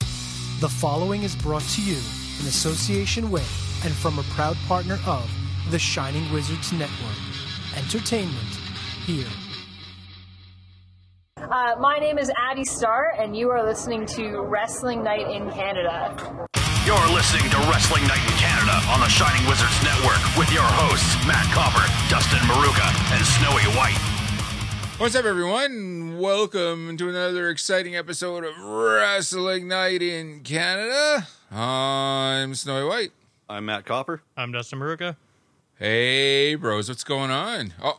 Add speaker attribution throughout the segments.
Speaker 1: The following is brought to you in association with and from a proud partner of the Shining Wizards Network. Entertainment here.
Speaker 2: Uh, my name is Addie Starr, and you are listening to Wrestling Night in Canada.
Speaker 3: You're listening to Wrestling Night in Canada on the Shining Wizards Network with your hosts, Matt Copper, Dustin Maruka, and Snowy White.
Speaker 4: What's up, everyone? Welcome to another exciting episode of Wrestling Night in Canada. I'm Snowy White.
Speaker 5: I'm Matt Copper.
Speaker 6: I'm Dustin Maruka.
Speaker 4: Hey, bros, what's going on? Oh,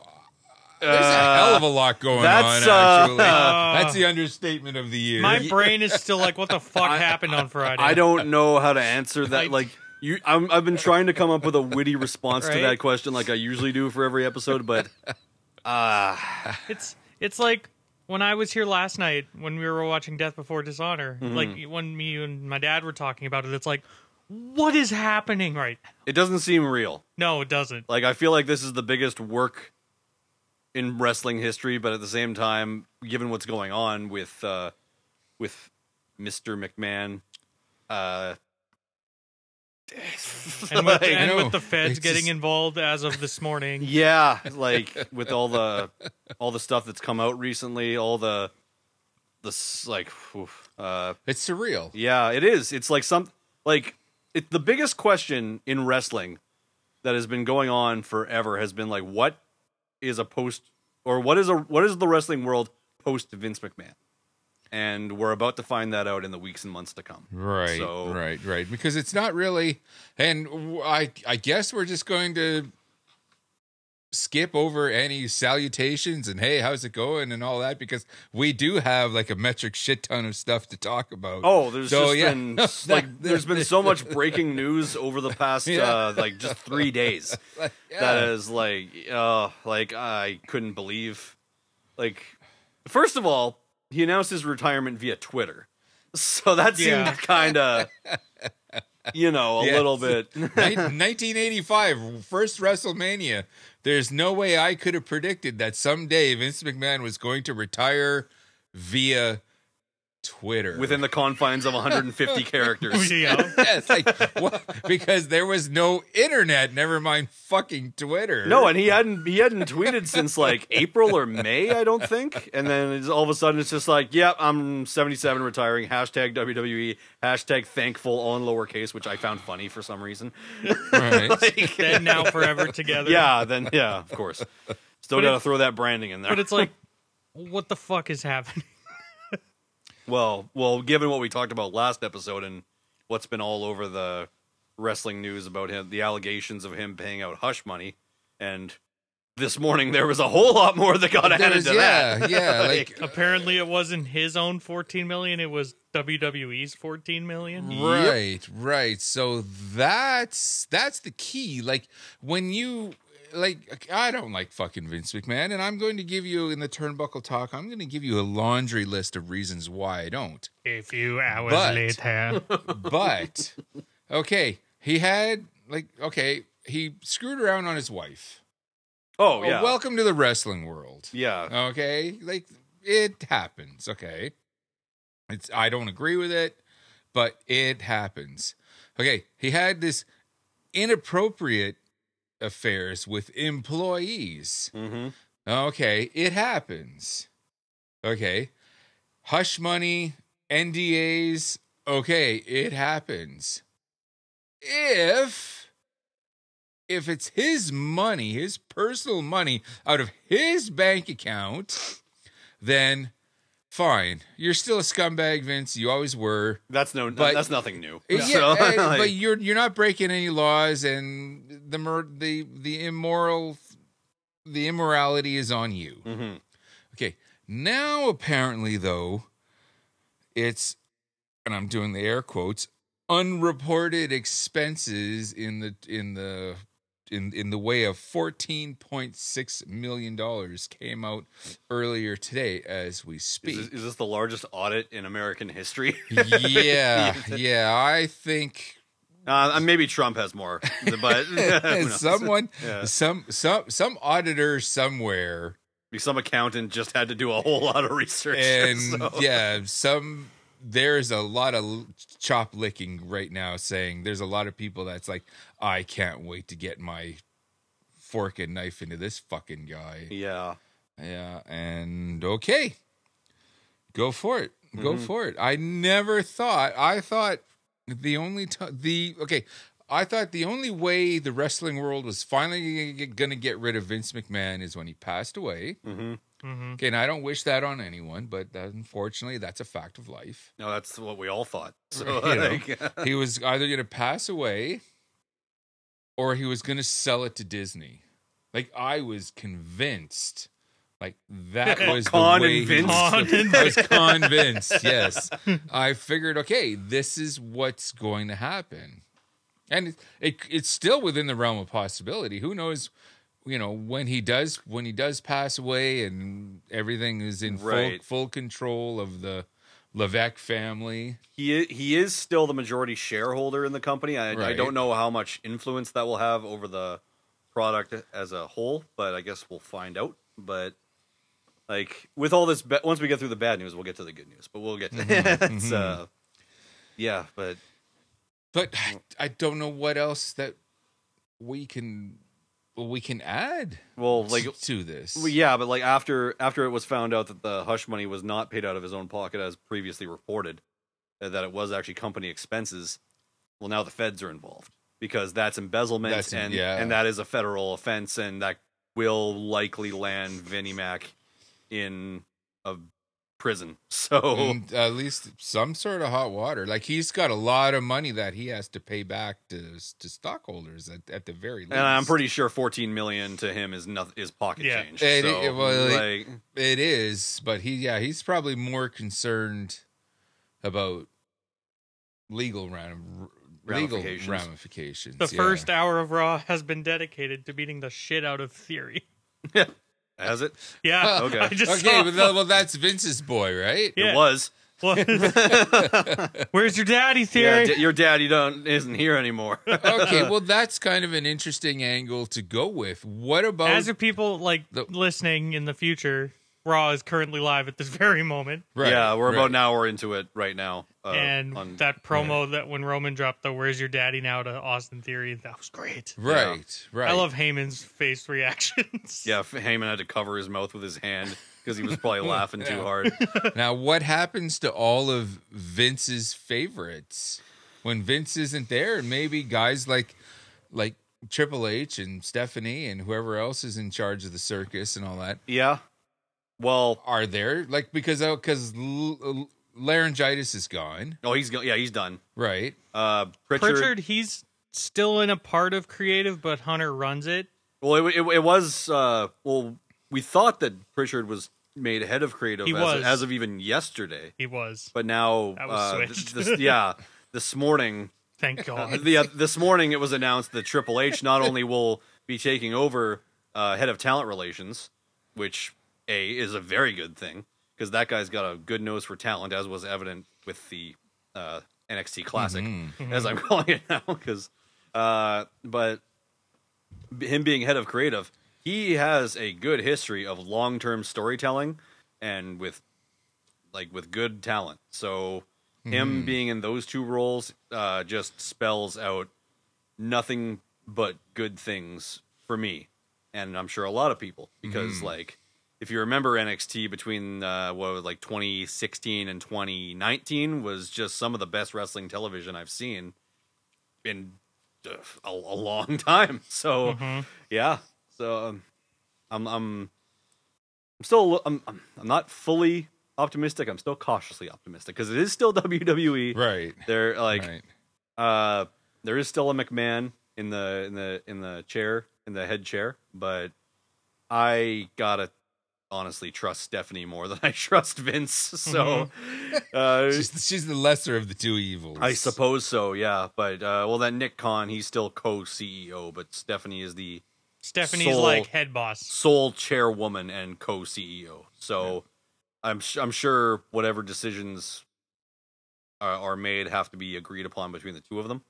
Speaker 4: there's a hell of a lot going
Speaker 5: that's,
Speaker 4: on, actually.
Speaker 6: uh,
Speaker 4: that's the understatement of the year.
Speaker 6: My brain is still like, what the fuck happened on Friday?
Speaker 5: I don't know how to answer
Speaker 6: I-
Speaker 5: that. Like you, I'm, I've been trying to come up with a witty response to
Speaker 6: Right?
Speaker 5: that question, like I usually do for every episode. But
Speaker 6: It's it's like when I was here last night when we were watching Death Before Dishonor.
Speaker 5: Mm-hmm.
Speaker 6: Like when me and my dad were talking about it, it's like, what is happening right? now?
Speaker 5: it doesn't seem real.
Speaker 6: No, it doesn't.
Speaker 5: Like I feel like this is the biggest work in wrestling history, but at the same time, given what's going on with uh, with Mr. McMahon, uh,
Speaker 6: And with,
Speaker 5: like-
Speaker 6: and
Speaker 4: I know.
Speaker 6: with the feds
Speaker 4: It's
Speaker 6: getting
Speaker 4: just-
Speaker 6: involved as of this morning,
Speaker 5: Yeah, like with all the all the stuff that's come out recently, all the the s- like oof, uh
Speaker 4: it's surreal.
Speaker 5: yeah, it is. It's like some like it, the biggest question in wrestling that has been going on forever has been like what is a post or what is a what is the wrestling world post Vince McMahon? And we're about to find that out in the weeks and months to come.
Speaker 4: Right,
Speaker 5: So-
Speaker 4: right, right. Because it's not really, and w- I, I guess we're just going to skip over any salutations and hey, how's it going and all that because we do have like a metric shit ton of stuff to talk about.
Speaker 5: Oh, there's
Speaker 4: So,
Speaker 5: just
Speaker 4: yeah.
Speaker 5: been like there's been so much breaking news over the past
Speaker 4: Yeah.
Speaker 5: uh, like just three days. That is like uh like I couldn't believe like first of all, he announced his retirement via Twitter. So that seemed
Speaker 6: Yeah.
Speaker 5: kinda you know, a
Speaker 4: Yes.
Speaker 5: little bit
Speaker 4: Nin- 1985, first WrestleMania. There's no way I could have predicted that someday Vince McMahon was going to retire via Twitter
Speaker 5: within the confines of 150 characters.
Speaker 6: you know,
Speaker 4: yes, like, what? because there was no internet, never mind fucking Twitter.
Speaker 5: No, and he hadn't he hadn't tweeted since like April or May, I don't think. And then it's, all of a sudden it's just like, yep, I'm 77 retiring. Hashtag WWE. Hashtag thankful all in lowercase, which I found funny for some reason.
Speaker 4: Right.
Speaker 6: then now forever together.
Speaker 5: yeah, then yeah, of course. Still
Speaker 6: But
Speaker 5: got to
Speaker 6: it-
Speaker 5: throw that branding in there.
Speaker 6: but it's like, what the fuck is happening?
Speaker 5: well, well, given what we talked about last episode and what's been all over the wrestling news about him, the allegations of him paying out hush money, and this morning there was a whole lot more that got
Speaker 4: There
Speaker 5: added
Speaker 4: was-
Speaker 5: to
Speaker 4: yeah,
Speaker 5: that.
Speaker 4: yeah, like,
Speaker 6: Apparently, it wasn't his own 14 million; it was WWE's 14 million.
Speaker 5: Mm.
Speaker 4: right, right. So that's that's the key. Like when you like, I don't like fucking Vince McMahon, and I'm going to give you in the turnbuckle talk. I'm going to give you a laundry list of reasons why I don't.
Speaker 6: A few hours
Speaker 4: But-
Speaker 6: later.
Speaker 4: But okay, he had like okay, he screwed around on his wife.
Speaker 5: Oh
Speaker 4: Oh,
Speaker 5: yeah,
Speaker 4: welcome to the wrestling world.
Speaker 5: yeah.
Speaker 4: Okay, like it happens. Okay, it's I don't agree with it, but it happens. Okay, he had this inappropriate affairs with employees.
Speaker 5: Mm-hmm.
Speaker 4: Okay, it happens. Okay, hush money, NDAs. Okay, it happens. If if it's his money, his personal money out of his bank account, then fine. You're still a scumbag, Vince. You always were.
Speaker 5: That's no,
Speaker 4: But-
Speaker 5: that's nothing new.
Speaker 4: Yeah,
Speaker 5: So,
Speaker 4: eh,
Speaker 5: like,
Speaker 4: but you're you're not breaking any laws, and the mur- the the immoral the immorality is on you.
Speaker 5: Mhm.
Speaker 4: Okay, now apparently though, it's and I'm doing the air quotes unreported expenses in the in the in in the way of 14.6 million dollars came out earlier today as we speak.
Speaker 5: is, this, is this the largest audit in American history?
Speaker 4: yeah, yeah, I think
Speaker 5: Uh, maybe Trump has more, but who knows?
Speaker 4: someone
Speaker 5: Yeah.
Speaker 4: some some some auditor somewhere
Speaker 5: some accountant just had to do a whole lot of research.
Speaker 4: and
Speaker 5: so-
Speaker 4: yeah, some there's a lot of l- chop licking right now saying there's a lot of people that's like, I can't wait to get my fork and knife into this fucking guy.
Speaker 5: Yeah.
Speaker 4: Yeah, and okay. Go for it. Go for it. I never thought. I thought the only t- the okay, I thought the only way the wrestling world was finally going to get rid of Vince McMahon is when he passed away. Okay, and I don't wish that on anyone, but unfortunately, that's a fact of life.
Speaker 5: No, that's what we all thought. So
Speaker 4: You know.
Speaker 5: like,
Speaker 4: he was either going to pass away or he was going to sell it to Disney. Like I was convinced. Like that was
Speaker 5: Con
Speaker 4: the way
Speaker 5: and
Speaker 4: he was-
Speaker 6: Vince. Con and
Speaker 4: I was convinced. Yes, I figured. Okay, this is what's going to happen, and it, it it's still within the realm of possibility. Who knows? You know when he does when he does pass away, and everything is in
Speaker 5: Right.
Speaker 4: full full control of the Levesque family.
Speaker 5: he i- he is still the majority shareholder in the company. I, I
Speaker 4: Right.
Speaker 5: don't know how much influence that will have over the product as a whole, but I guess we'll find out. But like with all this, ba- once we get through the bad news, we'll get to the good news. But we'll get to it's, uh, yeah. But
Speaker 4: but I, I don't know what else that we can we can add
Speaker 5: well,
Speaker 4: to-
Speaker 5: like
Speaker 4: to this.
Speaker 5: Well, yeah, but like after after it was found out that the hush money was not paid out of his own pocket as previously reported, uh, that it was actually company expenses. Well, now the feds are involved because that's embezzlement
Speaker 4: That's-
Speaker 5: and
Speaker 4: yeah.
Speaker 5: and that is a federal offense and that will likely land Vinnie Mac in a prison. So
Speaker 4: And at least some sort of hot water. Like he's got a lot of money that he has to pay back to to stockholders at, at the very least.
Speaker 5: and I'm pretty sure 14 million to him is nothing is pocket
Speaker 6: Yeah.
Speaker 5: change.
Speaker 4: It-
Speaker 5: so,
Speaker 4: it- well,
Speaker 5: like,
Speaker 4: it is, but he yeah he's probably more concerned about legal ram, legal
Speaker 5: Ramifications.
Speaker 4: ramifications.
Speaker 6: The
Speaker 4: yeah.
Speaker 6: first hour of Raw has been dedicated to beating the shit out of Theory.
Speaker 5: has it?
Speaker 6: Yeah.
Speaker 5: Oh, Okay.
Speaker 6: I just
Speaker 4: okay,
Speaker 6: saw-
Speaker 4: but that- well that's Vince's boy, right?
Speaker 6: Yeah.
Speaker 5: It was.
Speaker 6: What? Where's your daddy,
Speaker 5: Yeah,
Speaker 6: Theory?
Speaker 5: d- your daddy don't isn't here anymore.
Speaker 4: okay, well, that's kind of an interesting angle to go with. What about
Speaker 6: As of people like
Speaker 4: The-
Speaker 6: listening in the future, Raw is currently live at this very moment,
Speaker 4: Right,
Speaker 5: yeah, we're
Speaker 4: right.
Speaker 5: about an hour into it right now. Uh,
Speaker 6: and
Speaker 5: on-
Speaker 6: that promo that when Roman dropped the "Where's your daddy now?" to Austin Theory, that was great.
Speaker 4: Right, right.
Speaker 6: I love Heyman's face reactions.
Speaker 5: yeah, F- Heyman had to cover his mouth with his hand because he was probably laughing too hard.
Speaker 4: Now, what happens to all of Vince's favorites when Vince isn't there? And maybe guys like like Triple H and Stephanie and whoever else is in charge of the circus and all that
Speaker 5: Yeah. Well,
Speaker 4: are there. Like because because l- l- laryngitis is gone,
Speaker 5: oh, he's go- yeah, he's done.
Speaker 4: right?
Speaker 5: Uh, Pritchard.
Speaker 6: Pritchard, he's still in a part of creative, but Hunter runs it.
Speaker 5: Well, it, it, it was. Uh, well, we thought that Pritchard was made head of creative
Speaker 6: He
Speaker 5: as,
Speaker 6: was.
Speaker 5: as of even yesterday,
Speaker 6: He was.
Speaker 5: but now
Speaker 6: That was
Speaker 5: uh, th-
Speaker 6: switched.
Speaker 5: this, yeah, this morning
Speaker 6: Thank God.
Speaker 5: the, uh, this morning it was announced that Triple H not only will be taking over uh, head of talent relations, which a is a very good thing because that guy's got a good nose for talent, as was evident with the uh, NXT Classic, as I'm calling it now. Because, uh, but b- him being head of creative, he has a good history of long term storytelling and with like with good talent. So him being in those two roles uh, just spells out nothing but good things for me, and I'm sure a lot of people because like if you remember NXT between uh, what was it, like 2016 and 2019 was just some of the best wrestling television I've seen in uh, a, a long time. So
Speaker 6: Uh-huh.
Speaker 5: yeah, so um, I'm I'm I'm still a li- I'm I'm I'm not fully optimistic. I'm still cautiously optimistic because it is still WWE.
Speaker 4: Right.
Speaker 5: They're like
Speaker 4: right.
Speaker 5: uh, there is still a McMahon in the in the in the chair in the head chair, but I gotta honestly trust Stephanie more than I trust Vince. So uh,
Speaker 4: Mm-hmm. She's, she's the lesser of the two evils.
Speaker 5: I suppose so, yeah. But uh, well, that Nick Khan, he's still co CEO, but Stephanie is the
Speaker 6: Stephanie's
Speaker 5: Soul.
Speaker 6: like head boss.
Speaker 5: sole chairwoman and co CEO. So I'm su- I'm sure whatever decisions are, are made have to be agreed upon between the two of them.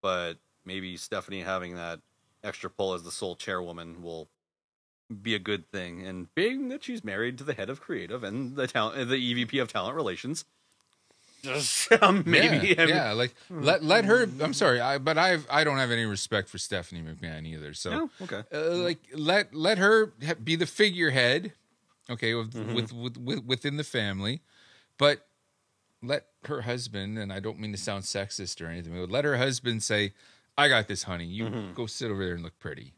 Speaker 5: But maybe Stephanie having that extra pull as the sole chairwoman will be a good thing. And E being that she's married to the head of creative and the talent, the EVP of talent relations, maybe.
Speaker 4: Yeah,
Speaker 5: Hmm. I mean,
Speaker 4: yeah, like let let her. I'm sorry, I, but I've I don't have any respect for Stephanie McMahon either. So
Speaker 5: No? Hmm. Okay.
Speaker 4: uh, like let let her ha- be the figurehead, okay, with,
Speaker 5: Mm-hmm.
Speaker 4: with, with with within the family, but let her husband and I don't mean to sound sexist or anything, but let her husband say, "I got this, honey. You
Speaker 5: Mm-hmm.
Speaker 4: go sit over there and look pretty,"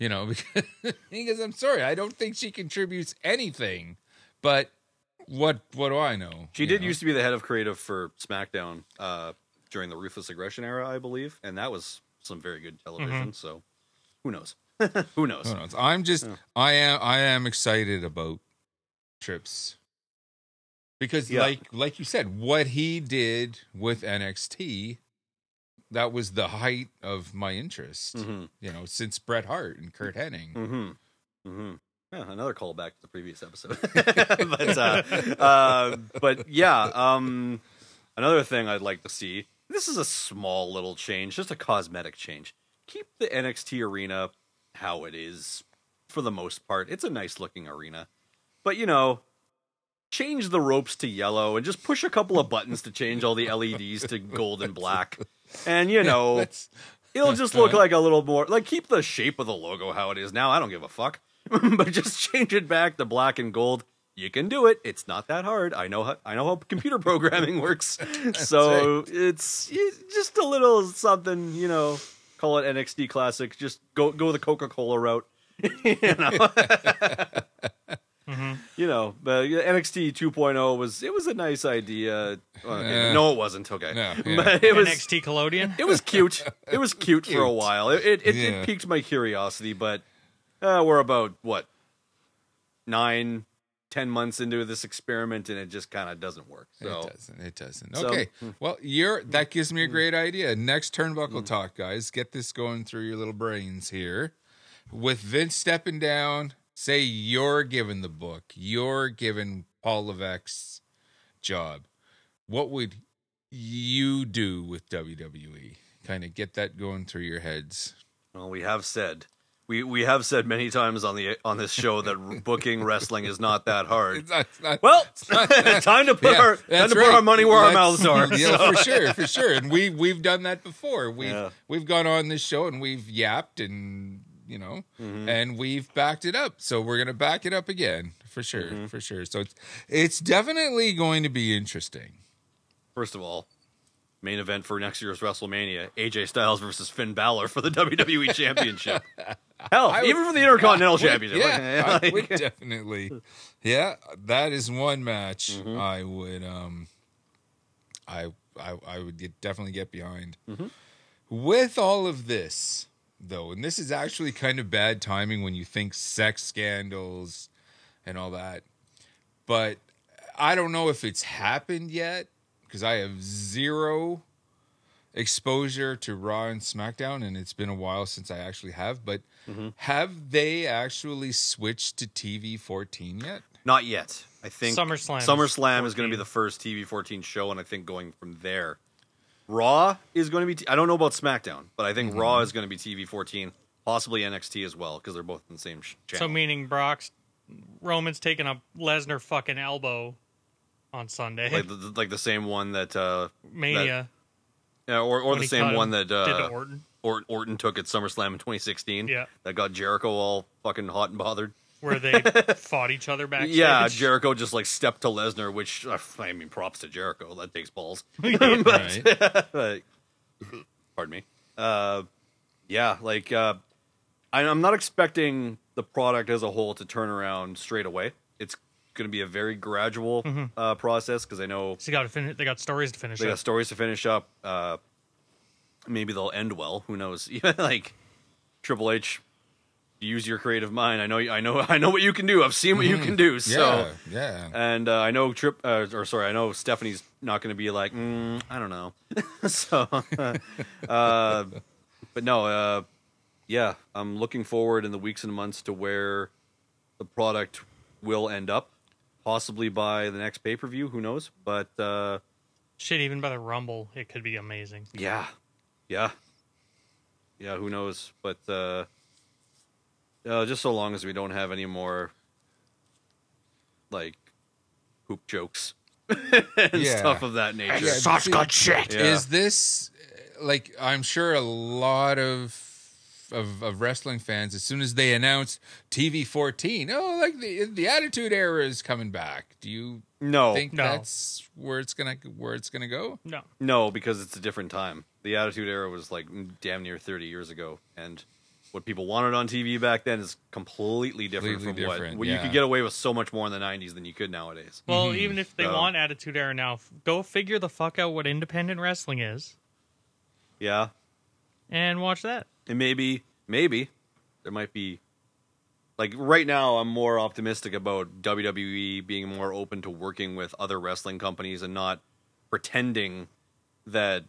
Speaker 4: you know, because, because I'm sorry, I don't think she contributes anything, but. What what do I know?
Speaker 5: She
Speaker 4: you
Speaker 5: did
Speaker 4: know?
Speaker 5: used to be the head of creative for SmackDown uh, during the Ruthless Aggression era, I believe, and that was some very good television. So, who knows? Mm-hmm. who knows?
Speaker 4: Who knows? I'm just I am I am excited about trips. Because
Speaker 5: Yeah.
Speaker 4: like like you said, what he did with NXT, that was the height of my interest.
Speaker 5: Mhm.
Speaker 4: You know, since Bret Hart and Kurt Hennig.
Speaker 5: Mm-hmm. Mm-hmm. Yeah, another callback to the previous episode. but uh, uh, but yeah, um, another thing I'd like to see. This is a small little change, just a cosmetic change. Keep the NXT arena how it is for the most part. It's a nice looking arena, but you know, change the ropes to yellow and just push a couple of buttons to change all the LEDs to gold and black. And you know,
Speaker 4: That's
Speaker 5: It'll just look like a little more like keep the shape of the logo how it is now. I don't give a fuck. but just change it back to black and gold. You can do it. It's not that hard. I know how I know how computer programming works. so it's, it's just a little something, you know, call it NXT classic. Just go go the Coca-Cola route. you know.
Speaker 4: Mm-hmm.
Speaker 5: You know, but NXT 2.0 was it was a nice idea. Well,
Speaker 4: Yeah.
Speaker 5: No, it wasn't. Okay,
Speaker 4: No, yeah.
Speaker 5: but it was
Speaker 6: NXT Collodion.
Speaker 5: it was cute. It was cute, for a
Speaker 4: Cute.
Speaker 5: while. It it, it,
Speaker 4: Yeah.
Speaker 5: it piqued my curiosity, but uh, we're about what nine, ten months into this experiment, and it just kind of doesn't work. So
Speaker 4: It doesn't. It doesn't.
Speaker 5: So-
Speaker 4: Okay. Well, you're that gives me a great idea. Next turnbuckle
Speaker 5: Hmm.
Speaker 4: talk, guys. Get this going through your little brains here. With Vince stepping down, say you're given the book. You're given Paul Levesque's job. What would you do with WWE? Kind of get that going through your heads.
Speaker 5: well, we have said we we have said many times on the on this show that booking wrestling is not that hard.
Speaker 4: It's not- it's not-
Speaker 5: Well, time to put
Speaker 4: Yeah,
Speaker 5: our time
Speaker 4: that's
Speaker 5: to put
Speaker 4: right.
Speaker 5: our money where our
Speaker 4: That's-
Speaker 5: mouths are.
Speaker 4: Yeah, for sure, for sure. And we we've done that before. We've
Speaker 5: Yeah.
Speaker 4: we've gone on this show and we've yapped and you know,
Speaker 5: Mm-hmm.
Speaker 4: and we've backed it up. So we're gonna back it up again for sure,
Speaker 5: Mm-hmm.
Speaker 4: for sure. So it's it's definitely going to be interesting.
Speaker 5: First of all, main event for next year's WrestleMania: AJ Styles versus Finn Balor for the WWE Championship. Hell,
Speaker 4: I
Speaker 5: even
Speaker 4: would-
Speaker 5: for the
Speaker 4: I
Speaker 5: Intercontinental
Speaker 4: would-
Speaker 5: Championship.
Speaker 4: Yeah,
Speaker 5: Like-
Speaker 4: I would definitely. Yeah, that is one match I would um I I I would get, definitely get behind. With all of this though, and this is actually kind of bad timing when you think sex scandals and all that. But I don't know if it's happened yet because I have zero exposure to Raw and SmackDown, and it's been a while since I actually have. But have they actually switched to TV 14 yet?
Speaker 5: Not yet. I think
Speaker 6: SummerSlam is
Speaker 5: SummerSlam is going to
Speaker 6: 14.
Speaker 5: be the first TV 14 show, and I think going from there, Raw is going to be. T- I don't know about SmackDown, but I think
Speaker 4: Mm-hmm.
Speaker 5: Raw is going to be TV 14, possibly NXT as well, because they're both in the same sh- channel.
Speaker 6: So meaning Brock's Roman's taking a Lesnar fucking elbow on Sunday
Speaker 5: like, the, like the same one that, uh,
Speaker 6: Mania,
Speaker 5: yeah, or or
Speaker 6: when
Speaker 5: the
Speaker 6: he
Speaker 5: same
Speaker 6: cut
Speaker 5: one
Speaker 6: him,
Speaker 5: that
Speaker 6: did to
Speaker 5: uh,
Speaker 6: Orton.
Speaker 5: Or- Orton took at SummerSlam in 2016.
Speaker 6: Yeah.
Speaker 5: that got Jericho all fucking hot and bothered.
Speaker 6: where they fought each other backstage.
Speaker 5: Yeah, Jericho just like stepped to Lesnar, which uh, I mean, props to Jericho. That takes balls.
Speaker 4: Right.
Speaker 5: Like, pardon me. Uh, yeah, like uh, I, I'm not expecting the product as a whole to turn around straight away. It's going to be a very gradual
Speaker 6: Mm-hmm.
Speaker 5: uh, process because I know
Speaker 6: So they got to finish. They got stories to finish.
Speaker 5: they
Speaker 6: up.
Speaker 5: got stories to finish up. Uh, maybe they'll end well. Who knows? Yeah, like Triple H, use your creative mind. I know. I know. I know what you can do. I've seen what you can do. So.
Speaker 4: yeah, yeah.
Speaker 5: And uh, I know Trip, uh, or sorry, I know Stephanie's not going to be like, mm, I don't know. so, uh, but no, uh, yeah, I'm looking forward in the weeks and months to where the product will end up, possibly by the next pay per view. Who knows? But uh,
Speaker 6: Shit, even by the Rumble, it could be amazing.
Speaker 5: yeah, yeah, yeah. Who knows? But uh, uh, just so long as we don't have any more like poop jokes and
Speaker 4: Yeah.
Speaker 5: stuff of that nature.
Speaker 4: Yeah, but see,
Speaker 5: Yeah.
Speaker 4: Is this uh, like I'm sure a lot of, of of wrestling fans as soon as they announced TV 14, oh like the the Attitude Era is coming back. Do you
Speaker 5: Oh, no,
Speaker 4: think
Speaker 6: No.
Speaker 4: that's where it's gonna where it's gonna go?
Speaker 6: No.
Speaker 5: no, because it's a different time. The Attitude Era was like damn near 30 years ago, and what people wanted on TV back then is completely different
Speaker 4: Completely
Speaker 5: from
Speaker 4: different,
Speaker 5: what well, you
Speaker 4: yeah.
Speaker 5: could get away with so much more in the 90s than you could nowadays.
Speaker 6: Well, even if they
Speaker 5: Mm-hmm. So-
Speaker 6: want Attitude Era now, f- go figure the fuck out what independent wrestling is
Speaker 5: Yeah,
Speaker 6: and watch that.
Speaker 5: and maybe maybe there might be like right now i'm more optimistic about wwe being more open to working with other wrestling companies and not pretending that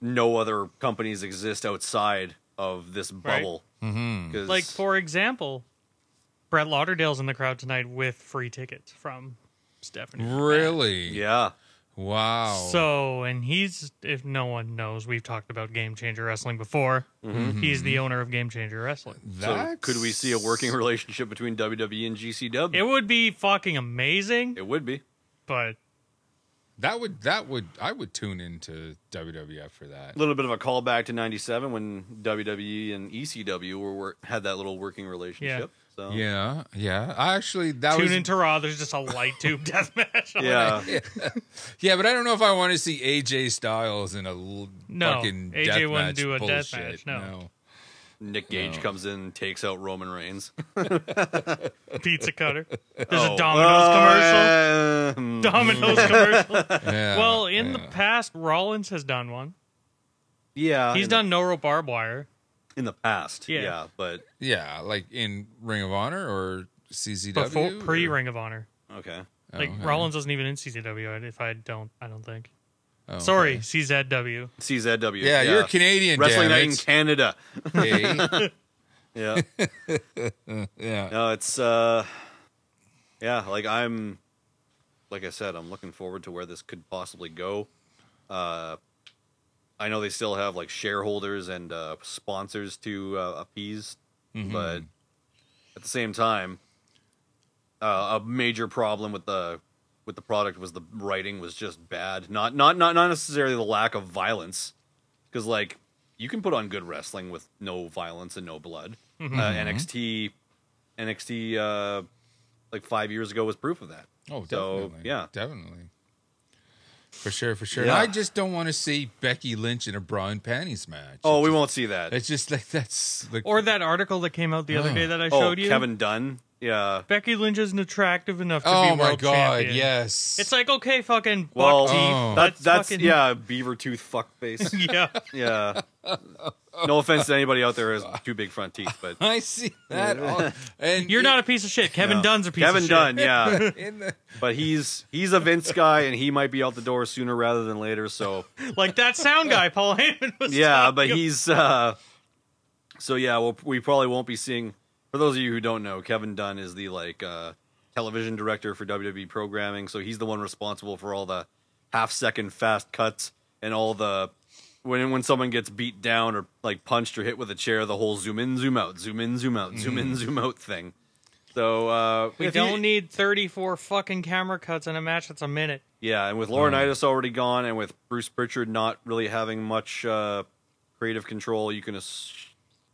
Speaker 5: no other companies exist outside of this bubble mm-hmm.
Speaker 6: Like, for example, Brett Lauderdale's in the crowd tonight with free tickets from Stephanie.
Speaker 4: Really?
Speaker 5: yeah
Speaker 4: Wow.
Speaker 6: So, and he's, if no one knows, we've talked about Game Changer Wrestling before.
Speaker 4: Mm-hmm.
Speaker 6: He's the owner of Game Changer Wrestling.
Speaker 5: so
Speaker 4: That's-
Speaker 5: could we see a working relationship between wwe and gcw
Speaker 6: It would be fucking amazing,
Speaker 5: It would be
Speaker 6: but
Speaker 4: That would that would I would tune into WWF for that.
Speaker 5: a little bit of a callback to 97 when wwe and ecw were, were had that little working relationship so
Speaker 4: Yeah, yeah. I actually that
Speaker 6: tune
Speaker 4: was
Speaker 6: into Raw. There's just a light tube deathmatch. on it.
Speaker 5: yeah
Speaker 4: yeah, but I don't know if I want to see AJ Styles in a l-
Speaker 6: No,
Speaker 4: fucking
Speaker 6: AJ
Speaker 4: death
Speaker 6: wouldn't
Speaker 4: match
Speaker 6: do a death
Speaker 4: bullshit.
Speaker 6: match, no.
Speaker 5: Nick Gage comes in, takes out Roman Reigns.
Speaker 6: Pizza cutter. There's
Speaker 5: Oh.
Speaker 4: Oh,
Speaker 6: a
Speaker 5: Um,
Speaker 6: Domino's commercial. Domino's commercial.
Speaker 4: uh, Yeah,
Speaker 6: Well, in the
Speaker 4: yeah.
Speaker 6: past, Rollins has done one.
Speaker 5: yeah,
Speaker 6: He's
Speaker 5: in
Speaker 6: done no rope barbed wire.
Speaker 5: the, in the past.
Speaker 6: Yeah.
Speaker 5: Yeah, but
Speaker 4: Yeah, like in Ring of Honor or CZW.
Speaker 6: Before
Speaker 4: or-
Speaker 6: pre Ring of Honor.
Speaker 5: okay.
Speaker 6: Like
Speaker 4: Oh, okay.
Speaker 6: Rollins wasn't even in CZW. If I don't, I don't think.
Speaker 4: Oh, okay.
Speaker 6: Sorry, CZW.
Speaker 5: CZW.
Speaker 4: Yeah, you're a Canadian.
Speaker 5: Wrestling
Speaker 4: damn
Speaker 5: Night in
Speaker 4: it.
Speaker 5: Canada.
Speaker 4: Hey.
Speaker 5: Yeah,
Speaker 4: yeah.
Speaker 5: no, it's uh, yeah. Like I'm, like I said, I'm looking forward to where this could possibly go. Uh, I know they still have like shareholders and uh, sponsors to uh, appease,
Speaker 4: Mm-hmm.
Speaker 5: but at the same time, uh, a major problem with the with the product was the writing was just bad. Not not not not necessarily the lack of violence, because like you can put on good wrestling with no violence and no blood.
Speaker 4: Mm-hmm.
Speaker 5: Uh, NXT NXT uh, like five years ago was proof of that.
Speaker 4: Oh,
Speaker 5: So,
Speaker 4: definitely.
Speaker 5: yeah.
Speaker 4: definitely. For sure, for sure.
Speaker 5: Yeah.
Speaker 4: I just don't want to see Becky Lynch in a bra and panties match.
Speaker 5: Oh,
Speaker 4: it's
Speaker 5: we
Speaker 4: just,
Speaker 5: won't see that.
Speaker 4: It's just like that's the
Speaker 6: Or that article that came out the other
Speaker 4: Oh.
Speaker 6: day that I
Speaker 5: oh,
Speaker 6: showed you.
Speaker 5: Kevin Dunn. Yeah.
Speaker 6: Becky Lynch isn't attractive enough to
Speaker 4: oh
Speaker 6: be
Speaker 4: my
Speaker 6: world
Speaker 4: god,
Speaker 6: champion.
Speaker 4: yes.
Speaker 6: It's like okay, fucking buck
Speaker 5: Well,
Speaker 6: teeth.
Speaker 4: Oh.
Speaker 5: that,
Speaker 6: let's
Speaker 5: that's
Speaker 6: fucking-
Speaker 5: yeah, beaver tooth fuck face.
Speaker 6: yeah.
Speaker 5: yeah. No offense to anybody out there who has two big front teeth, but
Speaker 4: I see that. all- and
Speaker 6: You're not a piece of shit. Kevin
Speaker 5: Yeah.
Speaker 6: Dunn's a piece
Speaker 5: Kevin
Speaker 6: of shit.
Speaker 5: Dunn, yeah,
Speaker 4: in the
Speaker 5: but he's he's a Vince guy, and he might be out the door sooner rather than later. So
Speaker 6: Like that sound guy, Paul Heyman was.
Speaker 5: yeah,
Speaker 6: talking
Speaker 5: but
Speaker 6: about.
Speaker 5: he's uh, so yeah. We'll, we probably won't be seeing. For those of you who don't know, Kevin Dunn is the like uh, television director for WWE programming, so he's the one responsible for all the half second fast cuts and all the when when someone gets beat down or like punched or hit with a chair, the whole zoom in, zoom out, zoom in, zoom out, zoom in, zoom out thing. So uh,
Speaker 6: We
Speaker 5: if you-
Speaker 6: don't need 34 fucking camera cuts in a match that's a minute.
Speaker 5: Yeah, and with Laurinaitis already gone, and with Bruce Pritchard not really having much uh, creative control, you can ass-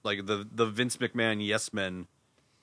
Speaker 5: like the the Vince McMahon yes men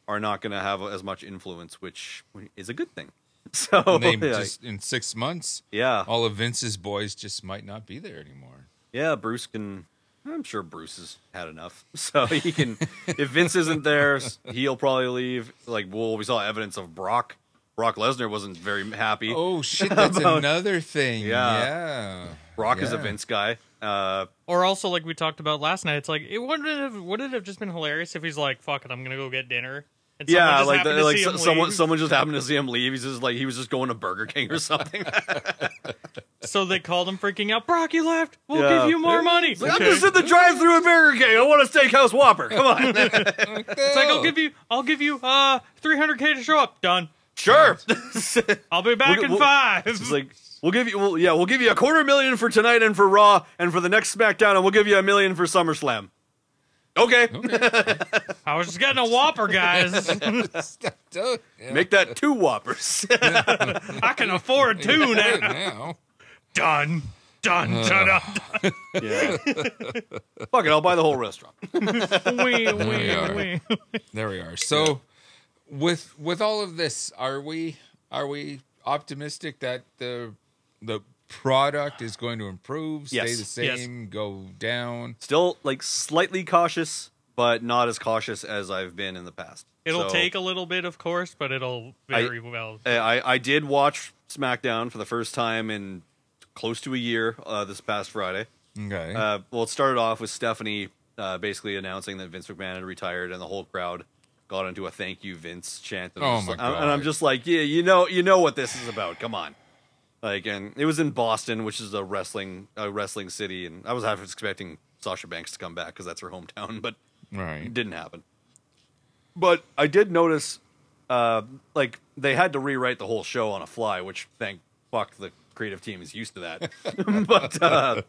Speaker 5: are not going to have as much influence, which is a good thing. So
Speaker 4: name
Speaker 5: Oh, yeah,
Speaker 4: just in six months.
Speaker 5: yeah,
Speaker 4: all of Vince's boys just might not be there anymore.
Speaker 5: yeah, Bruce can. I'm sure Bruce has had enough, so he can. if Vince isn't there, s- he'll probably leave. Like, well, we saw evidence of Brock. Brock Lesnar wasn't very happy.
Speaker 4: Oh shit, that's another thing. Yeah.
Speaker 5: Yeah. Brock is a
Speaker 4: yeah.
Speaker 5: Vince guy. Uh,
Speaker 6: Or also, like we talked about last night, it's like it wouldn't have would it have just been hilarious if he's like, "Fuck it, I'm gonna go get dinner." And someone
Speaker 5: yeah,
Speaker 6: just
Speaker 5: like
Speaker 6: happened
Speaker 5: the,
Speaker 6: to
Speaker 5: like
Speaker 6: see
Speaker 5: so,
Speaker 6: him
Speaker 5: someone
Speaker 6: leave.
Speaker 5: someone just happened to see him leave. He's just like he was just going to Burger King or something.
Speaker 6: So they called him freaking out. Brock, you left. We'll
Speaker 5: Yeah.
Speaker 6: give you more money.
Speaker 5: He's like, I'm
Speaker 6: Okay.
Speaker 5: just in the drive-through at Burger King. I want a steakhouse Whopper. Come on,
Speaker 6: it's like I'll
Speaker 4: Oh,
Speaker 6: give you I'll give you uh 300k to show up. Done.
Speaker 5: sure.
Speaker 6: I'll be back
Speaker 5: We'll-
Speaker 6: in
Speaker 5: we'll-
Speaker 6: five.
Speaker 5: It's like we'll give you, we'll, yeah, we'll give you a quarter million for tonight and for Raw and for the next SmackDown, and we'll give you a million for SummerSlam. Okay.
Speaker 6: I was just getting a Whopper, guys.
Speaker 5: Make that two whoppers.
Speaker 6: I can afford two now.
Speaker 4: now.
Speaker 6: Done. Done. Done. done.
Speaker 5: yeah. Fuck it, I'll buy the whole restaurant.
Speaker 6: Wee, wee,
Speaker 4: are.
Speaker 6: wee.
Speaker 4: There we are. So with with all of this, are we are we optimistic that the the product is going to improve, stay
Speaker 5: Yes.
Speaker 4: the
Speaker 6: Yes.
Speaker 4: same, go down?
Speaker 5: Still like slightly cautious, but not as cautious as I've been in the past.
Speaker 6: It'll
Speaker 5: So,
Speaker 6: take a little bit, of course, but it'll very well.
Speaker 5: I, Uh, I I did watch SmackDown for the first time in close to a year uh, this past Friday.
Speaker 4: Okay.
Speaker 5: Uh, well, it started off with Stephanie uh, basically announcing that Vince McMahon had retired, and the whole crowd got into a "Thank you, Vince" chant. And I'm
Speaker 4: Oh,
Speaker 5: just
Speaker 4: my
Speaker 5: like- I'm- And I'm
Speaker 4: God.
Speaker 5: just like, yeah, you know, you know what this is about. Come on. Like, and it was in Boston, which is a wrestling a wrestling city, and I was half expecting Sasha Banks to come back because that's her hometown, but
Speaker 4: right.
Speaker 5: it didn't happen. But I did notice, uh, like they had to rewrite the whole show on a fly, which thank fuck the creative team is used to that. but uh,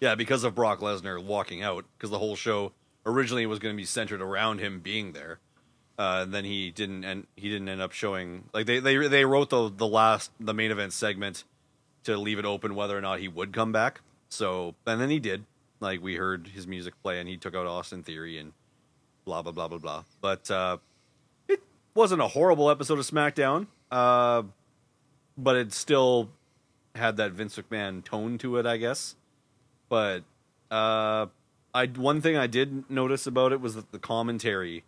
Speaker 5: yeah, because of Brock Lesnar walking out, because the whole show originally was going to be centered around him being there. Uh, and then he didn't, and he didn't end up showing. Like they, they, they wrote the the last the main event segment to leave it open whether or not he would come back. So, and then he did. Like we heard his music play, and he took out Austin Theory and blah blah blah blah blah. But uh, it wasn't a horrible episode of SmackDown, uh, but it still had that Vince McMahon tone to it, I guess. But uh, I one thing I did notice about it was that the commentary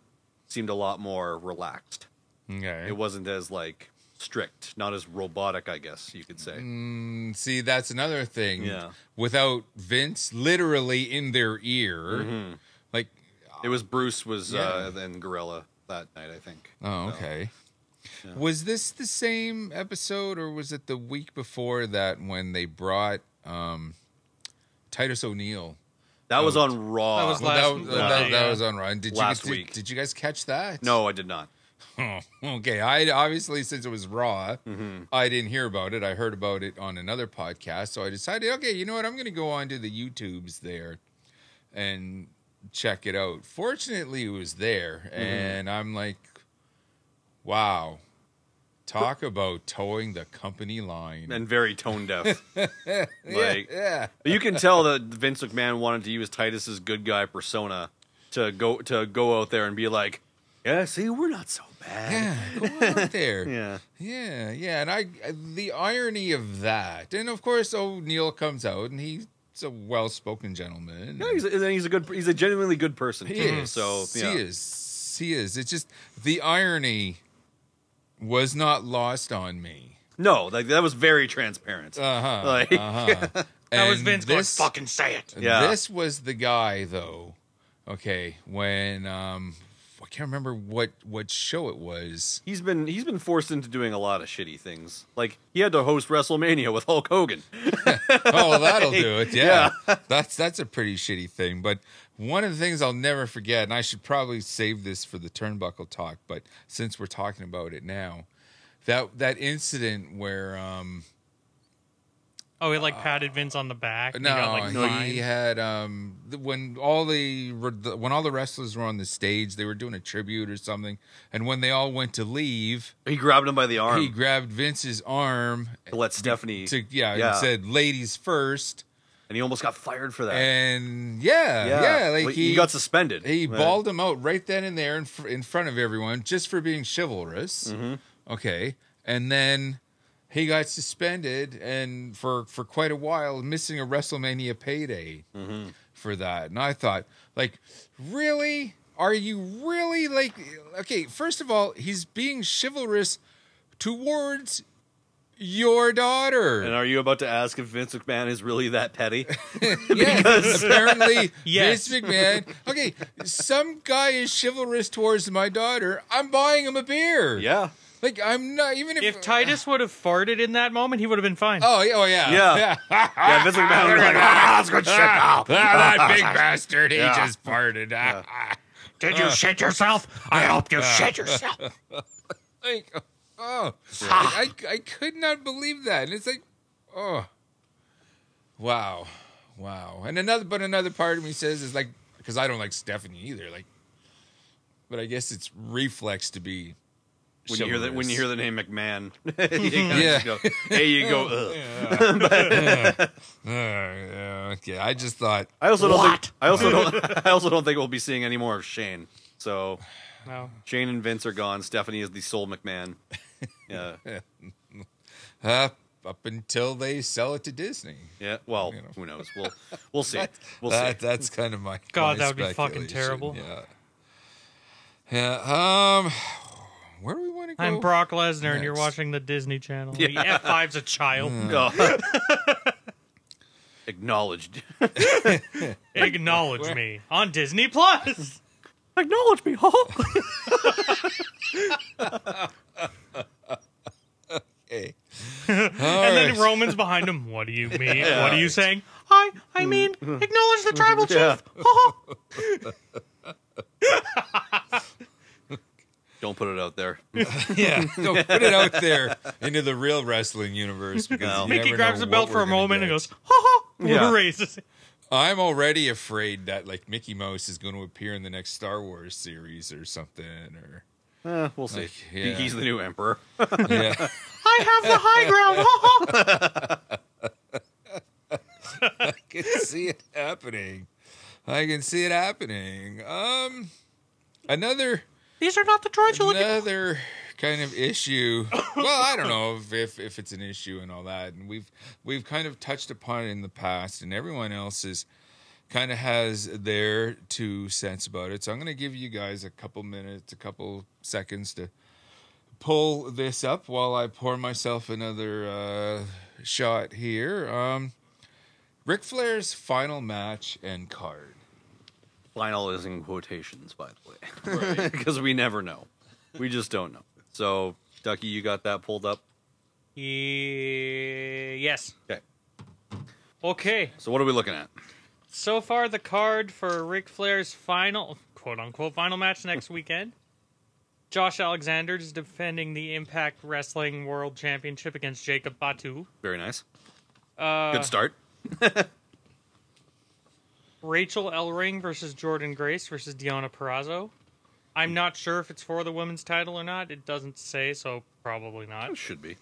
Speaker 5: seemed a lot more relaxed.
Speaker 4: Okay.
Speaker 5: It wasn't as like strict, not as robotic, I guess you could say.
Speaker 4: See, that's another thing.
Speaker 5: Yeah.
Speaker 4: Without Vince literally in their ear, like,
Speaker 5: It was Bruce was uh,
Speaker 4: Yeah.
Speaker 5: and Gorilla that night, I think.
Speaker 4: oh,
Speaker 5: So,
Speaker 4: okay. Was this the same episode, or was it the week before that when they brought um, Titus O'Neil?
Speaker 5: that was on Raw.
Speaker 6: That was last-
Speaker 4: Well, Oh. that, that,
Speaker 6: Monday,
Speaker 4: that
Speaker 6: yeah.
Speaker 4: was on Run. Did
Speaker 5: Last
Speaker 4: you, did-
Speaker 5: week.
Speaker 4: Did, you guys catch that?
Speaker 5: no, I did not.
Speaker 4: Oh, okay. I obviously since it was raw,
Speaker 5: Mm-hmm.
Speaker 4: I didn't hear about it. I heard about it on another podcast, so I decided, okay, you know what? I'm going to go on to the YouTubes there and check it out. Fortunately, it was there,
Speaker 5: Mm-hmm.
Speaker 4: and I'm like, wow. Talk about towing the company line.
Speaker 5: and very tone deaf. like
Speaker 4: yeah.
Speaker 5: but you can tell that Vince McMahon wanted to use Titus's good guy persona to go to go out there and be like, "Yeah, see, we're not so bad."
Speaker 4: Yeah, go out there.
Speaker 5: Yeah.
Speaker 4: Yeah, yeah, and I the irony of that, and of course O'Neill comes out, and he's a well-spoken gentleman.
Speaker 5: No, he's a, and he's a good. He's a genuinely good person.
Speaker 4: he
Speaker 5: too,
Speaker 4: is.
Speaker 5: So yeah.
Speaker 4: he is. He is. It's just the irony was not lost on me.
Speaker 5: No, like that was very transparent.
Speaker 4: Uh huh.
Speaker 5: Like-
Speaker 4: uh-huh.
Speaker 6: That was
Speaker 4: And
Speaker 6: Vince going,
Speaker 4: this-
Speaker 6: fucking say it.
Speaker 5: Yeah.
Speaker 4: This was the guy though. Okay, when um, I can't remember what what show it was.
Speaker 5: he's been he's been forced into doing a lot of shitty things. Like he had to host WrestleMania with Hulk Hogan.
Speaker 4: oh, that'll do it. Yeah. That's that's a pretty shitty thing. But one of the things I'll never forget, and I should probably save this for the turnbuckle talk, but since we're talking about it now, that that incident where um
Speaker 6: Oh, he like patted Vince on the back. and
Speaker 4: no,
Speaker 6: he got, like, fined.
Speaker 4: he had um th- when all the when all the wrestlers were on the stage, they were doing a tribute or something, and when they all went to leave,
Speaker 5: He grabbed him by the arm.
Speaker 4: he grabbed Vince's arm
Speaker 5: to let Stephanie.
Speaker 4: to yeah,
Speaker 5: yeah.
Speaker 4: and said ladies first.
Speaker 5: and he almost got fired for that.
Speaker 4: And yeah, yeah, like
Speaker 5: Well,
Speaker 4: he,
Speaker 5: got suspended.
Speaker 4: He
Speaker 5: Yeah.
Speaker 4: balled him out right then and there in, fr- in front of everyone just for being chivalrous. Okay. And then he got suspended and for, for quite a while, missing a WrestleMania payday for that. And I thought, like, really? Are you really like, okay, first of all, he's being chivalrous towards your daughter.
Speaker 5: And are you about to ask if Vince McMahon is really that petty?
Speaker 4: Yes, apparently
Speaker 6: Yes.
Speaker 4: Vince McMahon. Okay, some guy is chivalrous towards my daughter. I'm buying him a beer.
Speaker 5: yeah.
Speaker 4: like I'm not even if,
Speaker 6: If Titus would have farted in that moment, he would have been fine.
Speaker 4: Oh, yeah, oh yeah,
Speaker 5: Yeah. Yeah, Vince McMahon was like, ah, that's good shit.
Speaker 4: Ah,
Speaker 5: Al."
Speaker 4: that big bastard, he just farted. Ah,
Speaker 6: Did you shit yourself? I hope you shit yourself.
Speaker 4: like, oh, Like, I, I could not believe that. And it's like, oh, wow, wow. And another, but another part of me says is like, because I don't like Stephanie either. Like, but I guess it's reflex to be.
Speaker 5: when you hear that when you
Speaker 4: chivalrous.
Speaker 5: hear the name McMahon, you kinda
Speaker 4: Yeah.
Speaker 5: just go, hey, you go. Ugh.
Speaker 4: Uh, yeah, okay, I just thought
Speaker 5: I also don't think I also don't I also don't think we'll be seeing any more of Shane. So
Speaker 6: No.
Speaker 5: Shane and Vince are gone. Stephanie is the sole McMahon. Yeah,
Speaker 4: uh, up until they sell it to Disney.
Speaker 5: yeah. Well, who knows? We'll we'll see. We'll see.
Speaker 4: That, that's kind of my
Speaker 6: God,
Speaker 4: my
Speaker 6: that would be fucking
Speaker 4: speculation,
Speaker 6: terrible.
Speaker 4: Yeah. Yeah. Um, where do we want to go?
Speaker 6: I'm Brock Lesnar, and you're
Speaker 4: Oh. Next.
Speaker 6: watching the Disney Channel. Yeah. F5's a child.
Speaker 5: Oh. Acknowledged.
Speaker 6: Acknowledge me on Disney Plus.
Speaker 5: Acknowledge me, huh?
Speaker 4: Hey.
Speaker 6: and then Roman's behind him. What do you mean? What are you saying? I I
Speaker 4: Mm.
Speaker 6: mean, acknowledge the tribal chief.
Speaker 5: Yeah.
Speaker 6: Ha ha.
Speaker 5: Don't put it out there.
Speaker 4: yeah, no, put it out there into the real wrestling universe because
Speaker 5: No.
Speaker 4: you
Speaker 6: Mickey
Speaker 4: never
Speaker 6: grabs
Speaker 4: know
Speaker 6: the belt
Speaker 4: what
Speaker 6: for
Speaker 4: we're
Speaker 6: a
Speaker 4: gonna
Speaker 6: moment and
Speaker 4: get.
Speaker 6: goes, ha ha.
Speaker 5: Yeah.
Speaker 6: We're racist.
Speaker 4: I'm already afraid that like Mickey Mouse is going to appear in the next Star Wars series or something, or
Speaker 5: Eh, we'll see.
Speaker 4: Like, yeah.
Speaker 5: He's the new emperor.
Speaker 4: yeah,
Speaker 6: I have the high ground. Ha ha.
Speaker 4: I can see it happening. I can see it happening. Um, another
Speaker 6: These are not the droids you're looking for.
Speaker 4: another kind of issue. Well, I don't know if, if if it's an issue and all that, and we've we've kind of touched upon it in the past, and everyone else is kind of has their two cents about it. So I'm going to give you guys a couple minutes, a couple seconds to pull this up while I pour myself another uh, shot here. Um, Ric Flair's final match and card.
Speaker 5: Final is in quotations, by the way, because we never know. We just don't know. So, Ducky, you got that pulled up.
Speaker 6: Yeah, yes.
Speaker 5: Okay.
Speaker 6: Okay.
Speaker 5: So, what are we looking at?
Speaker 6: So far, the card for Ric Flair's final, quote unquote, final match next weekend. Josh Alexander is defending the Impact Wrestling World Championship against Jacob Batu.
Speaker 5: Very nice.
Speaker 6: Uh,
Speaker 5: Good start.
Speaker 6: Rachel Ellering versus Jordan Grace versus Deanna Perrazzo. I'm not sure if it's for the women's title or not. It doesn't say, so probably not.
Speaker 5: It should be.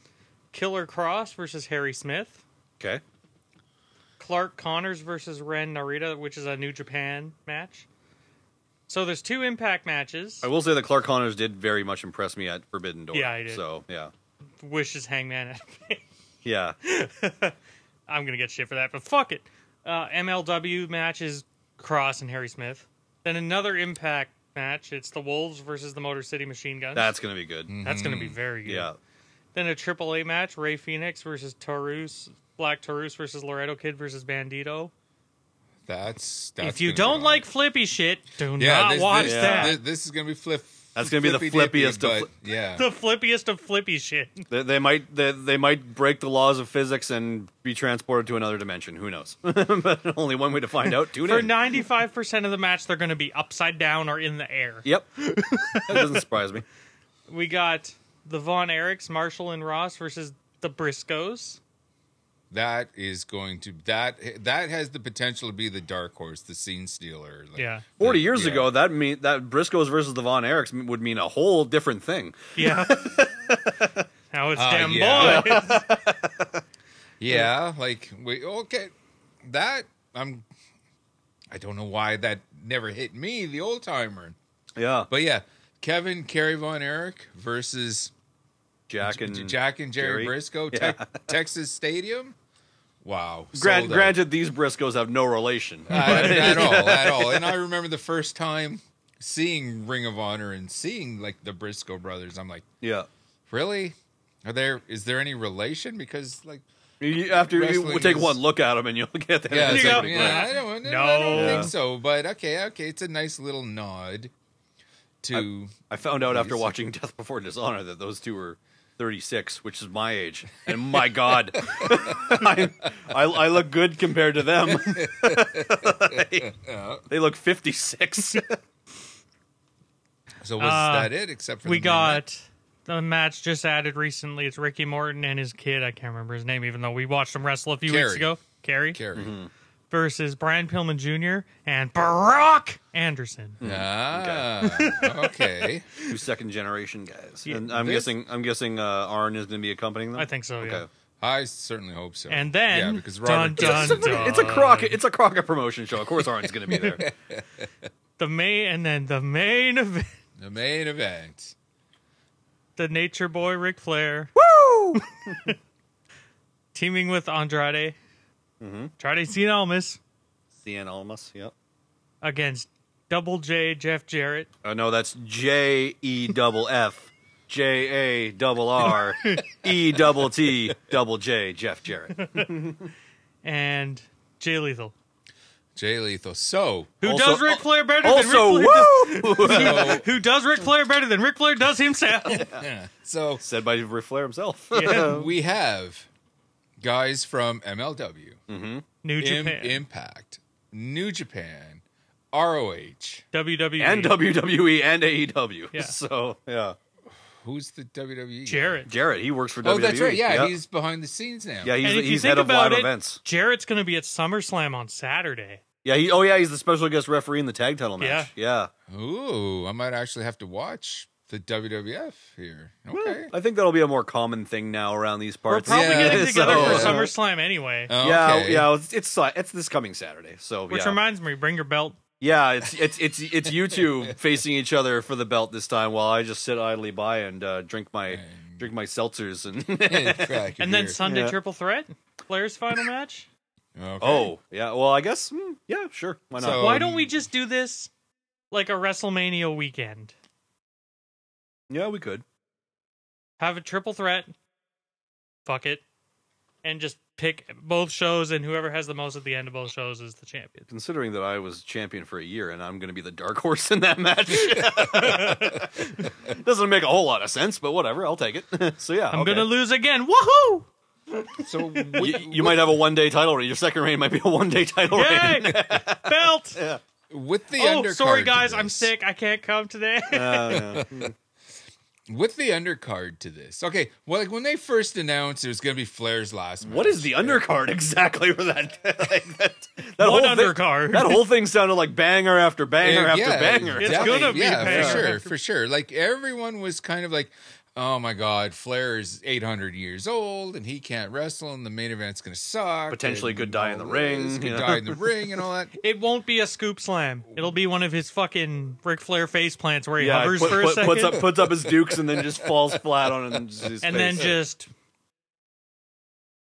Speaker 6: Killer Cross versus Harry Smith.
Speaker 5: Okay.
Speaker 6: Clark Connors versus Ren Narita, which is a New Japan match. So there's two Impact matches.
Speaker 5: I will say that Clark Connors did very much impress me at Forbidden Door.
Speaker 6: Yeah, he did.
Speaker 5: So, yeah.
Speaker 6: Wishes Hangman. out of it.
Speaker 5: Yeah.
Speaker 6: I'm gonna get shit for that, but fuck it. Uh, MLW match is Cross and Harry Smith. Then another Impact match. It's the Wolves versus the Motor City Machine Guns.
Speaker 5: That's going to be good.
Speaker 6: that's gonna be very good.
Speaker 5: Yeah.
Speaker 6: Then a AAA match: Ray Phoenix versus Taurus, Black Taurus versus Laredo Kid versus Bandito.
Speaker 4: That's, that's
Speaker 6: if you
Speaker 4: gonna
Speaker 6: don't
Speaker 4: go.
Speaker 6: like flippy shit, do not
Speaker 4: this,
Speaker 6: watch
Speaker 4: this,
Speaker 6: that.
Speaker 4: This, this is gonna be flip.
Speaker 5: That's gonna be the
Speaker 4: flippy-dippy,
Speaker 5: flippiest of
Speaker 4: but
Speaker 5: flip-
Speaker 4: yeah.
Speaker 6: the flippiest of flippy shit.
Speaker 5: They, they might they, they might break the laws of physics and be transported to another dimension. Who knows? but only one way to find out. Tune
Speaker 6: For
Speaker 5: in.
Speaker 6: ninety five percent of the match, they're going to be upside down or in the air.
Speaker 5: yep. that doesn't surprise me.
Speaker 6: We got the Von Erichs, Marshall and Ross versus the Briscoes.
Speaker 4: That is going to that that has the potential to be the dark horse, the scene stealer. Like,
Speaker 6: Yeah.
Speaker 5: Forty years
Speaker 4: Yeah.
Speaker 5: ago, that mean that Briscoes versus the Von Erichs m- would mean a whole different thing.
Speaker 6: Yeah. now it's damn
Speaker 4: Uh, yeah.
Speaker 6: boys.
Speaker 4: yeah, like we okay. That I'm. I don't know why that never hit me, the old timer.
Speaker 5: Yeah,
Speaker 4: But yeah, Kevin Kerry Von Erich versus
Speaker 5: Jack and
Speaker 4: Jack and Jerry,
Speaker 5: Jerry?
Speaker 4: Briscoe, Te- Texas Stadium. Wow.
Speaker 5: Grant,
Speaker 4: sold out. Uh,
Speaker 5: granted, these Briscoes have no relation.
Speaker 4: at, at all, at all. And I remember the first time seeing Ring of Honor and seeing like the Briscoe brothers. I'm like,
Speaker 5: yeah.
Speaker 4: really? Are there? Is there any relation? Because like,
Speaker 5: You- After you
Speaker 4: Wrestling
Speaker 5: take
Speaker 4: is-
Speaker 5: one look at them, and you'll get that.
Speaker 4: yeah,
Speaker 6: You
Speaker 4: it's
Speaker 6: go,
Speaker 4: like, yeah, I don't, no. I don't
Speaker 6: No.
Speaker 4: think so. But okay, okay, it's a nice little nod to.
Speaker 6: Uh,
Speaker 5: I found out after
Speaker 4: Nice.
Speaker 5: watching Death Before Dishonor that those two were 36, which is my age. And my God, I, I, I look good compared to them. they, they look 56.
Speaker 4: so was
Speaker 6: Uh,
Speaker 4: that it? Except for
Speaker 6: we
Speaker 4: the main event?
Speaker 6: got the match just added recently. It's Ricky Morton and his kid. I can't remember his name, even though we watched him wrestle a few
Speaker 4: Kerry.
Speaker 6: weeks ago. Kerry.
Speaker 4: Kerry.
Speaker 6: versus Brian Pillman Jr. and Barack Anderson.
Speaker 5: Hmm.
Speaker 4: Ah, okay.
Speaker 5: Two second generation guys.
Speaker 6: Yeah,
Speaker 5: and I'm
Speaker 4: this-
Speaker 5: guessing I'm guessing uh, Arn is going to be accompanying them.
Speaker 6: I think so, yeah.
Speaker 4: I certainly hope so.
Speaker 6: And then-
Speaker 4: yeah, because Robert
Speaker 6: dun,
Speaker 4: Downey-
Speaker 6: dun.
Speaker 5: It's a Crockett. It's a Crockett promotion show. Of course, Arn's going to be there.
Speaker 6: The main and then the main event,
Speaker 4: the main event.
Speaker 6: the Nature Boy Ric Flair.
Speaker 5: Woo!
Speaker 6: teaming with Andrade,
Speaker 5: Mm-hmm.
Speaker 6: Andrade Cien Almas
Speaker 5: Cien Almas. Yep.
Speaker 6: against Double J Jeff Jarrett.
Speaker 5: Oh no, that's J E double F J A double R E double T double J Jeff Jarrett.
Speaker 6: and Jay Lethal,
Speaker 4: Jay Lethal. So,
Speaker 6: who
Speaker 5: Also-
Speaker 6: does Ric Flair better
Speaker 5: Also,
Speaker 6: than Ric Flair does,
Speaker 5: woo!
Speaker 4: so,
Speaker 6: who does Ric Flair better than Ric Flair does himself.
Speaker 4: so
Speaker 5: Said by Ric Flair himself.
Speaker 6: Yeah.
Speaker 4: we have guys from MLW,
Speaker 6: New
Speaker 4: Im-
Speaker 6: Japan,
Speaker 4: Impact, New Japan, ROH.
Speaker 6: WWE,
Speaker 5: and WWE and AEW.
Speaker 6: Yeah.
Speaker 5: So yeah,
Speaker 4: Who's the
Speaker 5: E.
Speaker 4: WWE?
Speaker 6: Jarrett.
Speaker 5: Jarrett he works for WWE.
Speaker 4: Oh, that's right. Yeah,
Speaker 5: Yep.
Speaker 4: he's behind the scenes now.
Speaker 5: E, yeah he's,
Speaker 6: and if you
Speaker 5: he's
Speaker 6: think
Speaker 5: head of
Speaker 6: about
Speaker 5: live
Speaker 6: it,
Speaker 5: events.
Speaker 6: Jarrett's going to be at SummerSlam on Saturday.
Speaker 5: Yeah, he, oh yeah, he's the special guest referee in the tag title match. Yeah,
Speaker 4: Ooh, I might actually have to watch the WWF here. Okay.
Speaker 5: I think that'll be a more common thing now around these
Speaker 6: We're
Speaker 5: parts.
Speaker 6: probably
Speaker 4: Yeah.
Speaker 6: getting together
Speaker 5: So-
Speaker 6: for
Speaker 4: Yeah.
Speaker 6: SummerSlam anyway.
Speaker 4: Oh,
Speaker 5: Yeah,
Speaker 4: okay.
Speaker 5: yeah, it's, it's uh, it's this coming Saturday. So
Speaker 6: which
Speaker 5: yeah.
Speaker 6: reminds me, bring your belt.
Speaker 5: Yeah, it's it's it's it's you two facing each other for the belt this time, while I just sit idly by and uh, drink my drink my seltzers and
Speaker 4: Crack
Speaker 6: And
Speaker 4: it
Speaker 6: then
Speaker 4: here.
Speaker 6: Sunday
Speaker 5: Yeah.
Speaker 6: Triple Threat, Flair's final match.
Speaker 4: Okay.
Speaker 5: oh yeah. Well, I guess hmm, yeah, sure, why not?
Speaker 4: So-
Speaker 6: Why don't
Speaker 4: Um,
Speaker 6: we just do this like a WrestleMania weekend?
Speaker 5: yeah, we could.
Speaker 6: have a triple threat. Fuck it, and just pick both shows, and whoever has the most at the end of both shows is the champion.
Speaker 5: Considering that I was champion for a year and I'm going to be the dark horse in that match, doesn't make a whole lot of sense, but whatever, I'll take it. so yeah,
Speaker 6: I'm
Speaker 5: okay.
Speaker 6: gonna lose again. Woohoo!
Speaker 4: So
Speaker 5: You, you might have a one day title reign. Your second reign might be a one day title reign.
Speaker 6: Yay! Belt.
Speaker 4: with the
Speaker 6: Oh,
Speaker 4: undercard
Speaker 6: sorry
Speaker 4: to
Speaker 6: guys, I'm
Speaker 4: this-
Speaker 6: sick. I can't come today.
Speaker 5: Uh,
Speaker 4: With the undercard to this, okay. Well, like when they first announced it was going to be Flair's last.
Speaker 5: What is the undercard exactly for that? like that, that
Speaker 6: What
Speaker 5: whole thing-
Speaker 6: undercard?
Speaker 5: that whole thing sounded like banger after banger after banger.
Speaker 6: It's
Speaker 4: definitely.
Speaker 6: gonna be
Speaker 4: yeah,
Speaker 6: banger.
Speaker 4: for sure, for sure. Like everyone was kind of like, "Oh my God, Flair is 800 years old and he can't wrestle, and the main event's going to suck.
Speaker 5: Potentially
Speaker 4: and
Speaker 5: could die in
Speaker 4: all
Speaker 5: the ring,
Speaker 4: this, Could
Speaker 5: you know?
Speaker 4: die in the ring, and all that."
Speaker 6: it won't be a scoop slam. It'll be one of his fucking Ric Flair face plants where he
Speaker 5: Yeah,
Speaker 6: hovers
Speaker 5: put-
Speaker 6: for a
Speaker 5: put-
Speaker 6: second
Speaker 5: puts up puts up his dukes and then just falls flat on it and, just his
Speaker 6: and then
Speaker 5: face.
Speaker 6: just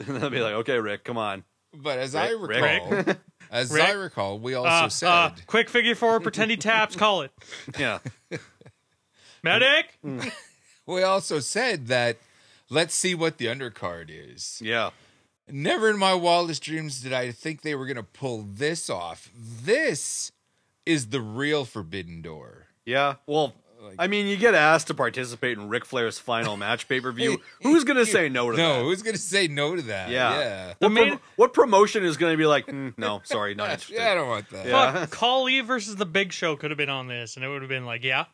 Speaker 5: and then be like, okay, Rick, come on.
Speaker 4: But as I
Speaker 5: Rick, Rick.
Speaker 4: recall, as I
Speaker 6: Rick.
Speaker 4: recall, we
Speaker 6: uh,
Speaker 4: also said
Speaker 6: uh, quick figure four, pretend he taps, call it
Speaker 5: Yeah,
Speaker 6: medic.
Speaker 4: we also said that let's see what the undercard is.
Speaker 5: yeah.
Speaker 4: Never in my wildest dreams did I think they were going to pull this off. This is the real Forbidden Door.
Speaker 5: Yeah. Well, I mean, you get asked to participate in Ric Flair's final match pay per view. Who's gonna say no to
Speaker 4: No,
Speaker 5: that?
Speaker 4: who's going to say no to that?
Speaker 5: Yeah.
Speaker 4: Yeah.
Speaker 5: What,
Speaker 6: The
Speaker 5: pro-
Speaker 6: main-
Speaker 5: what promotion is gonna be like? "Mm, no, sorry, not interested.
Speaker 4: Yeah, I don't want that.
Speaker 5: Yeah.
Speaker 6: Fuck, Kali versus the Big Show could have been on this, and it would have been like, yeah,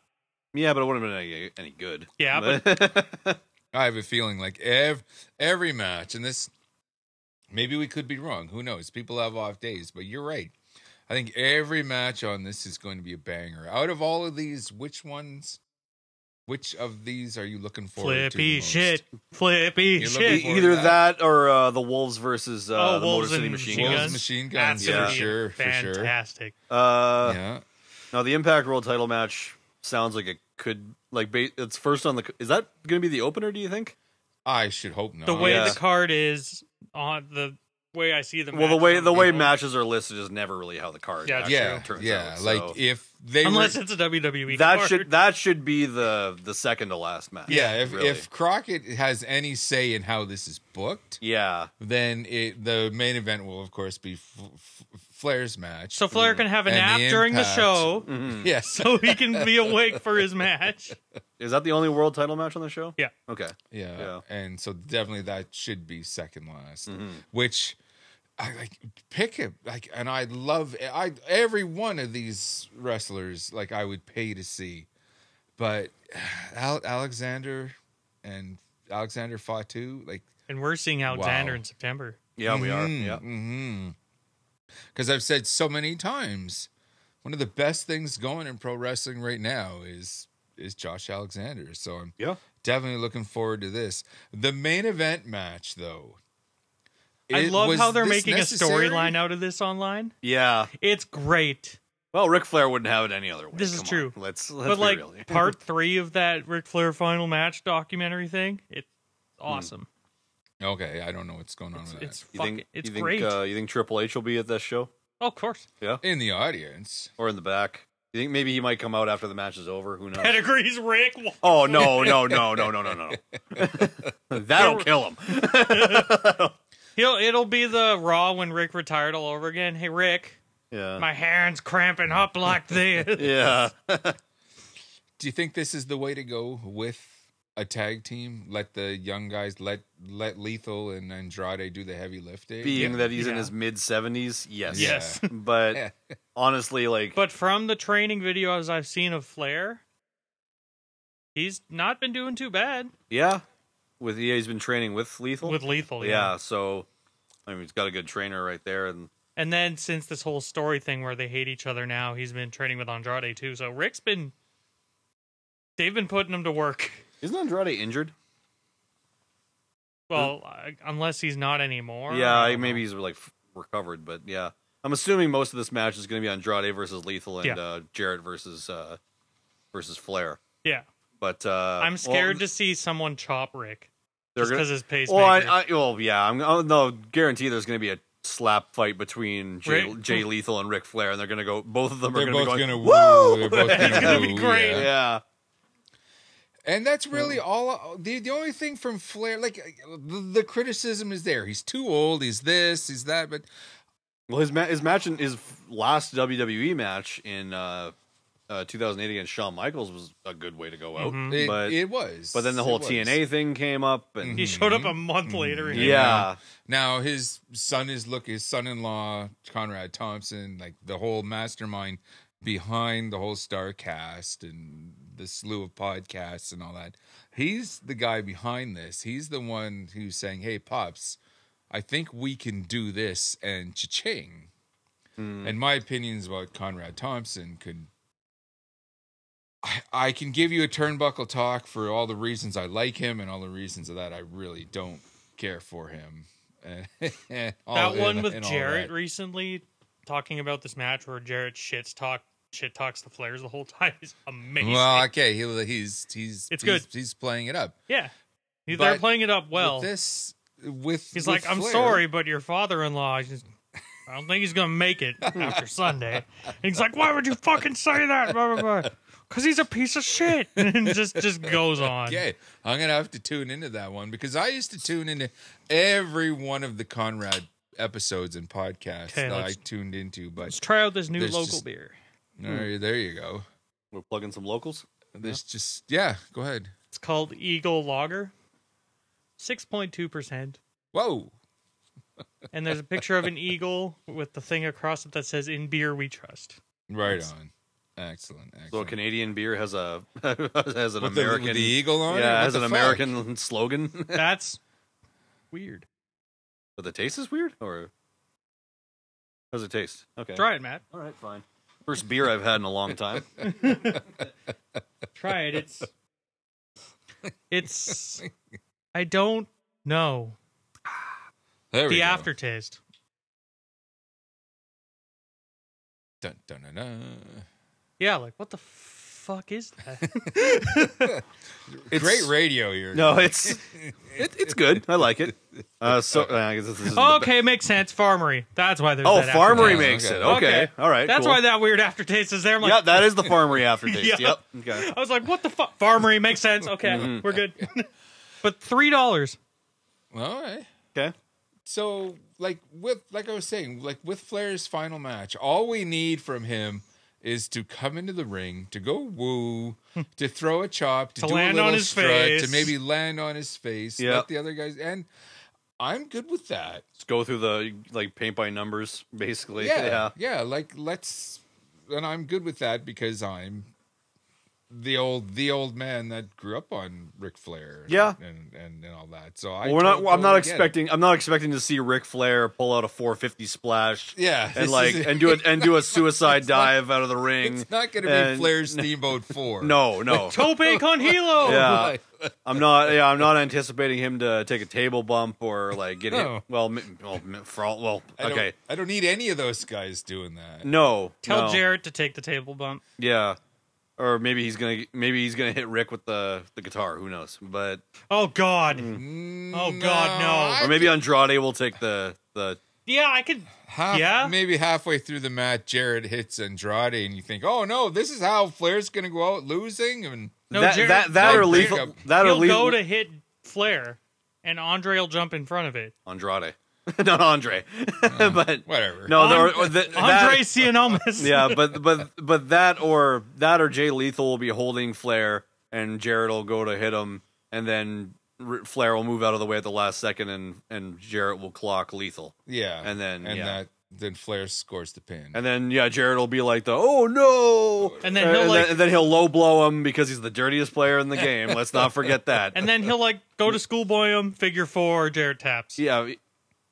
Speaker 5: Yeah, but it wouldn't have been any, any good.
Speaker 6: Yeah, but
Speaker 4: I have a feeling like ev- every match, and this, maybe we could be wrong. Who knows? People have off days, but you're right. I think every match on this is going to be a banger. Out of all of these, which ones, which of these are you looking forward to? the
Speaker 6: Flippy
Speaker 4: most?
Speaker 6: shit. Flippy
Speaker 4: You're
Speaker 6: shit.
Speaker 4: looking for-
Speaker 5: E- either
Speaker 4: that.
Speaker 5: that or uh, the Wolves versus uh,
Speaker 6: Oh,
Speaker 5: the
Speaker 6: wolves
Speaker 5: Motor City
Speaker 6: and
Speaker 5: Machine
Speaker 6: machine
Speaker 4: Wolves,
Speaker 6: guns.
Speaker 4: machine
Speaker 6: That's
Speaker 4: guns,
Speaker 5: yeah.
Speaker 6: gonna
Speaker 4: for
Speaker 6: be
Speaker 4: sure, for sure.
Speaker 6: fantastic.
Speaker 5: Uh,
Speaker 4: Yeah.
Speaker 5: Now the Impact World Title match sounds like it could like ba- it's first on the. Is that going to be the opener? Do you think?
Speaker 4: I should hope not.
Speaker 6: The way
Speaker 5: yeah.
Speaker 6: the card is on the way I see the
Speaker 5: well, the
Speaker 6: match
Speaker 5: way
Speaker 6: on
Speaker 5: the way
Speaker 6: people.
Speaker 5: matches are listed is never really how the card
Speaker 6: Yeah,
Speaker 5: actually
Speaker 4: yeah,
Speaker 5: turns
Speaker 4: yeah.
Speaker 5: out.
Speaker 4: like
Speaker 5: so.
Speaker 4: if they
Speaker 6: unless
Speaker 4: were,
Speaker 6: it's a WWE
Speaker 5: that
Speaker 6: card.
Speaker 5: should that should be the the second to last match.
Speaker 4: yeah, if
Speaker 5: really.
Speaker 4: if Crockett has any say in how this is booked,
Speaker 5: yeah,
Speaker 4: then it the main event will of course be F- F- Flair's match.
Speaker 6: so Flair can have a
Speaker 4: And
Speaker 6: nap
Speaker 4: the
Speaker 6: during the
Speaker 4: impact.
Speaker 6: show
Speaker 5: Mm-hmm.
Speaker 4: yes,
Speaker 6: so he can be awake for his match.
Speaker 5: is that the only world title match on the show?
Speaker 6: Yeah.
Speaker 5: Okay.
Speaker 4: yeah.
Speaker 5: Yeah.
Speaker 4: and so definitely that should be second last, which. I like pick it like, and I love I every one of these wrestlers. Like I would pay to see, but Al- Alexander and Alexander Fatu, like
Speaker 6: And we're seeing Alexander
Speaker 4: Wow.
Speaker 6: in September.
Speaker 5: Yeah, we are.
Speaker 4: Mm,
Speaker 5: Yeah.
Speaker 4: mhm. because I've said so many times, one of the best things going in pro wrestling right now is is Josh Alexander. So I'm
Speaker 5: Yeah.
Speaker 4: definitely looking forward to this. The main event match, though,
Speaker 6: I
Speaker 4: it-
Speaker 6: love
Speaker 4: was
Speaker 6: how they're
Speaker 4: this
Speaker 6: making
Speaker 4: necessary?
Speaker 6: a storyline out of this online.
Speaker 5: Yeah.
Speaker 6: It's great.
Speaker 5: Well, Ric Flair wouldn't have it any other way.
Speaker 6: This is
Speaker 5: Come
Speaker 6: true.
Speaker 5: on. Let's let's
Speaker 6: but
Speaker 5: be
Speaker 6: like
Speaker 5: real. here.
Speaker 6: part three of that Ric Flair final match documentary thing, it's
Speaker 4: Hmm.
Speaker 6: awesome.
Speaker 4: Okay, I don't know what's going on with
Speaker 6: It's
Speaker 5: you
Speaker 6: fucking
Speaker 5: think
Speaker 6: it's
Speaker 5: you think
Speaker 6: great.
Speaker 5: Uh, you think Triple H will be at this show
Speaker 6: oh, of course.
Speaker 4: that. In the audience,
Speaker 5: or in the back? You think maybe he might come out after the match is over? Who knows?
Speaker 6: Pedigrees Rick.
Speaker 5: Oh no no no no no no no! no. That'll kill him.
Speaker 6: He'll it'll be the Raw when Rick retired all over again. Hey Rick,
Speaker 5: Yeah.
Speaker 6: my hands cramping up like this.
Speaker 5: yeah.
Speaker 4: do you think this is the way to go with a tag team? Let the young guys let let Lethal and Andrade do the heavy lifting.
Speaker 5: Being that he's in
Speaker 6: Yeah.
Speaker 5: his mid seventies, yes.
Speaker 6: yes.
Speaker 5: But honestly, like
Speaker 6: But from the training videos I've seen of Flair, he's not been doing too bad
Speaker 5: yeah, with EA, he's been training with Lethal.
Speaker 6: with Lethal.
Speaker 5: yeah. So I mean, he's got a good trainer right there, and
Speaker 6: And then since this whole story thing where they hate each other now, he's been training with Andrade too. So Rick's been they've been putting him to work.
Speaker 5: isn't Andrade injured?
Speaker 6: Well, I- unless he's not anymore.
Speaker 5: yeah,
Speaker 6: I
Speaker 5: I
Speaker 6: don't
Speaker 5: maybe
Speaker 6: know.
Speaker 5: he's like f- recovered, but yeah, I'm assuming most of this match is going to be Andrade versus Lethal and
Speaker 6: Yeah.
Speaker 5: uh, Jarrett versus uh, versus Flair.
Speaker 6: Yeah,
Speaker 5: But uh,
Speaker 6: I'm scared
Speaker 5: well,
Speaker 6: to see someone chop Rick
Speaker 5: they're
Speaker 6: just
Speaker 5: gonna-
Speaker 6: because his pacemaker.
Speaker 5: Well, I, I, well, yeah, I'm, oh, no, guarantee there's going to be a slap fight between Jay,
Speaker 6: Right.
Speaker 5: Jay Lethal and Ric Flair, and they're going to go. Both of them
Speaker 4: They're
Speaker 5: are going
Speaker 4: both
Speaker 5: to
Speaker 4: gonna
Speaker 5: go.
Speaker 4: woo. They're both gonna
Speaker 6: It's gonna be
Speaker 4: woo,
Speaker 6: great.
Speaker 4: yeah.
Speaker 5: Yeah,
Speaker 4: And that's really all. The the only thing from Flair, like the, the criticism is there. He's too old. He's this. He's that. But
Speaker 5: well, his ma- his match in his last WWE match in uh, uh, 2008 against Shawn Michaels was a good way to go out,
Speaker 6: Mhm.
Speaker 4: it,
Speaker 5: but
Speaker 4: it was.
Speaker 5: but then the
Speaker 4: It
Speaker 5: whole
Speaker 4: was.
Speaker 5: TNA thing came up, and
Speaker 6: he showed
Speaker 4: Mm-hmm.
Speaker 6: up a month later. and-
Speaker 5: yeah,
Speaker 4: Now his son is look. His son-in-law Conrad Thompson, like the whole mastermind behind the whole Starcast and the slew of podcasts and all that. He's the guy behind this. He's the one who's saying, "Hey, pops, I think we can do this." And cha-ching. And my opinions about Conrad Thompson could. I, I can give you a turnbuckle talk for all the reasons I like him and all the reasons of that I really don't care for him. And- and all-
Speaker 6: that one
Speaker 4: and-
Speaker 6: with
Speaker 4: and all
Speaker 6: Jarrett
Speaker 4: that.
Speaker 6: recently talking about this match where Jarrett shits talk shit talks the Flares the whole time is amazing.
Speaker 4: Well, okay, he, he's he's he's,
Speaker 6: It's good.
Speaker 4: He's playing it up.
Speaker 6: yeah, they're
Speaker 4: But
Speaker 6: playing it up well.
Speaker 4: with this with
Speaker 6: He's
Speaker 4: with
Speaker 6: like, I'm
Speaker 4: Flair,
Speaker 6: sorry, but your father-in-law, I just- I don't think he's gonna make it after Sunday. And he's like, Why would you fucking say that? Blah blah blah. Because he's a piece of shit, and just just goes on.
Speaker 4: Okay, I'm gonna have to tune into that one because I used to tune into every one of the Conrad episodes and podcasts
Speaker 6: Okay,
Speaker 4: that I
Speaker 6: let's-
Speaker 4: tuned into. But
Speaker 6: Let's try out this new
Speaker 4: There's
Speaker 6: local
Speaker 4: just-
Speaker 6: beer.
Speaker 4: there, there you go.
Speaker 5: we're plugging some locals.
Speaker 4: This just yeah. Go ahead.
Speaker 6: It's called Eagle Lager. Six point two percent.
Speaker 4: Whoa.
Speaker 6: And there's a picture of an eagle with the thing across it that says "In beer we trust."
Speaker 4: Right on. Excellent. excellent.
Speaker 5: So a Canadian beer has a has an
Speaker 4: With the- with
Speaker 5: American
Speaker 4: the eagle on it?
Speaker 5: Yeah,
Speaker 4: What
Speaker 5: has
Speaker 4: the
Speaker 5: an
Speaker 4: fuck?
Speaker 5: American slogan,
Speaker 6: That's weird.
Speaker 5: but the taste is weird. Or how's it taste? Okay,
Speaker 6: Try it, Matt.
Speaker 5: All right, fine. First beer I've had in a long time.
Speaker 6: Try it. It's it's. I don't know.
Speaker 4: There we
Speaker 6: the
Speaker 4: go.
Speaker 6: aftertaste.
Speaker 4: Dun, dun, dun, dun.
Speaker 6: Yeah, like what the fuck is that?
Speaker 4: Great radio here.
Speaker 5: No, it's it, it's good. I like it. Uh, so uh, I guess this is
Speaker 6: okay, makes sense. Farmery. That's why there's
Speaker 5: Oh,
Speaker 6: that
Speaker 5: farmery
Speaker 4: aftertaste.
Speaker 5: makes
Speaker 4: Okay.
Speaker 5: it. Okay,
Speaker 6: Okay.
Speaker 5: all right.
Speaker 6: aftertaste. That's
Speaker 5: cool.
Speaker 6: why that weird aftertaste is there. I'm like,
Speaker 5: yeah, that is the farmery aftertaste.
Speaker 6: Yeah.
Speaker 5: Yep. Mm-hmm. Okay.
Speaker 6: I was like, what the fuck? Farmery makes sense. Okay, we're good. but three dollars.
Speaker 4: All right.
Speaker 5: Okay.
Speaker 4: So, like with like I was saying, like with Flair's final match, all we need from him is to come into the ring, to go woo,
Speaker 5: Hmm.
Speaker 4: to throw a chop, to,
Speaker 6: To
Speaker 4: do
Speaker 6: land
Speaker 4: a little
Speaker 6: on his
Speaker 4: strut,
Speaker 6: face.
Speaker 4: to maybe land on his face,
Speaker 5: Yeah.
Speaker 4: let the other guys. And I'm good with that.
Speaker 5: Let's go through the like paint by numbers, basically.
Speaker 4: yeah, yeah, Like let's, and I'm good with that because I'm the old the old man that grew up on Ric Flair. and-
Speaker 5: Yeah.
Speaker 4: and and, and all that. So I
Speaker 5: Well, we're not.
Speaker 4: tot-
Speaker 5: I'm not
Speaker 4: totally get it.
Speaker 5: expecting. I'm not expecting to see Ric Flair pull out a 450 splash.
Speaker 4: Yeah, this
Speaker 5: and like
Speaker 4: is-
Speaker 5: and do a and do a suicide dive out of the ring.
Speaker 4: It's not going to be
Speaker 5: and-
Speaker 4: Flair's Steamboat Four.
Speaker 5: No, no.
Speaker 6: Tope con hilo.
Speaker 5: Yeah, I'm not. Yeah, I'm not anticipating him to take a table bump or like get hit.
Speaker 4: No.
Speaker 5: Well, mi- well, mi- for all, well,
Speaker 4: I don't,
Speaker 5: okay.
Speaker 4: I don't need any of those guys doing that.
Speaker 5: No,
Speaker 6: Tell
Speaker 5: no.
Speaker 6: Jarrett to take the table bump.
Speaker 5: Yeah, or maybe he's gonna maybe he's gonna hit Rick with the the guitar. Who knows? But
Speaker 6: Oh God. Oh God, no.
Speaker 4: Mm. I-
Speaker 5: or maybe Andrade will take the the.
Speaker 6: Yeah, I could.
Speaker 4: Half,
Speaker 6: Yeah?
Speaker 4: Maybe halfway through the match, Jared hits Andrade, and you think, "Oh no, this is how Flair's going to go out losing." And
Speaker 6: No,
Speaker 5: that,
Speaker 6: Jarrett-
Speaker 5: that that
Speaker 4: no,
Speaker 5: or lethal
Speaker 4: Jacob.
Speaker 5: that or
Speaker 6: He'll
Speaker 5: lethal
Speaker 6: go to hit Flair, and Andre will jump in front of it.
Speaker 5: Andrade, not Andre, but
Speaker 4: whatever.
Speaker 5: no, there,
Speaker 6: Hmm. Andre-
Speaker 5: or the, that-
Speaker 6: Andre Cianomas.
Speaker 5: yeah, but but but that or that or Jay Lethal will be holding Flair, and Jarrett will go to hit him, and then R- Flair will move out of the way at the last second, and and Jarrett will clock Lethal,
Speaker 4: yeah,
Speaker 5: and then,
Speaker 4: and
Speaker 5: yeah.
Speaker 4: that then Flair scores the pin.
Speaker 5: and then yeah, Jarrett will be like the oh no,
Speaker 6: And then he'll, like-
Speaker 5: and then he'll low blow him because he's the dirtiest player in the game. Let's not forget that.
Speaker 6: And then he'll like go to schoolboy him. Figure four. Jarrett taps.
Speaker 5: yeah,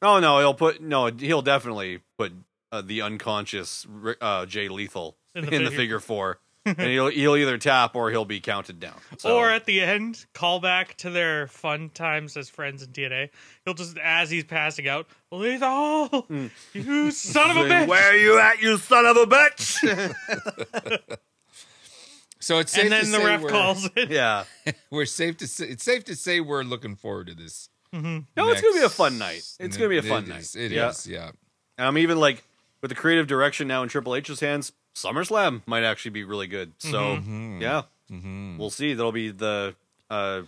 Speaker 5: no, no, he'll put no, he'll definitely put uh, the unconscious R- uh, Jay Lethal in
Speaker 6: In
Speaker 5: the
Speaker 6: the
Speaker 5: figure,
Speaker 6: figure.
Speaker 5: four. and he'll he'll either tap or he'll be counted down. So-
Speaker 6: Or at the end, call back to their fun times as friends in TNA. He'll just, as he's passing out, Lethal, you son of a bitch.
Speaker 5: Hmm. Where you at, you son of a bitch?
Speaker 4: so it's safe
Speaker 6: and
Speaker 4: to
Speaker 6: then the
Speaker 4: say
Speaker 6: ref
Speaker 4: we're,
Speaker 6: calls it.
Speaker 5: yeah.
Speaker 4: We're safe to say it's safe to say we're looking forward to this.
Speaker 5: No, Oh,
Speaker 4: next-
Speaker 5: it's gonna be a fun night. It's gonna be a
Speaker 4: It
Speaker 5: fun
Speaker 4: is,
Speaker 5: night.
Speaker 4: It
Speaker 5: yeah.
Speaker 4: is, yeah.
Speaker 5: And I'm even like with the creative direction now in Triple H's hands, SummerSlam might actually be really good. So
Speaker 4: Mm-hmm.
Speaker 5: yeah, we'll see. That'll be the uh,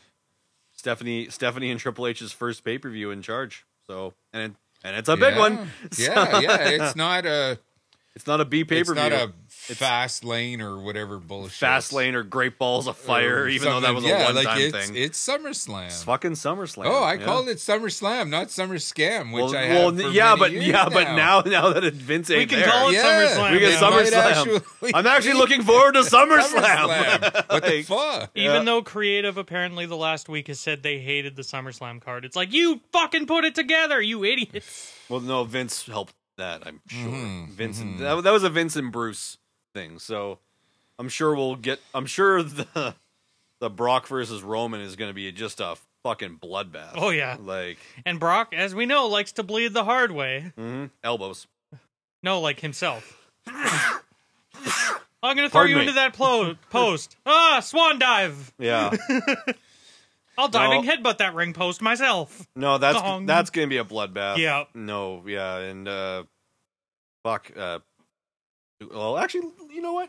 Speaker 5: Stephanie Stephanie and Triple H's first pay per view in charge. So and and it's a big
Speaker 4: Yeah.
Speaker 5: one.
Speaker 4: Yeah, yeah. It's not a
Speaker 5: It's not a B pay per
Speaker 4: it's not a
Speaker 5: view.
Speaker 4: fast lane or whatever bullshit.
Speaker 5: Fast lane or Great Balls of
Speaker 4: or
Speaker 5: Fire, even though that
Speaker 4: something.
Speaker 5: was
Speaker 4: yeah,
Speaker 5: a one time
Speaker 4: like it's,
Speaker 5: thing.
Speaker 4: It's SummerSlam.
Speaker 5: it's fucking SummerSlam.
Speaker 4: Oh, I
Speaker 5: yeah.
Speaker 4: called it Summer Slam, not Summer Scam, which
Speaker 5: well,
Speaker 4: I
Speaker 5: well,
Speaker 4: have for
Speaker 5: yeah,
Speaker 4: many
Speaker 5: but
Speaker 4: years
Speaker 5: yeah,
Speaker 4: now.
Speaker 5: but now now that it, Vince
Speaker 6: We
Speaker 5: ain't
Speaker 6: can
Speaker 5: there,
Speaker 6: call it
Speaker 4: Yeah.
Speaker 6: SummerSlam.
Speaker 5: we
Speaker 4: It
Speaker 5: get
Speaker 6: now.
Speaker 4: might
Speaker 5: SummerSlam.
Speaker 4: actually
Speaker 5: I'm actually looking forward to SummerSlam.
Speaker 4: SummerSlam. what the
Speaker 5: Like-
Speaker 4: fuck?
Speaker 5: Yeah.
Speaker 6: Even though creative apparently the last week has said they hated the SummerSlam card, it's like you fucking put it together, you idiots.
Speaker 5: well, no, Vince helped that. I'm sure.
Speaker 6: Mm-hmm,
Speaker 5: Vince, and, that, that was a Vince and Bruce thing. So I'm sure we'll get. I'm sure the the Brock versus Roman is going to be just a fucking bloodbath.
Speaker 6: Oh yeah,
Speaker 5: like
Speaker 6: and Brock, as we know, likes to bleed the hard way.
Speaker 5: mhm, elbows.
Speaker 6: No, like himself. I'm gonna throw
Speaker 5: Pardon
Speaker 6: you
Speaker 5: me.
Speaker 6: into that plo- post. Ah, swan dive.
Speaker 5: Yeah.
Speaker 6: I'll dive
Speaker 5: No.
Speaker 6: and headbutt that ring post myself.
Speaker 5: No, that's
Speaker 6: Dong.
Speaker 5: that's gonna be a bloodbath.
Speaker 6: Yeah.
Speaker 5: No, yeah, and uh fuck uh well actually you know what?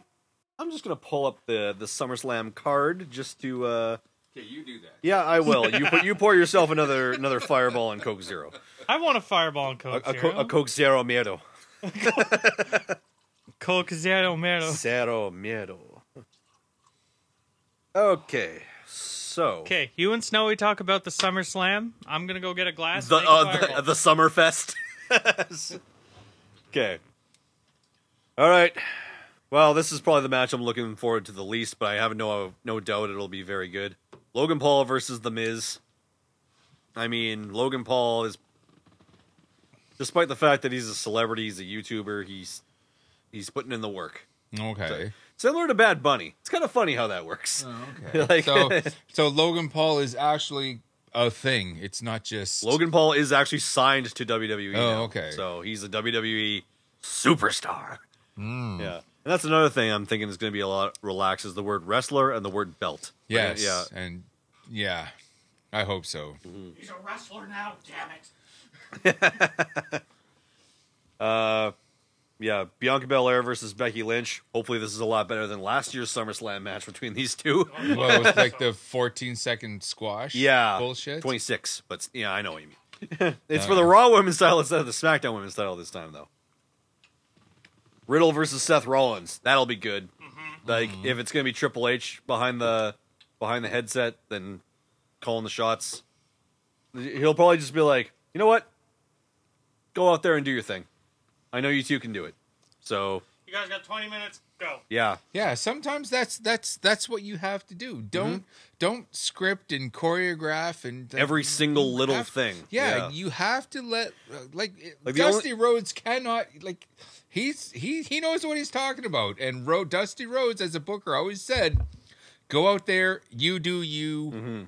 Speaker 5: I'm just gonna pull up the the SummerSlam card just to uh
Speaker 4: Okay, you do that.
Speaker 5: Yeah, I will. you put you pour yourself another another fireball and Coke Zero.
Speaker 6: I want a fireball and
Speaker 5: A,
Speaker 6: Coke
Speaker 5: a,
Speaker 6: Zero.
Speaker 5: co- a Coke Zero miedo.
Speaker 6: Coke Zero
Speaker 5: Oh.
Speaker 6: Mero.
Speaker 5: Zero miedo. Okay. So
Speaker 6: Okay, you and Snowy talk about the SummerSlam. I'm gonna go get a glass.
Speaker 5: the
Speaker 6: and make a
Speaker 5: uh, the, the
Speaker 6: fireball.
Speaker 5: Summerfest. okay. All right. Well, this is probably the match I'm looking forward to the least, but I have no no doubt it'll be very good. Logan Paul versus The Miz. I mean, Logan Paul is, despite the fact that he's a celebrity, he's a YouTuber. He's he's putting in the work,
Speaker 4: Okay.
Speaker 5: similar to Bad Bunny. It's kind of funny how that works.
Speaker 4: okay.
Speaker 5: Like-
Speaker 4: so, so Logan Paul is actually a thing. It's not just
Speaker 5: Logan Paul is actually signed to WWE.
Speaker 4: Oh,
Speaker 5: now.
Speaker 4: okay.
Speaker 5: So he's a WWE superstar.
Speaker 4: Hmm.
Speaker 5: Yeah, and that's another thing I'm thinking is going to be a lot relaxed is the word wrestler and the word belt.
Speaker 4: Yes.
Speaker 5: Yeah. Mm-hmm.
Speaker 4: And yeah, I hope so.
Speaker 6: He's a wrestler now, damn it.
Speaker 5: Yeah. Bianca Belair versus Becky Lynch. Hopefully, this is a lot better than last year's SummerSlam match between these two.
Speaker 4: Well, it was like the 14 second squash.
Speaker 5: yeah.
Speaker 4: Bullshit.
Speaker 5: 26, but s- yeah, I know what you mean. it's for the Raw Women's title instead of the SmackDown Women's title this time, though. Riddle versus Seth Rollins. That'll be good. Like
Speaker 4: Mm-hmm.
Speaker 5: if it's gonna be Triple H behind the behind the headset, then calling the shots. He'll probably just be like, you know what? Go out there and do your thing. I know you two can do it. So
Speaker 6: You guys got 20 minutes. Go.
Speaker 5: Yeah.
Speaker 4: Yeah, sometimes that's that's that's what you have to do. Don't don't script and choreograph and
Speaker 5: Mm-hmm.
Speaker 4: uh,
Speaker 5: Every single little thing.
Speaker 4: Mm, Yeah, you have to let uh, like,
Speaker 5: Like the only-
Speaker 4: Dusty Rhodes cannot like he's he he knows what he's talking about. And Ro- Dusty Rhodes as a booker always said, go out there, you do you.
Speaker 5: Mm-hmm.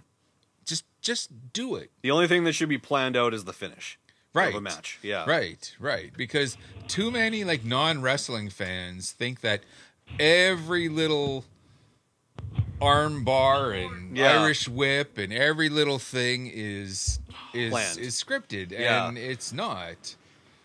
Speaker 4: Just just do it.
Speaker 5: the only thing that should be planned out is the finish
Speaker 4: Right.
Speaker 5: of a match. Yeah.
Speaker 4: Right, right. Because too many like non wrestling fans think that every little arm bar and
Speaker 5: Yeah.
Speaker 4: Irish whip and every little thing is is
Speaker 5: Planned.
Speaker 4: is scripted
Speaker 5: Yeah.
Speaker 4: and it's not.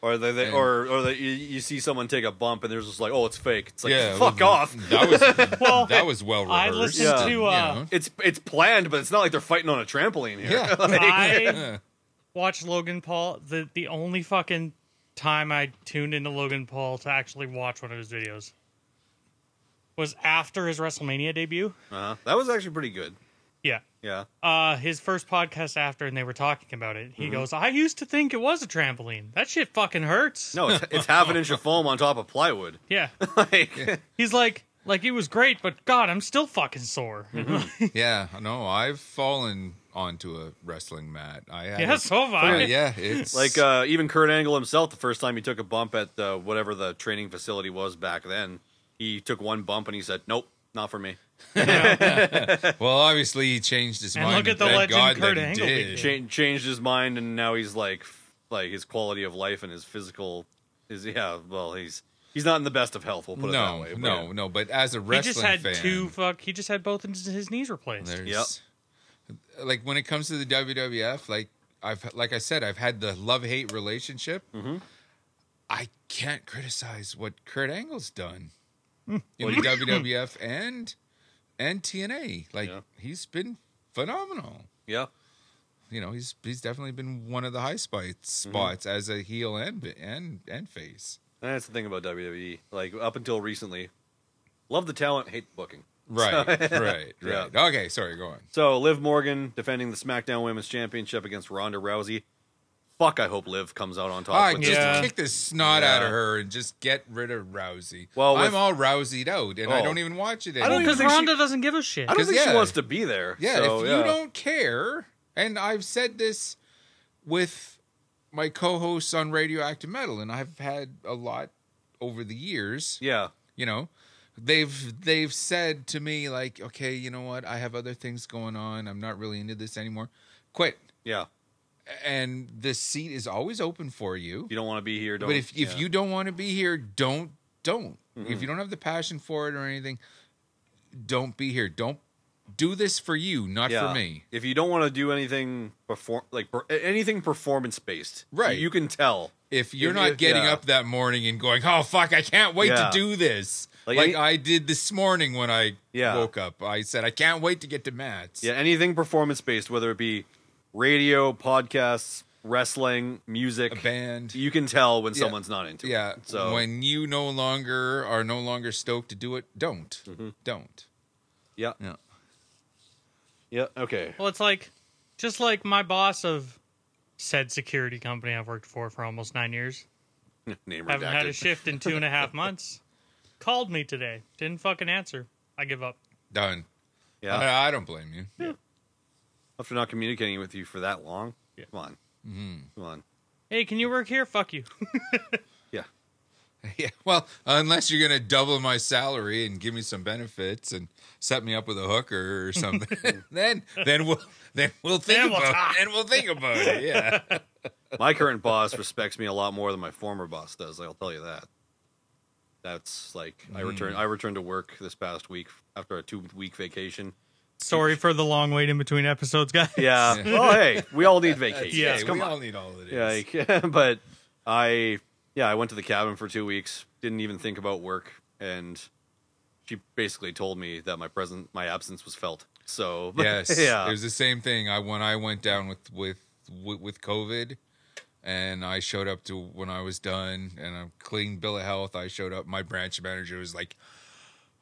Speaker 5: Or they, they
Speaker 4: And-
Speaker 5: or or they, you, you see someone take a bump and there's just like, oh, it's fake. It's like,
Speaker 4: yeah.
Speaker 5: fuck off.
Speaker 4: That was
Speaker 6: Well,
Speaker 4: that was well rehearsed.
Speaker 6: I listened
Speaker 5: Yeah.
Speaker 6: to. Uh,
Speaker 4: You know.
Speaker 5: It's it's planned, but it's not like they're fighting on a trampoline here.
Speaker 4: Yeah.
Speaker 6: I watched Logan Paul. The the only fucking time I tuned into Logan Paul to actually watch one of his videos was after his WrestleMania debut.
Speaker 5: Uh-huh. That was actually pretty good.
Speaker 6: Yeah.
Speaker 5: Yeah.
Speaker 6: Uh, his first podcast after, and they were talking about it.
Speaker 4: Mm-hmm.
Speaker 6: He goes, "I used to think it was a trampoline. That shit fucking hurts."
Speaker 5: No, it's, it's half an inch of foam on top of plywood.
Speaker 6: Yeah.
Speaker 5: Like,
Speaker 6: He's like, like it was great, but God, I'm still fucking sore.
Speaker 4: Mm-hmm. yeah, no, I've fallen onto a wrestling mat. I had
Speaker 6: yeah, so have I.
Speaker 4: Oh, yeah, it's
Speaker 5: like uh, even Kurt Angle himself, the first time he took a bump at uh, whatever the training facility was back then, he took one bump and he said, "Nope, not for me."
Speaker 4: well, obviously he changed his
Speaker 6: And
Speaker 4: mind.
Speaker 6: look at the
Speaker 4: thank
Speaker 6: legend
Speaker 4: God
Speaker 6: Kurt
Speaker 4: that he
Speaker 6: Angle we
Speaker 4: did.
Speaker 5: Cha-
Speaker 6: did.
Speaker 5: changed his mind, and now he's like, f- like his quality of life and his physical is yeah. Well, he's he's not in the best of health. We'll put it
Speaker 4: no,
Speaker 5: that way. but-
Speaker 4: no, no. But as a
Speaker 6: He
Speaker 4: wrestling
Speaker 6: just had
Speaker 4: fan,
Speaker 6: two fuck. He just had both of his knees replaced.
Speaker 4: there's- Like when it comes to the WWF, like I've like I said, I've had the love hate relationship. I can't criticize what Kurt Angle's done
Speaker 6: Hmm.
Speaker 4: in the WWF and and TNA. Like
Speaker 5: Yeah.
Speaker 4: he's been phenomenal.
Speaker 5: Yeah.
Speaker 4: You know, he's he's definitely been one of the high spots spots as a heel and and and face.
Speaker 5: And That's the thing about WWE. Like up until recently, love the talent, hate the booking.
Speaker 4: Right, right,
Speaker 5: Yeah.
Speaker 4: right. Okay, sorry, go on.
Speaker 5: So Liv Morgan defending the SmackDown Women's Championship against Ronda Rousey. Fuck, I hope Liv comes out on top.
Speaker 4: I
Speaker 5: with
Speaker 4: just
Speaker 5: this.
Speaker 6: Yeah.
Speaker 4: kick the snot out of
Speaker 5: Yeah.
Speaker 4: her and just get rid of Rousey.
Speaker 5: Well,
Speaker 4: Well, I'm
Speaker 5: with-
Speaker 4: all Rousied out, and I
Speaker 5: Oh.
Speaker 4: don't even watch it
Speaker 5: I don't
Speaker 4: anymore.
Speaker 5: even
Speaker 6: Because
Speaker 5: think she-
Speaker 6: Ronda doesn't give a shit.
Speaker 5: I don't
Speaker 4: 'Cause,
Speaker 5: think she
Speaker 4: yeah.
Speaker 5: wants to be there.
Speaker 4: yeah,
Speaker 5: so,
Speaker 4: if
Speaker 5: yeah.
Speaker 4: you don't care, and I've said this with my co-hosts on Radioactive Metal, and I've had a lot over the years.
Speaker 5: yeah,
Speaker 4: You know, they've they've said to me like, okay, you know what? I have other things going on. I'm not really into this anymore. Quit.
Speaker 5: yeah,
Speaker 4: And the seat is always open for you.
Speaker 5: you don't want to be here. Don't,
Speaker 4: but if if
Speaker 5: yeah. Mm-hmm.
Speaker 4: you don't want to be here, don't don't. If you don't have the passion for it or anything, don't be here. Don't do this for you, not
Speaker 5: yeah.
Speaker 4: for me.
Speaker 5: if you don't want to do anything perform like per- anything performance based,
Speaker 4: Right.
Speaker 5: You can tell.
Speaker 4: If you're
Speaker 5: If
Speaker 4: not
Speaker 5: you-
Speaker 4: getting
Speaker 5: yeah.
Speaker 4: up that morning and going, "Oh fuck, I can't wait to
Speaker 5: Yeah.
Speaker 4: do this,"
Speaker 5: Like
Speaker 4: like,
Speaker 5: any-
Speaker 4: I did this morning when I
Speaker 5: Yeah.
Speaker 4: woke up, I said, "I can't wait to get to Matt's."
Speaker 5: Yeah, anything performance based, whether it be radio, podcasts, wrestling, music,
Speaker 4: a band.
Speaker 5: you can tell when
Speaker 4: Yeah.
Speaker 5: someone's not into
Speaker 4: Yeah,
Speaker 5: it. So
Speaker 4: when you no longer are no longer stoked to do it, don't, don't.
Speaker 5: Mm-hmm. yeah,
Speaker 4: Yeah.
Speaker 5: yeah, okay,
Speaker 6: Well, it's like, just like my boss of said security company I've worked for for almost nine years,
Speaker 5: name redacted.
Speaker 6: haven't had a shift in two and a half months, called me today. Didn't fucking answer. I give up.
Speaker 4: Done.
Speaker 5: Yeah,
Speaker 4: I, I don't blame you.
Speaker 5: after not communicating with you for that long,
Speaker 6: Yeah.
Speaker 5: come on,
Speaker 4: Mm-hmm.
Speaker 5: come on,
Speaker 6: Hey, can you work here? Fuck you.
Speaker 5: yeah,
Speaker 4: Yeah, well, unless you're going to double my salary and give me some benefits and set me up with a hooker or something, then then we'll then we'll think
Speaker 6: Then we'll
Speaker 4: about
Speaker 6: talk.
Speaker 4: it. Then we'll think about it. Yeah,
Speaker 5: my current boss respects me a lot more than my former boss does. I'll tell you that. That's like I
Speaker 4: Mm.
Speaker 5: returned. I returned to work this past week after a two-week vacation.
Speaker 6: Sorry for the long wait in between episodes, guys.
Speaker 5: Yeah. well, Oh, hey, we all need vacations.
Speaker 6: Yeah,
Speaker 4: Hey,
Speaker 5: come
Speaker 4: we
Speaker 5: on.
Speaker 4: all need all of this.
Speaker 5: Yeah, like, but I yeah, I went to the cabin for two weeks, didn't even think about work, and she basically told me that my present my absence was felt. So
Speaker 4: yes,
Speaker 5: yeah,
Speaker 4: It was the same thing. I when I went down with with with, with COVID, and I showed up to when I was done and a clean bill of health. I showed up. My branch manager was like.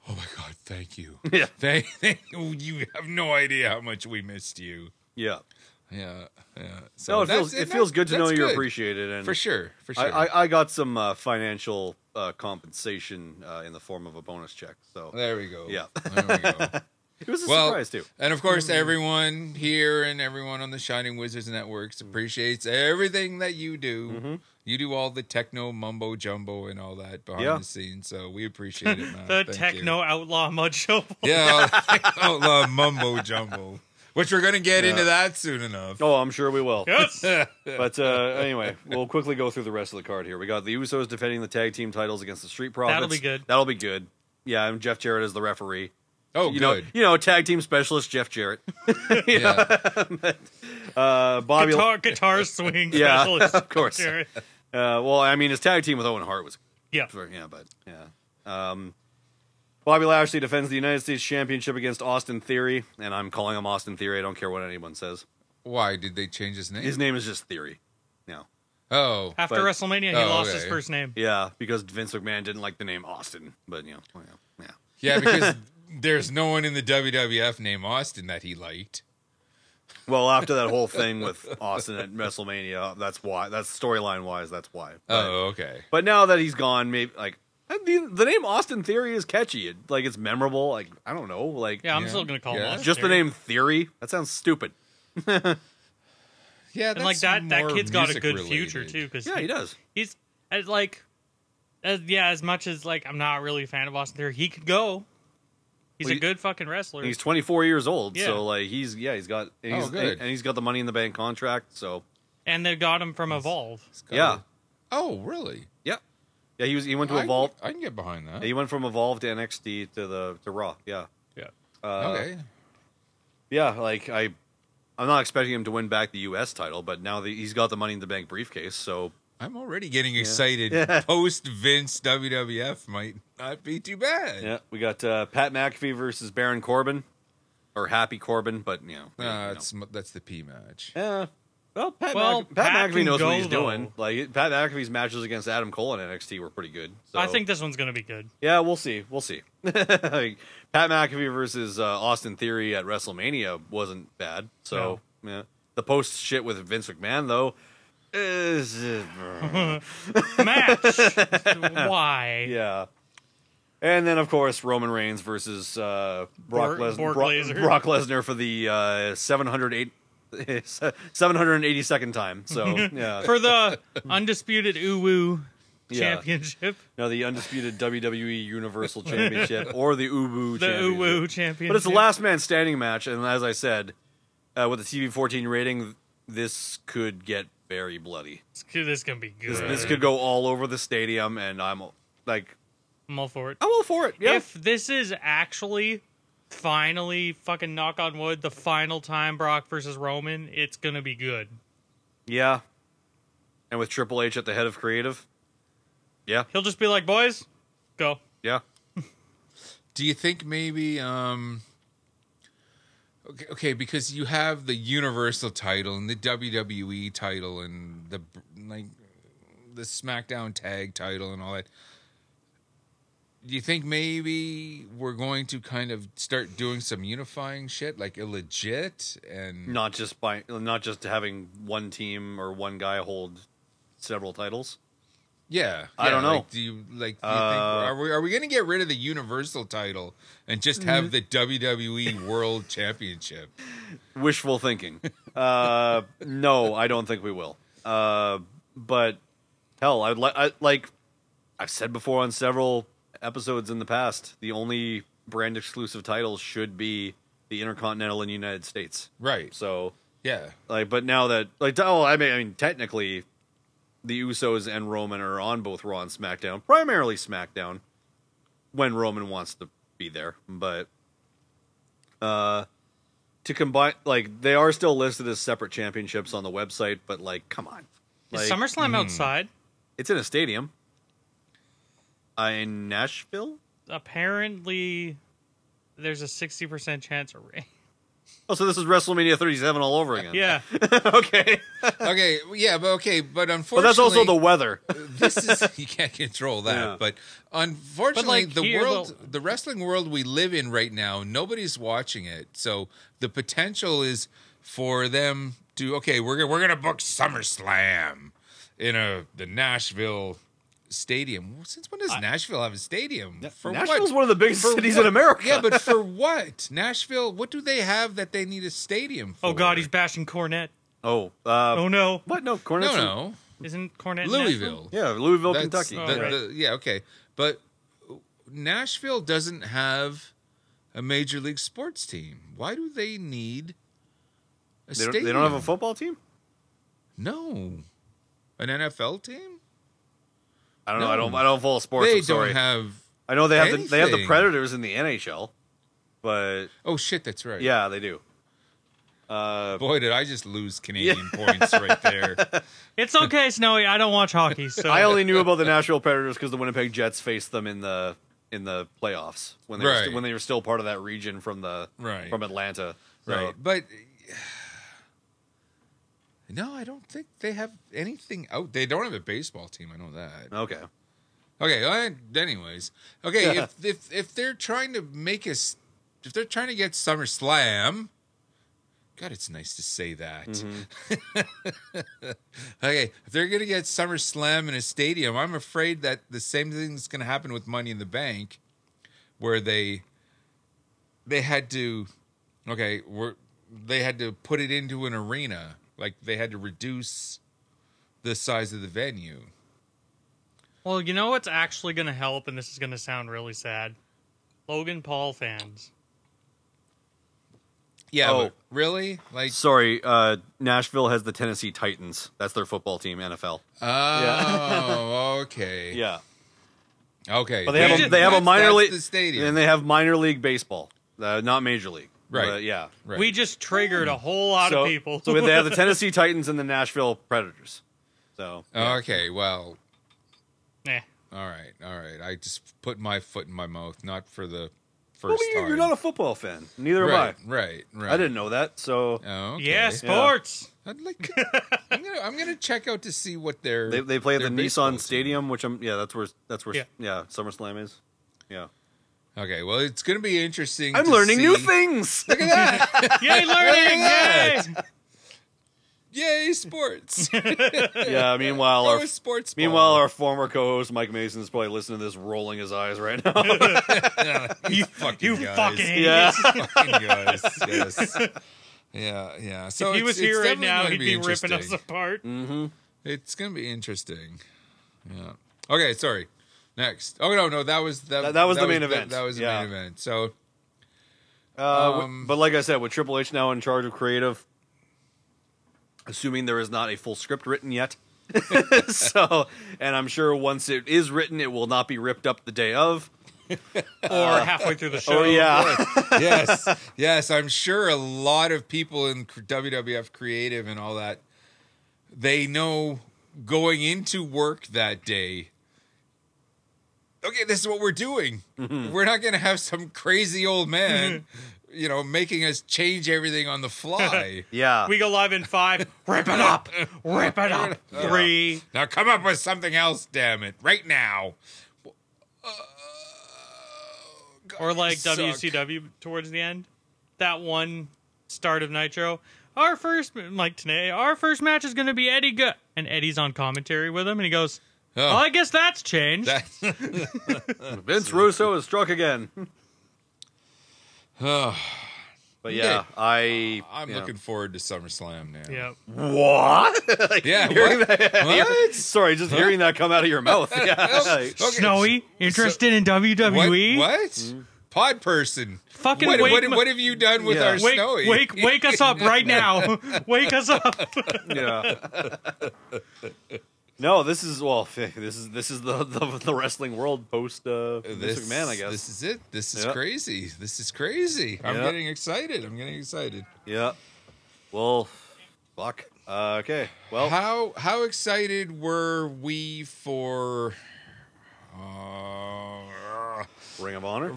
Speaker 4: Oh my God! Thank you.
Speaker 5: Yeah.
Speaker 4: Thank, thank you. You have no idea how much we missed you.
Speaker 5: yeah.
Speaker 4: yeah, yeah.
Speaker 5: no, it feels
Speaker 4: that's-
Speaker 5: it
Speaker 4: and
Speaker 5: feels
Speaker 4: that-
Speaker 5: good to know
Speaker 4: that's
Speaker 5: you're appreciated and
Speaker 4: for sure, for
Speaker 5: I,
Speaker 4: sure.
Speaker 5: I, I got some uh, financial uh, compensation uh, in the form of a bonus check. So
Speaker 4: there we go.
Speaker 5: Yeah.
Speaker 4: there we go.
Speaker 5: it was a
Speaker 4: well,
Speaker 5: surprise too. Mm-hmm.
Speaker 4: and of course, everyone here and everyone on the Shining Wizards Networks
Speaker 5: Mm.
Speaker 4: appreciates everything that you do.
Speaker 5: Mm-hmm.
Speaker 4: You do all the techno mumbo jumbo and all that behind
Speaker 5: Yeah.
Speaker 4: the scenes, so we appreciate it. Matt.
Speaker 6: The
Speaker 4: Thank you.
Speaker 6: techno outlaw mud shovel.
Speaker 4: yeah, all the outlaw mumbo jumbo, which we're gonna get into that soon enough.
Speaker 5: Oh, I'm sure we will.
Speaker 6: Yes.
Speaker 5: But uh, anyway, we'll quickly go through the rest of the card here. We got the Usos defending the tag team titles against the Street Profits.
Speaker 6: That'll be good.
Speaker 5: That'll be good. Yeah, and Jeff Jarrett is the referee.
Speaker 4: Oh,
Speaker 5: you
Speaker 4: good.
Speaker 5: know, you know, tag team specialist Jeff Jarrett.
Speaker 4: yeah.
Speaker 5: Uh, Bobby.
Speaker 6: guitar, guitar swing
Speaker 5: Yeah,
Speaker 6: specialist.
Speaker 5: of course.
Speaker 6: Jared.
Speaker 5: Uh, well, I mean, his tag team with Owen Hart was
Speaker 6: Yeah.
Speaker 5: yeah, but yeah. Um, Bobby Lashley defends the United States Championship against Austin Theory, and I'm calling him Austin Theory. I don't care what anyone says.
Speaker 4: Why did they change his name?
Speaker 5: His name is just Theory. No.
Speaker 4: Oh,
Speaker 6: After
Speaker 5: But-
Speaker 6: WrestleMania, he
Speaker 4: Oh,
Speaker 6: lost his
Speaker 4: okay.
Speaker 6: first name.
Speaker 5: Yeah, because Vince McMahon didn't like the name Austin, but you know, well, yeah.
Speaker 4: yeah, because there's no one in the WWF named Austin that he liked.
Speaker 5: Well, after that whole thing with Austin at WrestleMania, that's why. That's storyline wise. That's why. But-
Speaker 4: Oh, okay.
Speaker 5: But now that he's gone, maybe like the, the name Austin Theory is catchy. It, like it's memorable. Like I don't know. Like
Speaker 6: Yeah, I'm
Speaker 4: Yeah.
Speaker 6: still gonna call
Speaker 4: Yeah.
Speaker 6: him. Austin
Speaker 5: just the
Speaker 6: Theory.
Speaker 5: name Theory. That sounds stupid.
Speaker 4: Yeah, that's
Speaker 6: and like that that
Speaker 4: more
Speaker 6: kid's got a
Speaker 4: music
Speaker 6: good
Speaker 4: related.
Speaker 6: future too because
Speaker 5: Yeah, he does.
Speaker 6: he's as like as yeah as much as like i'm not really a fan of austin theory he could go he's
Speaker 5: Well, he-
Speaker 6: a good fucking wrestler
Speaker 5: He's 24 years old,
Speaker 6: Yeah.
Speaker 5: so like he's yeah, he's got and
Speaker 4: Oh,
Speaker 5: he's,
Speaker 4: good.
Speaker 5: and he's got the money in the bank contract. So
Speaker 6: and they got him from evolve
Speaker 4: It's got
Speaker 5: yeah,
Speaker 4: a- Oh, really?
Speaker 5: yeah, yeah. He was he went to
Speaker 4: I-
Speaker 5: Evolve.
Speaker 4: I, can get behind that.
Speaker 5: He went from Evolve to NXT to the to Raw. Yeah,
Speaker 6: yeah
Speaker 5: uh,
Speaker 4: okay.
Speaker 5: yeah. Like I, I'm not expecting him to win back the U.S. title, but now that he's got the money in the bank briefcase, so
Speaker 4: I'm already getting excited.
Speaker 5: Yeah.
Speaker 4: Post Vince WWF might not be too bad.
Speaker 5: yeah, we got uh, Pat McAfee versus Baron Corbin or Happy Corbin, but you
Speaker 6: Uh,
Speaker 5: know, you
Speaker 4: Nah,
Speaker 5: know.
Speaker 4: that's that's the P match.
Speaker 5: Yeah. Well, Pat,
Speaker 6: Well,
Speaker 5: Mc- Pat,
Speaker 6: Pat
Speaker 5: McAfee
Speaker 6: can
Speaker 5: knows
Speaker 6: go,
Speaker 5: what he's doing.
Speaker 6: though.
Speaker 5: Like Pat McAfee's matches against Adam Cole in NXT were pretty good. So.
Speaker 6: i think this one's gonna be good
Speaker 5: Yeah, we'll see. We'll see. like, Pat McAfee versus uh, Austin Theory at WrestleMania wasn't bad. So yeah, the post shit with Vince McMahon though. Is, uh,
Speaker 6: match why
Speaker 5: yeah. And then, of course, Roman Reigns versus uh, Brock,
Speaker 6: Borg-
Speaker 5: Les-
Speaker 6: Borg
Speaker 5: Brock,
Speaker 6: Lesnar.
Speaker 5: Brock Lesnar for the uh, 708 782nd time. So, yeah.
Speaker 6: for the undisputed uwu
Speaker 5: Yeah.
Speaker 6: championship
Speaker 5: No, the undisputed WWE Universal Championship or the Ubu
Speaker 6: the
Speaker 5: Championship.
Speaker 6: uwu championship
Speaker 5: But it's a last man standing match, and as I said, uh, with the TV 14 rating, this could get very bloody.
Speaker 6: this could, this can be good
Speaker 5: This, this could go all over the stadium, and I'm like,
Speaker 6: i'm all for it
Speaker 5: I'm all for it. Oh, Yeah.
Speaker 6: if this is actually finally fucking knock on wood the final time brock versus roman it's gonna be good
Speaker 5: yeah. And with Triple H at the head of creative. Yeah.
Speaker 6: he'll just be like boys go
Speaker 5: Yeah.
Speaker 4: Do you think maybe um okay, okay because you have the universal title and the WWE title and the like the SmackDown tag title and all that. Do you think maybe we're going to kind of start doing some unifying shit like illegit and
Speaker 5: Not just by not just having one team or one guy hold several titles.
Speaker 4: yeah,
Speaker 5: I
Speaker 4: yeah,
Speaker 5: don't know.
Speaker 4: like, do you like do you
Speaker 5: Uh,
Speaker 4: think, are we are we going to get rid of the universal title and just have the WWE World Championship?
Speaker 5: Wishful thinking. Uh, no, I don't think we will. Uh, but hell, I'd like I, like I've said before on several episodes in the past, the only brand exclusive titles should be the Intercontinental in the United States.
Speaker 4: Right.
Speaker 5: So
Speaker 4: Yeah.
Speaker 5: like, but now that like, oh, I mean, I mean, technically, the Usos and Roman are on both Raw and SmackDown, primarily SmackDown, when Roman wants to be there. But uh, to combine, like, they are still listed as separate championships on the website. But like, come on,
Speaker 6: is
Speaker 5: like,
Speaker 4: hmm.
Speaker 6: SummerSlam outside?
Speaker 5: it's in a stadium. Uh, in Nashville.
Speaker 6: Apparently, there's a sixty percent chance of rain.
Speaker 5: Oh, so this is WrestleMania 37 all over again.
Speaker 6: Yeah,
Speaker 5: okay.
Speaker 4: okay, yeah, but okay, but
Speaker 5: But
Speaker 4: unfortunately,
Speaker 5: that's also the weather.
Speaker 4: this is you can't control that.
Speaker 5: Yeah.
Speaker 4: But unfortunately,
Speaker 6: But, like,
Speaker 4: the
Speaker 6: here,
Speaker 4: world,
Speaker 6: though-
Speaker 4: the wrestling world we live in right now, nobody's watching it. So the potential is for them do okay, we're gonna we're gonna book SummerSlam in a the Nashville stadium. Well, Since when does Nashville have a stadium? For
Speaker 5: Nashville's
Speaker 4: what?
Speaker 5: one of the biggest
Speaker 4: For
Speaker 5: cities
Speaker 4: what?
Speaker 5: in America.
Speaker 4: Yeah, but for what? Nashville, what do they have that they need a stadium for?
Speaker 6: Oh God, he's bashing Cornet.
Speaker 5: oh, uh,
Speaker 6: Oh no,
Speaker 5: what? No, Cornet's
Speaker 4: No,
Speaker 5: in-
Speaker 4: no.
Speaker 6: isn't Cornet in
Speaker 4: Louisville.
Speaker 5: Yeah, Louisville,
Speaker 4: That's-
Speaker 5: Kentucky.
Speaker 4: the-
Speaker 6: right.
Speaker 4: the- yeah, okay. But Nashville doesn't have a major league sports team. Why do they need a
Speaker 5: they, don't,
Speaker 4: stadium?
Speaker 5: they don't have a football team.
Speaker 4: No. An NFL team?
Speaker 5: I don't know.
Speaker 4: No.
Speaker 5: I don't. I don't follow sports.
Speaker 4: they
Speaker 5: I'm sorry.
Speaker 4: don't have.
Speaker 5: I know they have. The, they have the
Speaker 4: anything.
Speaker 5: Predators in the NHL, but
Speaker 4: Oh, shit, that's right.
Speaker 5: yeah, they do. Uh,
Speaker 4: Boy, did I just lose Canadian points right there.
Speaker 6: Nashville? It's okay, Snowy. I don't watch hockey, so
Speaker 5: I only knew about the Nashville Predators because the Winnipeg Jets faced them in the in the playoffs when they were st-
Speaker 4: Right.
Speaker 5: when they were still part of that region from the
Speaker 4: Right.
Speaker 5: from Atlanta. So,
Speaker 4: Right. But. No, I don't think they have anything out. They don't have a baseball team. I know that.
Speaker 5: Okay.
Speaker 4: Okay. well, anyways, okay. if if if they're trying to make us, if they're trying to get SummerSlam, God, it's nice to say that. okay, if they're gonna get SummerSlam in a stadium, I'm afraid that the same thing's gonna happen with Money in the Bank, where they they had to, okay, we're, they had to put it into an arena, like they had to reduce the size of the venue.
Speaker 6: Well, you know what's actually going to help, and this is going to sound really sad. Logan Paul fans.
Speaker 4: Yeah.
Speaker 5: Oh.
Speaker 4: but really? Like
Speaker 5: Sorry, uh, Nashville has the Tennessee Titans. That's their football team, NFL.
Speaker 4: Oh, okay.
Speaker 5: Yeah,
Speaker 4: Okay.
Speaker 5: but they have a,
Speaker 6: just-
Speaker 5: they have a
Speaker 4: that's-
Speaker 5: minor
Speaker 4: that's
Speaker 5: league
Speaker 4: the stadium.
Speaker 5: and they have minor league baseball, uh, not major league.
Speaker 4: Right.
Speaker 5: But, yeah.
Speaker 4: right.
Speaker 6: We just triggered a whole lot
Speaker 5: so,
Speaker 6: of people.
Speaker 5: so they have the Tennessee Titans and the Nashville Predators. So
Speaker 4: Oh, Okay, well,
Speaker 6: Nah.
Speaker 4: all right. All right. I just put my foot in my mouth not for the
Speaker 5: Well,
Speaker 4: first
Speaker 5: you-
Speaker 4: time.
Speaker 5: you're not a football fan. Neither
Speaker 4: right,
Speaker 5: am
Speaker 4: right, right.
Speaker 5: I. I didn't know that. So
Speaker 4: Oh, okay.
Speaker 6: Yeah, sports.
Speaker 4: I'd like I'm going to I'm going to check out to see what their
Speaker 5: They they play at the
Speaker 4: their
Speaker 5: Nissan
Speaker 4: baseball team-
Speaker 5: Stadium, which I'm yeah, that's where that's where yeah,
Speaker 6: Yeah.
Speaker 5: SummerSlam is. Yeah.
Speaker 4: Okay, well, it's going to be interesting
Speaker 5: I'm
Speaker 4: to
Speaker 5: learning new
Speaker 4: see-
Speaker 5: things.
Speaker 6: Yay, learning! Yay!
Speaker 4: Yay, sports.
Speaker 5: yeah, meanwhile our
Speaker 4: Pro sports. ball.
Speaker 5: meanwhile our former co-host Mike Mason is probably listening to this rolling his eyes right now.
Speaker 4: you fucking
Speaker 6: You
Speaker 4: guys.
Speaker 6: fucking idiot.
Speaker 5: yeah.
Speaker 4: fucking guys. Yes. Yeah, yeah. So
Speaker 6: If he
Speaker 4: it's-
Speaker 6: was
Speaker 4: it's
Speaker 6: here right
Speaker 4: definitely
Speaker 6: now,
Speaker 4: gonna
Speaker 6: he'd be ripping us
Speaker 4: interesting.
Speaker 6: apart.
Speaker 4: It's gonna be interesting. Yeah. Okay. Sorry. Next. Oh no, no, that was that.
Speaker 5: That- that was the main event.
Speaker 4: That, was the
Speaker 5: Yeah.
Speaker 4: main event. So
Speaker 5: Uh, wi- but like I said, with Triple H now in charge of creative, assuming there is not a full script written yet. so, and I'm sure once it is written, it will not be ripped up the day of.
Speaker 6: Or halfway through the show.
Speaker 5: Oh yeah.
Speaker 4: yes, yes, I'm sure a lot of people in cr- WWF creative and all that they know going into work that day. Okay, this is what we're doing.
Speaker 5: Mm-hmm.
Speaker 4: We're not going to have some crazy old man, you know, making us change everything on the fly.
Speaker 5: Yeah.
Speaker 6: We go live in five. Rip it up. Rip it up. Three.
Speaker 4: Now come up with something else, damn it, right now.
Speaker 6: Or like
Speaker 4: Suck.
Speaker 6: WCW towards the end. That one start of Nitro. Our first, like today, our first match is going to be Eddie Good. And Eddie's on commentary with him, and he goes,
Speaker 4: Oh.
Speaker 6: Well, I guess that's changed.
Speaker 4: That-
Speaker 5: Vince Russo is struck again. but yeah,
Speaker 4: Okay.
Speaker 5: I
Speaker 4: Uh, I'm
Speaker 5: yeah.
Speaker 4: looking forward to SummerSlam now.
Speaker 6: yeah.
Speaker 5: what? Like,
Speaker 4: Yeah,
Speaker 5: hearing
Speaker 4: what?
Speaker 5: that-
Speaker 4: What?
Speaker 5: sorry, just hearing that come out of your mouth. Yeah, like,
Speaker 4: Okay,
Speaker 6: Snowy, interested in
Speaker 4: What?
Speaker 6: WWE?
Speaker 4: what?
Speaker 5: Mm-hmm.
Speaker 4: Pod person.
Speaker 6: Fucking
Speaker 4: what,
Speaker 6: wake
Speaker 4: what,
Speaker 6: m-
Speaker 4: what have you done with
Speaker 5: Yeah.
Speaker 4: our
Speaker 6: Wake,
Speaker 4: snowy?
Speaker 6: wake, wake us up right now. wake us up.
Speaker 5: yeah. no, this is well, this is this is the the, the wrestling world post uh, Vince
Speaker 4: this,
Speaker 5: McMahon, I guess.
Speaker 4: This is it. This is
Speaker 5: Yeah.
Speaker 4: crazy. This is crazy. I'm
Speaker 5: Yeah.
Speaker 4: getting excited. I'm getting excited.
Speaker 5: yeah. Well, fuck. Uh, okay. Well,
Speaker 4: How how excited were we for uh,
Speaker 5: Ring of Honor.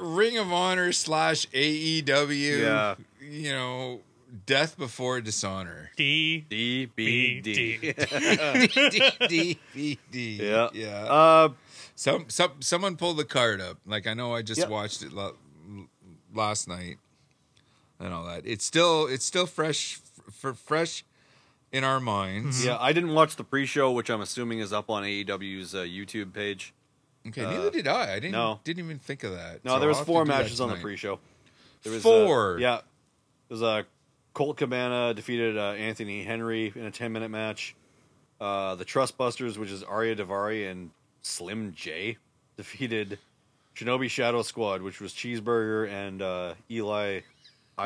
Speaker 4: Ring of Honor slash AEW?
Speaker 5: Yeah.
Speaker 4: You know, Death Before Dishonor.
Speaker 6: D.
Speaker 5: DBD.
Speaker 4: DVD.
Speaker 5: Yeah.
Speaker 4: Yeah.
Speaker 5: Uh,
Speaker 4: Some some someone pulled the card up. Like I know I just
Speaker 5: Yep.
Speaker 4: watched it lo- last night and all that. It's still it's still fresh for fresh in our minds.
Speaker 5: Yeah, I didn't watch the pre-show, which I'm assuming is up on AEW's uh, YouTube page.
Speaker 4: Okay, neither did I. I didn't
Speaker 5: Mm-hmm. Uh, no.
Speaker 4: didn't even think of that.
Speaker 5: No,
Speaker 4: So
Speaker 5: there was
Speaker 4: I'll have
Speaker 5: four
Speaker 4: to do that
Speaker 5: matches on the
Speaker 4: tonight.
Speaker 5: pre-show. There was, uh,
Speaker 4: Four.
Speaker 5: yeah, there's a uh, Colt Cabana defeated uh, Anthony Henry in a 10 minute match. Uh, the Trustbusters, which is Arya Davari and Slim J, defeated Shinobi Shadow Squad, which was Cheeseburger and uh, Eli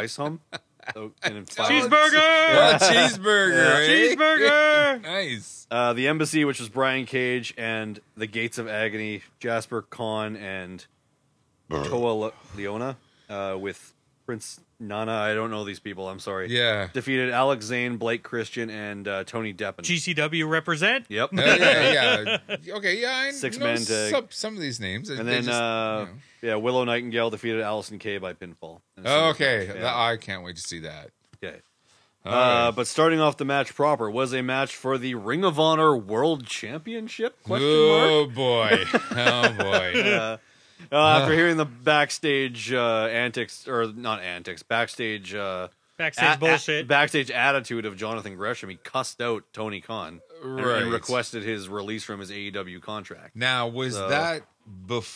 Speaker 5: Isham. So, and in five-
Speaker 6: Cheeseburger!
Speaker 4: Well, Oh, cheeseburger. eh?
Speaker 6: Cheeseburger!
Speaker 4: nice.
Speaker 5: Uh, the Embassy, which was Brian Cage, and The Gates of Agony, Jasper Kahn and Toa Le- Leona, uh, with Prince Nana. I don't know these people. I'm sorry.
Speaker 4: Yeah.
Speaker 5: Defeated Alex Zane, Blake Christian, and uh, Tony Deppen.
Speaker 6: GCW represent.
Speaker 5: Yep.
Speaker 4: Uh, yeah, yeah. Okay, yeah. I
Speaker 5: Six
Speaker 4: know
Speaker 5: man tag.
Speaker 4: Some, some of these names.
Speaker 5: and
Speaker 4: They
Speaker 5: then,
Speaker 4: just,
Speaker 5: uh,
Speaker 4: you know.
Speaker 5: yeah, Willow Nightingale defeated Allison Kay by pinfall. And so-
Speaker 4: Oh, okay,
Speaker 5: Yeah.
Speaker 4: That- I can't wait to see that.
Speaker 5: okay.
Speaker 4: All
Speaker 5: Uh,
Speaker 4: right.
Speaker 5: but starting off the match proper was a match for the Ring of Honor World Championship? Question mark.
Speaker 4: oh boy, oh boy.
Speaker 5: uh, uh, after hearing the backstage uh, antics or not antics, backstage uh,
Speaker 6: Backstage
Speaker 5: a- a-
Speaker 6: bullshit.
Speaker 5: backstage attitude of Jonathan Gresham, he cussed out Tony Khan and-
Speaker 4: Right.
Speaker 5: and requested his release from his AEW contract.
Speaker 4: Now was
Speaker 5: So-
Speaker 4: that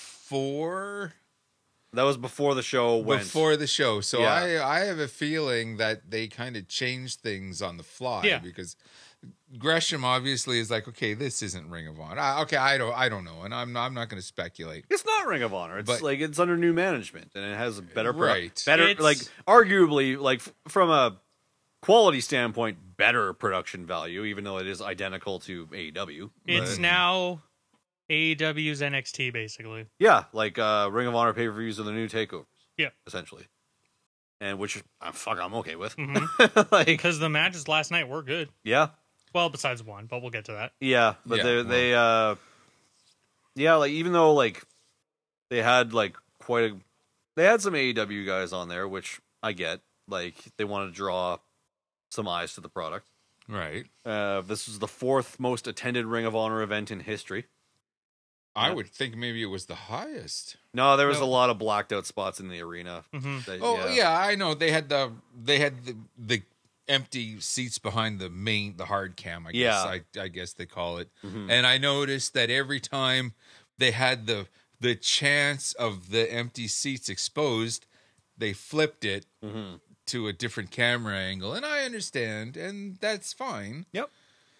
Speaker 4: before
Speaker 5: That was before the show went.
Speaker 4: before the show? So
Speaker 5: Yeah.
Speaker 4: I I have a feeling that they kind of changed things on the fly
Speaker 6: Yeah.
Speaker 4: because Gresham obviously is like, okay, this isn't Ring of Honor. I, okay, I don't I don't know, and I'm not, I'm not going to speculate.
Speaker 5: it's not Ring of Honor. It's
Speaker 4: But-
Speaker 5: like it's under new management and it has a better, pro-
Speaker 4: Right.
Speaker 5: better,
Speaker 6: It's-
Speaker 5: like arguably, like f- from a quality standpoint, better production value, even though it is identical to E AEW.
Speaker 6: It's now AEW's NXT, basically.
Speaker 5: Yeah, like uh, Ring of Honor pay per views are the new takeovers.
Speaker 6: Yeah.
Speaker 5: essentially, and which I'm fuck I'm okay with. like
Speaker 6: Mm-hmm. Because the matches last night were good.
Speaker 5: yeah,
Speaker 6: Well, besides one, but we'll get to that.
Speaker 5: yeah, but
Speaker 4: Yeah,
Speaker 5: they
Speaker 4: well.
Speaker 5: they uh, yeah, like even though like they had like quite a they had some AEW guys on there, which I get. Like they want to draw some eyes to the product.
Speaker 4: Right.
Speaker 5: Uh, this was the fourth most attended Ring of Honor event in history.
Speaker 4: I
Speaker 5: Yeah.
Speaker 4: would think maybe it was the highest.
Speaker 5: No, there was
Speaker 4: No.
Speaker 5: a lot of blacked out spots in the arena.
Speaker 6: Mhm.
Speaker 5: That-
Speaker 4: Oh yeah. I know they had the they had the, the empty seats behind the main the hard cam. I guess
Speaker 5: Yeah.
Speaker 4: I, I guess they call it. And I noticed that every time they had the the chance of the empty seats exposed, they flipped it to a different camera angle, and I understand, and that's fine.
Speaker 5: Yep.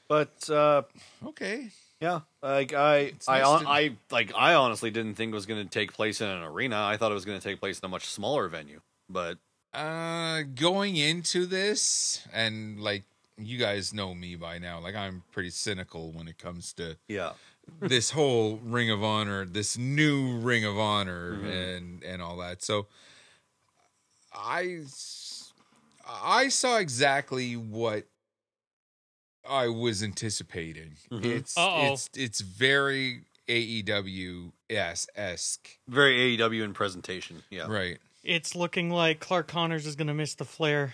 Speaker 5: But uh,
Speaker 4: Okay,
Speaker 5: Yeah, like I, I,
Speaker 4: nice
Speaker 5: hon-
Speaker 4: to-
Speaker 5: I, like I honestly didn't think it was going to take place in an arena. I thought it was going to take place in a much smaller venue. But
Speaker 4: Uh, going into this, and like you guys know me by now, like I'm pretty cynical when it comes to
Speaker 5: yeah,
Speaker 4: this whole Ring of Honor, this new Ring of Honor, and and all that. So, I s- I saw exactly what I was anticipating. It's
Speaker 6: Uh-oh.
Speaker 4: it's it's very E AEW esque,
Speaker 5: very AEW in presentation. Yeah.
Speaker 4: right? Oh,
Speaker 6: It's looking like Clark Connors is going to miss the flare.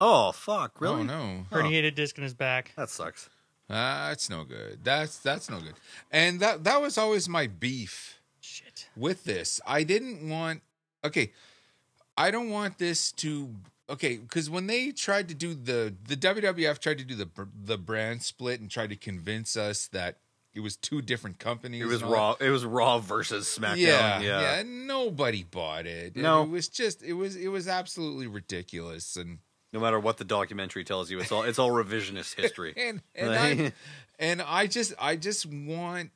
Speaker 5: Oh fuck! Really?
Speaker 4: Oh no.
Speaker 6: Herniated disc in his back.
Speaker 5: That sucks.
Speaker 4: That's no good. That's that's no good. And that that was always my beef
Speaker 6: Shit.
Speaker 4: with this. I didn't want okay. I don't want this to okay because when they tried to do the the WWF tried to do the br- the brand split and tried to convince us that it was two different companies.
Speaker 5: It was
Speaker 4: and all that.
Speaker 5: Raw. It was Raw versus SmackDown.
Speaker 4: Yeah,
Speaker 5: Yeah,
Speaker 4: yeah, Nobody bought it.
Speaker 5: No.
Speaker 4: it was just it was it was absolutely ridiculous and.
Speaker 5: No matter what the documentary tells you, it's all it's all revisionist history.
Speaker 4: and and I and I just I just want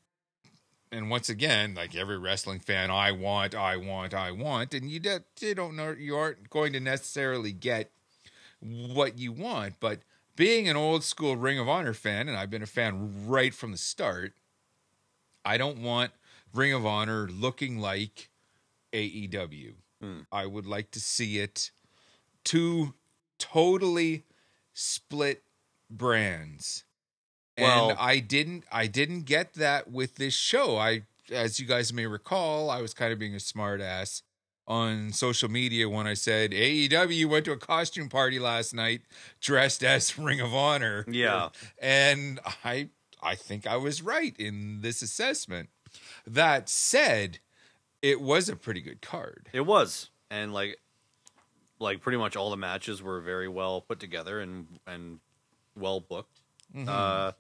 Speaker 4: and once again, like every wrestling fan, I want, I want, I want, and you don't you don't know you aren't going to necessarily get what you want, but being an old school Ring of Honor fan, and I've been a fan right from the start, I don't want Ring of Honor looking like E AEW. I would like to see it two totally split brands.
Speaker 5: Well-
Speaker 4: and I didn't I didn't get that with this show. I as you guys may recall, I was kind of being a smartass on social media when I said AEW went to a costume party last night dressed as Ring of Honor.
Speaker 5: Yeah.
Speaker 4: And I I think I was right in this assessment. That said, it was a pretty good card.
Speaker 5: It was, and like like pretty much all the matches were very well put together and and well booked. Uh,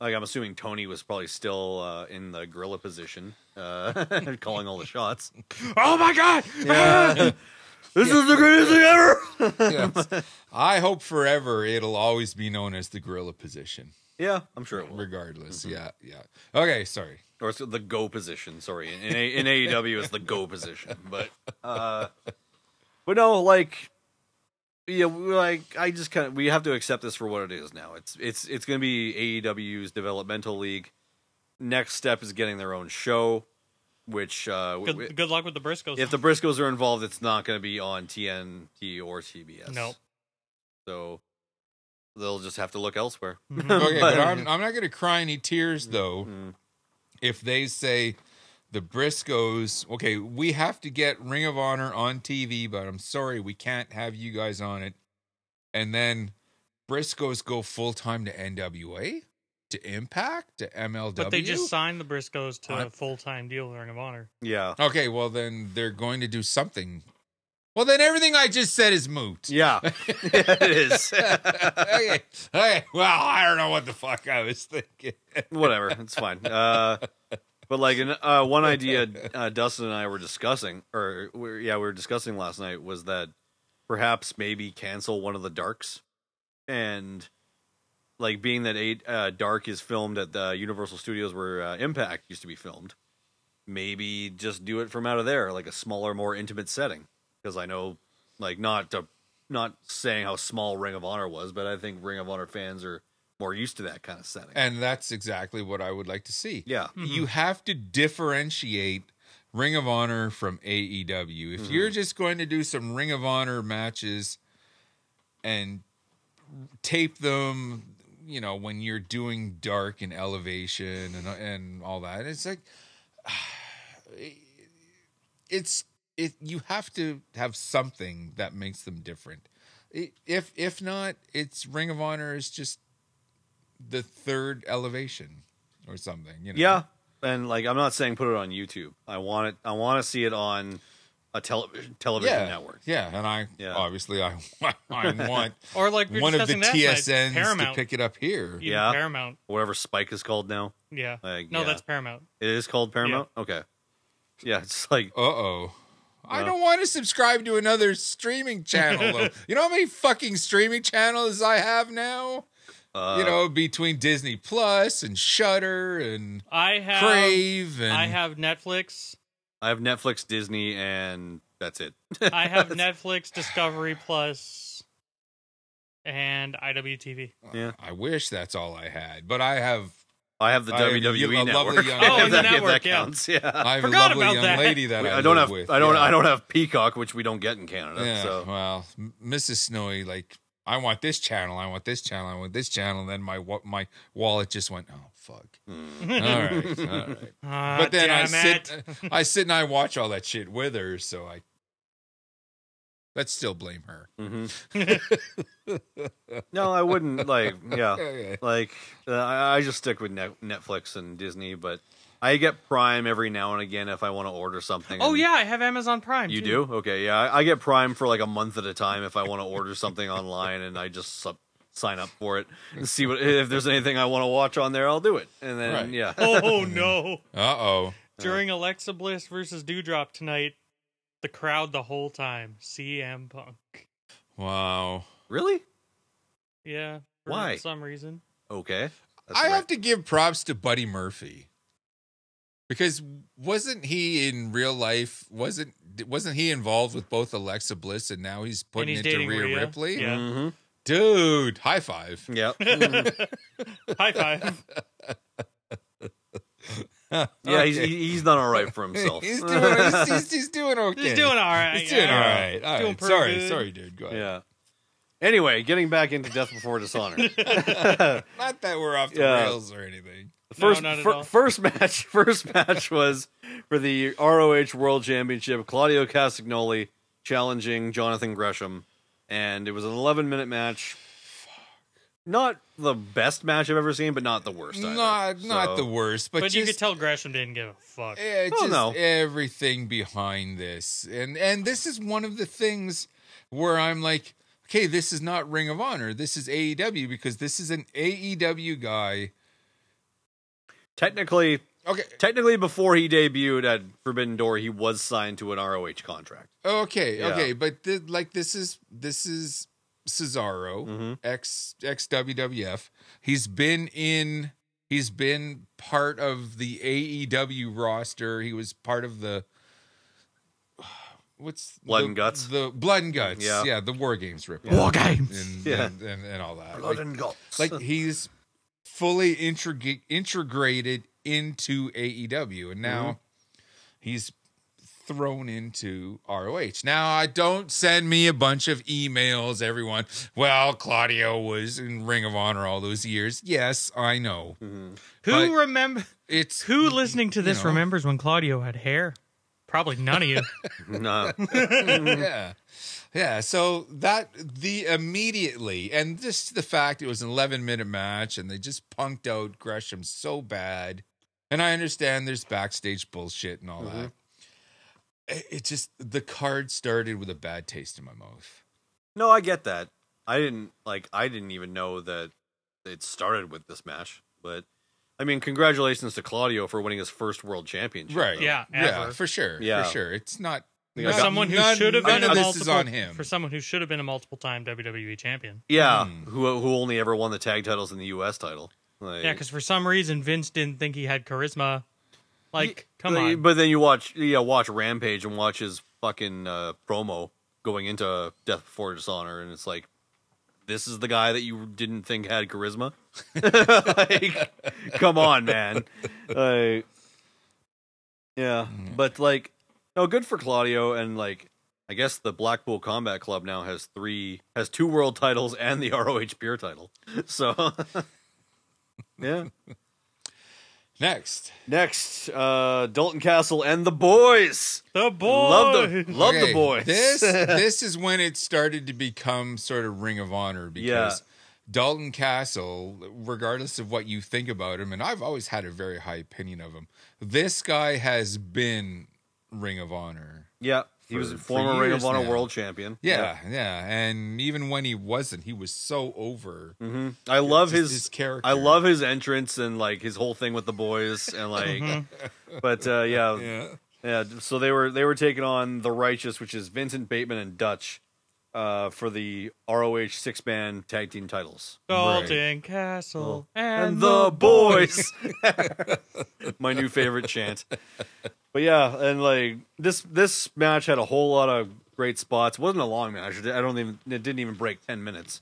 Speaker 5: Like I'm assuming Tony was probably still uh, in the gorilla position, uh, calling all the shots.
Speaker 4: Oh my god!
Speaker 5: This is the greatest thing ever.
Speaker 4: Yes. I hope forever it'll always be known as the gorilla position,
Speaker 5: yeah, I'm sure it will.
Speaker 4: regardless. Yeah, yeah. Okay, sorry.
Speaker 5: or it's the go position. Sorry, in in, A, in AEW it's the go position, but uh, but no, like yeah, we- like I just kind of we have to accept this for what it is now. It's it's it's going to be AEW's developmental league. Next step is getting their own show, which uh, w-
Speaker 6: Good,
Speaker 5: w-
Speaker 6: good luck with the Briscoes.
Speaker 5: if the Briscoes are involved, it's not going to be on TNT or TBS.
Speaker 6: No.
Speaker 5: so they'll just have to look elsewhere.
Speaker 4: Okay, but Mm-hmm. I'm I'm not gonna cry any tears though if they say the Briscoes. Okay, we have to get Ring of Honor on TV, but I'm sorry we can't have you guys on it. And then Briscoes go full time to NWA, to Impact, to MLW.
Speaker 6: but they just signed the Briscoes to
Speaker 4: I-
Speaker 6: a full time deal with Ring of Honor.
Speaker 5: Yeah,
Speaker 4: Okay, well then they're going to do something. Well then everything I just said is moot.
Speaker 5: yeah, it is.
Speaker 4: okay. okay. Well, I don't know what the fuck I was thinking.
Speaker 5: whatever it's fine uh but like an, uh one idea uh, dustin and i were discussing or we yeah we were discussing last night was that perhaps maybe cancel one of the darks and like being that eight uh dark is filmed at the universal studios where uh, impact used to be filmed maybe just do it from out of there like a smaller more intimate setting because i know like not to not saying how small ring of honor was but i think ring of honor fans are more used to that kind of setting
Speaker 4: And that's exactly what I would like to see.
Speaker 5: yeah
Speaker 4: You have to differentiate Ring of Honor from AEW. If
Speaker 5: Mm-hmm.
Speaker 4: you're just going to do some Ring of Honor matches and tape them, you know, when you're doing dark and elevation and and all that, it's like it's it you have to have something that makes them different. I- If if not, it's Ring of Honor is just the third elevation or something. You know?
Speaker 5: Yeah, and like I'm not saying put it on YouTube. I want it. I want to see it on a tele- television
Speaker 4: yeah,
Speaker 5: network.
Speaker 4: Yeah, and I
Speaker 5: Yeah.
Speaker 4: obviously I I want
Speaker 6: Or like we were
Speaker 4: one of the
Speaker 6: discussing that last night,
Speaker 4: TSNs to
Speaker 6: Paramount.
Speaker 4: pick it up here.
Speaker 6: Even
Speaker 5: Yeah.
Speaker 6: Paramount.
Speaker 5: Whatever Spike is called now,
Speaker 6: Yeah.
Speaker 5: Like,
Speaker 6: no,
Speaker 5: yeah.
Speaker 6: that's Paramount.
Speaker 5: it is called Paramount. Okay. Yeah, it's like
Speaker 4: Uh oh. I
Speaker 5: Yeah.
Speaker 4: don't want to subscribe to another streaming channel. though. you know how many fucking streaming channels I have now?
Speaker 5: uh,
Speaker 4: you know, between Disney Plus and Shutter and
Speaker 6: I have
Speaker 4: Crave and
Speaker 6: Um, I have Netflix.
Speaker 5: I have Netflix, Disney, and that's it.
Speaker 6: I have Netflix, Discovery Plus, and IWTV.
Speaker 5: Yeah,
Speaker 4: I wish that's all I had, but I have
Speaker 5: I have the
Speaker 4: I have a
Speaker 5: WWE
Speaker 4: lovely
Speaker 5: network.
Speaker 4: young-
Speaker 6: Oh,
Speaker 5: if
Speaker 6: and the
Speaker 5: that, if
Speaker 6: network,
Speaker 5: that
Speaker 6: yeah.
Speaker 5: counts. Yeah.
Speaker 4: I have a
Speaker 6: Forgot
Speaker 4: lovely
Speaker 6: about
Speaker 4: young
Speaker 6: that.
Speaker 4: lady that I,
Speaker 5: I don't
Speaker 4: live
Speaker 5: have
Speaker 4: with.
Speaker 5: I don't
Speaker 4: yeah.
Speaker 5: I don't have Peacock, which we don't get in Canada.
Speaker 4: Yeah,
Speaker 5: So
Speaker 4: well, M- Mrs. Snowy, like, I want this channel, I want this channel, I want this channel. And then my wa- my wallet just went, oh fuck.
Speaker 5: Hmm.
Speaker 4: all right, all right.
Speaker 6: Ah,
Speaker 4: But then I
Speaker 6: damn
Speaker 4: sit,
Speaker 6: it.
Speaker 4: I sit and I watch all that shit with her. So I, let's still blame her.
Speaker 5: no, I wouldn't like. Yeah.
Speaker 4: Okay.
Speaker 5: like uh, I I just stick with Net- Netflix and Disney, but I get Prime every now and again if I want to order something.
Speaker 6: Oh
Speaker 5: and-
Speaker 6: yeah, I have Amazon Prime.
Speaker 5: you
Speaker 6: too.
Speaker 5: do? Okay, yeah, I, I get Prime for like a month at a time if I want to order something online, and I just sub- sign up for it and see what if there's anything I want to watch on there, I'll do it, and then
Speaker 4: Right.
Speaker 5: yeah,
Speaker 6: Oh no!
Speaker 4: Uh oh.
Speaker 6: During Alexa Bliss versus Dewdrop tonight, the crowd the whole time. CM Punk.
Speaker 4: Wow.
Speaker 5: really?
Speaker 6: Yeah. For
Speaker 5: Why?
Speaker 6: Some reason.
Speaker 5: Okay, That's
Speaker 4: I
Speaker 5: right.
Speaker 4: have to give props to Buddy Murphy because wasn't he in real life? Wasn't wasn't he involved with both Alexa Bliss and now he's
Speaker 6: And
Speaker 4: putting
Speaker 6: he's
Speaker 4: into
Speaker 6: dating
Speaker 4: Rhea,
Speaker 6: Rhea.
Speaker 4: Ripley? Mm.
Speaker 6: Yeah.
Speaker 5: Mhm.
Speaker 4: Dude, high five.
Speaker 5: Yep.
Speaker 6: High five.
Speaker 5: Yeah, he's, he- he's done all right for himself.
Speaker 4: He's doing. He's, he's, he's doing okay.
Speaker 6: He's doing all right.
Speaker 4: He's doing all
Speaker 6: yeah.
Speaker 4: right. All
Speaker 6: Doing
Speaker 4: right.
Speaker 6: pretty
Speaker 4: sorry,
Speaker 6: good.
Speaker 4: sorry, dude. Go ahead.
Speaker 5: yeah. Anyway, getting back into Death Before Dishonor.
Speaker 4: Not that we're off the
Speaker 5: Yeah.
Speaker 4: rails or anything.
Speaker 6: No,
Speaker 5: First,
Speaker 6: not at
Speaker 5: fir-
Speaker 6: all.
Speaker 5: first match, first match was for the ROH World Championship. Claudio Castagnoli challenging Jonathan Gresham, and it was an 11 minute match. Not the best match I've ever seen, but not the worst. either.
Speaker 4: Not not the
Speaker 5: So,
Speaker 4: worst, but,
Speaker 6: But you could
Speaker 4: just,
Speaker 6: tell Gresham didn't give a fuck.
Speaker 4: eh,
Speaker 5: Oh,
Speaker 4: just
Speaker 5: no.
Speaker 4: everything behind this, and and this is one of the things where I'm like, okay, this is not Ring of Honor. This is AEW because this is an AEW guy.
Speaker 5: Technically,
Speaker 4: Okay.
Speaker 5: technically, before he debuted at Forbidden Door, he was signed to an ROH contract.
Speaker 4: Okay,
Speaker 5: Yeah.
Speaker 4: okay, but th- like this is this is Cesaro
Speaker 5: Mm-hmm.
Speaker 4: ex ex WWF. He's been in. He's been part of the AEW roster. He was part of the what's
Speaker 5: Blood
Speaker 4: the-
Speaker 5: and Guts?
Speaker 4: The Blood and Guts.
Speaker 5: Yeah.
Speaker 4: Yeah, the War Games rip.
Speaker 6: War games.
Speaker 4: And,
Speaker 5: Yeah.
Speaker 4: and, and and all that. like,
Speaker 5: guts.
Speaker 4: like he's fully intriga- integrated into AEW, and now he's thrown into ROH. Now, I don't send me a bunch of emails, everyone. Well, Claudio was in Ring of Honor all those years. Yes, I know.
Speaker 6: Who remember?
Speaker 4: It's
Speaker 6: Who listening to this
Speaker 4: know.
Speaker 6: remembers when Claudio had hair? Probably none of you.
Speaker 5: no,
Speaker 4: yeah. Yeah, so that the immediately and just the fact it was an 11 minute match and they just punked out Gresham so bad. And I understand there's backstage bullshit and all that. It, it just the card started with a bad taste in my mouth.
Speaker 5: no, I get that. I didn't like. I didn't even know that it started with this match. But I mean, congratulations to Claudio for winning his first world championship. though.
Speaker 6: Yeah,
Speaker 4: Yeah,
Speaker 6: ever.
Speaker 4: for sure.
Speaker 5: Yeah.
Speaker 4: For sure. It's not
Speaker 5: For
Speaker 6: For
Speaker 4: none-
Speaker 6: someone who
Speaker 4: none-
Speaker 6: should have
Speaker 4: none
Speaker 6: been a
Speaker 4: of this
Speaker 6: multiple,
Speaker 4: is on him.
Speaker 6: for someone who should have been a multiple time WWE champion.
Speaker 5: yeah. Who who only ever won the tag titles in the U.S. title? Like,
Speaker 6: Yeah, because for some reason Vince didn't think he had charisma. Like, come
Speaker 5: But-
Speaker 6: on.
Speaker 5: But then you watch, yeah, watch Rampage and watch his fucking uh, promo going into Death Before Dishonor, and it's like, this is the guy that you didn't think had charisma. like, come on, man. Like, yeah, but like, no, good for Claudio, and like, I guess the Blackpool Combat Club now has three, has two world titles and the ROH beer title. So, yeah.
Speaker 4: Next.
Speaker 5: Next, uh, Dalton Castle and the boys.
Speaker 6: The boy.
Speaker 5: Love the love
Speaker 4: Okay,
Speaker 5: the boys.
Speaker 4: This this is when it started to become sort of Ring of Honor because Dalton Castle, regardless of what you think about him, and I've always had a very high opinion of him. This guy has been Ring of Honor.
Speaker 5: yeah, he
Speaker 4: for-
Speaker 5: was a
Speaker 4: for
Speaker 5: former Ring of
Speaker 4: years
Speaker 5: Honor
Speaker 4: now.
Speaker 5: world champion.
Speaker 4: Yeah, yeah, and even when he wasn't, he was so over.
Speaker 5: I love
Speaker 4: just
Speaker 5: his,
Speaker 4: his character.
Speaker 5: I love his entrance and like his whole thing with the boys and like.
Speaker 4: Mm-hmm.
Speaker 5: but uh, yeah, yeah,
Speaker 4: Yeah,
Speaker 5: So they were they were taking on the Righteous, which is Vincent Bateman and Dutch, uh, for the ROH six man tag team titles.
Speaker 6: Dalton Castle and,
Speaker 5: and the boys. My new favorite chant. But yeah, and like this this match had a whole lot of great spots. wasn't a long match. I don't even it didn't even break ten minutes.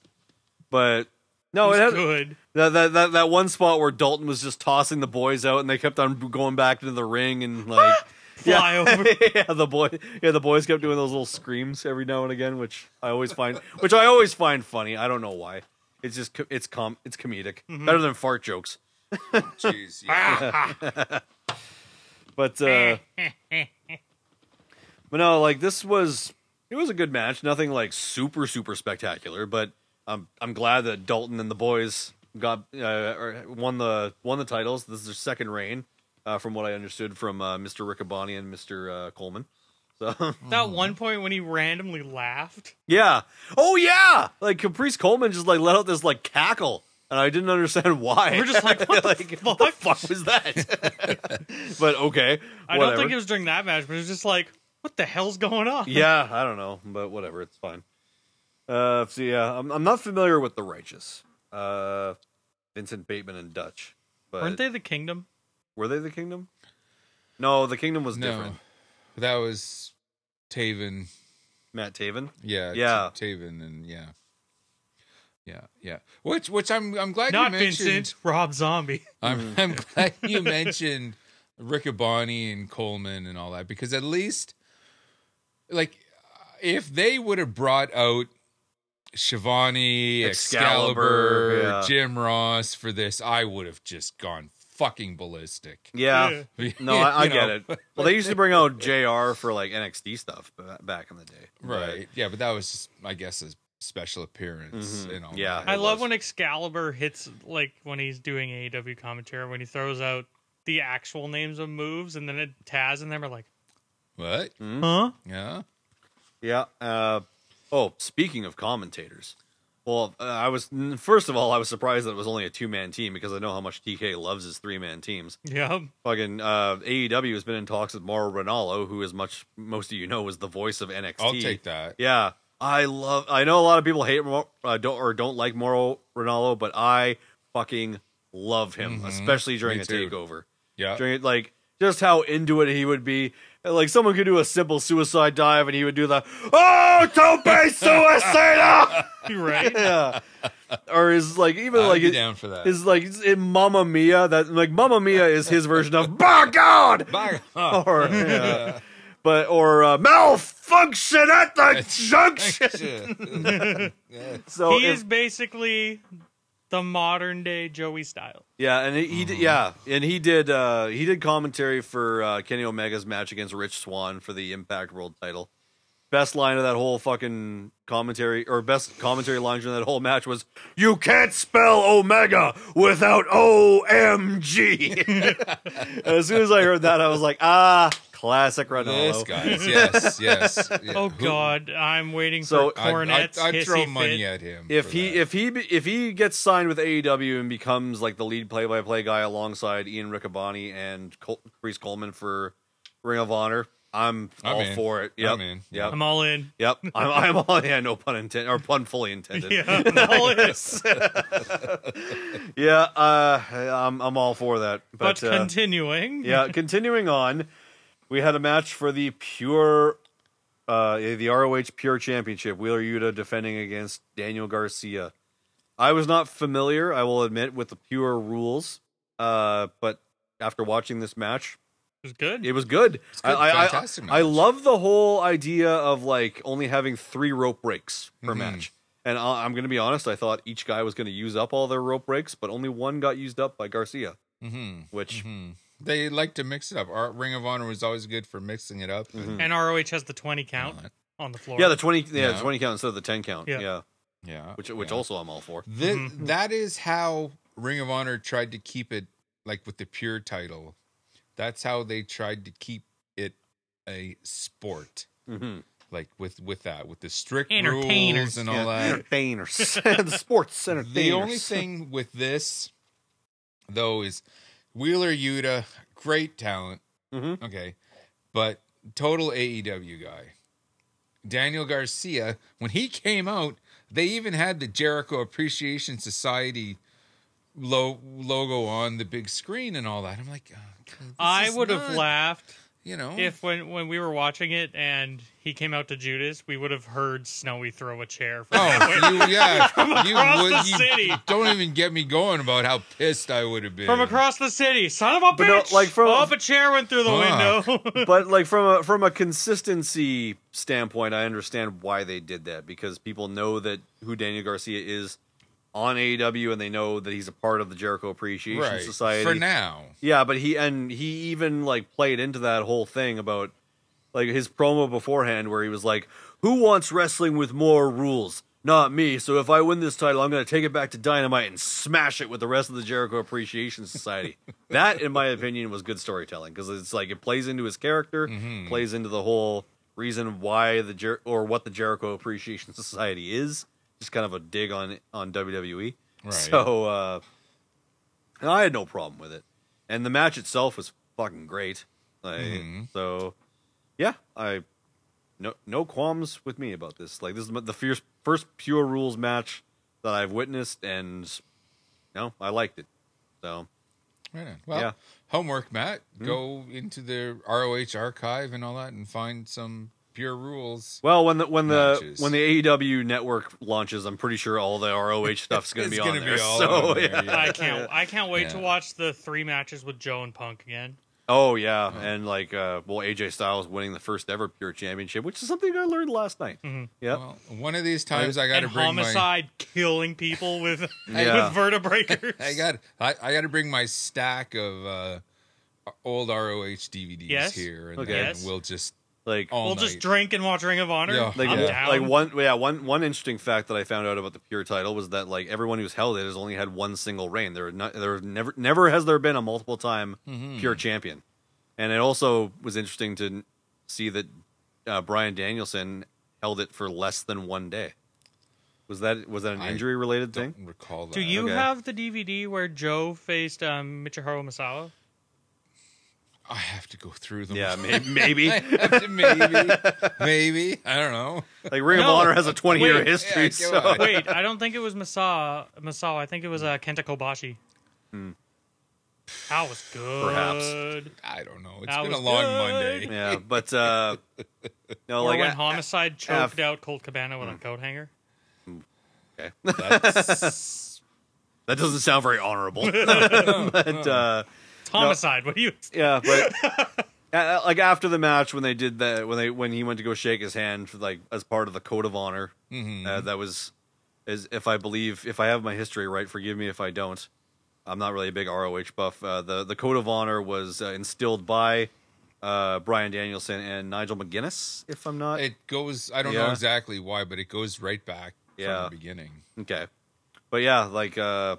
Speaker 5: But no, it,
Speaker 6: was
Speaker 5: had
Speaker 6: good.
Speaker 5: That, that that that one spot where Dalton was just tossing the boys out, and they kept on going back into the ring and like.
Speaker 6: Fly over.
Speaker 5: yeah, the boy. Yeah, the boys kept doing those little screams every now and again, which I always find, which I always find funny. I don't know why. It's just co- it's com it's comedic, better than fart jokes.
Speaker 4: jeez, yeah.
Speaker 6: Ah!
Speaker 5: But
Speaker 6: Eh.
Speaker 5: uh But no, like this was it was a good match. Nothing like super super spectacular, but I'm I'm glad that Dalton and the boys got uh, or won the won the titles. This is their second reign, uh, from what I understood from uh, Mr. Riccaboni and Mr. Uh, Coleman. So
Speaker 6: That one point when he randomly laughed.
Speaker 5: yeah, oh yeah, like Caprice Coleman just like let out this like cackle, and I didn't understand why.
Speaker 6: We're just like, what the
Speaker 5: what the fuck was that? but okay,
Speaker 6: I
Speaker 5: whatever.
Speaker 6: don't think it was during that match, but it was just like, what the hell's going on?
Speaker 5: yeah, I don't know, but whatever, it's fine. Uh, so yeah, I'm, I'm not familiar with the righteous, uh, Vincent Bateman and Dutch, but
Speaker 6: Weren't they the kingdom?
Speaker 5: Were they the Kingdom? No, the Kingdom was
Speaker 4: no,
Speaker 5: different.
Speaker 4: that was Taven.
Speaker 5: Matt Taven.
Speaker 4: Yeah,
Speaker 5: Yeah.
Speaker 4: T- Taven, and yeah, yeah, yeah. Which, which I'm, I'm glad
Speaker 6: Not
Speaker 4: you mentioned.
Speaker 6: Vincent, Rob Zombie.
Speaker 5: Mm.
Speaker 4: I'm, I'm glad you mentioned Riccaboni and Coleman and all that because at least, like, if they would have brought out Shivani, Excalibur,
Speaker 5: Excalibur, yeah.
Speaker 4: Jim Ross for this, I would have just gone fucking ballistic.
Speaker 5: Yeah.
Speaker 4: Yeah.
Speaker 5: No, I, I
Speaker 4: You
Speaker 5: get
Speaker 4: know.
Speaker 5: it. Well, they used to bring out Jr. for like NXT stuff ba- back in the day.
Speaker 4: Right? Yeah, but that was, just, I guess, a special appearance
Speaker 5: Mhm.
Speaker 4: and all.
Speaker 5: Yeah.
Speaker 4: that.
Speaker 6: I
Speaker 5: It
Speaker 6: love
Speaker 5: was.
Speaker 6: when Excalibur hits, like when he's doing AEW commentary, when he throws out the actual names of moves, and then it,
Speaker 5: Mm-hmm.
Speaker 6: Taz and them are like,
Speaker 4: What?
Speaker 6: huh?
Speaker 4: Yeah.
Speaker 5: Yeah. Uh, Oh, speaking of commentators, well, uh, I was n- first of all I was surprised that it was only a two man team because I know how much TK loves his three man teams.
Speaker 6: Yeah.
Speaker 5: Fucking uh, AEW has been in talks with Mauro Ranallo, who, as much most of you know, was the voice of NXT.
Speaker 4: I'll take that.
Speaker 5: Yeah, I love. I know a lot of people hate Mo- uh, don't or don't like Mauro Ranallo, but I fucking love him, especially during
Speaker 4: Mm-hmm. Me
Speaker 5: a
Speaker 4: too. Uh,
Speaker 5: takeover.
Speaker 4: Yeah.
Speaker 5: During it, like just how into it he would be. And, Like someone could do a simple suicide dive, and he would do the "Oh, don't be suicidal,"
Speaker 6: You're right.
Speaker 5: yeah. or is like even
Speaker 4: I'd
Speaker 5: like
Speaker 4: be
Speaker 5: his-
Speaker 4: down for that.
Speaker 5: Is like in Mamma Mia that like Mamma Mia is his version of "By God,"
Speaker 4: Bye.
Speaker 5: or yeah. but or uh, malfunction at the junction. So
Speaker 6: he
Speaker 5: if-
Speaker 6: is basically the modern day Joey Styles.
Speaker 5: yeah, and he, he did, yeah, and he did uh, he did commentary for uh, Kenny Omega's match against Rich Swan for the Impact World Title. Best line of that whole fucking commentary, or best commentary line during that whole match was, "You can't spell Omega without O M G." As soon as I heard that, I was like, "Ah, classic Ronaldo."
Speaker 4: This guy's yes, yes. yeah.
Speaker 6: Oh
Speaker 4: Who-
Speaker 6: God, I'm waiting
Speaker 5: So-
Speaker 6: for
Speaker 4: I'd-
Speaker 6: Cornette's
Speaker 4: I'd, I'd
Speaker 6: hissy
Speaker 4: throw
Speaker 6: fit.
Speaker 4: money at him.
Speaker 5: if
Speaker 4: for
Speaker 5: he
Speaker 4: that.
Speaker 5: if he be- if he gets signed with AEW and becomes like the lead play by play guy alongside Ian Riccaboni and Col- Chris Coleman for Ring of Honor, I'm,
Speaker 4: I'm
Speaker 5: all
Speaker 4: in.
Speaker 5: for it. Yep.
Speaker 4: I'm in.
Speaker 5: Yep.
Speaker 6: I'm all in.
Speaker 5: yep. I'm, I'm all yeah, no pun intended or pun fully intended.
Speaker 6: Yeah, I'm all
Speaker 4: uh,
Speaker 6: in.
Speaker 5: Yeah, uh, I'm I'm all for that.
Speaker 6: But,
Speaker 5: But, uh,
Speaker 6: continuing,
Speaker 5: yeah, continuing on, we had a match for the pure uh the ROH Pure Championship, Wheeler Yuta defending against Daniel Garcia. I was not familiar, I will admit, with the pure rules. Uh but after watching this match,
Speaker 6: it was good.
Speaker 5: it was good.
Speaker 4: good.
Speaker 5: I, I- I-
Speaker 4: Fantastic
Speaker 5: I
Speaker 4: match.
Speaker 5: love the whole idea of like only having three rope breaks per
Speaker 4: Mhm.
Speaker 5: match. And I, I'm going to be honest, I thought each guy was going to use up all their rope breaks, but only one got used up by Garcia,
Speaker 6: Mm-hmm.
Speaker 4: Mhm,
Speaker 5: which
Speaker 4: mhm. they like to mix it up. Our Ring of Honor was always good for mixing it up.
Speaker 5: Mm-hmm.
Speaker 4: and-
Speaker 6: and ROH has the 20 count on the floor.
Speaker 5: Yeah, the twenty, yeah, the
Speaker 4: Yeah.
Speaker 5: twenty count instead of the ten count. Yeah,
Speaker 6: Yeah.
Speaker 4: yeah,
Speaker 5: which which
Speaker 4: Uh, yeah.
Speaker 5: also I'm all for.
Speaker 4: Thi-
Speaker 6: Mm-hmm.
Speaker 4: that is how Ring of Honor tried to keep it like with the pure title. That's how they tried to keep it a sport.
Speaker 5: Mhm.
Speaker 4: Like with with that, with the strict rules
Speaker 6: Entertainers.
Speaker 4: and all that.
Speaker 5: entertainers, the sports center.
Speaker 4: The only thing with this, though, is Wheeler Yuta, great talent.
Speaker 5: Mhm.
Speaker 4: Okay. But total AEW guy. Daniel Garcia, when he came out, they even had the Jericho Appreciation Society lo- logo on the big screen and all that. I'm like, uh, this
Speaker 6: I
Speaker 4: is
Speaker 6: would have
Speaker 4: not,
Speaker 6: laughed
Speaker 4: You know,
Speaker 6: if when when we were watching it and he came out to Judas, we would have heard Snowy throw a chair. From
Speaker 4: Oh, you, yeah.
Speaker 6: across
Speaker 4: you would.
Speaker 6: the
Speaker 4: you
Speaker 6: city.
Speaker 4: Don't even get me going about how pissed I would have been.
Speaker 6: From across the city, son of a
Speaker 5: But
Speaker 6: bitch!
Speaker 5: no, like, from-
Speaker 6: oh, if a chair went through the
Speaker 4: Fuck.
Speaker 6: window.
Speaker 5: but like from a from a consistency standpoint, I understand why they did that because people know that who Daniel Garcia is on AEW, and they know that he's a part of the Jericho Appreciation
Speaker 4: right.
Speaker 5: Society
Speaker 4: For now.
Speaker 5: Yeah, but he and he even like played into that whole thing about like his promo beforehand where he was like, "Who wants wrestling with more rules? Not me. So if I win this title, I'm going to take it back to Dynamite and smash it with the rest of the Jericho Appreciation Society." that in my opinion was good storytelling because it's like it plays into his character, plays into the whole reason why the Jer- or what the Jericho Appreciation Society is. Just kind of a dig on on WWE.
Speaker 4: Right.
Speaker 5: So uh and I had no problem with it. And the match itself was fucking great. Like,
Speaker 4: Mm-hmm.
Speaker 5: So, yeah, I no no qualms with me about this. Like this is the fierce, first pure rules match that I've witnessed, and no, I liked it. So
Speaker 4: Right on. Well,
Speaker 5: Yeah. Hmm.
Speaker 4: homework, Matt. Go into the ROH archive and all that, and find some pure rules.
Speaker 5: well, when the when the
Speaker 4: Matches.
Speaker 5: when the AEW network launches, I'm pretty sure all the ROH stuff's going to
Speaker 4: It's
Speaker 5: be on
Speaker 4: gonna
Speaker 5: there.
Speaker 4: all
Speaker 5: so
Speaker 4: on there,
Speaker 5: yeah.
Speaker 6: I can't. I can't wait to
Speaker 4: Yeah.
Speaker 6: watch the three matches with Joe and Punk again.
Speaker 5: Oh yeah, and like uh, well, AJ Styles winning the first ever Pure Championship, which is something I learned last night. Yeah.
Speaker 4: Mm-hmm. Well, one of these times I got
Speaker 6: and
Speaker 4: to bring my.
Speaker 6: homicide killing people with
Speaker 5: Yeah.
Speaker 6: with vertebreakers.
Speaker 4: I got. I, I got to bring my stack of uh, old ROH DVDs
Speaker 6: Yes.
Speaker 4: here, and
Speaker 5: Okay.
Speaker 4: then
Speaker 6: Yes.
Speaker 4: we'll just
Speaker 5: like
Speaker 4: all
Speaker 6: We'll
Speaker 4: night.
Speaker 6: just drink and watch Ring of Honor.
Speaker 4: Yeah.
Speaker 5: like
Speaker 6: I'm
Speaker 5: one-
Speaker 6: down.
Speaker 5: like one yeah one one interesting fact that I found out about the pure title was that like everyone who's held it has only had one single reign. There are not there are never never has there been a multiple time
Speaker 4: Mm-hmm.
Speaker 5: pure champion, and it also was interesting to n- see that uh, Brian Danielson held it for less than one day. Was that was that an
Speaker 4: I
Speaker 5: injury related thing?
Speaker 4: Don't recall that.
Speaker 6: Do you
Speaker 5: Okay.
Speaker 6: have the DVD where Joe faced um, Michihiro Masawa?
Speaker 4: I have to go through them.
Speaker 5: Yeah, maybe. maybe.
Speaker 4: I have to- maybe, maybe. I don't know.
Speaker 5: like Ring of
Speaker 6: No.
Speaker 5: Honor has a twenty year
Speaker 6: Wait.
Speaker 5: history.
Speaker 4: Yeah, go
Speaker 5: so
Speaker 4: on.
Speaker 6: Wait, I don't think it was Masawa. Masawa, I think it was uh, Kenta Kobashi. That was good.
Speaker 5: Hmm. Perhaps.
Speaker 4: I don't know. It's
Speaker 6: That
Speaker 4: been a
Speaker 6: was
Speaker 4: long
Speaker 6: good.
Speaker 4: Monday.
Speaker 5: yeah, but uh, no,
Speaker 6: Or
Speaker 5: like
Speaker 6: when
Speaker 5: I-
Speaker 6: Homicide
Speaker 5: I- Hmm.
Speaker 6: choked out Colt Cabana with a coat hanger.
Speaker 5: okay.
Speaker 4: That's
Speaker 5: that doesn't sound very honorable. but uh,
Speaker 6: It's Homicide. What do you?
Speaker 5: yeah, but uh, like after the match when they did that when they when he went to go shake his hand for, like as part of the code of honor uh, that was is if I believe if I have my history right, forgive me if I don't. I'm not really a big ROH buff. Uh, the the code of honor was uh, instilled by uh, Brian Danielson and Nigel McGuinness, if I'm not
Speaker 4: it goes. I don't know
Speaker 5: Yeah.
Speaker 4: exactly why, but it goes right back
Speaker 5: Yeah.
Speaker 4: from the beginning.
Speaker 5: Okay. But yeah, like uh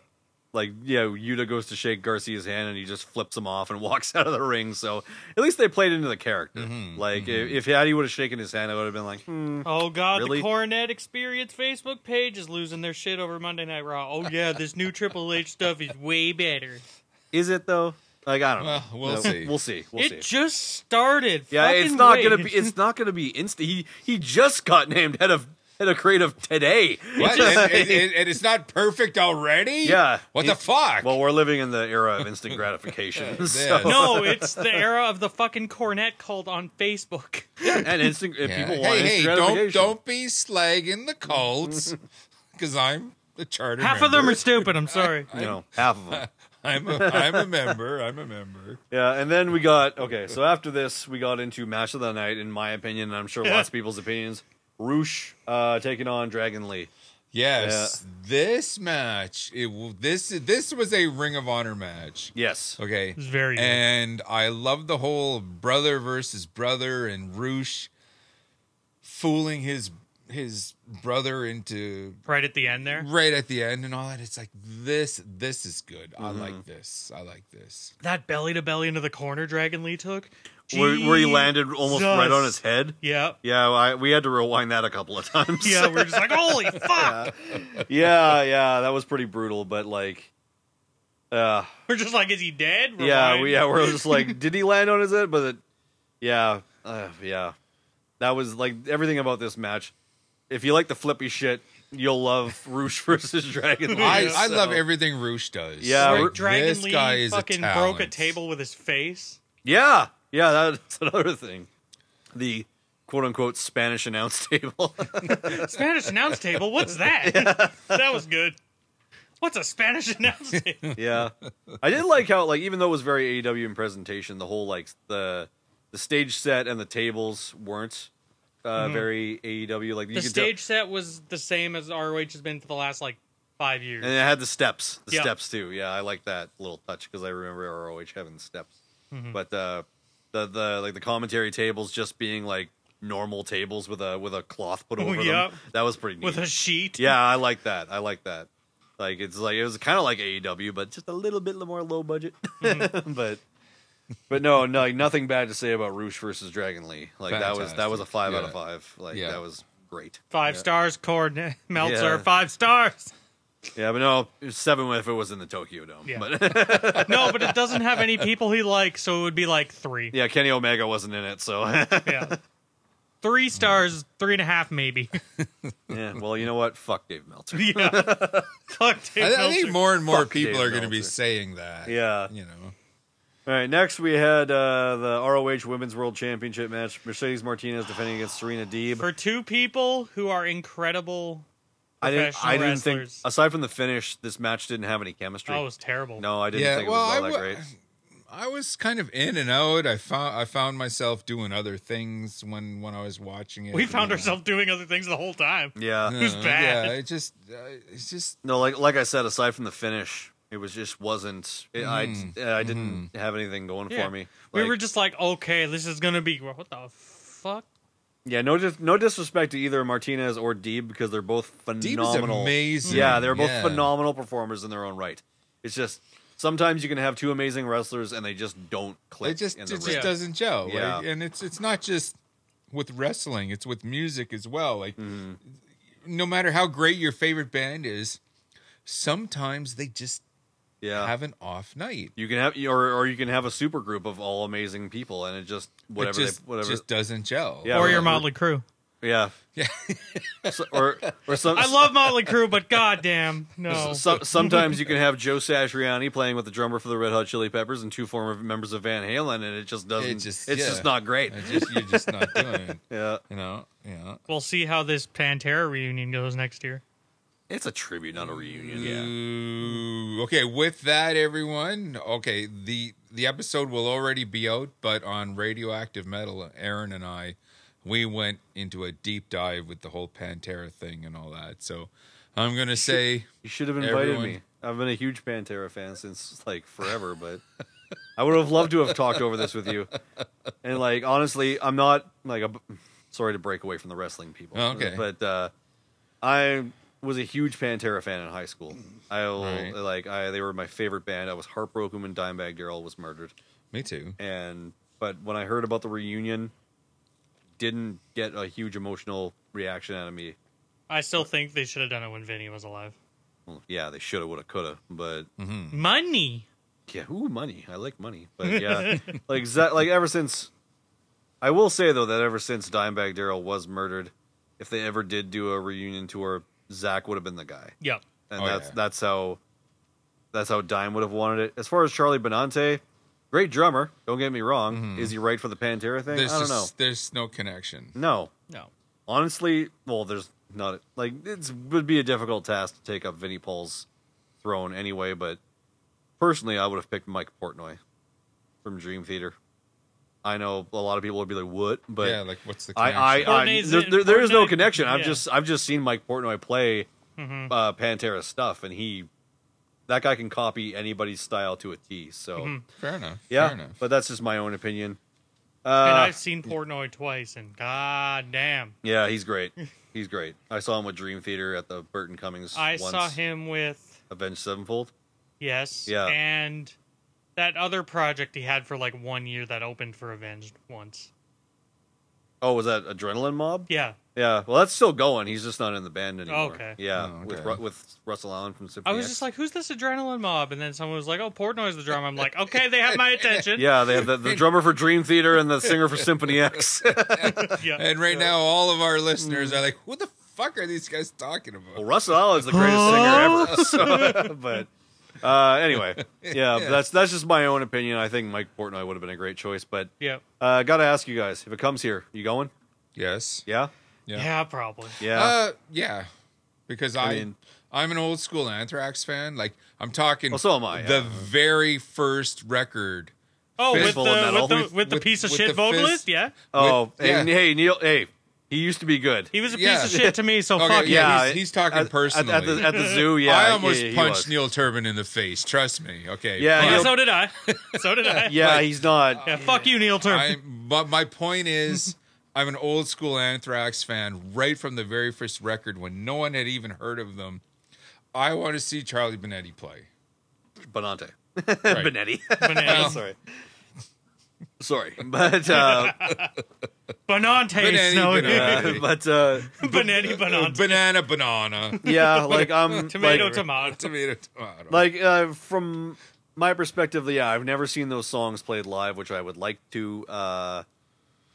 Speaker 5: like yeah, Yuta goes to shake Garcia's hand and he just flips him off and walks out of the ring. So at least they played into the character.
Speaker 4: Mm-hmm.
Speaker 5: Like if, if Hattie would have shaken his hand, I would have been like, hmm.
Speaker 6: Oh God,
Speaker 5: Really?
Speaker 6: the Coronet Experience Facebook page is losing their shit over Monday Night Raw. Oh yeah, this new Triple H stuff is way better.
Speaker 5: is it though? Like I don't
Speaker 4: Well,
Speaker 5: know.
Speaker 4: we'll
Speaker 5: No,
Speaker 4: see.
Speaker 5: We'll see. We'll
Speaker 6: it
Speaker 5: see.
Speaker 6: just started.
Speaker 5: yeah, it's
Speaker 6: Fucking
Speaker 5: not
Speaker 6: wait.
Speaker 5: gonna be. It's not gonna be instant. He he just got named head of head of creative today.
Speaker 4: What? and, and- and- and it's not perfect already.
Speaker 5: Yeah.
Speaker 4: What the
Speaker 5: It-
Speaker 4: fuck?
Speaker 5: Well, we're living in the era of instant gratification. so-
Speaker 4: Yes.
Speaker 6: no, it's the era of the fucking cornet cult on Facebook.
Speaker 5: and instant if
Speaker 4: Yeah.
Speaker 5: people want
Speaker 4: hey, hey,
Speaker 5: instant
Speaker 4: don't
Speaker 5: gratification.
Speaker 4: don't be slagging the cults because I'm a charter.
Speaker 6: Half of them
Speaker 4: member.
Speaker 6: are stupid. I'm sorry.
Speaker 5: you know half of them.
Speaker 4: I'm a, I'm a member. I'm a member.
Speaker 5: Yeah, and then we got okay. So after this, we got into match of the night, in my opinion, and I'm sure lots of people's opinions. Roosh uh, taking on Dragon Lee.
Speaker 4: Yes, this match. It w- this this was a Ring of Honor match.
Speaker 5: Yes,
Speaker 4: Okay,
Speaker 6: It's very good.
Speaker 4: and I love the whole brother versus brother and Roosh fooling his his brother into
Speaker 6: right at the end there.
Speaker 4: right at the end and all that. It's like this this is good. I
Speaker 5: Mm-hmm.
Speaker 4: like this. I like this.
Speaker 6: That belly to belly into the corner Dragon Lee took.
Speaker 5: where, where he landed almost right on his
Speaker 6: Jesus.
Speaker 5: head.
Speaker 6: Yeah.
Speaker 5: Yeah, I, we had to rewind that a couple of times.
Speaker 6: Yeah, we're just like, holy fuck!
Speaker 5: yeah, yeah, that was pretty brutal. But like, uh,
Speaker 6: We're just like, is he dead? We're
Speaker 5: yeah,
Speaker 6: fine.
Speaker 5: we, yeah, we're just like, did he land on his head? But it, yeah, uh, yeah, that was like everything about this match. If you like the flippy shit, you'll love Roosh versus Dragon Lee.
Speaker 4: I, I
Speaker 5: so-
Speaker 4: love everything Roosh does.
Speaker 5: Yeah,
Speaker 6: Where
Speaker 5: Like,
Speaker 6: Dragon
Speaker 4: this
Speaker 6: Lee
Speaker 4: guy is
Speaker 6: fucking
Speaker 4: a
Speaker 6: broke a
Speaker 4: talent.
Speaker 6: table with his face.
Speaker 5: Yeah, yeah, that's another thing. The quote unquote Spanish announce table.
Speaker 6: Spanish announce table. What's that? that was good. What's a Spanish announce table?
Speaker 5: yeah, I did like how like even though it was very AEW in presentation, the whole like the the stage set and the tables weren't uh, very AEW. Like you
Speaker 6: Mm-hmm. the
Speaker 5: could
Speaker 6: stage set was the same as ROH has been for the last like five years.
Speaker 5: tell, and it had the steps, the
Speaker 6: Yeah.
Speaker 5: steps too. Yeah, I like that little touch because I remember ROH having steps,
Speaker 6: Mm-hmm.
Speaker 5: but uh, the the like the commentary tables just being like normal tables with a with a cloth put over
Speaker 6: yeah.
Speaker 5: them. That was pretty neat.
Speaker 6: with a sheet.
Speaker 5: Yeah, I like that. I like that. Like it's like it was kind of like AEW, but just a little bit more low budget. but Mm-hmm. but no, no, like, nothing bad to say about Roosh versus Dragon Lee. Like that was that was
Speaker 4: Fantastic.
Speaker 5: a five out
Speaker 4: Yeah.
Speaker 5: of five. Like
Speaker 4: Yeah.
Speaker 5: that was great.
Speaker 6: Five stars, Cord Meltzer.
Speaker 5: Yeah.
Speaker 6: Five stars.
Speaker 5: Yeah, but no, it was seven if it was in the Tokyo Dome.
Speaker 6: Yeah.
Speaker 5: But
Speaker 6: No, but it doesn't have any people he likes, so it would be like three.
Speaker 5: yeah, Kenny Omega wasn't in it, so
Speaker 6: Yeah. Three stars, three and a half maybe.
Speaker 5: yeah. Well, you know what? Fuck Dave Meltzer.
Speaker 6: yeah. Fuck Dave
Speaker 4: I, I
Speaker 6: Meltzer.
Speaker 4: think more and more
Speaker 5: Fuck
Speaker 4: people
Speaker 5: Dave
Speaker 4: are going to be
Speaker 5: Meltzer.
Speaker 4: saying that.
Speaker 5: Yeah.
Speaker 4: You know.
Speaker 5: All right, next we had uh, the ROH Women's World Championship match. Mercedes Martinez defending against Serena Deeb.
Speaker 6: For two people who are incredible,
Speaker 5: I didn't. I
Speaker 6: professional
Speaker 5: didn't think.
Speaker 6: wrestlers.
Speaker 5: Aside from the finish, this match didn't have any chemistry.
Speaker 6: that Oh, was terrible.
Speaker 5: No, I didn't
Speaker 4: Yeah,
Speaker 5: think
Speaker 4: well,
Speaker 5: it was all
Speaker 4: I
Speaker 5: that
Speaker 4: wa-
Speaker 5: great.
Speaker 4: I was kind of in and out. I found I found myself doing other things when when I was watching it.
Speaker 6: We found
Speaker 4: Yeah.
Speaker 6: ourselves doing other things the whole time.
Speaker 5: Yeah.
Speaker 6: was bad.
Speaker 4: Yeah, it just uh, it's just
Speaker 5: No, like like I said, aside from the finish, it was just wasn't. It,
Speaker 4: Mm-hmm.
Speaker 5: I I didn't have anything going
Speaker 6: Yeah.
Speaker 5: for me.
Speaker 6: we
Speaker 5: Like,
Speaker 6: were just like, okay, this is gonna be what the fuck?
Speaker 5: yeah. No, dis- no disrespect to either Martinez or Deeb because they're both
Speaker 4: Deep
Speaker 5: phenomenal.
Speaker 4: is amazing.
Speaker 5: Yeah, they're both
Speaker 4: Yeah.
Speaker 5: phenomenal performers in their own right. It's just sometimes you can have two amazing wrestlers and they just don't click.
Speaker 4: It just
Speaker 5: in
Speaker 4: it
Speaker 5: the
Speaker 4: just
Speaker 5: ring.
Speaker 4: doesn't gel.
Speaker 5: Yeah.
Speaker 4: right? And it's it's not just with wrestling, it's with music as well. Like,
Speaker 5: Mm-hmm.
Speaker 4: no matter how great your favorite band is, sometimes they just
Speaker 5: Yeah.
Speaker 4: have an off night.
Speaker 5: you can have or or you can have a super group of all amazing people and it just whatever
Speaker 4: it just,
Speaker 5: they, whatever
Speaker 4: just doesn't gel.
Speaker 5: Yeah.
Speaker 6: or
Speaker 5: right.
Speaker 6: your Motley Crue.
Speaker 5: yeah.
Speaker 4: Yeah.
Speaker 5: So- or or some
Speaker 6: I love Motley Crue, but goddamn, no.
Speaker 5: So, sometimes you can have Joe Satriani playing with the drummer for the Red Hot Chili Peppers and two former members of Van Halen, and it just doesn't.
Speaker 4: It just-
Speaker 5: it's
Speaker 4: yeah.
Speaker 5: just not great.
Speaker 4: It's just, you're just not doing it.
Speaker 5: Yeah,
Speaker 4: You know? Yeah.
Speaker 6: We'll see how this Pantera reunion goes next year.
Speaker 5: it's a tribute, not a reunion.
Speaker 4: Ooh. Okay, with that, everyone. Okay, the the episode will already be out, but on Radioactive Metal, Aaron and I, we went into a deep dive with the whole Pantera thing and all that. So I'm gonna say,
Speaker 5: You should have invited
Speaker 4: Everyone-
Speaker 5: me. I've been a huge Pantera fan since like forever, but I would have loved to have talked over this with you. And like honestly, I'm not like a, sorry to break away from the wrestling people.
Speaker 4: Oh, Okay.
Speaker 5: but uh, I was a huge Pantera fan in high school. I will
Speaker 4: Right.
Speaker 5: like I they were my favorite band. I was heartbroken when Dimebag Darrell was murdered,
Speaker 4: me too.
Speaker 5: and but when I heard about the reunion, didn't get a huge emotional reaction out of me.
Speaker 6: I still think they should have done it when Vinny was alive.
Speaker 5: Well, yeah, they should have, would have, could have, but Hmm.
Speaker 6: Money.
Speaker 5: Yeah, ooh, money. I like money, but yeah, like za- like ever since, I will say though that ever since Dimebag Daryl was murdered, if they ever did do a reunion tour, Zach would have been the guy,
Speaker 6: Yep.
Speaker 5: and
Speaker 4: Oh,
Speaker 5: that's
Speaker 4: yeah.
Speaker 5: that's how that's how Dime would have wanted it. As far as Charlie Benante, great drummer. Don't get me wrong.
Speaker 4: Mm-hmm.
Speaker 5: Is he right for the Pantera thing?
Speaker 4: There's
Speaker 5: I don't
Speaker 4: just there's no connection.
Speaker 5: know. No,
Speaker 6: No.
Speaker 5: honestly, well, there's not like it would be a difficult task to take up Vinnie Paul's throne anyway. But personally, I would have picked Mike Portnoy from Dream Theater. I know a lot of people would be like, "What?" But
Speaker 4: yeah, like what's the
Speaker 5: I,
Speaker 4: connection?
Speaker 5: I, I
Speaker 6: Portnoy's-
Speaker 5: there, there- there is no
Speaker 6: Portnoy-
Speaker 5: connection. I've
Speaker 6: yeah. Mm-hmm.
Speaker 5: just, I've just seen Mike Portnoy play uh, Pantera stuff, and he, that guy can copy anybody's style to a T. So
Speaker 6: Mm-hmm.
Speaker 4: fair enough.
Speaker 5: yeah,
Speaker 4: fair enough.
Speaker 5: but that's just my own opinion. Uh,
Speaker 6: and I've seen Portnoy twice, and goddamn,
Speaker 5: Yeah, he's great. He's great. I saw him with Dream Theater at the Burton Cummings.
Speaker 6: I
Speaker 5: once.
Speaker 6: saw him with
Speaker 5: Avenged Sevenfold.
Speaker 6: yes,
Speaker 5: Yeah.
Speaker 6: and that other project he had for like one year that opened for Avenged once.
Speaker 5: Oh, was that Adrenaline Mob?
Speaker 6: Yeah,
Speaker 5: Yeah. Well, that's still going. He's just not in the band anymore.
Speaker 6: Okay.
Speaker 5: Yeah,
Speaker 4: Oh,
Speaker 5: with
Speaker 4: okay.
Speaker 5: Ru- with Russell Allen from Symphony
Speaker 6: I was
Speaker 5: X.
Speaker 6: just like, "Who's this adrenaline mob?" And then someone was like, "Oh, Portnoy's the drummer." I'm like, "Okay, they have my attention."
Speaker 5: Yeah, they have the, the drummer for Dream Theater and the singer for Symphony X.
Speaker 6: yeah.
Speaker 4: and right now, all of our
Speaker 5: Hmm.
Speaker 4: listeners are like, "What the fuck are these guys talking about?"
Speaker 5: well, Russell Allen's the greatest
Speaker 4: Oh.
Speaker 5: singer ever. So, but uh, anyway, yeah, that's that's just my own opinion. I think Mike Portnoy would have been a great choice, but
Speaker 6: yeah,
Speaker 5: uh, got to ask you guys if it comes here, you going?
Speaker 4: Yes.
Speaker 5: Yeah,
Speaker 4: Yeah.
Speaker 6: yeah, probably.
Speaker 5: yeah.
Speaker 4: Uh, yeah, because I, I
Speaker 5: mean-
Speaker 4: am an old school Anthrax fan. Like I'm talking.
Speaker 5: Well, so am I,
Speaker 4: The
Speaker 5: yeah.
Speaker 4: very first record.
Speaker 6: Oh, with
Speaker 5: Fistful of
Speaker 6: the,
Speaker 5: metal.
Speaker 6: with the
Speaker 5: With-
Speaker 6: with, the
Speaker 4: with-
Speaker 6: piece of
Speaker 4: with
Speaker 6: shit
Speaker 4: the
Speaker 6: vocalist,
Speaker 4: fist.
Speaker 6: yeah,
Speaker 5: oh,
Speaker 4: with- yeah.
Speaker 5: and, hey Neil, hey, he used to be good.
Speaker 6: he was a
Speaker 4: Yeah.
Speaker 6: piece of shit to me. So
Speaker 4: Okay,
Speaker 6: fuck
Speaker 4: yeah.
Speaker 6: yeah.
Speaker 4: he's- he's talking
Speaker 5: at- at-
Speaker 4: personally.
Speaker 5: at, the, at the zoo. Yeah,
Speaker 4: I
Speaker 5: yeah,
Speaker 4: almost
Speaker 5: yeah, he
Speaker 4: punched
Speaker 5: was.
Speaker 4: Neil Turbin in the face. Trust me. Okay.
Speaker 5: Yeah,
Speaker 6: Yeah,
Speaker 5: Neil-
Speaker 6: so did I. So did I.
Speaker 5: Yeah, he's not.
Speaker 6: Yeah, fuck you, Neil Turner.
Speaker 4: I, but my point is, I'm an old school Anthrax fan. Right from the very first record, when no one had even heard of them, I want to see Charlie Benetti play.
Speaker 5: Bonante.
Speaker 4: Right.
Speaker 5: Benetti.
Speaker 6: Bonanza.
Speaker 5: Sorry. Sorry. But uh,
Speaker 6: Bonantes,
Speaker 4: Benetti,
Speaker 6: no,
Speaker 4: Benetti.
Speaker 5: uh, but uh,
Speaker 6: Benetti, Bonantes.
Speaker 4: Banana, banana,
Speaker 5: yeah, like um
Speaker 6: Tomato,
Speaker 5: like,
Speaker 6: tomato.
Speaker 4: tomato, tomato.
Speaker 5: like uh, from my perspective, yeah, I've never seen those songs played live, which I would like to. Uh,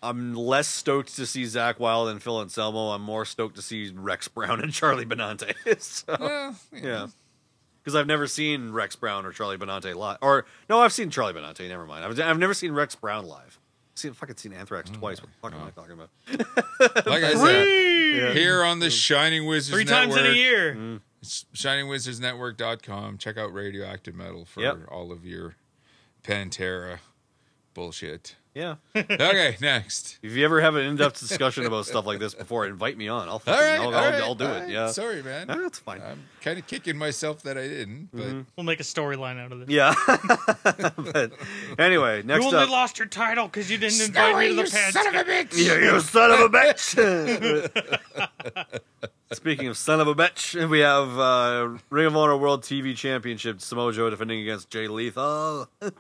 Speaker 5: I'm less stoked to see Zach Wilde and Phil Anselmo. I'm more stoked to see Rex Brown and Charlie Benante. so,
Speaker 4: Well,
Speaker 5: yeah. Because I've never seen Rex Brown or Charlie Benante live. Or, no, I've seen Charlie Benante. Never mind. I've, I've never seen Rex Brown live. I've seen, fucking seen Anthrax
Speaker 4: Mm,
Speaker 5: twice. What the fuck am I talking about?
Speaker 4: Like I said, here on the Shining Wizards
Speaker 6: Three times in a
Speaker 4: Network,
Speaker 6: year.
Speaker 4: shiningwizardsnetwork.com. Check out Radioactive Metal for
Speaker 5: Yep.
Speaker 4: all of your Pantera bullshit.
Speaker 5: Yeah.
Speaker 4: Okay, next.
Speaker 5: If you ever have an in-depth discussion about stuff like this before, invite me on. I'll
Speaker 4: All
Speaker 5: fucking,
Speaker 4: right,
Speaker 5: I'll,
Speaker 4: all
Speaker 5: I'll,
Speaker 4: right,
Speaker 5: I'll do
Speaker 4: all
Speaker 5: it.
Speaker 4: right.
Speaker 5: Yeah,
Speaker 4: Sorry, man.
Speaker 5: Ah, that's fine.
Speaker 4: I'm kind of kicking myself that I didn't, but
Speaker 5: Mm-hmm.
Speaker 6: We'll make a storyline out of this.
Speaker 5: yeah. but anyway,
Speaker 6: You
Speaker 5: next
Speaker 6: only
Speaker 5: up,
Speaker 6: lost your title because you didn't invite me to the Pantera.
Speaker 5: you, you son of a bitch. Speaking of son of a bitch, we have uh, Ring of Honor World TV Championship Samoa Joe defending against Jay Lethal.
Speaker 6: That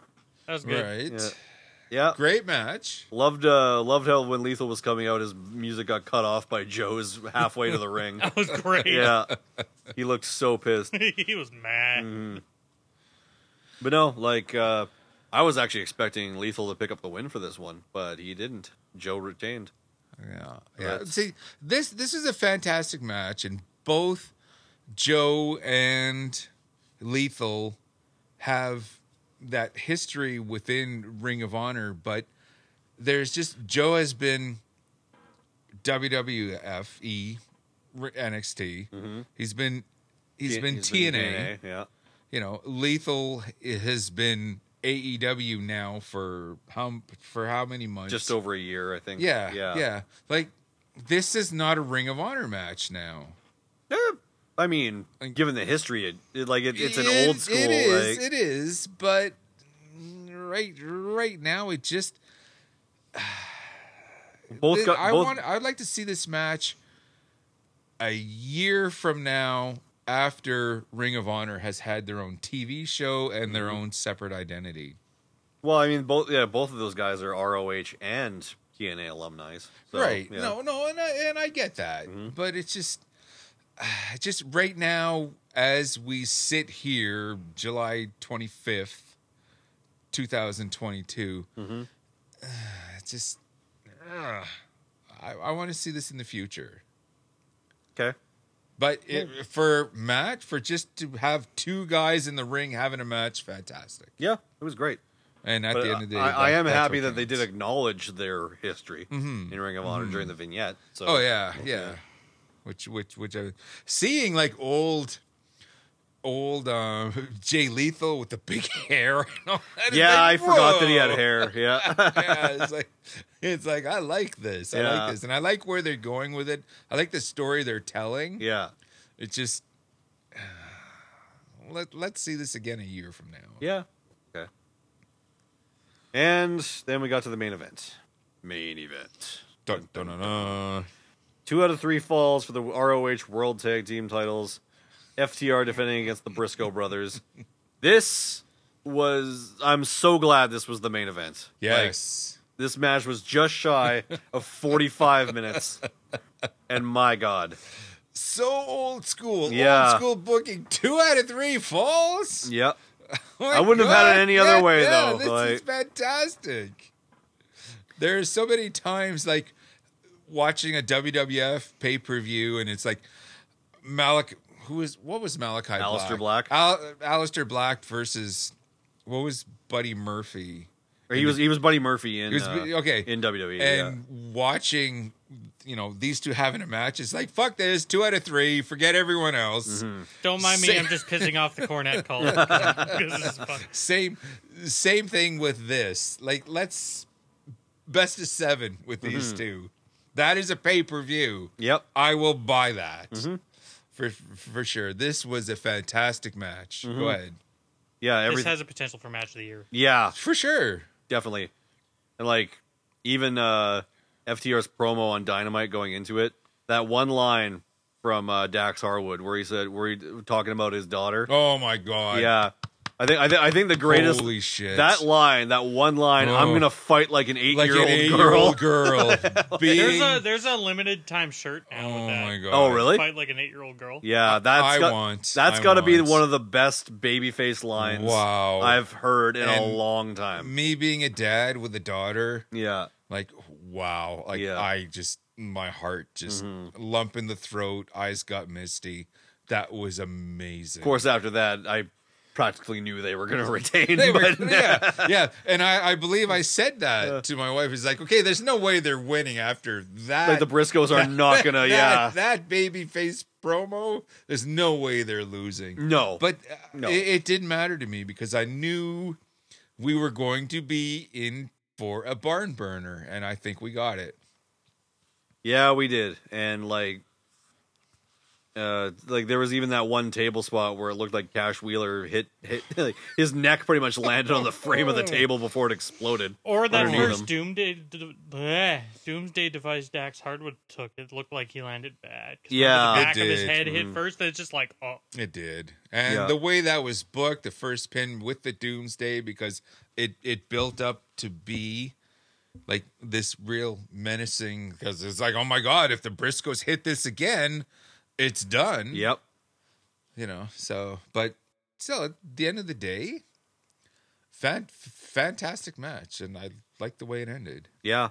Speaker 6: was good.
Speaker 4: right.
Speaker 5: Yeah. Yeah.
Speaker 4: Great match.
Speaker 5: Loved uh loved how when Lethal was coming out his music got cut off by Joe's halfway to the ring.
Speaker 6: That was great.
Speaker 5: Yeah. He looked so pissed.
Speaker 6: he was mad.
Speaker 5: Mm-hmm. But no, like uh I was actually expecting Lethal to pick up the win for this one, but he didn't. Joe retained.
Speaker 4: Yeah. Yeah.
Speaker 5: Right.
Speaker 4: See, this this is a fantastic match, and both Joe and Lethal have that history within Ring of Honor, but there's just Joe has been WWF E NXT. He's been he's been
Speaker 5: He's
Speaker 4: TNA.
Speaker 5: TNA, Yeah.
Speaker 4: You know, Lethal has been AEW now for how for how many months?
Speaker 5: Just over a year, I think.
Speaker 4: Yeah,
Speaker 5: Yeah.
Speaker 4: yeah, Like this is not a Ring of Honor match now.
Speaker 5: Eh, I mean, given the history, it, it like it, it's an
Speaker 4: It-
Speaker 5: old school.
Speaker 4: It is.
Speaker 5: like,
Speaker 4: it is. But right, right now, it just.
Speaker 5: both got
Speaker 4: I
Speaker 5: both,
Speaker 4: want. I'd like to see this match a year from now after Ring of Honor has had their own TV show and their
Speaker 5: Mm-hmm.
Speaker 4: own separate identity.
Speaker 5: Well, I mean, both yeah, both of those guys are ROH and TNA alumni. So,
Speaker 4: right.
Speaker 5: yeah. Mm-hmm.
Speaker 4: No, no, and I, and I get that, but it's just, just right now as we sit here, July twenty fifth, two thousand twenty two.
Speaker 5: Mm-hmm.
Speaker 4: It's just, uh, I, I want to see this in the future.
Speaker 5: Okay.
Speaker 4: But it, for Matt, for just to have two guys in the ring having a match, fantastic.
Speaker 5: Yeah, it was great.
Speaker 4: And at
Speaker 5: But
Speaker 4: the end of the day,
Speaker 5: I, I
Speaker 4: that-
Speaker 5: am
Speaker 4: that's
Speaker 5: happy
Speaker 4: what
Speaker 5: that they did
Speaker 4: counts. Mm-hmm.
Speaker 5: acknowledge their history in Ring of Honor during the vignette. So
Speaker 4: Oh yeah, yeah. Which which which I seeing like old old um Jay Lethal with the big hair and all that. it's
Speaker 5: yeah, I
Speaker 4: like,
Speaker 5: forgot that he had
Speaker 4: whoa.
Speaker 5: hair. Yeah,
Speaker 4: yeah, it's like it's like I like this. I
Speaker 5: Yeah.
Speaker 4: like this. And I like where they're going with it. I like the story they're telling.
Speaker 5: yeah,
Speaker 4: It's just let let's see this again a year from now.
Speaker 5: yeah. Okay. And then we got to the main event. Main event.
Speaker 4: Dun, dun, dun, dun.
Speaker 5: Two out of three falls for the ROH World Tag Team titles. FTR defending against the Briscoe brothers. This was. I'm so glad this was the main event. Like,
Speaker 4: Yes.
Speaker 5: this match was just shy of 45 minutes. And my God.
Speaker 4: so old school.
Speaker 5: Yeah.
Speaker 4: Old school booking. Two out of three falls.
Speaker 5: Yep.
Speaker 4: Oh my
Speaker 5: I wouldn't have had it
Speaker 4: God,
Speaker 5: any other way, though,
Speaker 4: This is
Speaker 5: like-
Speaker 4: fantastic. There are so many times like watching a WWF pay per view, and it's like Malik. Who is what was Malachi?
Speaker 5: Aleister
Speaker 4: Black.
Speaker 5: Black.
Speaker 4: Al- Aleister Black versus what was Buddy Murphy?
Speaker 5: He was he was Buddy Murphy in
Speaker 4: It was
Speaker 5: uh,
Speaker 4: okay
Speaker 5: in WWE.
Speaker 4: and watching you know these two having a match. It's like fuck this, two out of three. Forget everyone else.
Speaker 5: Mm-hmm.
Speaker 6: Don't mind me.
Speaker 4: Say-
Speaker 6: I'm just pissing off the cornet call. 'Cause this is fun.
Speaker 4: same same thing with this like let's best of seven with these two that is a pay-per-view
Speaker 5: Mm-hmm. yeah. Mm-hmm. Yep.
Speaker 4: i will buy that for for sure this was a fantastic match
Speaker 5: Mm-hmm.
Speaker 4: go ahead
Speaker 5: Yeah,
Speaker 6: This
Speaker 5: everything.
Speaker 6: has a potential for match of the year.
Speaker 5: yeah,
Speaker 4: for sure
Speaker 5: definitely. And like even uh FTR's promo on Dynamite going into it, that one line from uh, Dax Harwood where he said where he talking about his daughter.
Speaker 4: oh my god
Speaker 5: Yeah. I think I think I think the greatest
Speaker 4: holy shit
Speaker 5: that line, that one line, I'm
Speaker 4: Oh.
Speaker 5: going to fight like an 8-year-old
Speaker 4: like an
Speaker 5: girl.
Speaker 4: eight-year-old girl,
Speaker 6: There's
Speaker 4: beating
Speaker 6: a there's a limited time shirt now.
Speaker 4: oh
Speaker 6: with that.
Speaker 4: my god
Speaker 5: Oh, really?
Speaker 6: Fight like an eight year old girl.
Speaker 5: Yeah, that's
Speaker 4: I
Speaker 5: got,
Speaker 4: want-
Speaker 5: that's
Speaker 4: I
Speaker 5: got to be
Speaker 4: want.
Speaker 5: one of the best babyface lines
Speaker 4: Wow.
Speaker 5: I've heard in a
Speaker 4: And
Speaker 5: long time.
Speaker 4: me being a dad with a daughter
Speaker 5: Yeah,
Speaker 4: like wow like
Speaker 5: Yeah. Mm-hmm.
Speaker 4: i just my heart just lump in the throat eyes got misty that was amazing
Speaker 5: of course. After that, I practically knew they were going to retain.
Speaker 4: they were,
Speaker 5: but
Speaker 4: yeah yeah and i i believe i said that to my wife is like okay there's no way they're winning after that
Speaker 5: like the Briscoes are not going to.
Speaker 4: that,
Speaker 5: Yeah,
Speaker 4: that baby face promo there's no way they're losing
Speaker 5: no.
Speaker 4: but uh,
Speaker 5: No.
Speaker 4: it, it didn't matter to me because i knew we were going to be in for a barn burner and i think we got it
Speaker 5: yeah, we did, and like Uh, like there was even that one table spot where it looked like Cash Wheeler hit hit like, his neck pretty much landed on the frame of the table before it exploded.
Speaker 6: Or that
Speaker 5: underneath
Speaker 6: first
Speaker 5: him.
Speaker 6: Doomsday, d- bleh, Doomsday device Dax Hardwood took. It looked like he landed bad. 'Cause remember
Speaker 5: Yeah. Mm.
Speaker 6: the
Speaker 5: It
Speaker 6: back of his
Speaker 4: did.
Speaker 6: head hit first. And it's just like, oh,
Speaker 4: It did. And
Speaker 5: Yeah.
Speaker 4: the way that was booked, the first pin with the doomsday, because it, it built up to be like this real menacing because it's like, oh my god, if the Briscoes hit this again, it's done.
Speaker 5: Yep.
Speaker 4: You know, so but still at the end of the day, fan- fantastic match. And I like the way it ended.
Speaker 5: Yeah.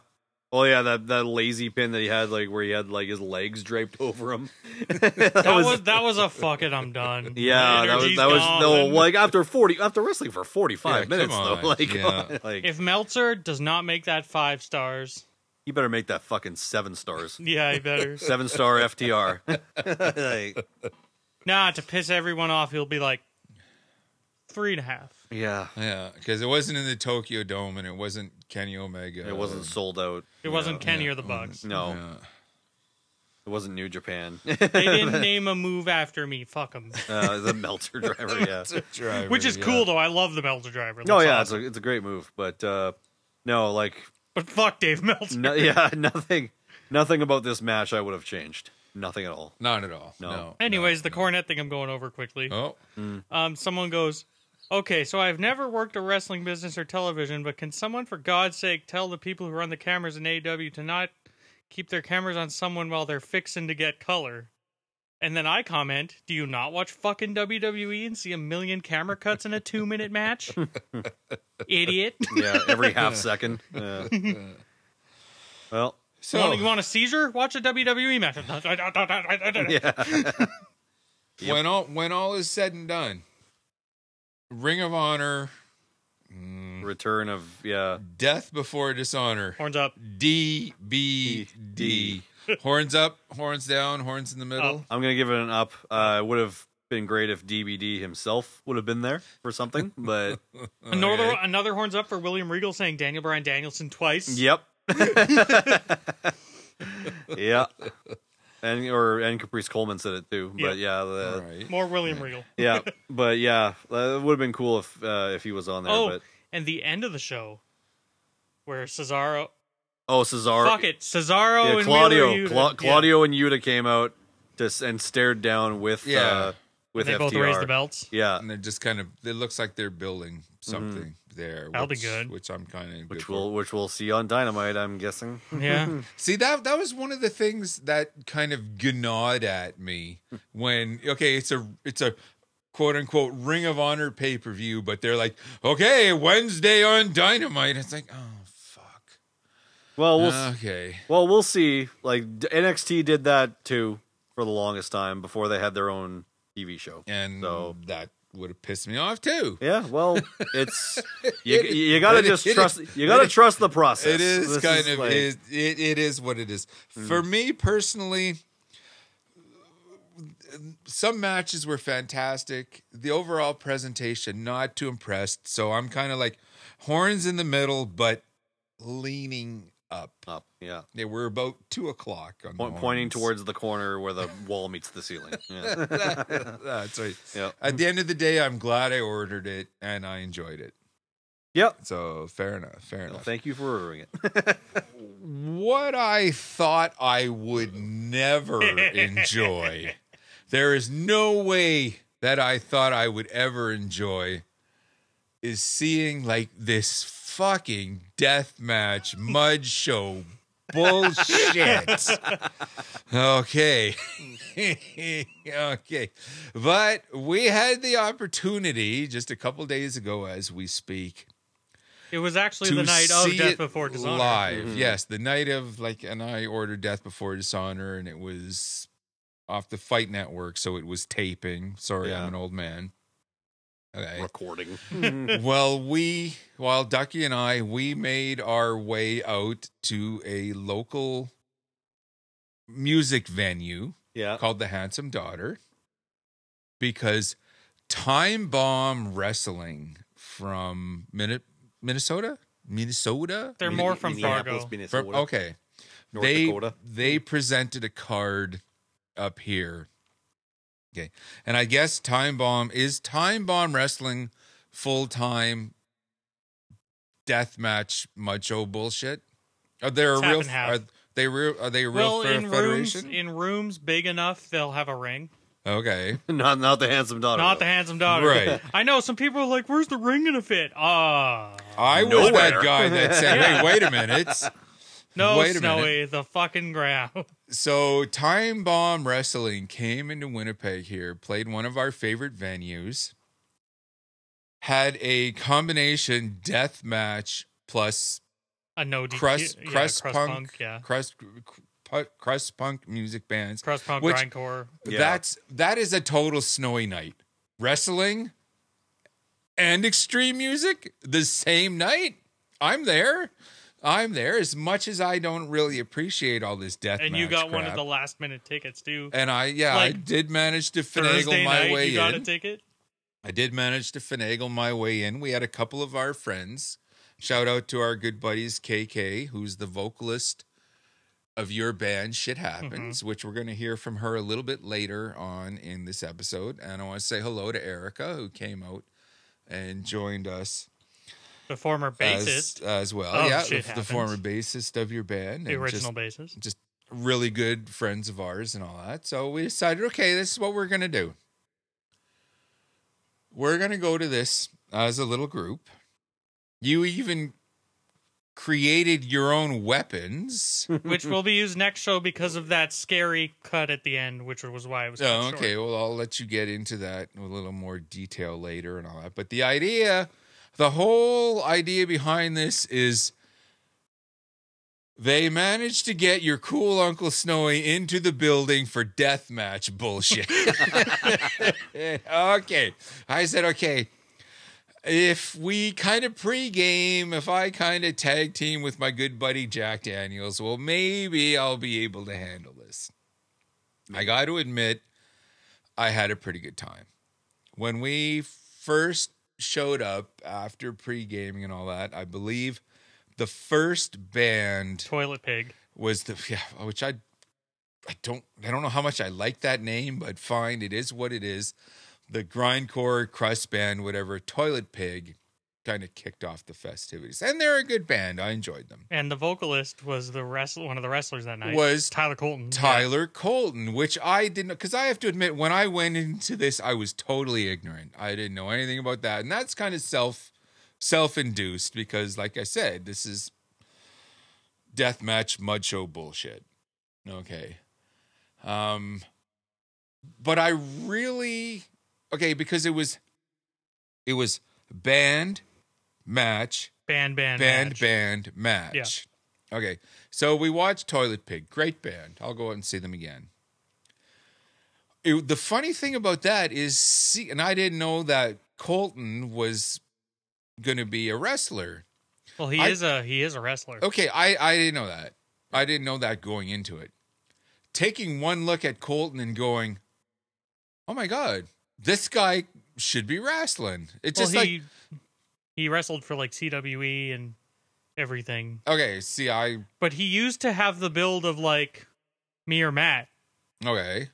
Speaker 5: Oh yeah, that that lazy pin that he had, like where he had like his legs draped over him. that,
Speaker 6: that was that was a fuck it. I'm done.
Speaker 5: yeah,
Speaker 6: My
Speaker 5: that was
Speaker 6: energy's
Speaker 5: that was no
Speaker 6: gone.
Speaker 5: like after forty after wrestling for forty
Speaker 4: Yeah, come
Speaker 5: five minutes though.
Speaker 4: on.
Speaker 5: Like,
Speaker 4: Yeah.
Speaker 5: like
Speaker 6: If Meltzer does not make that five stars,
Speaker 5: you better make that fucking seven stars,
Speaker 6: yeah, he better.
Speaker 5: seven star FTR. Like,
Speaker 6: nah, to piss everyone off, he'll be like three and a half.
Speaker 5: yeah,
Speaker 4: Yeah, because it wasn't in the Tokyo Dome and it wasn't Kenny Omega. Um,
Speaker 5: it wasn't sold out.
Speaker 6: It wasn't
Speaker 5: Yeah. Mm.
Speaker 6: Kenny or the Bucks.
Speaker 5: No,
Speaker 4: Yeah.
Speaker 5: it wasn't New Japan.
Speaker 6: They didn't name a move after me. Fuck them.
Speaker 5: uh, the Meltzer driver, yeah.
Speaker 4: Driver,
Speaker 6: Which is
Speaker 4: yeah.
Speaker 6: cool though. I love the Meltzer driver.
Speaker 5: No, Oh,
Speaker 6: That's
Speaker 5: yeah, it's
Speaker 6: awesome.
Speaker 5: a, it's a great move, but uh, no, like
Speaker 6: but fuck Dave Meltzer.
Speaker 5: no, yeah, nothing, nothing about this match I would have changed. Nothing at all.
Speaker 4: Not at all.
Speaker 5: No.
Speaker 4: No.
Speaker 6: Anyways, the cornet thing I'm going over quickly.
Speaker 4: Oh,
Speaker 6: Um, someone goes, "Okay, so I've never worked a wrestling business or television, but can someone, for God's sake, tell the people who run the cameras in AW to not keep their cameras on someone while they're fixing to get color?" And then I comment, "Do you not watch fucking WWE and see a million camera cuts in a two-minute match, idiot?
Speaker 5: Yeah, every half second. Yeah. well,
Speaker 4: so
Speaker 6: you want a seizure? Watch a E WWE match."
Speaker 5: yeah,
Speaker 4: when all when all is said and done, Ring of Honor,
Speaker 5: return of yeah,
Speaker 4: Death Before Dishonor,
Speaker 6: Horns up.
Speaker 4: DBD, horns up, horns down, horns in the middle.
Speaker 5: I'm gonna give it an up. Uh, it would have been great if DBD himself would have been there for something, but
Speaker 6: Uh, Another
Speaker 4: Okay.
Speaker 6: another horns up for William Regal saying Daniel Bryan Danielson twice.
Speaker 5: yep, yeah, and or and Caprice Coleman said it too, but yeah, the,
Speaker 4: All right.
Speaker 6: More William Regal.
Speaker 5: yeah, but yeah, uh, it would have been cool if uh, if he was on there.
Speaker 6: Oh,
Speaker 5: but
Speaker 6: and the end of the show where Cesaro.
Speaker 5: oh, Cesaro,
Speaker 6: fuck it, Cesaro
Speaker 5: yeah,
Speaker 6: and Wheeler
Speaker 5: Claudio,
Speaker 6: Yuta.
Speaker 5: Cla-
Speaker 6: Yeah.
Speaker 5: Claudio and Yuta came out to, s- and stared down with
Speaker 4: Yeah. Mm,
Speaker 5: uh, with
Speaker 6: They
Speaker 5: FTR.
Speaker 6: both raised the belts.
Speaker 5: Yeah,
Speaker 4: And they're just kind of. It looks like they're building something there.
Speaker 6: Mm-hmm. That'll be
Speaker 4: which-
Speaker 6: good.
Speaker 4: Which I'm kind of.
Speaker 5: which we'll which we'll see on Dynamite, I'm guessing.
Speaker 6: Yeah,
Speaker 4: See that that was one of the things that kind of gnawed at me
Speaker 5: Hmm.
Speaker 4: when okay, it's a it's a quote unquote Ring of Honor pay per view, but they're like, okay, Wednesday on Dynamite. It's like, oh fuck,
Speaker 5: Well, we'll
Speaker 4: Uh,
Speaker 5: s
Speaker 4: okay,
Speaker 5: well we'll see. Like d- NXT did that too for the longest time before they had their own TV show.
Speaker 4: and
Speaker 5: so
Speaker 4: that would have pissed me off too.
Speaker 5: yeah, well, it's you, you gotta
Speaker 4: it-
Speaker 5: just
Speaker 4: it-
Speaker 5: trust you gotta
Speaker 4: it-
Speaker 5: trust the process.
Speaker 4: It is
Speaker 5: This
Speaker 4: kind of
Speaker 5: like- Hmm.
Speaker 4: is it, it is what it is. For me personally, some matches were fantastic. The overall presentation not too impressed. So I'm kind of like horns in the middle, but leaning up.
Speaker 5: up, yeah.
Speaker 4: They were about two o'clock on the
Speaker 5: Po- pointing
Speaker 4: horns.
Speaker 5: towards the corner where the wall meets the ceiling. Yeah.
Speaker 4: That's right.
Speaker 5: yeah.
Speaker 4: At the end of the day, I'm glad I ordered it and I enjoyed it.
Speaker 5: Yep.
Speaker 4: So fair enough. Fair
Speaker 5: Well,
Speaker 4: enough.
Speaker 5: thank you for ordering it.
Speaker 4: what I thought I would never enjoy. There is no way that I thought I would ever enjoy is seeing like this fucking deathmatch mud show bullshit. okay. okay. But we had the opportunity just a couple days ago as we speak
Speaker 6: it was actually the night
Speaker 4: see
Speaker 6: of Death
Speaker 4: it
Speaker 6: Before Mm-hmm. Dishonor.
Speaker 4: Live, yes, the night of like, and I ordered Death Before Dishonor, and it was off the Fight Network, so it was taping. Sorry,
Speaker 5: Yeah.
Speaker 4: I'm an old man. Okay.
Speaker 5: Recording.
Speaker 4: well, we, while Ducky and I, we made our way out to a local music venue
Speaker 5: yeah.
Speaker 4: called The Handsome Daughter because Time Bomb Wrestling from Minne- Minnesota, Minnesota,
Speaker 6: They're more from Fargo.
Speaker 5: Minneapolis,
Speaker 4: From-
Speaker 5: Minnesota.
Speaker 4: okay.
Speaker 5: North
Speaker 4: they
Speaker 5: Dakota.
Speaker 4: they presented a card up here Okay. And I guess Time Bomb is Time Bomb Wrestling full time deathmatch macho bullshit. Are they a
Speaker 6: It's half
Speaker 4: real?
Speaker 6: and half.
Speaker 4: Are they real? Are they a real
Speaker 6: well,
Speaker 4: fair
Speaker 6: in rooms
Speaker 4: federation?
Speaker 6: in rooms big enough, they'll have a ring.
Speaker 4: okay.
Speaker 5: Not not the handsome daughter.
Speaker 6: Not the
Speaker 5: though.
Speaker 6: handsome daughter.
Speaker 4: Right.
Speaker 6: I know some people are like, "Where's the ring gonna fit?" Ah,
Speaker 4: I was
Speaker 5: Nowhere.
Speaker 4: that guy that said, "Hey, wait a minute."
Speaker 6: no,
Speaker 4: Wait a
Speaker 6: Snowy, the fucking ground.
Speaker 4: So, Time Bomb Wrestling came into Winnipeg here, played one of our favorite venues, had a combination death match plus
Speaker 6: A Uh, no DQ.
Speaker 4: crust,
Speaker 6: yeah,
Speaker 4: crust, punk,
Speaker 6: yeah,
Speaker 4: crust, pu- crust punk music bands.
Speaker 6: crust punk,
Speaker 4: which-
Speaker 6: grindcore.
Speaker 5: Yeah.
Speaker 4: That's that is a total snowy night. Wrestling and extreme music the same night. I'm there. I'm there. As much as I don't really appreciate all this death,
Speaker 6: And you
Speaker 4: match
Speaker 6: got one of
Speaker 4: crap.
Speaker 6: the last minute tickets too.
Speaker 4: And I, yeah, I
Speaker 6: like,
Speaker 4: did manage to finagle
Speaker 6: Thursday
Speaker 4: my
Speaker 6: night,
Speaker 4: way
Speaker 6: you got
Speaker 4: in.
Speaker 6: a ticket.
Speaker 4: I did manage to finagle my way in. We had a couple of our friends. Shout out to our good buddies KK, who's the vocalist of your band Shit
Speaker 6: Mm-hmm.
Speaker 4: Happens, which we're going to hear from her a little bit later on in this episode. And I want to say hello to Erica, who came out and joined us
Speaker 6: The former
Speaker 4: as,
Speaker 6: bassist,
Speaker 4: as well.
Speaker 6: Oh,
Speaker 4: yeah,
Speaker 6: Shit
Speaker 4: the, the
Speaker 6: Happens.
Speaker 4: former bassist of your band.
Speaker 6: the
Speaker 4: uh, and
Speaker 6: original
Speaker 4: just-
Speaker 6: bassist.
Speaker 4: just really good friends of ours and all that. So we decided, okay, this is what we're going to do. We're going to go to this as a little group. You even created your own weapons.
Speaker 6: which will be used next show because of that scary cut at the end, which was why it was.
Speaker 4: Oh,
Speaker 6: cut short.
Speaker 4: okay. Well, I'll let you get into that in a little more detail later and all that. But the idea, the whole idea behind this is they managed to get your cool Uncle Snowy into the building for deathmatch bullshit. okay. I said, okay. If we kind of pregame, if I kind of tag team with my good buddy Jack Daniels, well, maybe I'll be able to handle this. I got to admit, I had a pretty good time. When we first showed up after pre gaming and all that, I believe the first band
Speaker 6: Toilet pig.
Speaker 4: was the yeah, which I I don't I don't know how much I like that name, but fine, it is what it is. The grindcore crust band, whatever, Toilet Pig, kind of kicked off the festivities, and they're a good band. I enjoyed them.
Speaker 6: And the vocalist was the wrestler, one of the wrestlers that night.
Speaker 4: Was
Speaker 6: Tyler Colton.
Speaker 4: Tyler Colton, which I didn't because I have to admit, when I went into this, I was totally ignorant. I didn't know anything about that, and that's kind of self self induced because, like I said, this is deathmatch mud show bullshit. Okay, um, but I really okay because it was it was band match
Speaker 6: Yeah. Band, band,
Speaker 4: band
Speaker 6: match.
Speaker 4: band match. Okay, so we watched Toilet Pig, great band. I'll go out and see them again. It- the funny thing about that is, see, and I didn't know that Colton was going to be a wrestler.
Speaker 6: Well, he
Speaker 4: I-
Speaker 6: is a he is a wrestler.
Speaker 4: Okay, I I didn't know that. I didn't know that going into it. Taking one look at Colton and going, "Oh my god, this guy should be wrestling." It's
Speaker 6: well,
Speaker 4: just like
Speaker 6: he he wrestled for like CWE and everything,
Speaker 4: okay, see, I
Speaker 6: but he used to have the build of like me or Matt
Speaker 4: okay,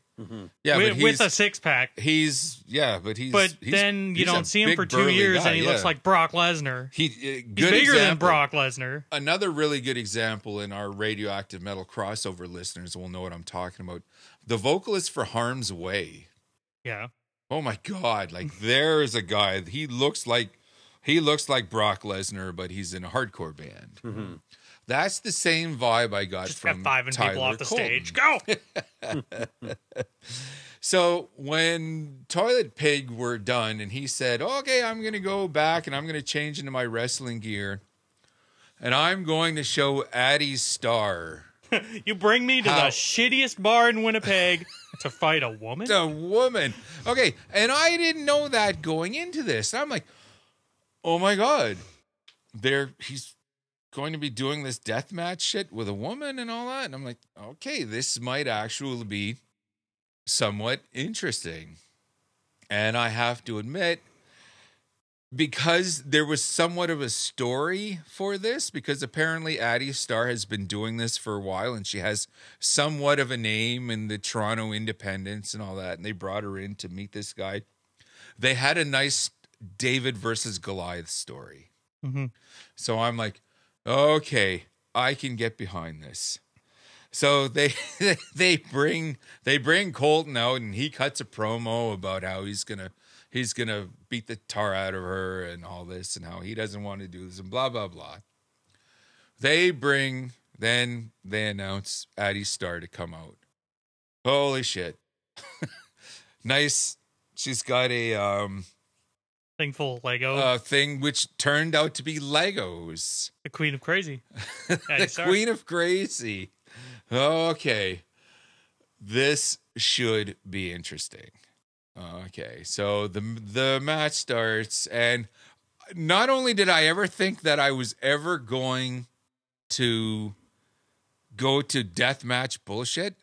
Speaker 4: yeah, but
Speaker 6: with,
Speaker 4: he's,
Speaker 6: with a six pack.
Speaker 4: He's yeah, but he's.
Speaker 6: But
Speaker 4: he's-
Speaker 6: then you
Speaker 4: he's a
Speaker 6: don't see him
Speaker 4: big,
Speaker 6: for two
Speaker 4: burly
Speaker 6: years,
Speaker 4: guy,
Speaker 6: and he
Speaker 4: yeah.
Speaker 6: looks like Brock Lesnar.
Speaker 4: he uh, good
Speaker 6: He's bigger than
Speaker 4: example.
Speaker 6: Brock Lesnar.
Speaker 4: Another really good example in our radioactive metal crossover listeners will know what I'm talking about. The vocalist for Harm's Way.
Speaker 6: Yeah,
Speaker 4: Oh my god! Like there is a guy. He looks like he looks like Brock Lesnar, but he's in a hardcore band. That's the same vibe I got
Speaker 6: just
Speaker 4: from
Speaker 6: F five and
Speaker 4: Tyler
Speaker 6: people off the
Speaker 4: Colton.
Speaker 6: stage. Go.
Speaker 4: So when Toilet Pig were done and he said, "Okay, I'm going to go back and I'm going to change into my wrestling gear and I'm going to show Addie Star."
Speaker 6: You bring me to
Speaker 4: How?
Speaker 6: the shittiest bar in Winnipeg to fight a woman?
Speaker 4: A woman. Okay, and I didn't know that going into this. And I'm like, "Oh my god. There he's going to be doing this death match shit with a woman and all that." And I'm like, "Okay, this might actually be somewhat interesting." And I have to admit, because there was somewhat of a story for this because apparently Addie Starr has been doing this for a while and she has somewhat of a name in the Toronto Independence and all that and they brought her in to meet this guy. They had a nice David versus Goliath story.
Speaker 6: Mhm.
Speaker 4: So I'm like, okay, I can get behind this. So they they bring they bring Colton out and he cuts a promo about how he's gonna he's gonna beat the tar out of her and all this and how he doesn't want to do this and blah blah blah. They bring then they announce Addie Starr to come out. Holy shit. nice. She's got a um
Speaker 6: Thing full of Lego.
Speaker 4: uh, thing which turned out to be Legos.
Speaker 6: the Queen of Crazy.
Speaker 4: the
Speaker 6: Addie Starr.
Speaker 4: Queen of Crazy. Okay. This should be interesting. Okay. So the the match starts and not only did I ever think that I was ever going to go to deathmatch bullshit,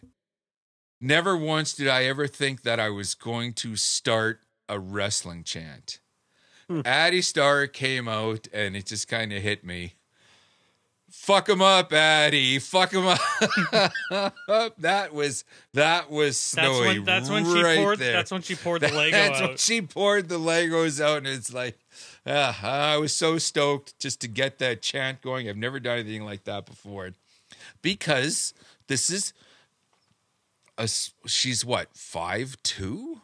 Speaker 4: never once did I ever think that I was going to start a wrestling chant.
Speaker 6: Hmm.
Speaker 4: Addie Starr came out and it just kind of hit me. Fuck him up, Addie. Fuck him up. that was that was
Speaker 6: That's
Speaker 4: snowy.
Speaker 6: when that's when
Speaker 4: right
Speaker 6: she poured
Speaker 4: there.
Speaker 6: that's when she poured the Lego
Speaker 4: That's
Speaker 6: out.
Speaker 4: when she poured the Legos out, and it's like, ah, I was so stoked just to get that chant going. I've never done anything like that before, because this is a s- she's what five two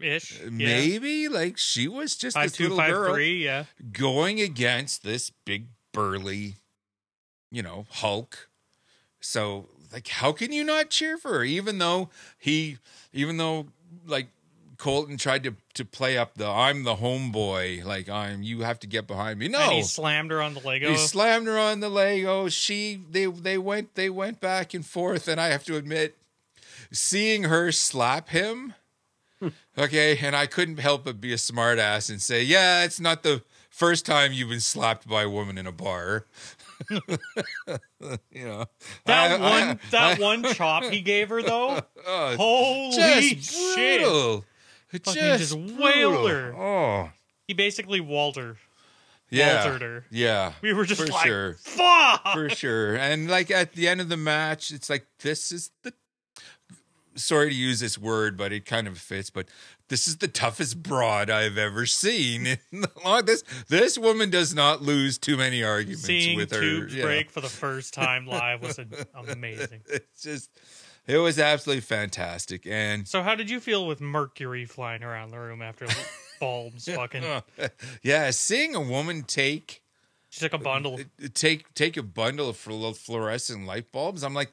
Speaker 6: Ish. Yeah.
Speaker 4: maybe like she was just
Speaker 6: Five
Speaker 4: Uh, this
Speaker 6: two,
Speaker 4: little
Speaker 6: five
Speaker 4: girl
Speaker 6: three, yeah.
Speaker 4: going against this big burly, you know, Hulk. So like how can you not cheer for her? Even though he even though like Colton tried to to play up the I'm the homeboy, like I'm you have to get behind me. No.
Speaker 6: And he slammed her on the Lego.
Speaker 4: He slammed her on the Lego. She they they went they went back and forth, and I have to admit, seeing her slap him, okay, and I couldn't help but be a smartass and say, yeah, it's not the first time you've been slapped by a woman in a bar. you know
Speaker 6: that
Speaker 4: I- I-
Speaker 6: one that one chop he gave her though.
Speaker 4: oh,
Speaker 6: Holy
Speaker 4: just
Speaker 6: shit.
Speaker 4: brutal.
Speaker 6: Fucking just wailed her.
Speaker 4: Oh
Speaker 6: He basically Walter.
Speaker 4: yeah,
Speaker 6: Waltered her.
Speaker 4: yeah.
Speaker 6: We were just
Speaker 4: For
Speaker 6: like
Speaker 4: sure.
Speaker 6: fuck
Speaker 4: for sure. And like at the end of the match, it's like this is the sorry to use this word, but it kind of fits. But this is the toughest broad I've ever seen. in the long- this this woman does not lose too many arguments
Speaker 6: Seeing
Speaker 4: with her.
Speaker 6: tubes
Speaker 4: yeah.
Speaker 6: break for the first time live was an- amazing.
Speaker 4: It's just it was absolutely fantastic. And
Speaker 6: So how did you feel with Mercury flying around the room after bulbs fucking
Speaker 4: yeah, seeing a woman take
Speaker 6: she took a bundle.
Speaker 4: take take a bundle of flu- fluorescent light bulbs. I'm like,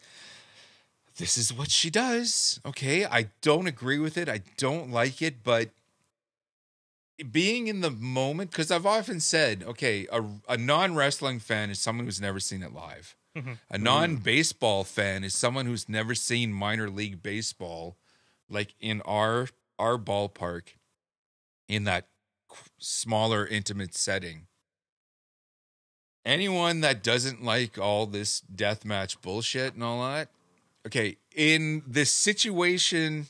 Speaker 4: this is what she does. Okay, I don't agree with it. I don't like it, but being in the moment because I've often said, okay, a, a non wrestling fan is someone who's never seen it live. A non baseball fan is someone who's never seen minor league baseball, like in our our ballpark, in that qu- smaller intimate setting anyone that doesn't like all this deathmatch bullshit and all that, okay, in this situation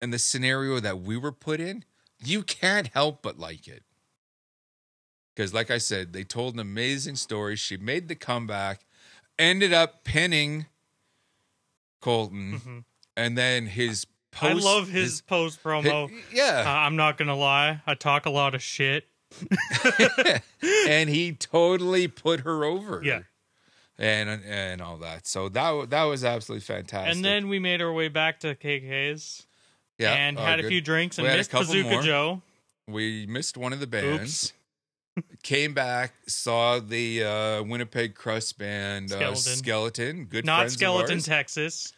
Speaker 4: and the scenario that we were put in, you can't help but like it. Because, like I said, they told an amazing story. She made the comeback, ended up pinning Colton,
Speaker 6: Mhm.
Speaker 4: and then his
Speaker 6: I
Speaker 4: post.
Speaker 6: love his, post promo.
Speaker 4: yeah.
Speaker 6: Uh, I'm not gonna lie, I talk a lot of shit.
Speaker 4: and he totally put her over.
Speaker 6: Yeah.
Speaker 4: And and all that. So that wa- that was absolutely fantastic.
Speaker 6: And then we made our way back to KK's
Speaker 4: yeah,
Speaker 6: and
Speaker 4: oh,
Speaker 6: had a
Speaker 4: good.
Speaker 6: few drinks and
Speaker 4: We had a
Speaker 6: missed
Speaker 4: couple
Speaker 6: Bazooka
Speaker 4: more.
Speaker 6: Joe.
Speaker 4: We missed one of the bands. Came back, saw the uh, Winnipeg Crust band Uh,
Speaker 6: Skeleton.
Speaker 4: skeleton. Good
Speaker 6: Not
Speaker 4: friends of
Speaker 6: Skeleton
Speaker 4: ours.
Speaker 6: Texas.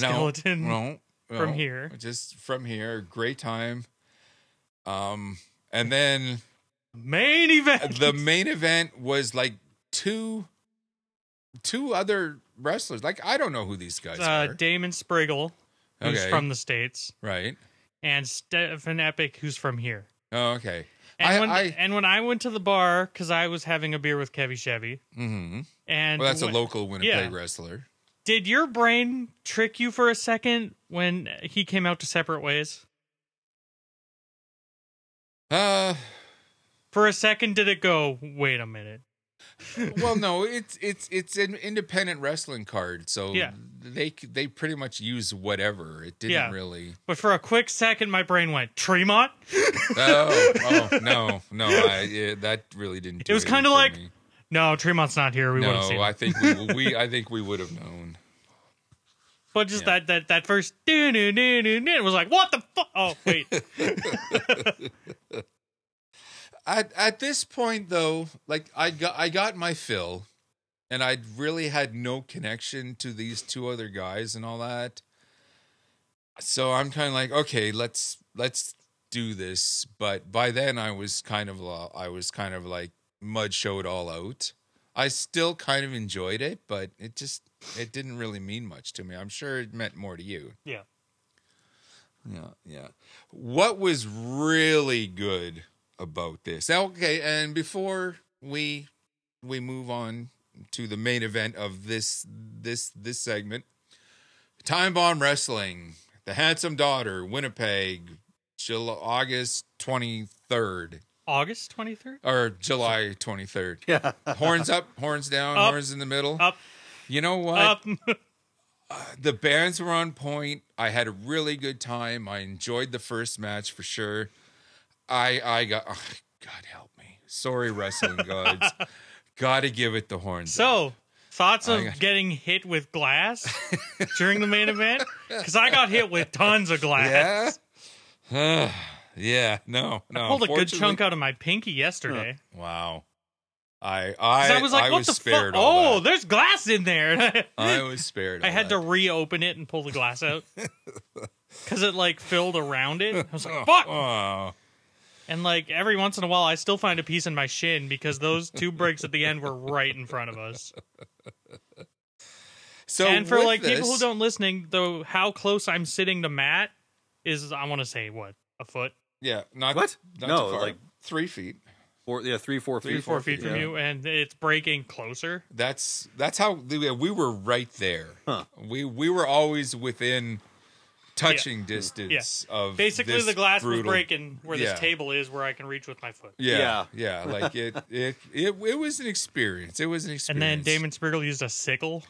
Speaker 4: No,
Speaker 6: Skeleton.
Speaker 4: no, no,
Speaker 6: from here.
Speaker 4: Just from here. Great time. Um, and then
Speaker 6: Main event.
Speaker 4: the main event was like two two other wrestlers. Like I don't know who these guys
Speaker 6: uh,
Speaker 4: are.
Speaker 6: Damon Spriggle, who's
Speaker 4: Okay.
Speaker 6: from the States,
Speaker 4: right.
Speaker 6: and Stefan Epic, who's from here.
Speaker 4: Oh, okay.
Speaker 6: And
Speaker 4: I,
Speaker 6: when
Speaker 4: I
Speaker 6: and when I went to the bar because I was having a beer with Kevy Chevy,
Speaker 4: mhm.
Speaker 6: and
Speaker 4: Well, that's a
Speaker 6: when-
Speaker 4: local Winnipeg
Speaker 6: yeah.
Speaker 4: wrestler.
Speaker 6: Did your brain trick you for a second when he came out to separate ways?
Speaker 4: Uh
Speaker 6: For a second, did it go? Wait a minute.
Speaker 4: well, no, it's it's it's an independent wrestling card, so
Speaker 6: Yeah.
Speaker 4: they c- they pretty much use whatever. It didn't
Speaker 6: Yeah.
Speaker 4: really.
Speaker 6: But for a quick second, my brain went Tremont.
Speaker 4: Oh, oh no, no, I, yeah, that really didn't. Do
Speaker 6: It was
Speaker 4: anything
Speaker 6: kind of
Speaker 4: for
Speaker 6: like,
Speaker 4: me.
Speaker 6: no, Tremont's not here. We
Speaker 4: no.
Speaker 6: wouldn't see.
Speaker 4: I think we, we I think we would have known.
Speaker 6: But just
Speaker 4: Yeah.
Speaker 6: that that that first doo doo doo doo doo was like, what the fuck? Oh wait,
Speaker 4: At at this point, though, like I got I got my fill, and I really had no connection to these two other guys and all that. So I'm kind of like, okay, let's let's do this. But by then, I was kind of lo- I was kind of like mud showed all out. I still kind of enjoyed it, but it just it didn't really mean much to me. I'm sure it meant more to you.
Speaker 6: yeah.
Speaker 4: Yeah, yeah. What was really good about this? Now, Okay, and before we we move on to the main event of this this this segment, Time Bomb Wrestling, The Handsome Daughter, Winnipeg, July, August twenty third
Speaker 6: August twenty third.
Speaker 4: or July twenty third. Yeah, horns up, horns down,
Speaker 6: Up,
Speaker 4: horns in the middle.
Speaker 6: Up
Speaker 4: You know what?
Speaker 6: up.
Speaker 4: the bands were on point. I had a really good time. I enjoyed the first match for sure. I I got oh, God help me. Sorry, wrestling gods. Gotta give it the horns. up.
Speaker 6: so thoughts
Speaker 4: I
Speaker 6: of
Speaker 4: got-
Speaker 6: getting hit with glass during the main event because I got hit with tons of glass.
Speaker 4: yeah, yeah. No, no.
Speaker 6: Pulled a good
Speaker 4: fortunately-
Speaker 6: chunk out of my pinky yesterday.
Speaker 4: Wow. I I
Speaker 6: 'Cause I was like, "What the fuck?
Speaker 4: spared all
Speaker 6: Oh,
Speaker 4: that. Oh
Speaker 6: there's glass in there."
Speaker 4: I was spared.
Speaker 6: I
Speaker 4: all
Speaker 6: had
Speaker 4: that.
Speaker 6: to reopen it and pull the glass out because it like filled around it. I was like, "Fuck!"
Speaker 4: Oh.
Speaker 6: And like every once in a while, I still find a piece in my shin because those two breaks at the end were right in front of us.
Speaker 4: So
Speaker 6: and for
Speaker 4: with
Speaker 6: like people who
Speaker 4: this-
Speaker 6: don't listening, though, how close I'm sitting to Matt is I want to say what a foot,
Speaker 4: yeah, not
Speaker 5: What?
Speaker 4: Not
Speaker 5: No,
Speaker 4: too far.
Speaker 5: like-
Speaker 4: three feet.
Speaker 5: Four, yeah, three, four
Speaker 4: Three,
Speaker 5: feet.
Speaker 6: four feet from
Speaker 4: yeah.
Speaker 6: you, and it's breaking closer.
Speaker 4: That's that's how yeah, we were right there.
Speaker 5: Huh.
Speaker 4: We we were always within touching distance of
Speaker 6: Basically,
Speaker 4: this
Speaker 6: the glass
Speaker 4: brutal-
Speaker 6: was breaking where
Speaker 4: Yeah.
Speaker 6: this table is, where I can reach with my foot.
Speaker 4: Yeah, yeah, like it, it it it was an experience. It was an experience.
Speaker 6: And then Damon Spiggle used a sickle.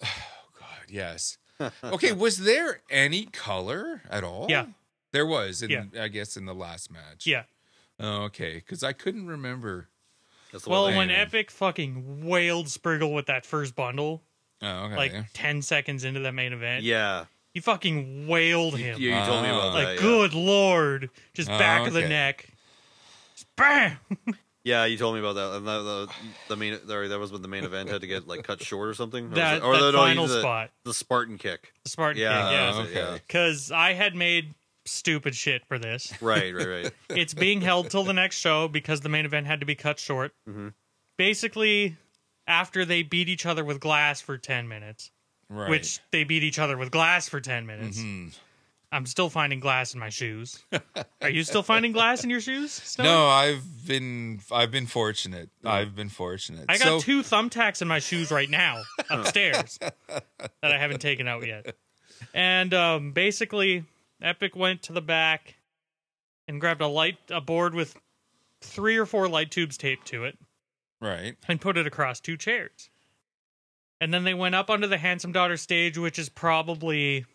Speaker 4: God, yes. Okay, was there any color at all?
Speaker 6: Yeah.
Speaker 4: there was. In,
Speaker 6: Yeah.
Speaker 4: I guess in the last match.
Speaker 6: Yeah.
Speaker 4: Oh, okay, because I couldn't remember.
Speaker 5: That's the
Speaker 6: Well,
Speaker 5: one I-
Speaker 6: when
Speaker 4: man.
Speaker 6: Epic fucking wailed Spriggle with that first bundle,
Speaker 4: Oh, okay.
Speaker 6: like ten seconds into that main event,
Speaker 5: yeah,
Speaker 6: he fucking wailed him.
Speaker 5: you, you told me about
Speaker 4: Ah.
Speaker 5: that.
Speaker 6: Like,
Speaker 5: yeah.
Speaker 6: good lord. Just
Speaker 4: Oh,
Speaker 6: back of the
Speaker 4: okay.
Speaker 6: neck. Just Bam!
Speaker 5: Yeah, you told me about that. And that the, the main, sorry, that was when the main event had to get like cut short or something. Or was
Speaker 6: That-
Speaker 5: it- or
Speaker 6: that
Speaker 5: the, no,
Speaker 6: final
Speaker 5: the,
Speaker 6: spot.
Speaker 5: the Spartan kick.
Speaker 6: The Spartan
Speaker 5: Yeah,
Speaker 6: kick,
Speaker 5: that
Speaker 6: yeah.
Speaker 5: was it, yeah.
Speaker 4: okay.
Speaker 6: Because I had made stupid shit for this.
Speaker 5: Right, right, right.
Speaker 6: It's being held till the next show because the main event had to be cut short. Basically, after they beat each other with glass for 10 minutes,
Speaker 4: right. Mm-hmm. Hmm.
Speaker 6: which they beat each other with glass for 10 minutes. I'm still finding glass in my shoes. Are you still finding glass in your shoes? Stone?
Speaker 4: No, I've been I've been fortunate. I've been fortunate.
Speaker 6: I
Speaker 4: So-
Speaker 6: got two thumbtacks in my shoes right now upstairs that I haven't taken out yet. And um, basically, Epic went to the back and grabbed a light, a board with three or four light tubes taped to it,
Speaker 4: right.
Speaker 6: and put it across two chairs. And then they went up onto the handsome daughter stage, which is probably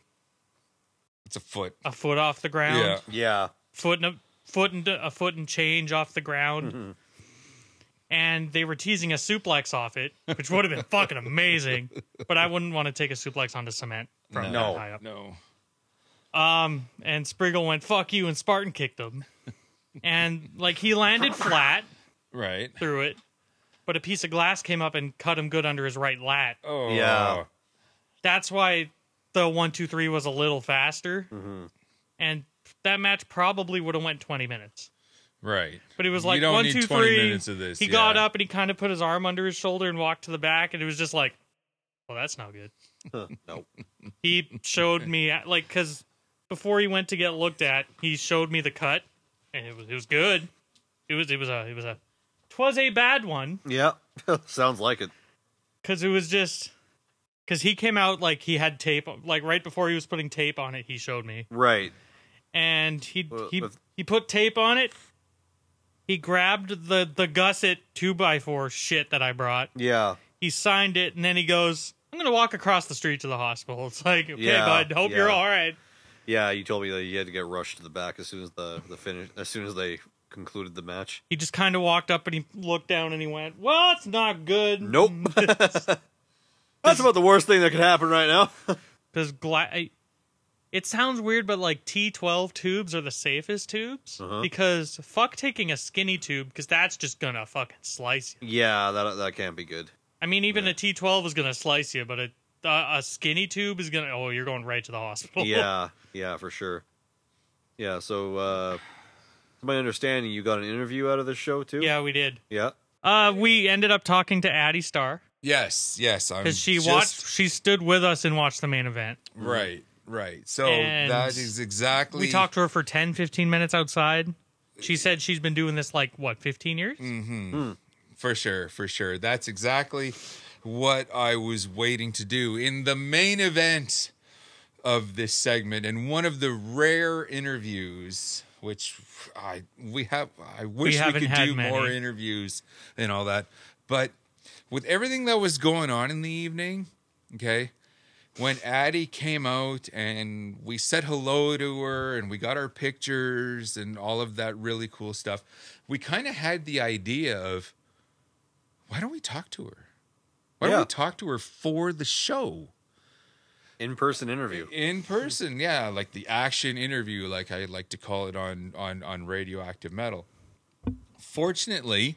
Speaker 4: It's a foot.
Speaker 6: a foot off the ground,
Speaker 4: Yeah.
Speaker 5: Yeah,
Speaker 6: foot and a foot and a foot and change off the ground. And they were teasing a suplex off it, which would have been fucking amazing. But I wouldn't want to take a suplex onto cement from that
Speaker 5: No.
Speaker 6: high up.
Speaker 4: No.
Speaker 6: Um, and Spriggle went "fuck you" and Spartan kicked him, and like he landed flat
Speaker 4: Right.
Speaker 6: through it, but a piece of glass came up and cut him good under his right lat.
Speaker 4: Oh.
Speaker 5: Yeah.
Speaker 6: That's why the one two three was a little faster, and that match probably would have went twenty minutes.
Speaker 4: Right.
Speaker 6: But he was
Speaker 4: You
Speaker 6: like
Speaker 4: don't
Speaker 6: one,
Speaker 4: need
Speaker 6: two,
Speaker 4: 20
Speaker 6: three.
Speaker 4: minutes of this,
Speaker 6: He got
Speaker 4: yeah.
Speaker 6: up and he kind of put his arm under his shoulder and walked to the back, and it was just like, "Well, that's not good."
Speaker 5: no.
Speaker 6: He showed me like because before he went to get looked at, he showed me the cut, and it was it was good. It was it was a it was a twas a bad one
Speaker 5: Yeah, sounds like it.
Speaker 6: because it was just because he came out like he had tape like right before he was putting tape on it. He showed me,
Speaker 5: Right.
Speaker 6: and he
Speaker 5: Well,
Speaker 6: he
Speaker 5: with-
Speaker 6: he put tape on it. He grabbed the the gusset two by four shit that I brought.
Speaker 5: Yeah.
Speaker 6: He signed it, and then he goes, "I'm gonna walk across the street to the hospital." It's like, okay,
Speaker 5: Yeah,
Speaker 6: bud, hope you're
Speaker 5: yeah.
Speaker 6: all right.
Speaker 5: Yeah, you told me that you had to get rushed to the back as soon as the, the finish as soon as they concluded the match.
Speaker 6: He just kind of walked up and he looked down and he went, "Well, it's not good."
Speaker 5: Nope. That's about the worst thing that could happen right now.
Speaker 6: Because gla- I- it sounds weird, but like T12 tubes are the safest tubes
Speaker 5: Uh-huh.
Speaker 6: because fuck taking a skinny tube because that's just gonna fucking slice you.
Speaker 5: yeah, that that can't be good.
Speaker 6: I mean, even a T12 is gonna slice you, but a a a skinny tube is gonna. Oh, you're going right to the hospital.
Speaker 5: Yeah, yeah, for sure. Yeah, so uh to my understanding you got an interview out of this show too?
Speaker 6: yeah, we did.
Speaker 5: Yeah.
Speaker 6: Uh, we ended up talking to Addie Starr
Speaker 4: Yes, yes. I'm
Speaker 6: because she
Speaker 4: Mm. just-
Speaker 6: watched. She stood with us and watched the main event.
Speaker 4: Right, right. So
Speaker 6: And
Speaker 4: that is exactly.
Speaker 6: We talked to her for 10, 15 minutes outside. She said she's been doing this like what, fifteen years?
Speaker 4: For sure, for sure. That's exactly what I was waiting to do in the main event of this segment and one of the rare interviews which I we have I wish we,
Speaker 6: haven't
Speaker 4: could
Speaker 6: had
Speaker 4: do more
Speaker 6: many.
Speaker 4: interviews and all that. But with everything that was going on in the evening, okay? When Addie came out and we said hello to her and we got our pictures and all of that really cool stuff, we kind of had the idea of why don't we talk to her? Why don't
Speaker 5: Yeah.
Speaker 4: we talk to her for the show?
Speaker 5: In person interview.
Speaker 4: in person yeah like the action interview like i like to call it on on on radioactive metal fortunately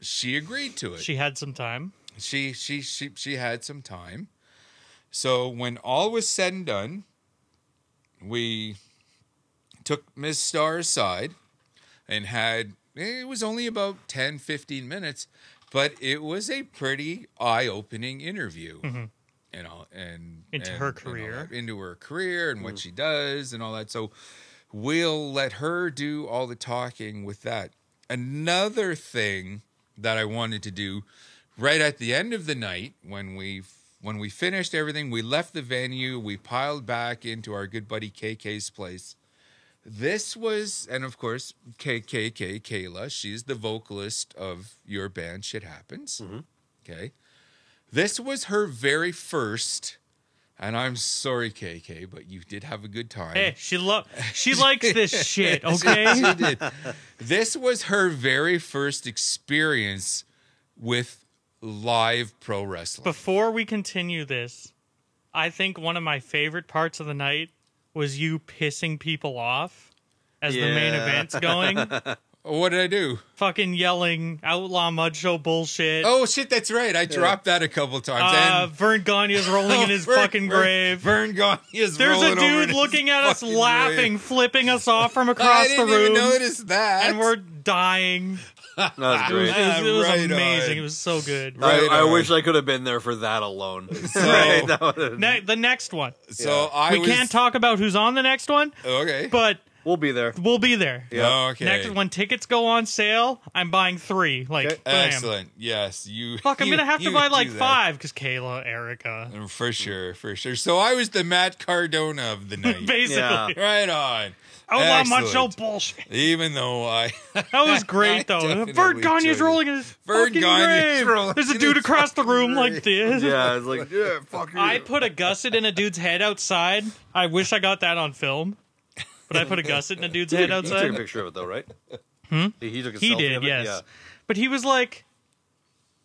Speaker 4: she agreed to it
Speaker 6: She had some time.
Speaker 4: she she she she had some time. So when all was said and done, we took Miss Star aside and had eh, it was only about 10 15 minutes, but it was a pretty eye-opening interview. And all and
Speaker 6: Mm-hmm. Into
Speaker 4: and-
Speaker 6: her
Speaker 4: and all
Speaker 6: career.
Speaker 4: that,
Speaker 6: Mm-hmm.
Speaker 4: into her career and what she does and all that. So we'll let her do all the talking with that. Another thing that I wanted to do right at the end of the night when we when we finished everything, we left the venue, we piled back into our good buddy KK's place. This was and of course KKK Kayla, she's the vocalist of your band Shit Happens.
Speaker 6: Mm-hmm.
Speaker 4: Okay. This was her very first and I'm sorry, KK, but you did have a good time.
Speaker 6: Hey, she lo- she likes this shit, okay?
Speaker 4: She did. This was her very first experience with live pro wrestling.
Speaker 6: Before we continue this, I think one of my favorite parts of the night was you pissing people off as the main
Speaker 5: Yeah.
Speaker 6: event's going.
Speaker 4: Oh, what did I do?
Speaker 6: Fucking yelling outlaw mud show bullshit.
Speaker 4: Oh shit, that's right. I dropped that a couple times.
Speaker 6: uh,
Speaker 4: and
Speaker 6: Vern Gagne's rolling Ah, in his
Speaker 4: Vern-
Speaker 6: fucking
Speaker 4: Vern-
Speaker 6: grave.
Speaker 4: Vern Gagne is
Speaker 6: There's a
Speaker 4: rolling over in
Speaker 6: dude
Speaker 4: his
Speaker 6: looking at us
Speaker 4: fucking
Speaker 6: laughing,
Speaker 4: grave.
Speaker 6: flipping us off from
Speaker 4: I
Speaker 6: across the
Speaker 4: didn't
Speaker 6: room.
Speaker 4: even notice that.
Speaker 6: and we're dying.
Speaker 5: That's
Speaker 6: It was,
Speaker 5: great.
Speaker 4: Yeah,
Speaker 6: it was
Speaker 4: right
Speaker 6: amazing.
Speaker 4: on. Uh,
Speaker 6: It was so good.
Speaker 4: Right
Speaker 5: I, I
Speaker 4: on.
Speaker 5: wish I could have been there for that alone.
Speaker 4: so,
Speaker 6: Ne- the next one.
Speaker 4: so I
Speaker 6: we
Speaker 4: was,
Speaker 6: can't talk about who's on the next one,
Speaker 4: Okay.
Speaker 6: but
Speaker 5: we'll be there.
Speaker 6: we'll be there.
Speaker 4: Okay.
Speaker 6: Next, when tickets go on sale, I'm buying three. Like,
Speaker 5: Okay.
Speaker 6: bam.
Speaker 4: Excellent. Yes, you.
Speaker 6: Fuck, I'm
Speaker 4: you-
Speaker 6: gonna have to
Speaker 4: you
Speaker 6: buy
Speaker 4: do
Speaker 6: like
Speaker 4: that. Mm,
Speaker 6: five because Kayla, Erica,
Speaker 4: For sure, for sure. So I was the Matt Cardona of the night.
Speaker 6: basically.
Speaker 4: right on.
Speaker 6: Oh, my macho
Speaker 4: Excellent.
Speaker 6: bullshit.
Speaker 4: Even though I
Speaker 6: That was
Speaker 4: I
Speaker 6: great though.
Speaker 4: definitely
Speaker 6: Vern
Speaker 4: enjoyed
Speaker 6: Gagne's
Speaker 4: it.
Speaker 6: rolling in his
Speaker 4: Vern
Speaker 6: fucking
Speaker 4: Gagne's rolling
Speaker 6: grave. There's a
Speaker 4: in
Speaker 6: dude
Speaker 4: his
Speaker 6: across the
Speaker 4: fucking
Speaker 6: room like
Speaker 4: grave.
Speaker 6: this.
Speaker 5: Yeah, it's like yeah, fuck you.
Speaker 6: I put a gusset in a dude's head outside. I wish I got that on film. But I put a gusset in a dude's head
Speaker 5: He took a
Speaker 6: outside.
Speaker 5: picture of it though, right? He, he took a
Speaker 6: He
Speaker 5: selfie
Speaker 6: did,
Speaker 5: of it?
Speaker 6: yes.
Speaker 5: Yeah.
Speaker 6: But he was like,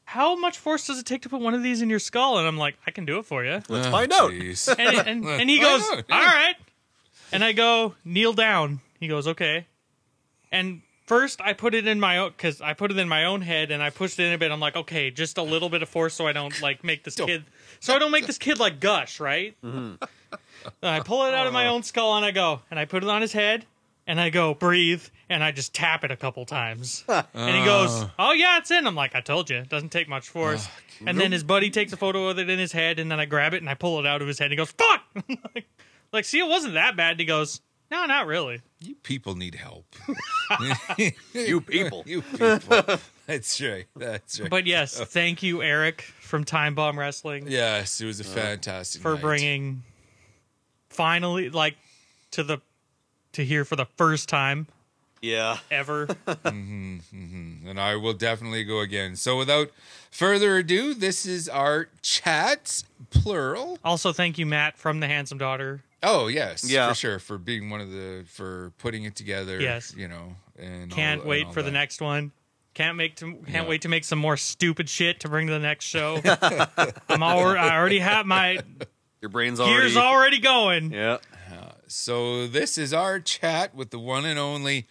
Speaker 6: "How much force does it take to put one of these in your skull?" And I'm like, "I can do it for you."
Speaker 5: Let's find out.
Speaker 4: Oh, Jeez.
Speaker 6: And and, and he
Speaker 4: Why
Speaker 6: goes, "All
Speaker 4: not? Yeah.
Speaker 6: right." And I go, "Kneel down." He goes, "Okay." And first, I put it in my own because I put it in my own head, and I pushed it in a bit. I'm like, "Okay, just a little bit of force, so I don't like make this kid, so I don't make this kid like gush, right?" And I pull it out of my own skull, and I go, and I put it on his head. And I go breathe, and I just tap it a couple times, and he goes, "Oh yeah, it's in." I'm like, "I told you, it doesn't take much force." and then his buddy takes a photo of it in his head, and then I grab it and I pull it out of his head. and He goes, "Fuck!" like, like, see, it wasn't that bad. And he goes, "No, not really."
Speaker 4: You people need help.
Speaker 5: You people.
Speaker 4: You people. That's right. That's right.
Speaker 6: But yes, thank you, Eric from Time Bomb Wrestling,
Speaker 4: yes, it was a fantastic
Speaker 6: Uh, for
Speaker 4: night.
Speaker 6: bringing finally, like, to the to here for the first time
Speaker 5: Yeah.
Speaker 6: ever.
Speaker 4: and I will definitely go again. So without further ado, this is our chat plural.
Speaker 6: also, thank you, Matt, from the Handsome Daughter.
Speaker 4: Oh yes,
Speaker 5: Yeah.
Speaker 4: for sure. For being one of the for putting it together.
Speaker 6: Yes.
Speaker 4: you know, and all-
Speaker 6: Can't
Speaker 4: and
Speaker 6: wait
Speaker 4: all
Speaker 6: for
Speaker 4: that.
Speaker 6: the next one. Can't make to, can't
Speaker 4: Yeah.
Speaker 6: wait to make some more stupid shit to bring to the next show. I'm already, I already have my
Speaker 5: Your brain's already.
Speaker 6: gears already going.
Speaker 5: yeah.
Speaker 4: So this is our chat with the one and only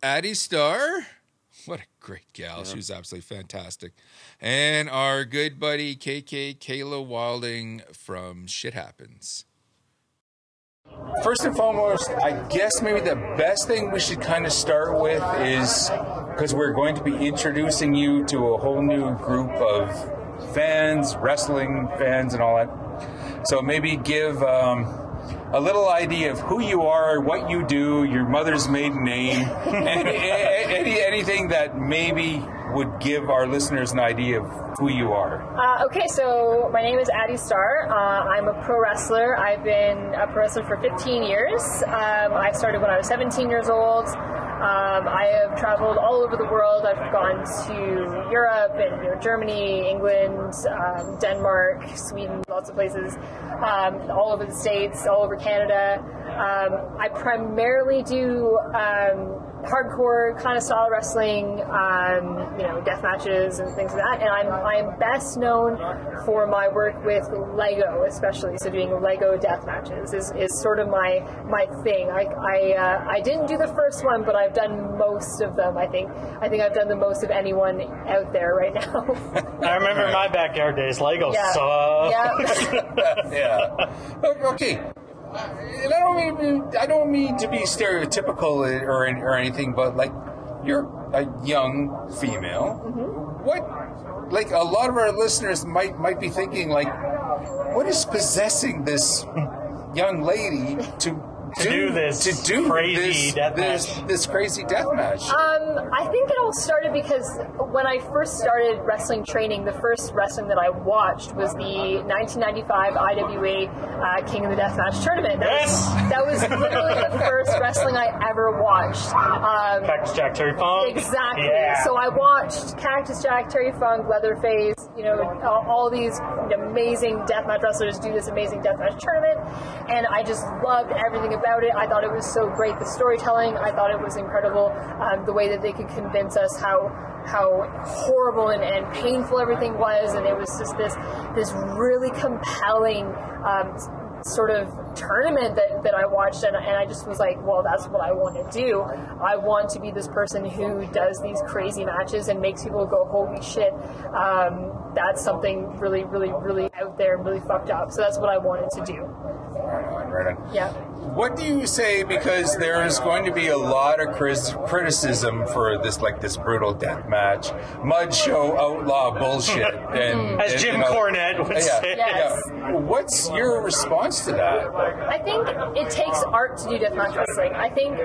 Speaker 4: Addie Star. What a great gal. She was absolutely fantastic. And our good buddy KK Kayla Wilding from Shit Happens.
Speaker 7: First and foremost, I guess maybe the best thing we should kind of start with is because we're going to be introducing you to a whole new group of fans, wrestling fans, and all that. So maybe give um, a little idea of who you are, what you do, your mother's maiden name, and any, anything that maybe would give our listeners an idea of who you are.
Speaker 2: Uh, okay, so my name is Addie Starr. Uh, I'm a pro wrestler. I've been a pro wrestler for 15 years. Um, I started when I was 17 years old. Um, I have traveled all over the world. I've gone to Europe and you know, Germany, England, um, Denmark, Sweden, lots of places, um, all over the States, all over Canada. Um, I primarily do um, hardcore kind of style wrestling, um, you know, death matches and things like that. And I'm, I'm best known for my work with Lego, especially. So doing Lego death matches is, is sort of my my thing. I I, uh, I didn't do the first one, but I've done most of them. I think I think I've done the most of anyone out there right now.
Speaker 8: I remember my backyard days. Lego
Speaker 2: yeah.
Speaker 8: sucked.
Speaker 2: yeah.
Speaker 7: Yeah. Okay. and I don't mean I don't mean to be stereotypical or or anything, but like you're a young female.
Speaker 8: Mm-hmm.
Speaker 7: What like a lot of our listeners might might be thinking like, what is possessing this young lady to?
Speaker 8: To do this
Speaker 7: to do
Speaker 8: crazy
Speaker 7: this,
Speaker 8: death
Speaker 7: this,
Speaker 8: match.
Speaker 7: this crazy death match.
Speaker 2: Um, I think it all started because when I first started wrestling training, the first wrestling that I watched was the 1995 IWA uh, King of the Deathmatch tournament. That
Speaker 8: Yes!
Speaker 2: was, that was literally the first wrestling I ever watched. Um,
Speaker 8: Cactus Jack Terry Funk.
Speaker 2: Exactly.
Speaker 8: Yeah.
Speaker 2: So I watched Cactus Jack, Terry Funk, Leatherface, you know, all, all these amazing deathmatch wrestlers do this amazing deathmatch tournament, and I just loved everything about it. I thought it was so great, the storytelling. I thought it was incredible, um, the way that they could convince us how how horrible and, and painful everything was, and it was just this this really compelling. Um, sort of tournament that, that I watched, and, and I just was like, well, that's what I want to do. I want to be this person who does these crazy matches and makes people go, holy shit, um, that's something really, really, really out there and really fucked up. So that's what I wanted to do.
Speaker 7: Right on, right on.
Speaker 2: Yeah.
Speaker 7: What do you say? Because there is going to be a lot of cris- criticism for this, like this brutal death match, mud show outlaw bullshit. And,
Speaker 8: As
Speaker 7: and,
Speaker 8: Jim
Speaker 7: and all-
Speaker 8: Cornette would
Speaker 7: Yeah,
Speaker 8: say.
Speaker 2: Yes.
Speaker 7: yeah. What's your response to that?
Speaker 2: I think it takes art to do deathmatch wrestling. I think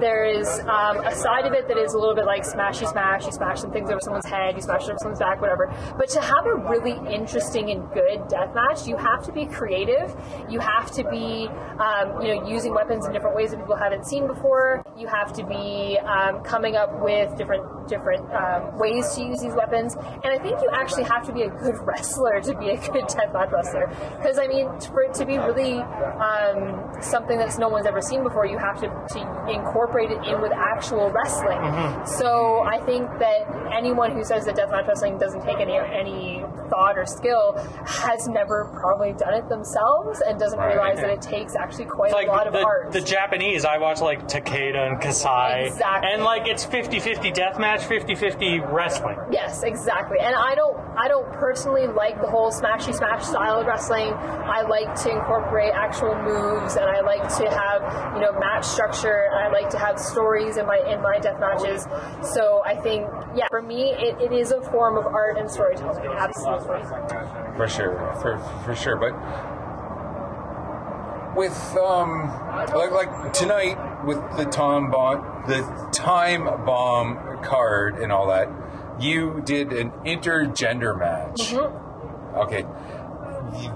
Speaker 2: there is um, a side of it that is a little bit like smash, you smash, you smash some things over someone's head, you smash it over someone's back, whatever. But to have a really interesting and good deathmatch, you have to be creative. You have to be, um, you know, using weapons in different ways that people haven't seen before. You have to be um, coming up with different different um, ways to use these weapons. And I think you actually have to be a good wrestler to be a good deathmatch wrestler. Because I mean, for it to be really um, something that's no one's ever seen before, you have to, to incorporate it in with actual wrestling.
Speaker 8: Mm-hmm.
Speaker 2: So I think that anyone who says that deathmatch wrestling doesn't take any any thought or skill has never probably done it themselves and doesn't realize that it takes actually quite
Speaker 8: It's like
Speaker 2: a lot of
Speaker 8: the,
Speaker 2: art.
Speaker 8: the Japanese, I watch like Takeda and Kasai.
Speaker 2: Exactly.
Speaker 8: And like it's 50 50 deathmatch, 50 50 wrestling.
Speaker 2: Yes, exactly. And I don't I don't personally like the whole smashy smash style of wrestling. I like to incorporate actual moves and I like to have, you know, match structure and I like to have stories in my in my death matches. So I think yeah, for me it, it is a form of art and storytelling. Absolutely.
Speaker 7: For sure, for for sure. But with um, like like tonight with the Tom bomb, the time bomb card and all that, you did an intergender match. Okay.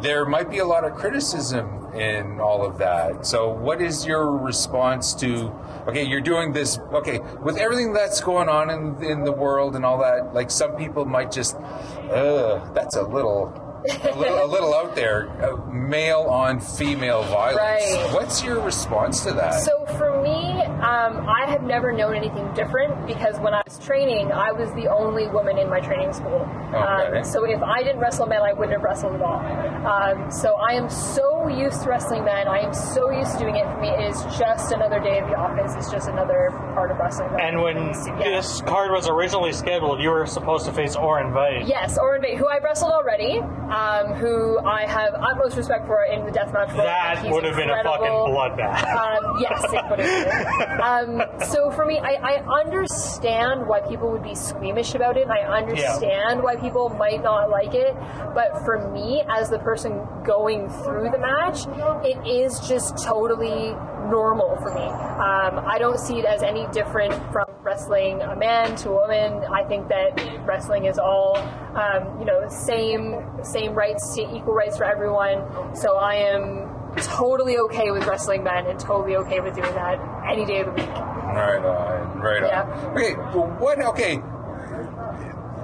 Speaker 7: There might be a lot of criticism and all of that. So, what is your response to? Okay, you're doing this. Okay, with everything that's going on in in the world and all that, like some people might just, ugh, that's a little. a, little, a little out there, uh, male on female violence.
Speaker 2: Right.
Speaker 7: What's your response to that?
Speaker 2: So for me, um, I have never known anything different because when I was training, I was the only woman in my training school.
Speaker 7: Okay.
Speaker 2: Um, so if I didn't wrestle men, I wouldn't have wrestled at all. Um, so I am so used to wrestling men. I am so used to doing it. For me, it is just another day of the office. It's just another part of wrestling. that
Speaker 8: And when
Speaker 2: happens. Yeah.
Speaker 8: this card was originally scheduled, you were supposed to face Oren Vite.
Speaker 2: Yes, Orin Bate, who I wrestled already, um, who I have utmost respect for in the deathmatch world.
Speaker 8: That
Speaker 2: He's
Speaker 8: would have been a fucking
Speaker 2: incredible.
Speaker 8: bloodbath.
Speaker 2: Um, yes, it would have been. Um, so for me, I, I understand why people would be squeamish about it, and I understand why people might not like it. But for me, as the person going through the match, it is just totally normal for me. Um, I don't see it as any different from wrestling a man to a woman. I think that wrestling is all, um, you know, same same rights, equal rights for everyone. So I am totally okay with wrestling men and totally okay with doing that any day of the week.
Speaker 7: Right on, right on.
Speaker 2: Yeah.
Speaker 7: Okay, well, what? Okay,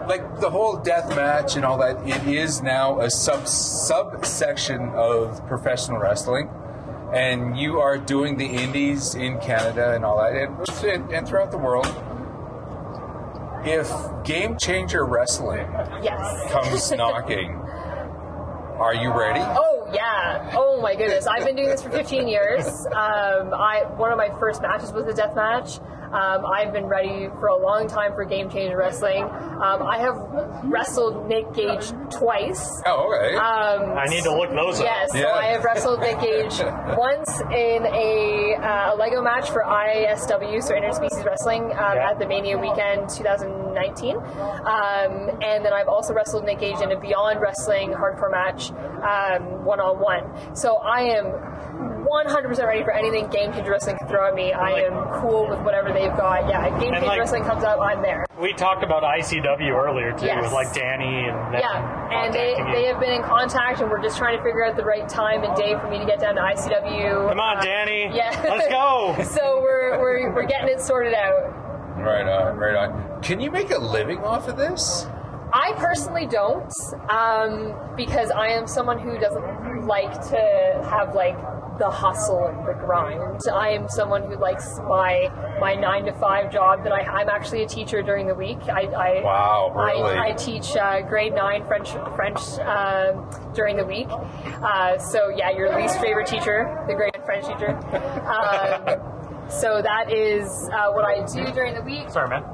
Speaker 7: like the whole death match and all that. It is now a sub subsection of professional wrestling, and you are doing the indies in Canada and all that, and, and throughout the world. If Game Changer Wrestling
Speaker 2: Yes.
Speaker 7: comes knocking, are you ready?
Speaker 2: Oh yeah! Oh my goodness! I've been doing this for 15 years. Um, I one of my first matches was a death match. Um, I've been ready for a long time for Game Changer Wrestling. Um, I have wrestled Nick Gage twice.
Speaker 7: Oh, okay.
Speaker 8: I need to look those up.
Speaker 2: Yes,
Speaker 7: Yeah.
Speaker 2: so I have wrestled Nick Gage once in a, uh, a Lego match for ISW, so Interspecies Wrestling, um,
Speaker 8: Yeah.
Speaker 2: at the Mania weekend 2019. Um, and then I've also wrestled Nick Gage in a Beyond Wrestling hardcore match, one on one. So I am 100% ready for anything Game Changer Wrestling can throw at me. I am cool with whatever they've got. Yeah, if Game
Speaker 8: And,
Speaker 2: Changer
Speaker 8: like-
Speaker 2: Wrestling comes up, I'm there.
Speaker 8: We talked about ICW earlier too,
Speaker 2: Yes.
Speaker 8: with like Danny and them
Speaker 2: Yeah, and they,
Speaker 8: contacting
Speaker 2: they
Speaker 8: you.
Speaker 2: have been in contact, and we're just trying to figure out the right time and day for me to get down to ICW.
Speaker 8: Come on,
Speaker 2: Uh,
Speaker 8: Danny.
Speaker 2: Yeah,
Speaker 8: Let's go.
Speaker 2: so we're, we're we're getting it sorted out.
Speaker 7: right on, right on. Can you make a living off of this?
Speaker 2: I personally don't, um, because I am someone who doesn't like to have like the hustle and the grind. I am someone who likes my my nine to five job. That I I'm actually a teacher during the week. I, I
Speaker 7: Wow, really?
Speaker 2: I, I teach uh, grade nine French French um during the week. Uh, so yeah, your least favorite teacher, the grade nine French teacher. Um, so that is uh, what I do during the week.
Speaker 8: Sorry, man.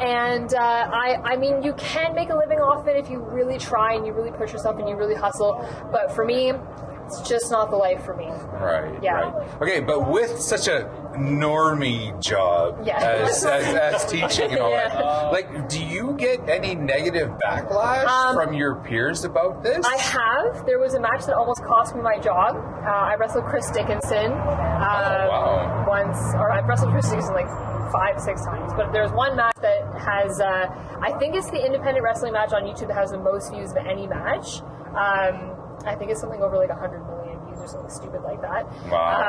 Speaker 2: And uh, I, I mean, you can make a living off it if you really try and you really push yourself and you really hustle. But for me, it's just not the life for me.
Speaker 7: Right.
Speaker 2: Yeah.
Speaker 7: Right. Okay, but with such a normie job
Speaker 2: Yeah.
Speaker 7: as, as, as teaching and all
Speaker 2: Yeah.
Speaker 7: that, like, do you get any negative backlash
Speaker 2: Um,
Speaker 7: from your peers about this?
Speaker 2: I have. There was a match that almost cost me my job. Uh, I wrestled Chris Dickinson um,
Speaker 7: Oh, wow.
Speaker 2: once, or I've wrestled Chris Dickinson like five, six times. But there's one match that has, uh, I think it's the independent wrestling match on YouTube that has the most views of any match. Um, I think it's something over like 100 million views or something stupid like that.
Speaker 7: Wow.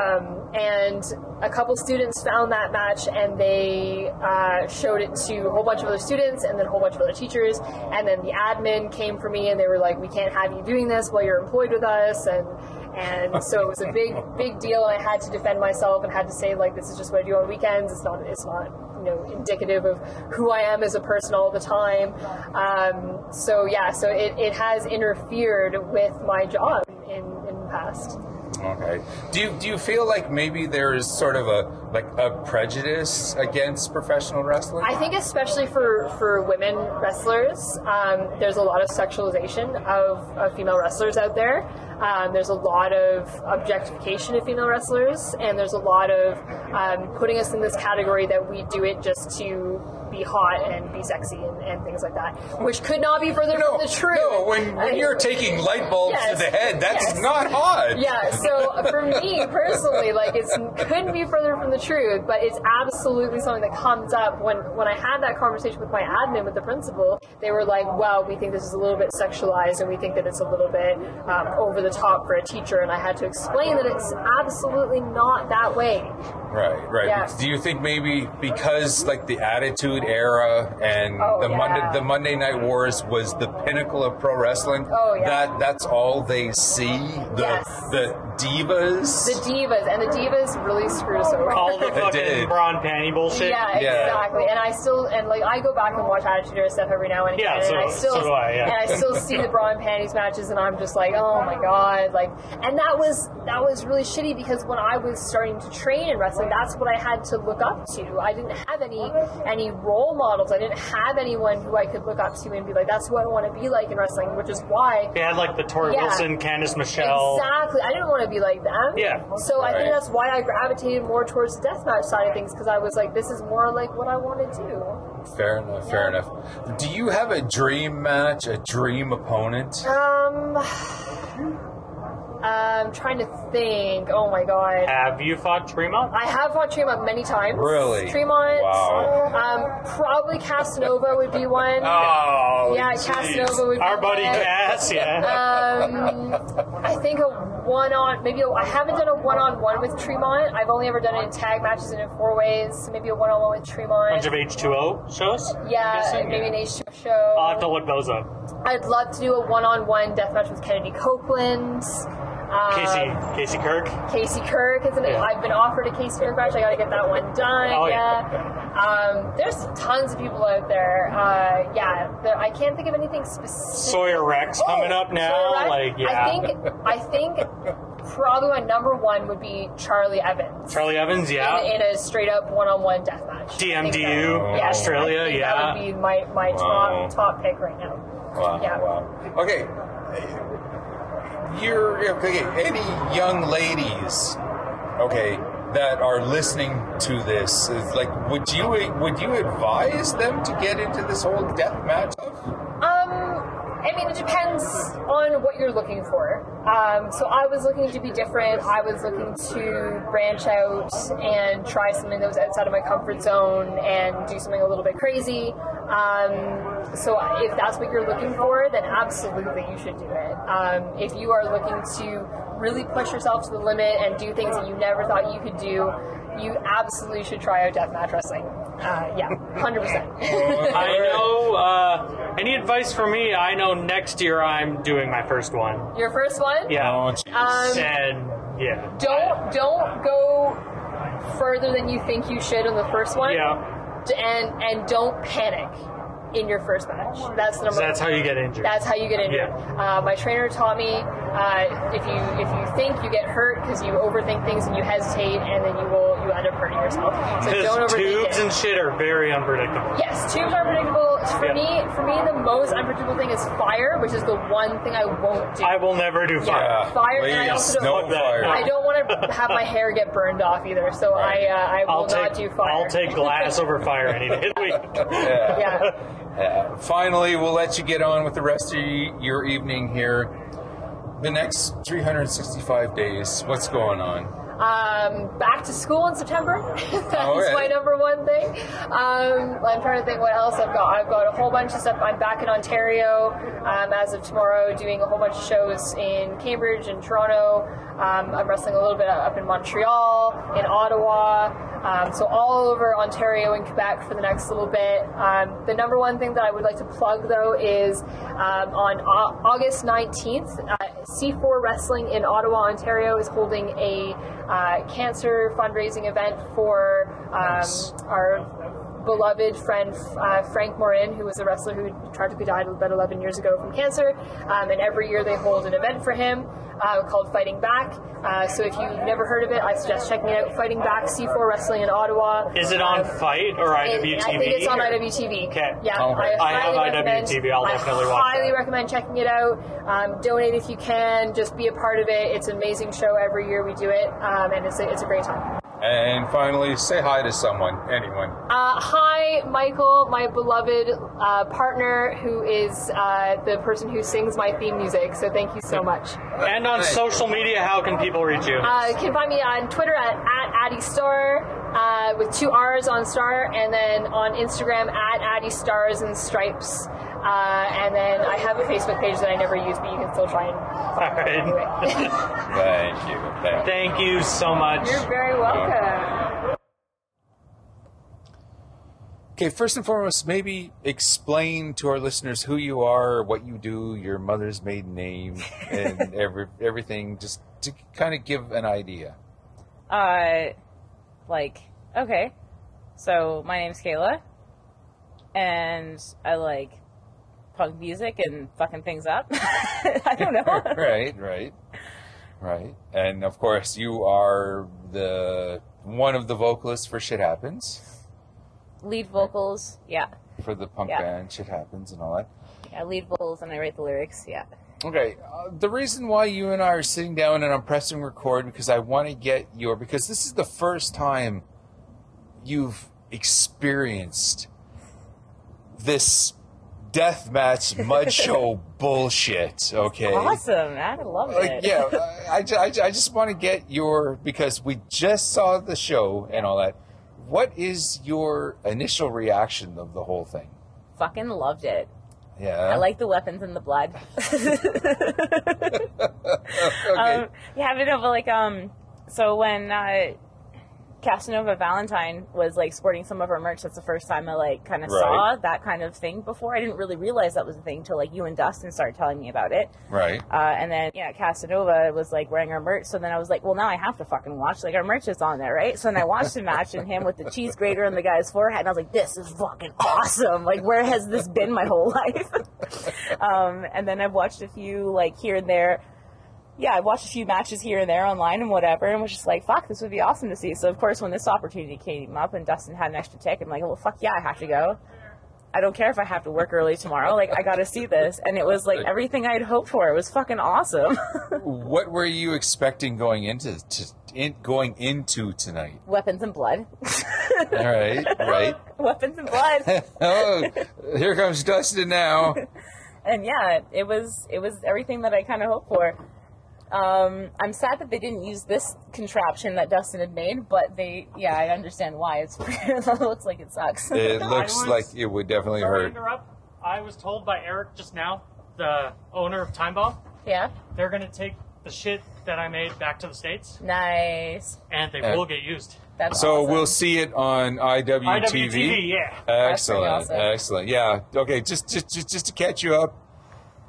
Speaker 2: Um, and a couple students found that match and they uh, showed it to a whole bunch of other students and then a whole bunch of other teachers. And then the admin came for me and they were like, "We can't have you doing this while you're employed with us." And and so it was a big big deal. I had to defend myself and had to say like, "This is just what I do on weekends. It's not it's not you know indicative of who I am as a person all the time." Um, so yeah, so it, it has interfered with my job in, in the past.
Speaker 7: okay. Do you do you feel like maybe there is sort of a like a prejudice against professional wrestling?
Speaker 2: I think especially for, for women wrestlers, um, there's a lot of sexualization of, of female wrestlers out there. Um, there's a lot of objectification of female wrestlers, and there's a lot of um, putting us in this category that we do it just to be hot and be sexy and, and things like that, which could not be further
Speaker 7: no,
Speaker 2: from the truth.
Speaker 7: no. When, when you're taking light bulbs
Speaker 2: Yes.
Speaker 7: to the head, that's
Speaker 2: Yes.
Speaker 7: not hot.
Speaker 2: Yeah, so for me personally, like it's couldn't be further from the truth, but it's absolutely something that comes up when when I had that conversation with my admin with the principal. They were like, "Well, we think this is a little bit sexualized, and we think that it's a little bit um, over the the top for a teacher, and I had to explain that it's absolutely not that way.
Speaker 7: Right, right.
Speaker 2: Yeah.
Speaker 7: Do you think maybe because like the Attitude Era and
Speaker 2: Oh,
Speaker 7: the
Speaker 2: yeah.
Speaker 7: Monday the Monday Night Wars was the pinnacle of pro wrestling?
Speaker 2: Oh, yeah.
Speaker 7: That that's all they see. The
Speaker 2: Yes.
Speaker 7: the divas.
Speaker 2: The divas, and the divas really screw us over.
Speaker 8: All the
Speaker 7: They did.
Speaker 8: fucking brawn panty bullshit.
Speaker 2: Yeah,
Speaker 7: Yeah.
Speaker 2: exactly. And I still and like I go back and watch Attitude Era stuff every now and again,
Speaker 8: Yeah, so-
Speaker 2: and I still
Speaker 8: so do I, yeah.
Speaker 2: and I still see the bra and panties matches, and I'm just like, oh my god, like. And that was that was really shitty because when I was starting to train in wrestling, that's what I had to look up to. I didn't have any any role models. I didn't have anyone who I could look up to and be like, that's what I want to be like in wrestling, which is why
Speaker 8: They had like the Tori
Speaker 2: Yeah.
Speaker 8: Wilson, Candice Michelle.
Speaker 2: Exactly. I didn't want to be like them.
Speaker 8: Yeah.
Speaker 2: So I
Speaker 7: Right.
Speaker 2: think that's why I gravitated more towards the deathmatch side of things because I was like, this is more like what I want to do.
Speaker 7: Fair enough. Fair enough. Do you have a dream match, a dream opponent?
Speaker 2: Um, I'm trying to think. Oh my god.
Speaker 8: Have you fought Tremont?
Speaker 2: I have watched Tremont many times.
Speaker 7: Really?
Speaker 2: Tremont.
Speaker 7: Wow.
Speaker 2: Um, probably Casanova would be one.
Speaker 7: Oh,
Speaker 2: Uh, yeah,
Speaker 7: geez.
Speaker 2: Casanova would be
Speaker 8: Our buddy
Speaker 2: one.
Speaker 8: Cass, yeah.
Speaker 2: Um, I think a one on maybe I I haven't done a one on one with Tremont. I've only ever done it in tag matches and in four ways. So maybe a one on one with
Speaker 8: A bunch
Speaker 2: Tremont.
Speaker 8: of H2O shows? I'm
Speaker 2: Yeah,
Speaker 8: guessing,
Speaker 2: maybe an
Speaker 8: yeah. Uh,
Speaker 2: H2O show.
Speaker 8: I'll have to look those up.
Speaker 2: I'd love to do a one on one death match with Kennedy Copeland. Um,
Speaker 8: Casey, Casey Kirk.
Speaker 2: Casey Kirk is an,
Speaker 8: Yeah.
Speaker 2: I've been offered a Casey Kirk match. I got to get that one done.
Speaker 8: Oh, yeah.
Speaker 2: Um, there's tons of people out there. Uh, yeah, there, I can't think of anything specific.
Speaker 8: Sawyer Rex coming up now.
Speaker 2: Sorry, Ryan.
Speaker 8: Like, yeah.
Speaker 2: I think I think probably my number one would be Charlie Evans.
Speaker 8: Charlie Evans, yeah.
Speaker 2: In, in a straight up one on one death match.
Speaker 8: DMDU,
Speaker 2: yeah,
Speaker 8: Australia,
Speaker 2: I think
Speaker 8: yeah.
Speaker 2: That would be my, my
Speaker 7: Wow.
Speaker 2: top top pick right now.
Speaker 7: Wow.
Speaker 2: Yeah.
Speaker 7: wow. Okay. You're okay. Any young ladies, okay, that are listening to this, is like, would you would you advise them to get into this whole death match?
Speaker 2: Um, I mean, it depends on what you're looking for. Um, so I was looking to be different. I was looking to branch out and try something that was outside of my comfort zone and do something a little bit crazy. Um, so if that's what you're looking for, then absolutely you should do it. Um, if you are looking to really push yourself to the limit and do things that you never thought you could do, you absolutely should try out deathmatch wrestling. Uh, yeah, 100%.
Speaker 8: I know. Uh, any advice for me? I know next year I'm doing my first one.
Speaker 2: Your first one?
Speaker 8: Yeah.
Speaker 7: Oh, geez.
Speaker 2: Um,
Speaker 8: and yeah.
Speaker 2: don't don't go further than you think you should on the first one.
Speaker 8: Yeah.
Speaker 2: D- And and don't panic in your first match. That's the number.
Speaker 8: That's how you get injured.
Speaker 2: That's how you get injured. Uh, my trainer taught me uh, if you if you think you get hurt because you overthink things and you hesitate and then you will you end up hurting yourself. So don't
Speaker 8: Because
Speaker 2: overthink
Speaker 8: tubes
Speaker 2: it.
Speaker 8: and shit are very unpredictable.
Speaker 2: Yes, tubes are predictable. For
Speaker 8: Yeah.
Speaker 2: me, for me, the most unpredictable thing is fire, which is the one thing I won't do.
Speaker 8: I will never do fire.
Speaker 2: Yeah. Fire, and I also don't-
Speaker 7: no fire.
Speaker 2: I don't want to have my hair get burned off either, so I uh, I will
Speaker 8: I'll
Speaker 2: not
Speaker 8: take
Speaker 2: do fire.
Speaker 8: I'll take glass over fire any day of the week.
Speaker 7: Yeah.
Speaker 2: Yeah.
Speaker 7: Yeah. Finally, we'll let you get on with the rest of y- your evening here. The next 365 days, what's going on?
Speaker 2: Um, back to school in September. That's
Speaker 7: Alright.
Speaker 2: my number one thing. Um, I'm trying to think what else I've got. I've got a whole bunch of stuff. I'm back in Ontario um, as of tomorrow, doing a whole bunch of shows in Cambridge and Toronto. Um, I'm wrestling a little bit up in Montreal, in Ottawa. Um, so all over Ontario and Quebec for the next little bit. Um, the number one thing that I would like to plug though is um, on Au- August 19th, uh, C4 Wrestling in Ottawa, Ontario is holding a uh, cancer fundraising event for um, our beloved friend uh, Frank Morin, who was a wrestler who tragically died about 11 years ago from cancer. Um, and every year they hold an event for him uh, called Fighting Back. Uh, so if you've never heard of it, I suggest checking it out. Fighting Back C4 Wrestling in Ottawa. Um,
Speaker 8: Is it on Fight or IWTV?
Speaker 2: It- I think it's on
Speaker 8: or-
Speaker 2: IWTV.
Speaker 8: Okay.
Speaker 2: Yeah,
Speaker 7: All right.
Speaker 8: I
Speaker 2: I,
Speaker 8: have
Speaker 2: highly recommend,
Speaker 8: IWTV. I'll
Speaker 2: I
Speaker 8: definitely watch
Speaker 2: highly
Speaker 8: that.
Speaker 2: recommend checking it out. Um, donate if you can. Just be a part of it. It's an amazing show every year we do it, um, and it's a, it's a great time.
Speaker 7: And finally, say hi to someone, anyone.
Speaker 2: Uh, hi, Michael, my beloved uh, partner, who is uh, the person who sings my theme music. So thank you so much.
Speaker 8: And on social media, how can people reach you?
Speaker 2: Uh, you can find me on Twitter at, at Addie Star uh, with two R's on Star, and then on Instagram at Addie Stars and Stripes. Uh, and then I have a Facebook page that I never use, but you can still try and find me
Speaker 8: Alright.
Speaker 2: anyway.
Speaker 7: Thank you. Thank you.
Speaker 8: Thank you so much.
Speaker 2: You're very welcome.
Speaker 7: Okay, first and foremost, maybe explain to our listeners who you are, what you do, your mother's maiden name, and every everything, just to kind of give an idea.
Speaker 9: Uh, like, okay. So my name's Kayla, and I like punk music and fucking things up. I don't know.
Speaker 7: right, right, right. And of course, you are the one of the vocalists for Shit Happens,
Speaker 9: lead vocals, yeah.
Speaker 7: for the punk
Speaker 9: Yeah.
Speaker 7: band Shit Happens and all that.
Speaker 9: I lead vocals and I write the lyrics, yeah.
Speaker 7: Okay, uh, the reason why you and I are sitting down and I'm pressing record because I want to get your because this is the first time you've experienced this death match mud show bullshit. Okay,
Speaker 9: Awesome, man. I love it.
Speaker 7: like yeah I, I, I just want to get your because we just saw the show and all that what is your initial reaction of the whole thing
Speaker 9: Fucking loved it.
Speaker 7: yeah
Speaker 9: I like the weapons and the blood.
Speaker 7: okay
Speaker 9: um, yeah, but no, but like, um, so when uh, Casanova Valentine was like sporting some of her merch, that's the first time I like kind of saw that kind of thing before. I didn't really realize that was a thing till like you and Dustin started telling me about it.
Speaker 7: right
Speaker 9: Uh, and then yeah, Casanova was like wearing our merch, so then I was like, well, now I have to fucking watch. Like our merch is on there, right? So then I watched the match and him with the cheese grater on the guy's forehead, and I was like, this is fucking awesome. Like where has this been my whole life? um, and then I've watched a few like here and there. Yeah, I watched a few matches here and there online and whatever, and was just like, "Fuck, this would be awesome to see." So of course, when this opportunity came up and Dustin had an extra tick, I'm like, "Well, fuck yeah, I have to go." I don't care if I have to work early tomorrow. Like, I got to see this. And it was like everything I had hoped for. It was fucking awesome.
Speaker 7: what were you expecting going into to, in, going into tonight
Speaker 9: Weapons and blood.
Speaker 7: all right right
Speaker 9: Weapons and blood.
Speaker 7: oh here comes dustin now
Speaker 9: and yeah, it was it was everything that I kind of hoped for. Um, I'm sad that they didn't use this contraption that Dustin had made, but they, yeah, I understand why. It's it looks like it sucks.
Speaker 7: it looks
Speaker 8: was-
Speaker 7: like it would definitely
Speaker 8: Sorry to
Speaker 7: hurt
Speaker 8: interrupt. I was told by Eric just now, the owner of Time Bomb,
Speaker 9: yeah,
Speaker 8: they're gonna take the shit that I made back to the states,
Speaker 9: nice.
Speaker 8: and they
Speaker 7: Uh,
Speaker 8: will get used.
Speaker 9: That's
Speaker 7: so
Speaker 9: awesome.
Speaker 7: we'll see it on IWTV.
Speaker 8: IWTV, yeah.
Speaker 7: Excellent,
Speaker 9: That's pretty awesome.
Speaker 7: excellent. Yeah. Okay. Just, just, just, just to catch you up,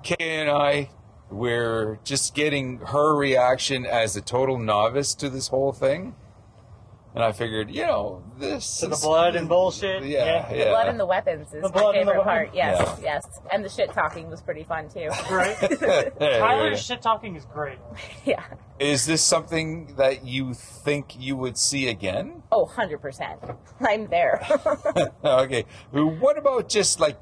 Speaker 7: Kay and I, we're just getting her reaction as a total novice to this whole thing, and I figured, you know, this
Speaker 8: To the
Speaker 7: is-
Speaker 8: blood and bullshit.
Speaker 7: Yeah, yeah.
Speaker 9: The blood and the weapons is
Speaker 8: The
Speaker 9: my
Speaker 8: blood and the
Speaker 9: favorite part.
Speaker 8: weapon.
Speaker 9: Yes, yes. And the shit talking was pretty fun too.
Speaker 8: Right?
Speaker 7: Hey,
Speaker 8: Tyler's shit talking is great.
Speaker 9: yeah.
Speaker 7: is this something that you think you would see again?
Speaker 9: Oh, 100%. I'm there.
Speaker 7: okay. What about just like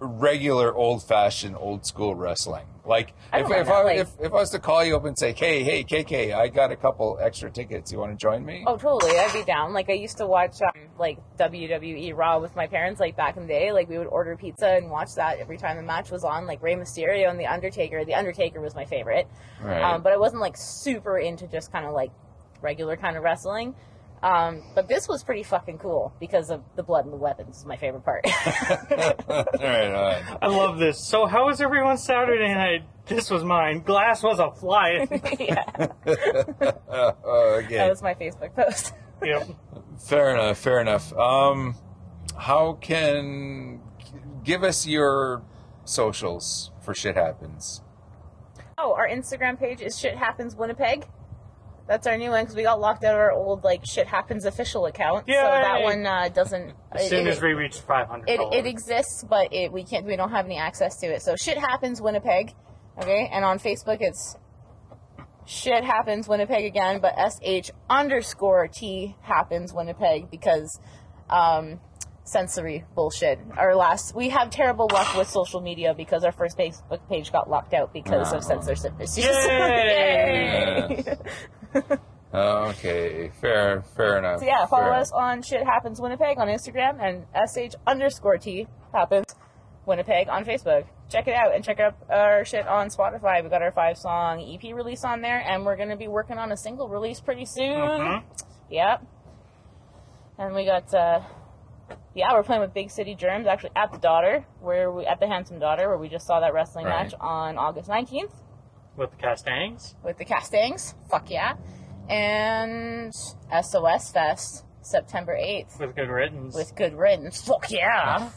Speaker 7: regular old fashioned old school wrestling? Like
Speaker 9: I
Speaker 7: if
Speaker 9: don't mind
Speaker 7: if
Speaker 9: that,
Speaker 7: I
Speaker 9: like-
Speaker 7: if, if I was to call you up and say, Hey, hey, KK, I got a couple extra tickets. You wanna join me?
Speaker 9: oh, totally. I'd be down. Like, I used to watch, um, like, WWE Raw with my parents, like, back in the day. Like, we would order pizza and watch that every time the match was on. Like, Rey Mysterio and The Undertaker. The Undertaker was my favorite.
Speaker 7: Right.
Speaker 9: Um, but I wasn't, like, super into just kind of, like, regular kind of wrestling. Um, but this was pretty fucking cool because of the blood and the weapons is my favorite part.
Speaker 7: all right, all right.
Speaker 8: I love this. So, how was everyone's Saturday night? This was mine. Glass was a flying.
Speaker 9: yeah,
Speaker 7: Uh,
Speaker 9: that
Speaker 7: okay.
Speaker 9: was my Facebook post.
Speaker 8: yep.
Speaker 7: Fair enough, fair enough. Um how can give us your socials for shit happens.
Speaker 9: Oh, our Instagram page is Shit Happens Winnipeg. That's our new one because we got locked out of our old like Shit Happens official account. So that
Speaker 8: Yay.
Speaker 9: one uh, doesn't.
Speaker 8: As soon
Speaker 9: it,
Speaker 8: as we reach 500.
Speaker 9: it, it
Speaker 8: followers.
Speaker 9: exists, but it we can't we don't have any access to it. So Shit Happens Winnipeg, okay? And on Facebook it's Shit Happens Winnipeg again, but S H underscore T happens Winnipeg because um, sensory bullshit. Our last we have terrible luck with social media because our first Facebook page got locked out because of censorship issues.
Speaker 8: Yay!
Speaker 9: Yay!
Speaker 7: Okay, fair fair enough.
Speaker 9: So yeah, follow
Speaker 7: fair
Speaker 9: us on Shit Happens Winnipeg on Instagram and sh underscore t happens Winnipeg on Facebook. Check it out and check out our shit on Spotify. We got our five song EP release on there, and we're gonna be working on
Speaker 7: Mm-hmm.
Speaker 9: a
Speaker 8: Mm-hmm.
Speaker 9: single release pretty soon. Yep. And we got uh, yeah, we're playing with Big City Germs actually at the daughter, where we at the Handsome Daughter, where we just saw that wrestling
Speaker 7: Right.
Speaker 9: match on August nineteenth
Speaker 6: With the castangs?
Speaker 9: with the castings. Fuck yeah, and SOS Fest September eighth
Speaker 6: With good riddance.
Speaker 9: with Good Riddance. Fuck yeah,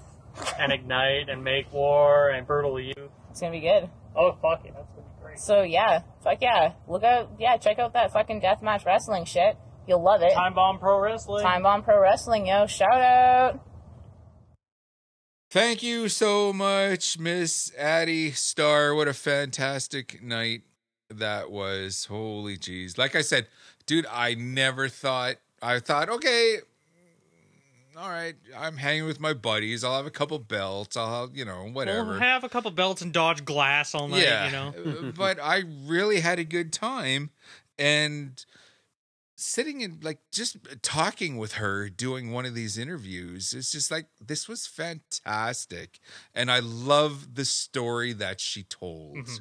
Speaker 6: and ignite and make war and brutal youth.
Speaker 9: it's gonna be good.
Speaker 6: Oh fuck it, that's gonna be great.
Speaker 9: So yeah, fuck yeah, look out, yeah, check out that fucking deathmatch wrestling shit. You'll love it.
Speaker 6: Time Bomb Pro Wrestling.
Speaker 9: Time Bomb Pro Wrestling, yo, shout out.
Speaker 7: Thank you so much, Miss Addie Star. What a fantastic night that was. Holy jeez. Like I said, dude, I never thought I thought, okay, all right, I'm hanging with my buddies. I'll have a couple belts. I'll have, you know, whatever.
Speaker 10: We'll have a couple belts and dodge glass all night, you know.
Speaker 7: Uh, but I really had a good time and sitting and like just talking with her doing one of these interviews it's just like this was fantastic and i love the story that she told
Speaker 10: Mm-hmm.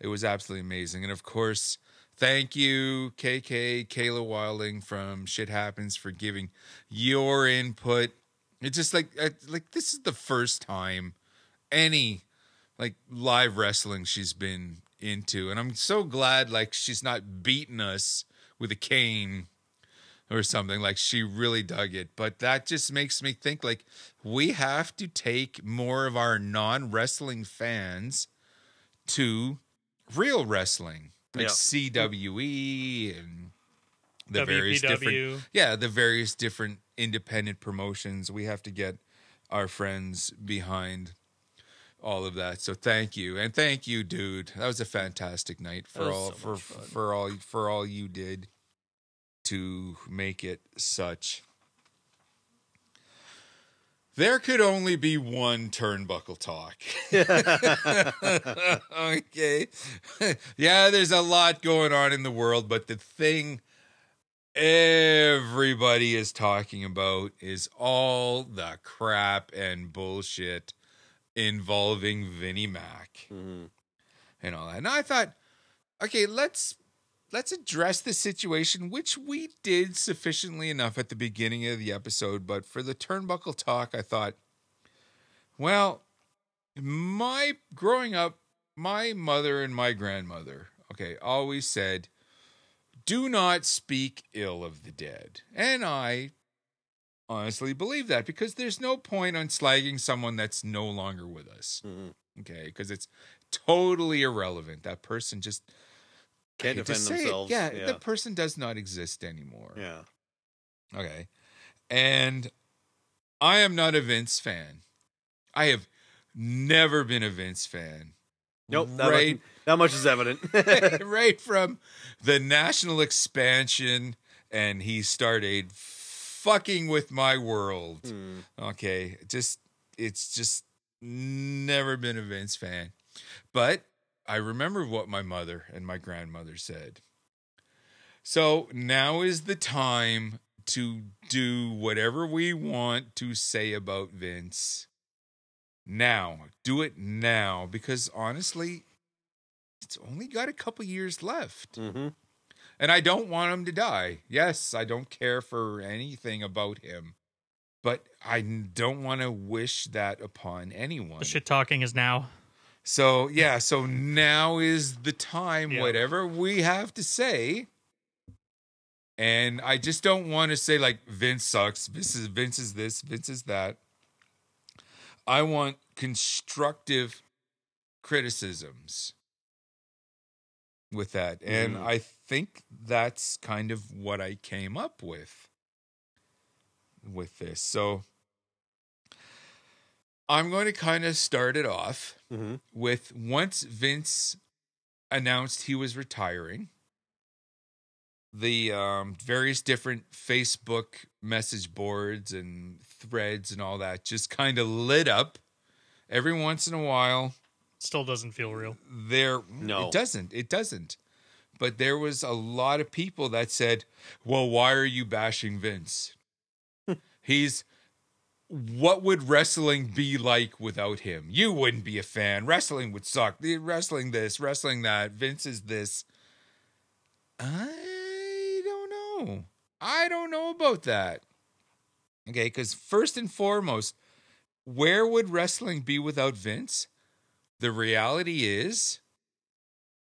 Speaker 7: it was absolutely amazing and of course thank you kk kayla wilding from shit happens for giving your input it's just like I- like this is the first time any like live wrestling she's been into and i'm so glad like she's not beating us with a cane or something like she really dug it but that just makes me think like we have to take more of our non-wrestling fans to real wrestling like
Speaker 5: Yeah.
Speaker 7: cwe and the various
Speaker 10: WPW.
Speaker 7: different yeah the various different independent promotions we have to get our friends behind all of that. So thank you, and thank you, dude. That was a fantastic night for all for for all for all you did to make it such. There could only be one turnbuckle talk. okay. yeah, there's a lot going on in the world, but the thing everybody is talking about is all the crap and bullshit involving Vinnie Mac and all that. And I thought, okay, let's let's address the situation, which we did sufficiently enough at the beginning of the episode. But for the turnbuckle talk, I thought, well, my growing up, my mother and my grandmother, okay, always said, do not speak ill of the dead. And I honestly believe that because there's no point on slagging someone that's no longer with us. Okay, because it's totally irrelevant. That person just
Speaker 5: Can't
Speaker 7: okay,
Speaker 5: defend
Speaker 7: just say it.
Speaker 5: themselves.
Speaker 7: Yeah,
Speaker 5: yeah.
Speaker 7: the person does not exist anymore.
Speaker 5: Yeah.
Speaker 7: Okay. And I am not a Vince fan. I have never been a Vince fan.
Speaker 5: Nope. That,
Speaker 7: Right.
Speaker 5: much, that much is evident.
Speaker 7: right from the national expansion and he started fucking with my world. Okay. Just it's just never been a Vince fan. But I remember what my mother and my grandmother said. So now is the time to do whatever we want to say about Vince. Now, do it now because honestly, it's only got a couple years left.
Speaker 5: Mhm.
Speaker 7: And I don't want him to die. Yes, I don't care for anything about him, but I n- don't want to wish that upon anyone.
Speaker 10: The shit talking is now.
Speaker 7: So, yeah, so now is the time,
Speaker 10: Yeah.
Speaker 7: whatever we have to say. And I just don't want to say, like, Vince sucks, Vince is, Vince is this, Vince is that. I want constructive criticisms with that. And I think that's kind of what I came up with with this. So I'm going to kind of start it off
Speaker 5: Mhm.
Speaker 7: with once Vince announced he was retiring, the um, various different Facebook message boards and threads and all that just kind of lit up. Every once in a while,
Speaker 10: Still doesn't feel real.
Speaker 7: there
Speaker 5: No.
Speaker 7: it doesn't it doesn't but there was a lot of people that said well why are you bashing vince he's what would wrestling be like without him you wouldn't be a fan wrestling would suck The- wrestling this wrestling that vince is this i don't know i don't know about that Okay, because first and foremost, where would wrestling be without Vince? The reality is,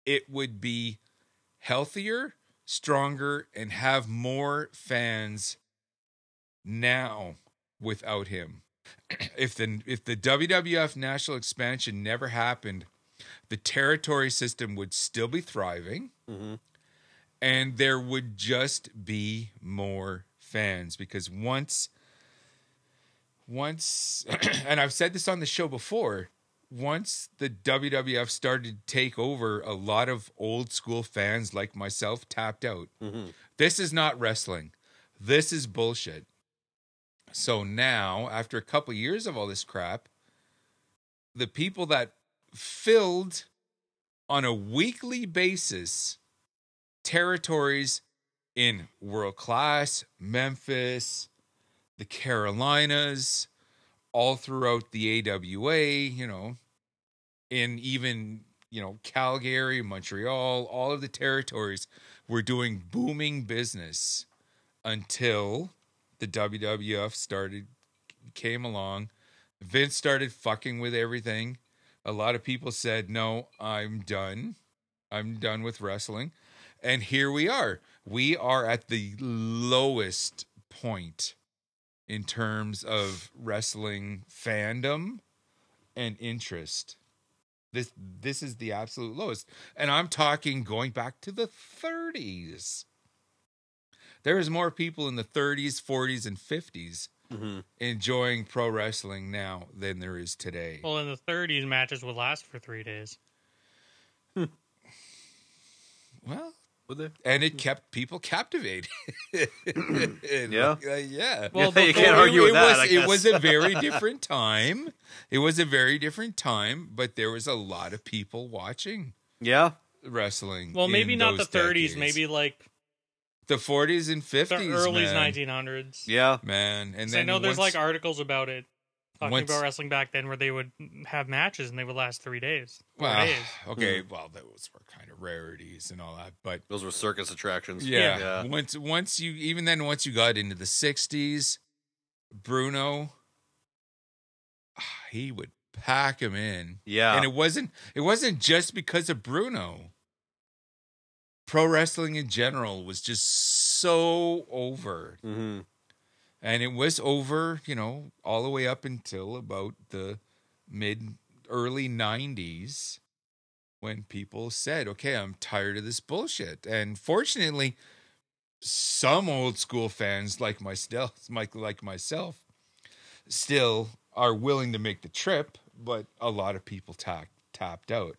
Speaker 7: it would be healthier, stronger, and have more fans now without him. if the if the WWF national expansion never happened, the territory system would still be thriving and there would just be more fans because once once and I've said this on the show before once the WWF started to take over a lot of old school fans like myself tapped out this is not wrestling this is bullshit so now after a couple years of all this crap the people that filled on a weekly basis territories in world class, Memphis, the Carolinas, all throughout the AWA, you know, in even, you know, Calgary, Montreal, all of the territories were doing booming business until the WWF started came along. Vince started fucking with everything. A lot of people said, "No, I'm done. I'm done with wrestling." And here we are. We are at the lowest point in terms of wrestling fandom and interest. This this is the absolute lowest. And I'm talking going back to the 30s. There is more people in the 30s, 40s, and 50s enjoying pro wrestling now than there is today.
Speaker 6: Well, in the 30s, matches would last for three days.
Speaker 7: Well,
Speaker 5: Would they?
Speaker 7: and it kept people captivated. And,
Speaker 5: Yeah.
Speaker 7: uh, yeah.
Speaker 6: Well,
Speaker 5: Yeah, you
Speaker 6: before-
Speaker 5: can't argue with
Speaker 7: it
Speaker 5: that.
Speaker 7: was
Speaker 5: I
Speaker 7: it
Speaker 5: guess.
Speaker 7: was a very different time. It was a very different time, but there was a lot of people watching
Speaker 5: yeah.
Speaker 7: wrestling.
Speaker 6: Well, maybe
Speaker 7: in
Speaker 6: not the
Speaker 7: those
Speaker 6: 30s,
Speaker 7: decades.
Speaker 6: maybe like
Speaker 7: the 40s and 50s,
Speaker 6: the early
Speaker 7: man.
Speaker 6: 1900s.
Speaker 5: Yeah.
Speaker 7: Man, and
Speaker 6: 'Cause
Speaker 7: then
Speaker 6: I know there's
Speaker 7: once-
Speaker 6: like articles about it talking
Speaker 7: once-
Speaker 6: about wrestling back then where they would have matches and they would last three days. Four
Speaker 7: well,
Speaker 6: days.
Speaker 7: okay,
Speaker 5: Hmm.
Speaker 7: well, those were kind of rarities and all that, but
Speaker 5: Those were circus attractions.
Speaker 7: Yeah.
Speaker 5: Yeah.
Speaker 7: Once once you even then once you got into the sixties, Bruno ah, he would pack him in.
Speaker 5: Yeah.
Speaker 7: And it wasn't it wasn't just because of Bruno. Pro wrestling in general was just so over.
Speaker 5: Mhm.
Speaker 7: And it was over, you know, all the way up until about the mid early 90s when people said, okay, I'm tired of this bullshit. And fortunately, some old school fans like myself, like, like myself still are willing to make the trip, but a lot of people tack, tapped out.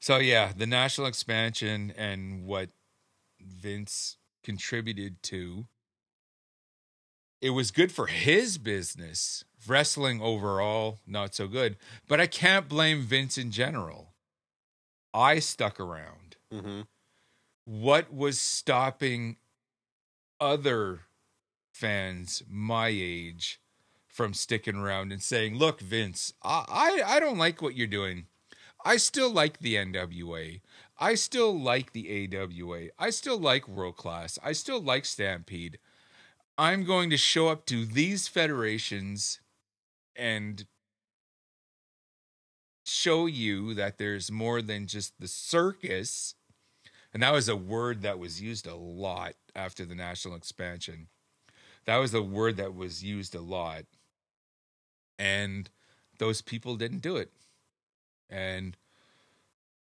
Speaker 7: So, yeah, the national expansion and what Vince contributed to it was good for his business. Wrestling overall, not so good. But I can't blame Vince in general. I stuck around.
Speaker 5: Mhm.
Speaker 7: What was stopping other fans my age from sticking around and saying, look, Vince, I, I, I don't like what you're doing. I still like the NWA. I still like the AWA. I still like World Class. I still like Stampede. I'm going to show up to these federations and show you that there's more than just the circus. And that was a word that was used a lot after the national expansion. That was a word that was used a lot. And those people didn't do it. And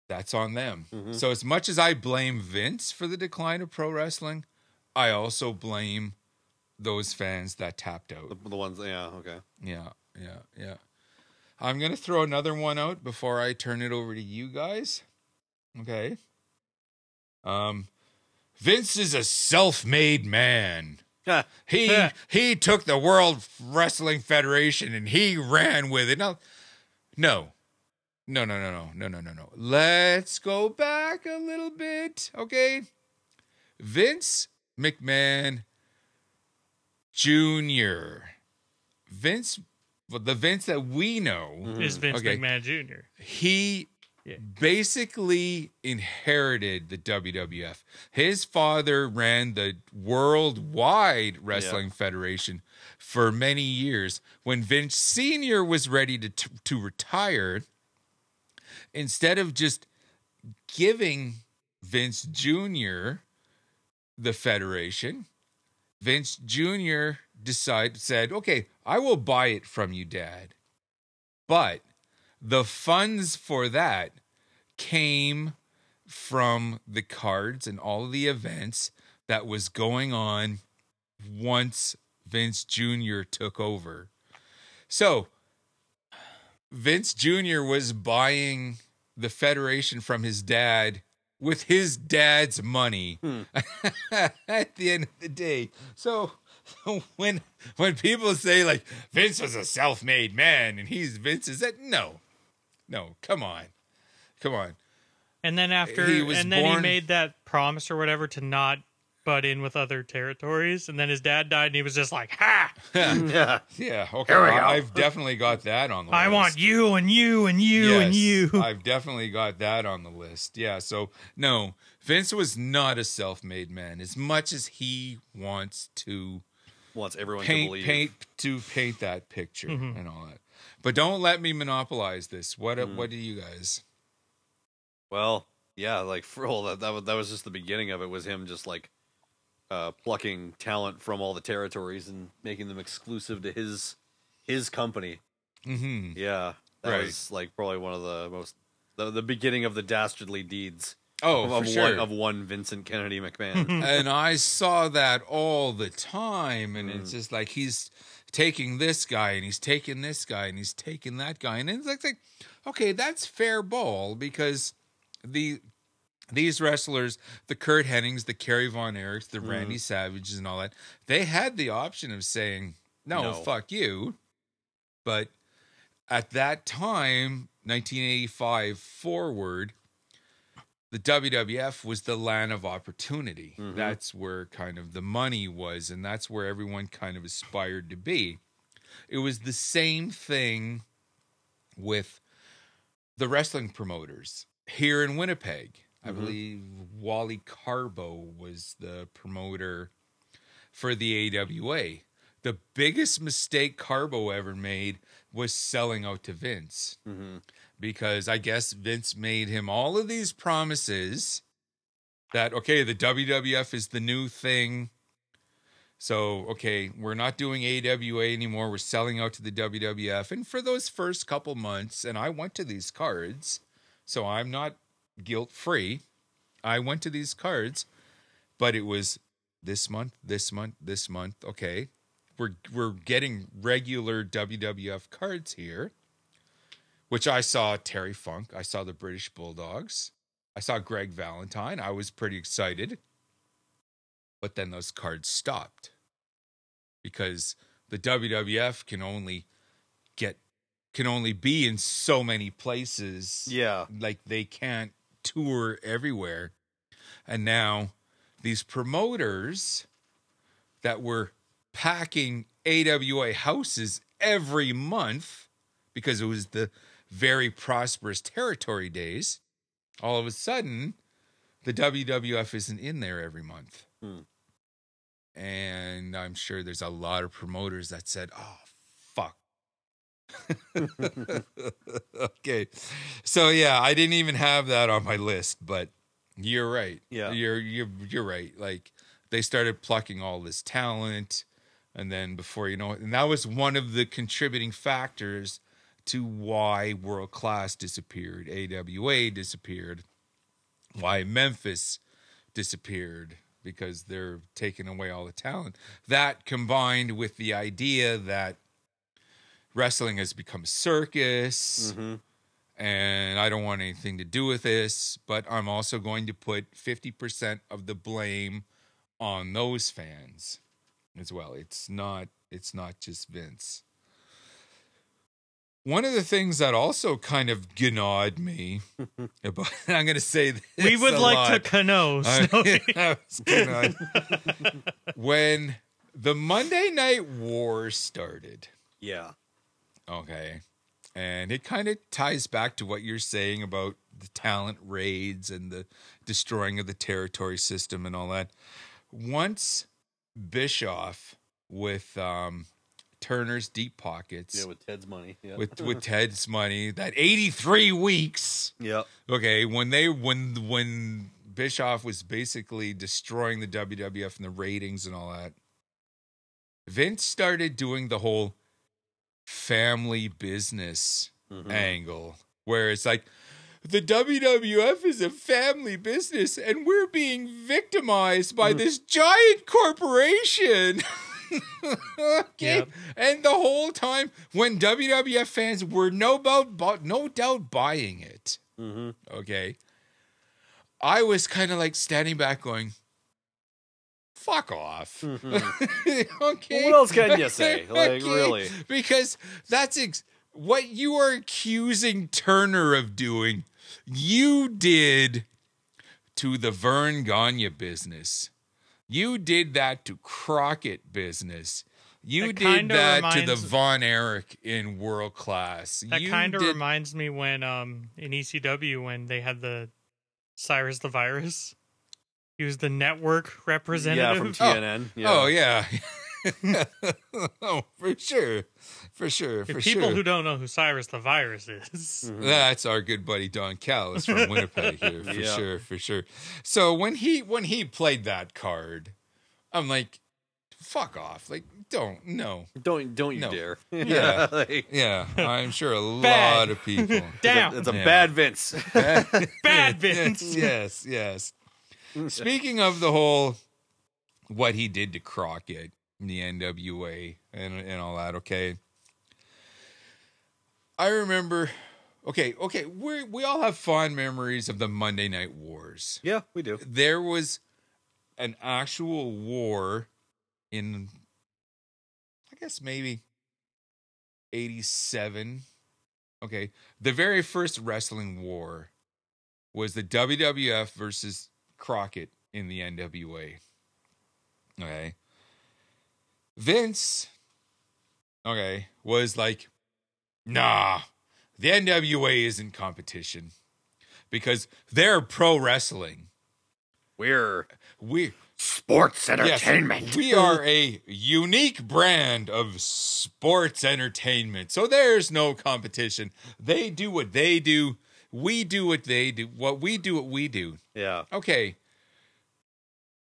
Speaker 7: that's on them. So, as much as I blame Vince for the decline of pro wrestling, I also blame those fans that tapped out.
Speaker 5: The, the ones. Yeah. Okay.
Speaker 7: Yeah, yeah, yeah. I'm going to throw another one out before I turn it over to you guys. Okay. Um Vince is a self-made man.
Speaker 5: Yeah.
Speaker 7: He he took the World Wrestling Federation and he ran with it. No. No. No, no, no, no. No, no, no, no. Let's go back a little bit, okay? Vince McMahon Jr. Vince well, the Vince that we know,
Speaker 6: Mm-hmm. Is Vince
Speaker 7: Hmm. Okay.
Speaker 6: McMahon Jr.
Speaker 7: he basically inherited the WWF. His father ran the Worldwide Wrestling Federation for many years. When Vince Sr. was ready to, t- to retire, instead of just giving Vince Jr. the Federation, Vince Jr. decided said, "Okay, I will buy it from you, Dad." But the funds for that came from the cards and all of the events that was going on once Vince Jr. took over. So Vince Jr. was buying the Federation from his dad with his dad's money at the end of the day. So when when people say like Vince was a self-made man and he's Vince is that no. No, come on. Come on.
Speaker 6: And then after,
Speaker 7: He was
Speaker 6: and then he
Speaker 7: born-
Speaker 6: made that promise or whatever to not butt in with other territories. And then his dad died, and he was just like, "Ha!
Speaker 5: yeah.
Speaker 7: Yeah, okay.
Speaker 5: Here we
Speaker 7: I-
Speaker 5: go.
Speaker 7: I've definitely got that on the
Speaker 6: I
Speaker 7: list.
Speaker 6: want you and you and you and you."
Speaker 7: Yes, I've definitely got that on the list. Yeah. So, no, Vince was not a self made man as much as he wants to
Speaker 5: Wants everyone to
Speaker 7: paint,
Speaker 5: believe.
Speaker 7: paint, to paint that picture
Speaker 6: Mm-hmm.
Speaker 7: and all that. But don't let me monopolize this. What,
Speaker 5: Mm.
Speaker 7: what do you guys?
Speaker 5: Well, yeah, like for all that, that was, that was just the beginning of it. Was him just like uh, plucking talent from all the territories and making them exclusive to his his company.
Speaker 7: hmm
Speaker 5: Yeah, that
Speaker 7: Right.
Speaker 5: was like probably one of the most the, the beginning of the dastardly deeds.
Speaker 7: Oh,
Speaker 5: of,
Speaker 7: for
Speaker 5: of
Speaker 7: sure.
Speaker 5: one of one Vincent Kennedy McMahon.
Speaker 7: and I saw that all the time. And it's just like he's taking this guy and he's taking this guy and he's taking that guy. And it's like, like okay, that's fair ball because the these wrestlers, the Kurt Hennings, the Kerry Von Erichs, the Randy Savages, and all that, they had the option of saying, no.
Speaker 5: No.
Speaker 7: fuck you. But at that time, 1985 forward, the WWF was the land of opportunity. That's where kind of the money was, and that's where everyone kind of aspired to be. It was the same thing with the wrestling promoters here in Winnipeg. I believe Wally Carbo was the promoter for the AWA. The biggest mistake Carbo ever made was selling out to Vince because I guess Vince made him all of these promises that okay, the WWF is the new thing. So, okay, we're not doing AWA anymore. We're selling out to the WWF. And for those first couple months, and I went to these cards, so I'm not guilt free. I went to these cards, but it was this month, this month, this month. Okay. We're we're getting regular WWF cards here which I saw Terry Funk, I saw the British Bulldogs, I saw Greg Valentine. I was pretty excited. But then those cards stopped because the WWF can only get can only be in so many places.
Speaker 5: yeah,
Speaker 7: Like they can't tour everywhere. And now these promoters that were packing AWA houses every month because it was the very prosperous territory days, all of a sudden the WWF isn't in there every month.
Speaker 5: Hmm.
Speaker 7: And I'm sure there's a lot of promoters that said, oh, fuck. okay. So yeah, I didn't even have that on my list, but you're right.
Speaker 5: Yeah.
Speaker 7: You're you're you're right. Like they started plucking all this talent and then before you know it, and that was one of the contributing factors to why world class disappeared, AWA disappeared, why Memphis disappeared because they're taking away all the talent. That combined with the idea that wrestling has become a circus and I don't want anything to do with this, but I'm also going to put 50% of the blame on those fans as well. It's not it's not just Vince. One of the things that also kind of gnawed me about I'm going to say this
Speaker 6: we would
Speaker 7: a
Speaker 6: like
Speaker 7: lot.
Speaker 6: to canoe.
Speaker 7: I- I was gonna- when the Monday Night War started,
Speaker 5: yeah.
Speaker 7: okay, and it kind of ties back to what you're saying about the talent raids and the destroying of the territory system and all that. Once Bischoff with um, Turner's deep pockets
Speaker 5: Yeah, with Ted's money. Yeah.
Speaker 7: with with Ted's money that 83 weeks
Speaker 5: yeah.
Speaker 7: okay when they when when Bischoff was basically destroying the WWF and the ratings and all that Vince started doing the whole family business angle where it's like the WWF is a family business and we're being victimized by this giant corporation. okay.
Speaker 6: Yep.
Speaker 7: And the whole time when WWF fans were no doubt, bu- no doubt buying it. Okay. I was kind of like standing back going, fuck off. okay.
Speaker 5: Mm-hmm. What else can you say? Like, really?
Speaker 7: Because that's ex- what you are accusing Turner of doing. You did to the Vern Gagne business. You did that to Crockett business. You
Speaker 6: That
Speaker 7: did
Speaker 6: kinda
Speaker 7: that to the
Speaker 6: reminds-
Speaker 7: Von Erich in world class.
Speaker 6: That
Speaker 7: You
Speaker 6: kind of
Speaker 7: did-
Speaker 6: reminds me when um in ECW when they had the Cyrus the Virus. He was the network
Speaker 5: Yeah,
Speaker 6: representative.
Speaker 5: from TNN. yeah.
Speaker 7: Oh yeah. oh, for sure. For sure. For
Speaker 6: If people
Speaker 7: sure. Mm-hmm.
Speaker 6: who don't know who Cyrus the Virus is,
Speaker 7: That's our good buddy Don Callis from Winnipeg here, for
Speaker 5: Yeah.
Speaker 7: sure, for sure. So when he when he played that card, I'm like, fuck off. Like, don't no.
Speaker 5: Don't don't you
Speaker 7: No.
Speaker 5: dare.
Speaker 7: Yeah.
Speaker 5: like,
Speaker 7: Yeah. I'm sure a lot
Speaker 6: Bad.
Speaker 7: of people
Speaker 6: down
Speaker 5: That's a
Speaker 7: Yeah.
Speaker 5: bad Vince.
Speaker 6: bad Vince.
Speaker 7: yes, yes. Speaking of the whole what he did to Crockett and the NWA and and all that, okay. I remember okay, okay, we we all have fond memories of the Monday Night Wars.
Speaker 5: yeah, we do.
Speaker 7: There was an actual war in I guess maybe 87. Okay. The very first wrestling war was the WWF versus Crockett in the NWA. Okay. Vince, okay, was like, nah, the NWA isn't competition because they're pro wrestling.
Speaker 5: We're
Speaker 7: We
Speaker 5: sports
Speaker 7: yes, we are a unique brand of sports entertainment. So there's no competition. They do what they do. We do what they do. What we do what we do.
Speaker 5: Yeah.
Speaker 7: Okay.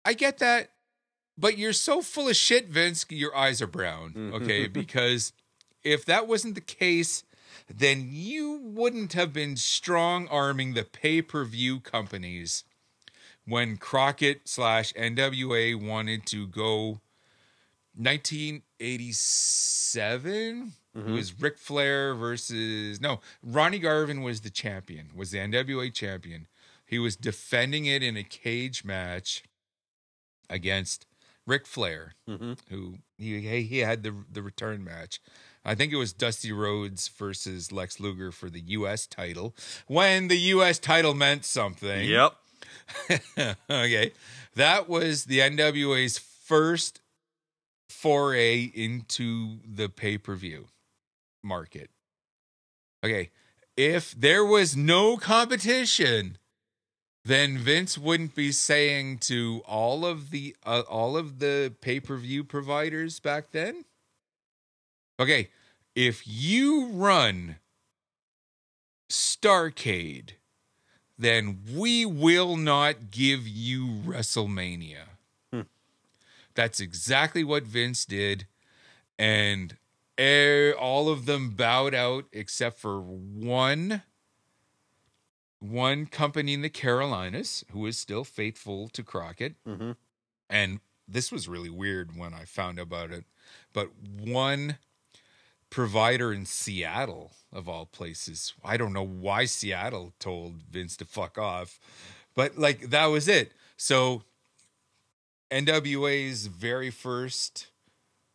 Speaker 7: I get that. But you're so full of shit, Vince, your eyes are brown. Okay? because if that wasn't the case, then you wouldn't have been strong arming the pay-per-view companies when Crockett slash NWA wanted to go 1987 it was Ric Flair versus no Ronnie Garvin was the champion was the NWA champion he was defending it in a cage match against Ric Flair who he he had the the return match I think it was Dusty Rhodes versus Lex Luger for the US title when the US title meant something
Speaker 5: Yep.
Speaker 7: okay. That was the NWA's first foray into the pay per view market. Okay. If there was no competition, then Vince wouldn't be saying to all of the uh, all of the pay-per-view providers back then, okay, if you run Starcade, then we will not give you WrestleMania. That's exactly what Vince did. And eh, all of them bowed out except for one one company in the Carolinas who is still faithful to Crockett. And this was really weird when I found about it. But one provider in Seattle of all places. I don't know why Seattle told Vince to fuck off, but like that was it. So NWA's very first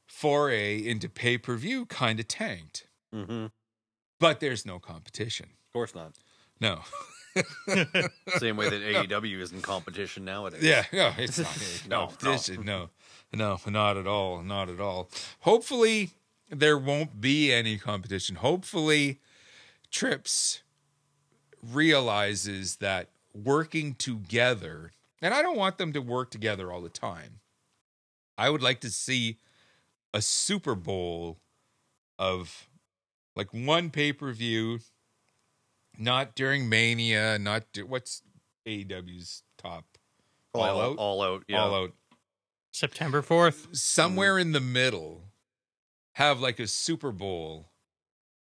Speaker 7: foray into pay-per-view kind of tanked.
Speaker 5: Mm-hmm. Of
Speaker 7: But there's no competition.
Speaker 5: course not.
Speaker 7: No.
Speaker 5: Same way that AEW is in competition nowadays.
Speaker 7: Yeah, yeah, it's not it's
Speaker 5: No,
Speaker 7: no, competition. No. no, not at all, not at all. Hopefully, there won't be any competition. Hopefully, Trips realizes that working together, and I don't want them to work together all the time. I would like to see a Super Bowl of like one pay per view, not during Mania, not du- what's AEW's top
Speaker 5: all,
Speaker 7: All Out?
Speaker 5: all out, yeah. Mm-hmm.
Speaker 7: all out
Speaker 6: September 4th.
Speaker 7: somewhere in the middle have like a Super Bowl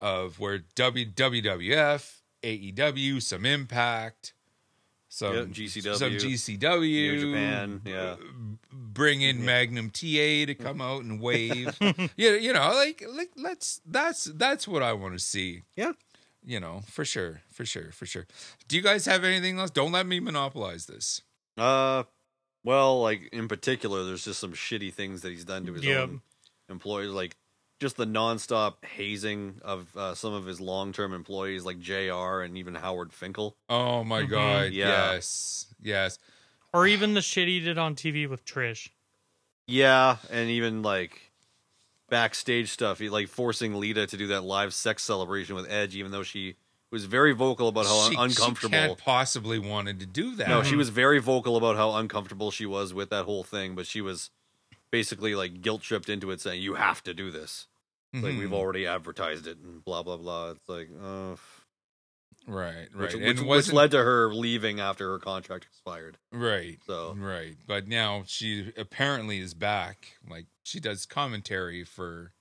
Speaker 7: of where WWF, AEW, E some Impact, some
Speaker 5: Yep, GCW.
Speaker 7: some GCW,
Speaker 5: New Japan, yeah.
Speaker 7: bring in Magnum TA to come out and wave. you, you know, like like let's that's that's what I want to see.
Speaker 5: Yeah.
Speaker 7: You know, for sure, for sure, for sure. Do you guys have anything else? Don't let me monopolize this.
Speaker 5: Uh, well, like in particular, there's just some shitty things that he's done to his
Speaker 6: Yeah.
Speaker 5: own employees, like just the nonstop hazing of uh, some of his long-term employees, like Jr. and even Howard Finkel.
Speaker 7: Oh my god,
Speaker 5: Yeah.
Speaker 7: yes. Yes.
Speaker 6: Or even the shit he did on TV with Trish.
Speaker 5: Yeah, and even like backstage stuff, he like forcing Lita to do that live sex celebration with Edge, even though she was very vocal about how
Speaker 7: She- she
Speaker 5: uncomfortable.
Speaker 7: can't possibly wanted to do that.
Speaker 5: No, she was very vocal about how uncomfortable she was with that whole thing, but she was basically like guilt tripped into it, saying, "You have to do this."
Speaker 7: Mm-hmm.
Speaker 5: It's Like we've already advertised it, and blah blah blah. It's like, uh,
Speaker 7: right, right,
Speaker 5: which,
Speaker 7: and
Speaker 5: which, which
Speaker 7: wasn't-
Speaker 5: led to her leaving after her contract expired.
Speaker 7: right,
Speaker 5: So.
Speaker 7: right. But now she apparently is back. Like she does commentary for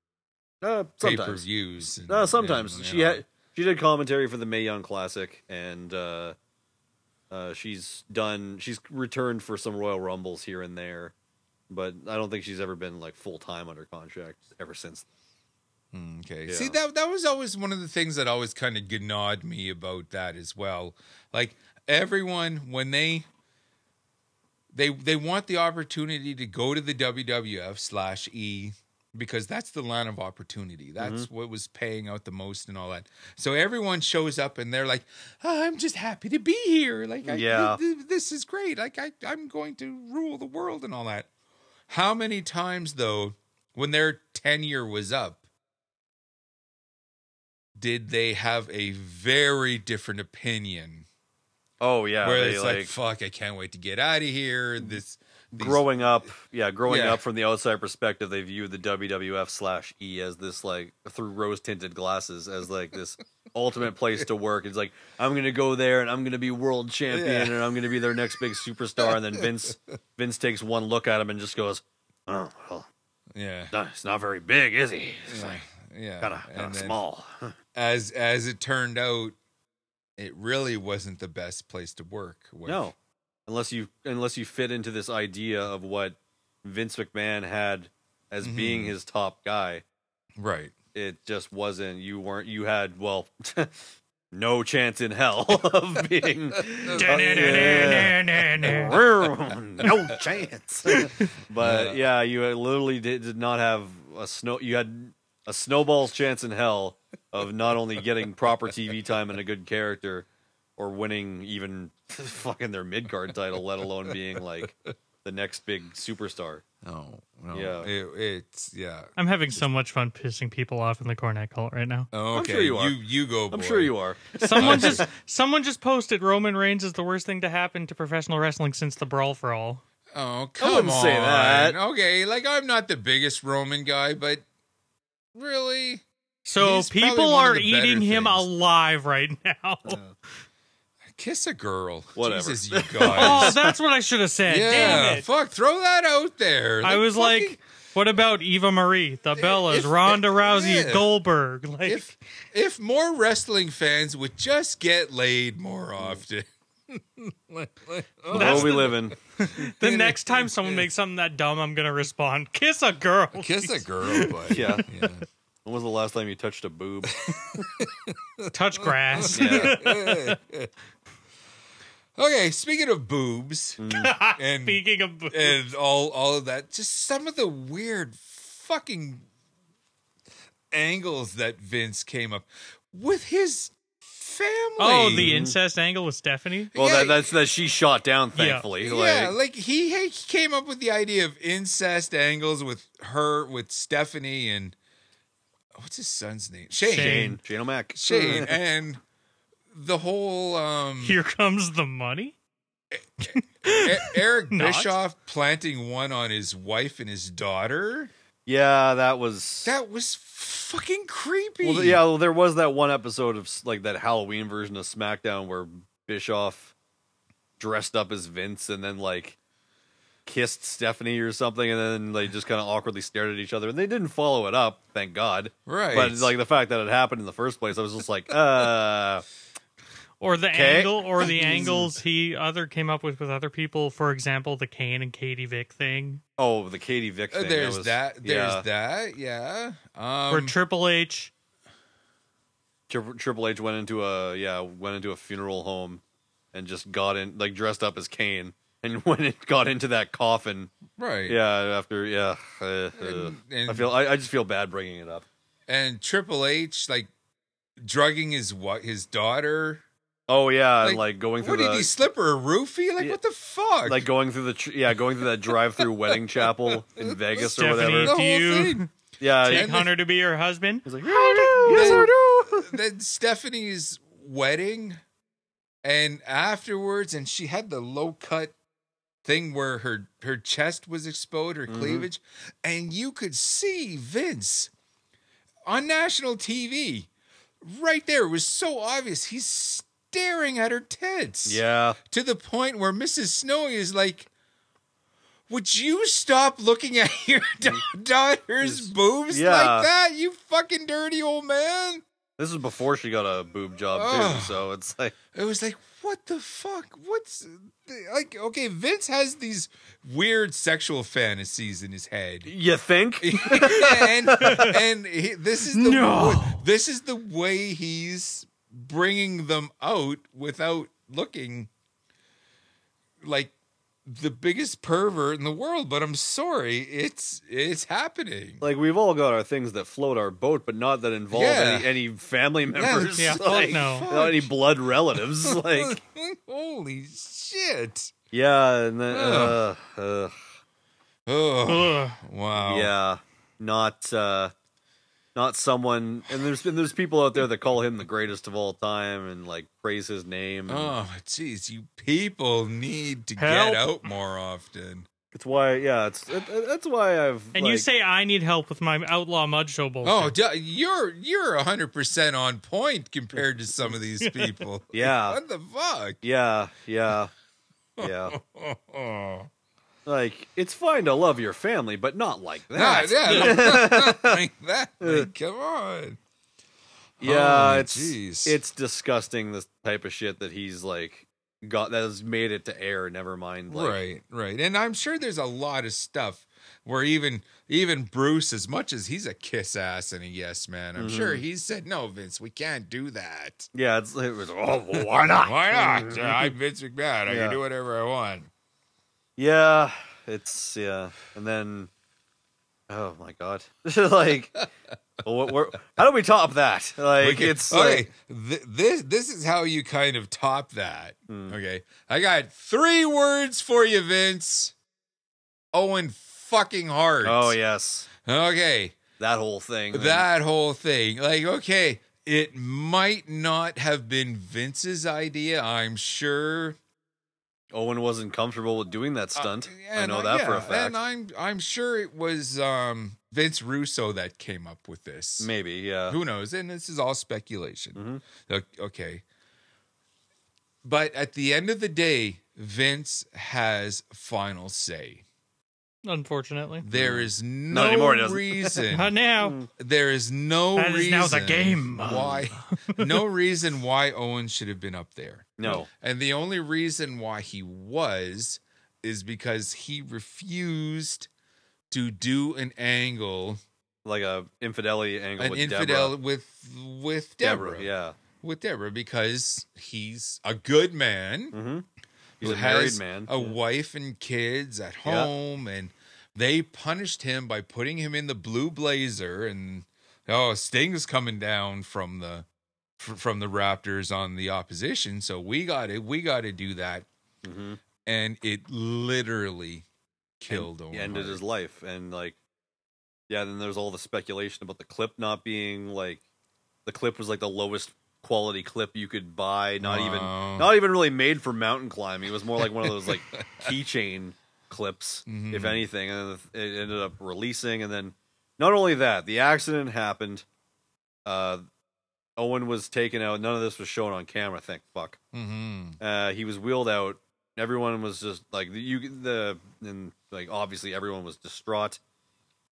Speaker 5: Uh,
Speaker 7: pay per
Speaker 5: sometimes,
Speaker 7: views.
Speaker 5: uh, sometimes she had she did commentary for the Mae Young Classic, and uh, uh, she's done. She's returned for some Royal Rumbles here and there, but I don't think she's ever been like full time under contract ever since.
Speaker 7: Okay.
Speaker 5: Yeah.
Speaker 7: See that that was always one of the things that always kind of gnawed me about that as well. Like everyone when they they they want the opportunity to go to the WWF slash E because that's the line of opportunity.
Speaker 5: Mm-hmm.
Speaker 7: That's what was paying out the most and all that. So everyone shows up and they're like, "Ah, "I'm just happy to be here. Like, I,
Speaker 5: Yeah.
Speaker 7: th- th- this is great. Like, I I'm going to rule the world and all that." How many times though, when their tenure was up, did they have a very different opinion?
Speaker 5: Oh yeah,
Speaker 7: where
Speaker 5: they, Mm-hmm.
Speaker 7: it's like, "Fuck, I can't wait to get out of here." This these-
Speaker 5: growing up, yeah, growing
Speaker 7: Yeah.
Speaker 5: up from the outside perspective, they view the WWF slash E as this like through rose tinted glasses as like this ultimate place to work. It's like I'm gonna go there and I'm gonna be world champion
Speaker 7: Yeah.
Speaker 5: and I'm gonna be their next big superstar. And then Vince Vince takes one look at him and just goes, "Oh well,
Speaker 7: yeah,
Speaker 5: no, he's not very big, is he? He's like
Speaker 7: yeah,
Speaker 5: kind of
Speaker 7: And
Speaker 5: kind of
Speaker 7: then
Speaker 5: small."
Speaker 7: As as it turned out, it really wasn't the best place to work. With.
Speaker 5: No, unless you unless you fit into this idea of what Vince McMahon had as being
Speaker 7: Mm-hmm.
Speaker 5: his top guy.
Speaker 7: right.
Speaker 5: it just wasn't you weren't you had well no chance in hell of being Yeah.
Speaker 6: Da-na-na-na-na-na.
Speaker 5: no chance but yeah you literally did, did not have a snow you had a snowball's chance in hell of not only getting proper tv time and a good character or winning even fucking their mid-card title let alone being like the next big superstar Oh,
Speaker 7: No, no.
Speaker 5: Yeah.
Speaker 7: It- it's yeah.
Speaker 6: I'm having so much fun pissing people off in the Cornet cult right now.
Speaker 7: Okay,
Speaker 5: sure you are.
Speaker 7: You go.
Speaker 5: i'm
Speaker 7: boy.
Speaker 5: sure you are
Speaker 6: Someone just someone just posted Roman Reigns is the worst thing to happen to professional wrestling since the brawl for all.
Speaker 7: Oh come
Speaker 5: wouldn't
Speaker 7: on.
Speaker 5: say that.
Speaker 7: Okay, like I'm not the biggest Roman guy, but really,
Speaker 6: So
Speaker 7: He's probably
Speaker 6: people
Speaker 7: one of
Speaker 6: are
Speaker 7: the better
Speaker 6: eating him
Speaker 7: things.
Speaker 6: alive right now.
Speaker 7: kiss a girl.
Speaker 5: Whatever.
Speaker 7: Jesus, you guys.
Speaker 6: oh, that's what I should have said.
Speaker 7: yeah,
Speaker 6: Damn it.
Speaker 7: fuck. Throw that out there.
Speaker 6: I was
Speaker 7: fucking-
Speaker 6: like, what about Eva Marie, the Bellas,
Speaker 7: if-
Speaker 6: Ronda Rousey,
Speaker 7: yeah.
Speaker 6: Goldberg? Like
Speaker 7: if if more wrestling fans would just get laid more
Speaker 5: Mm.
Speaker 7: often.
Speaker 5: the world we live in
Speaker 6: the next time someone makes something that dumb, I'm gonna respond, kiss a girl.
Speaker 7: Kiss a girl, but
Speaker 5: yeah when was the last time you touched a boob
Speaker 6: Touch grass.
Speaker 5: yeah
Speaker 7: Okay, speaking of boobs and
Speaker 6: Speaking of boobs.
Speaker 7: and all all of that, just some of the weird fucking angles that Vince came up with his family.
Speaker 6: Oh, the incest angle with Stephanie?
Speaker 5: Well,
Speaker 7: Yeah.
Speaker 5: that, that's that she shot down, thankfully.
Speaker 7: yeah,
Speaker 5: Like,
Speaker 7: like he, he came up with the idea of incest angles with her, with Stephanie, and what's his son's name? Shane. Mm.
Speaker 5: Shane, Shane O'Mac.
Speaker 7: Shane, and the whole um
Speaker 6: Here comes the money.
Speaker 7: E- Eric
Speaker 6: Not.
Speaker 7: Bischoff planting one on his wife and his daughter.
Speaker 5: Yeah, that was.
Speaker 7: That was fucking creepy.
Speaker 5: well, th- yeah, well, there was that one episode of s- like that Halloween version of SmackDown where Bischoff dressed up as Vince and then like kissed Stephanie or something, and then they just kind of awkwardly stared at each other, and they didn't follow it up, thank God.
Speaker 7: Right.
Speaker 5: But like the fact that it happened in the first place, I was just like, uh,
Speaker 6: Or the
Speaker 5: Okay.
Speaker 6: angle or the angles he other came up with with other people, for example, the Kane and Katie Vick thing.
Speaker 5: oh, the Katie Vick
Speaker 7: Uh,
Speaker 5: thing.
Speaker 7: there's
Speaker 5: was-
Speaker 7: that. There's
Speaker 5: yeah.
Speaker 7: that. Yeah. Um,
Speaker 6: Where Triple H
Speaker 5: Tri- Triple H went into a yeah went into a funeral home and just got in like dressed up as Kane and went and got into that coffin.
Speaker 7: right.
Speaker 5: Yeah, after yeah, uh, uh,
Speaker 7: and-
Speaker 5: I feel I, I just feel bad bringing it up.
Speaker 7: And Triple H like drugging his what his daughter.
Speaker 5: Oh yeah, and like going through
Speaker 7: What did he
Speaker 5: the
Speaker 7: slip her a roofie? Like
Speaker 5: Yeah.
Speaker 7: what the fuck?
Speaker 5: like going through the tr- yeah going through that drive through wedding chapel in Vegas or
Speaker 6: Stephanie.
Speaker 5: whatever.
Speaker 7: the whole
Speaker 6: you-
Speaker 7: thing.
Speaker 5: Yeah,
Speaker 6: take
Speaker 7: And-
Speaker 6: Hunter to be her husband.
Speaker 5: he's like
Speaker 7: Then-
Speaker 5: yes I do.
Speaker 7: then Stephanie's wedding, and afterwards, and she had the low cut thing where her her chest was exposed,
Speaker 5: Mm-hmm.
Speaker 7: her cleavage, and you could see Vince on national TV right there. It was so obvious. He's staring at her tits.
Speaker 5: Yeah,
Speaker 7: To the point where Mrs. Snowy is like, would you stop looking at your da- daughter's boobs
Speaker 5: Mm. Yeah.
Speaker 7: like that, you fucking dirty old man?
Speaker 5: this is before she got a boob job too,
Speaker 7: Ugh.
Speaker 5: so it's like
Speaker 7: It was like, what the fuck? What's like? Okay, Vince has these weird sexual fantasies in his head,
Speaker 5: you think
Speaker 7: and and he, this is the
Speaker 6: No.
Speaker 7: wa- this is the way he's bringing them out without looking like the biggest pervert in the world. But I'm sorry, it's it's happening.
Speaker 5: like we've all got our things that float our boat, but not that involve
Speaker 7: Yeah.
Speaker 5: any, any family members,
Speaker 6: Yeah,
Speaker 5: like,
Speaker 6: no.
Speaker 5: not any blood relatives. like,
Speaker 7: Holy shit!
Speaker 5: yeah, and then uh,
Speaker 7: Ugh.
Speaker 5: uh,
Speaker 7: Oh
Speaker 6: Ugh.
Speaker 7: wow!
Speaker 5: yeah, not uh, not someone. And there's and there's people out there that call him the greatest of all time and like praise his name. and
Speaker 7: Oh, jeez, you people need to
Speaker 6: Help.
Speaker 7: get out more often.
Speaker 5: It's why, yeah, it's it, it- that's why I've
Speaker 6: And you
Speaker 5: like-
Speaker 6: say I need help with my outlaw mud show bullshit.
Speaker 7: Oh, d- you're you're hundred percent on point compared to some of these people.
Speaker 5: yeah,
Speaker 7: What the fuck?
Speaker 5: yeah, yeah, yeah.
Speaker 7: Oh.
Speaker 5: like it's fine to love your family, but not like that.
Speaker 7: Nah, Ah, yeah, like that. Like, come on.
Speaker 5: Yeah,
Speaker 7: Holy
Speaker 5: it's
Speaker 7: Oh, jeez.
Speaker 5: it's disgusting the type of shit that he's like got that has made it to air. Never mind, like,
Speaker 7: right, right. And I'm sure there's a lot of stuff where even even Bruce, as much as he's a kiss ass and a yes man, I'm sure
Speaker 5: Mm-hmm.
Speaker 7: he said, No, Vince, we can't do that.
Speaker 5: Yeah, it's, it was. Oh, well, why not?
Speaker 7: Why not? I'm Vince McMahon. I
Speaker 5: Yeah.
Speaker 7: can do whatever I want.
Speaker 5: yeah, it's yeah, and then oh my god, like, well, what, where, how do we top that? Like,
Speaker 7: We can-
Speaker 5: it's
Speaker 7: okay.
Speaker 5: like,
Speaker 7: th- this this is how you kind of top that.
Speaker 5: Hmm.
Speaker 7: Okay, I got three words for you, Vince. Owen fucking hard.
Speaker 5: oh yes,
Speaker 7: Okay,
Speaker 5: that whole thing. man.
Speaker 7: that whole thing. Like, okay, it might not have been Vince's idea. I'm sure.
Speaker 5: Owen wasn't comfortable with doing that stunt. I
Speaker 7: And
Speaker 5: know that for
Speaker 7: Uh, yeah,
Speaker 5: a fact.
Speaker 7: And I'm I'm sure it was um, Vince Russo that came up with this.
Speaker 5: Maybe yeah.
Speaker 7: who knows and this is all speculation O- okay but at the end of the day vince has final say Oh.
Speaker 6: Unfortunately.
Speaker 7: there is no
Speaker 5: anymore, he doesn't.
Speaker 6: Not
Speaker 7: reason
Speaker 6: now.
Speaker 7: there is no
Speaker 6: That is
Speaker 7: reason
Speaker 6: now the game.
Speaker 7: why no reason why owen should have been up there
Speaker 5: No.
Speaker 7: and the only reason why he was is because he refused to do an angle
Speaker 5: Like a infidelity angle
Speaker 7: an
Speaker 5: with
Speaker 7: infidel with with
Speaker 5: Deborah.
Speaker 7: deborah,
Speaker 5: Deborah, yeah.
Speaker 7: with Deborah because he's a good man.
Speaker 5: Mm-hmm. He's
Speaker 7: who
Speaker 5: a married
Speaker 7: has
Speaker 5: man.
Speaker 7: a
Speaker 5: Yeah.
Speaker 7: wife and kids at
Speaker 5: Yeah.
Speaker 7: home, and they punished him by putting him in the blue blazer. And oh, Sting's coming down from the fr- from the Raptors on the opposition, so we got it. We got to do that,
Speaker 5: Mhm.
Speaker 7: and it literally killed
Speaker 5: He
Speaker 7: Owen.
Speaker 5: ended
Speaker 7: Hart.
Speaker 5: his life and like yeah then there's all the speculation about the clip not being like the clip was like the lowest quality clip you could buy. Not even not even really made for mountain climbing. It was more like one of those like keychain clips, if anything. And then it ended up releasing. And then not only that, the accident happened. Uh, Owen was taken out. None of this was shown on camera. Thank fuck.
Speaker 7: Mm-hmm.
Speaker 5: Uh, he was wheeled out. Everyone was just like you. The and like obviously everyone was distraught.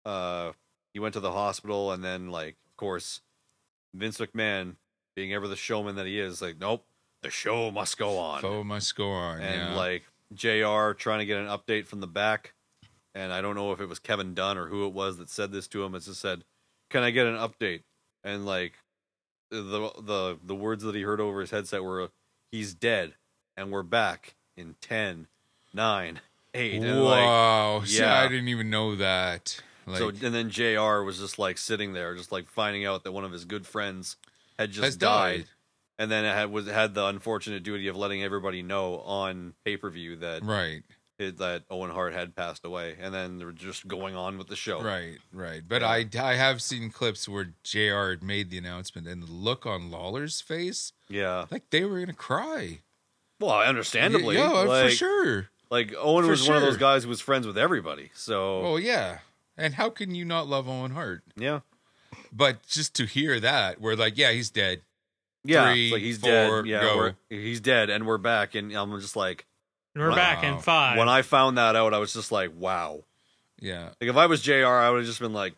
Speaker 5: Uh, he went to the hospital, and then like of course, Vince McMahon, being ever the showman that he is, like nope, the show must go on.
Speaker 7: Foe must go on.
Speaker 5: and
Speaker 7: yeah.
Speaker 5: like Jr. trying to get an update from the back, and I don't know if it was Kevin Dunn or who it was that said this to him. It just said, "Can I get an update?" And like the the the words that he heard over his headset were he's dead and we're back in 10 9 8 and like,
Speaker 7: wow. See,
Speaker 5: yeah.
Speaker 7: I didn't even know that. Like,
Speaker 5: so and then jr was just like sitting there just like finding out that one of his good friends had just
Speaker 7: has
Speaker 5: died,
Speaker 7: died.
Speaker 5: and then it had was had the unfortunate duty of letting everybody know on pay-per-view that
Speaker 7: Right.
Speaker 5: it, that owen hart had passed away and then they were just going on with the show
Speaker 7: Right, right. But I, I have seen clips where JR had made the announcement and the look on Lawler's face,
Speaker 5: yeah
Speaker 7: like they were going to cry.
Speaker 5: well understandably
Speaker 7: yeah, for
Speaker 5: like,
Speaker 7: sure.
Speaker 5: like owen
Speaker 7: For
Speaker 5: was one of those
Speaker 7: sure.
Speaker 5: guys who was friends with everybody so
Speaker 7: Oh, yeah. And how can you not love Owen Hart?
Speaker 5: yeah
Speaker 7: But just to hear that, we're like, yeah, he's dead.
Speaker 5: Yeah,
Speaker 7: Three,
Speaker 5: it's like he's
Speaker 7: four,
Speaker 5: dead. Yeah,
Speaker 7: go.
Speaker 5: we're- he's dead, and we're back. And I'm just like,
Speaker 6: And we're back in
Speaker 7: Wow.
Speaker 6: five.
Speaker 5: when I found that out, I was just like, wow.
Speaker 7: Yeah,
Speaker 5: Like if I was Jr., I would have just been like,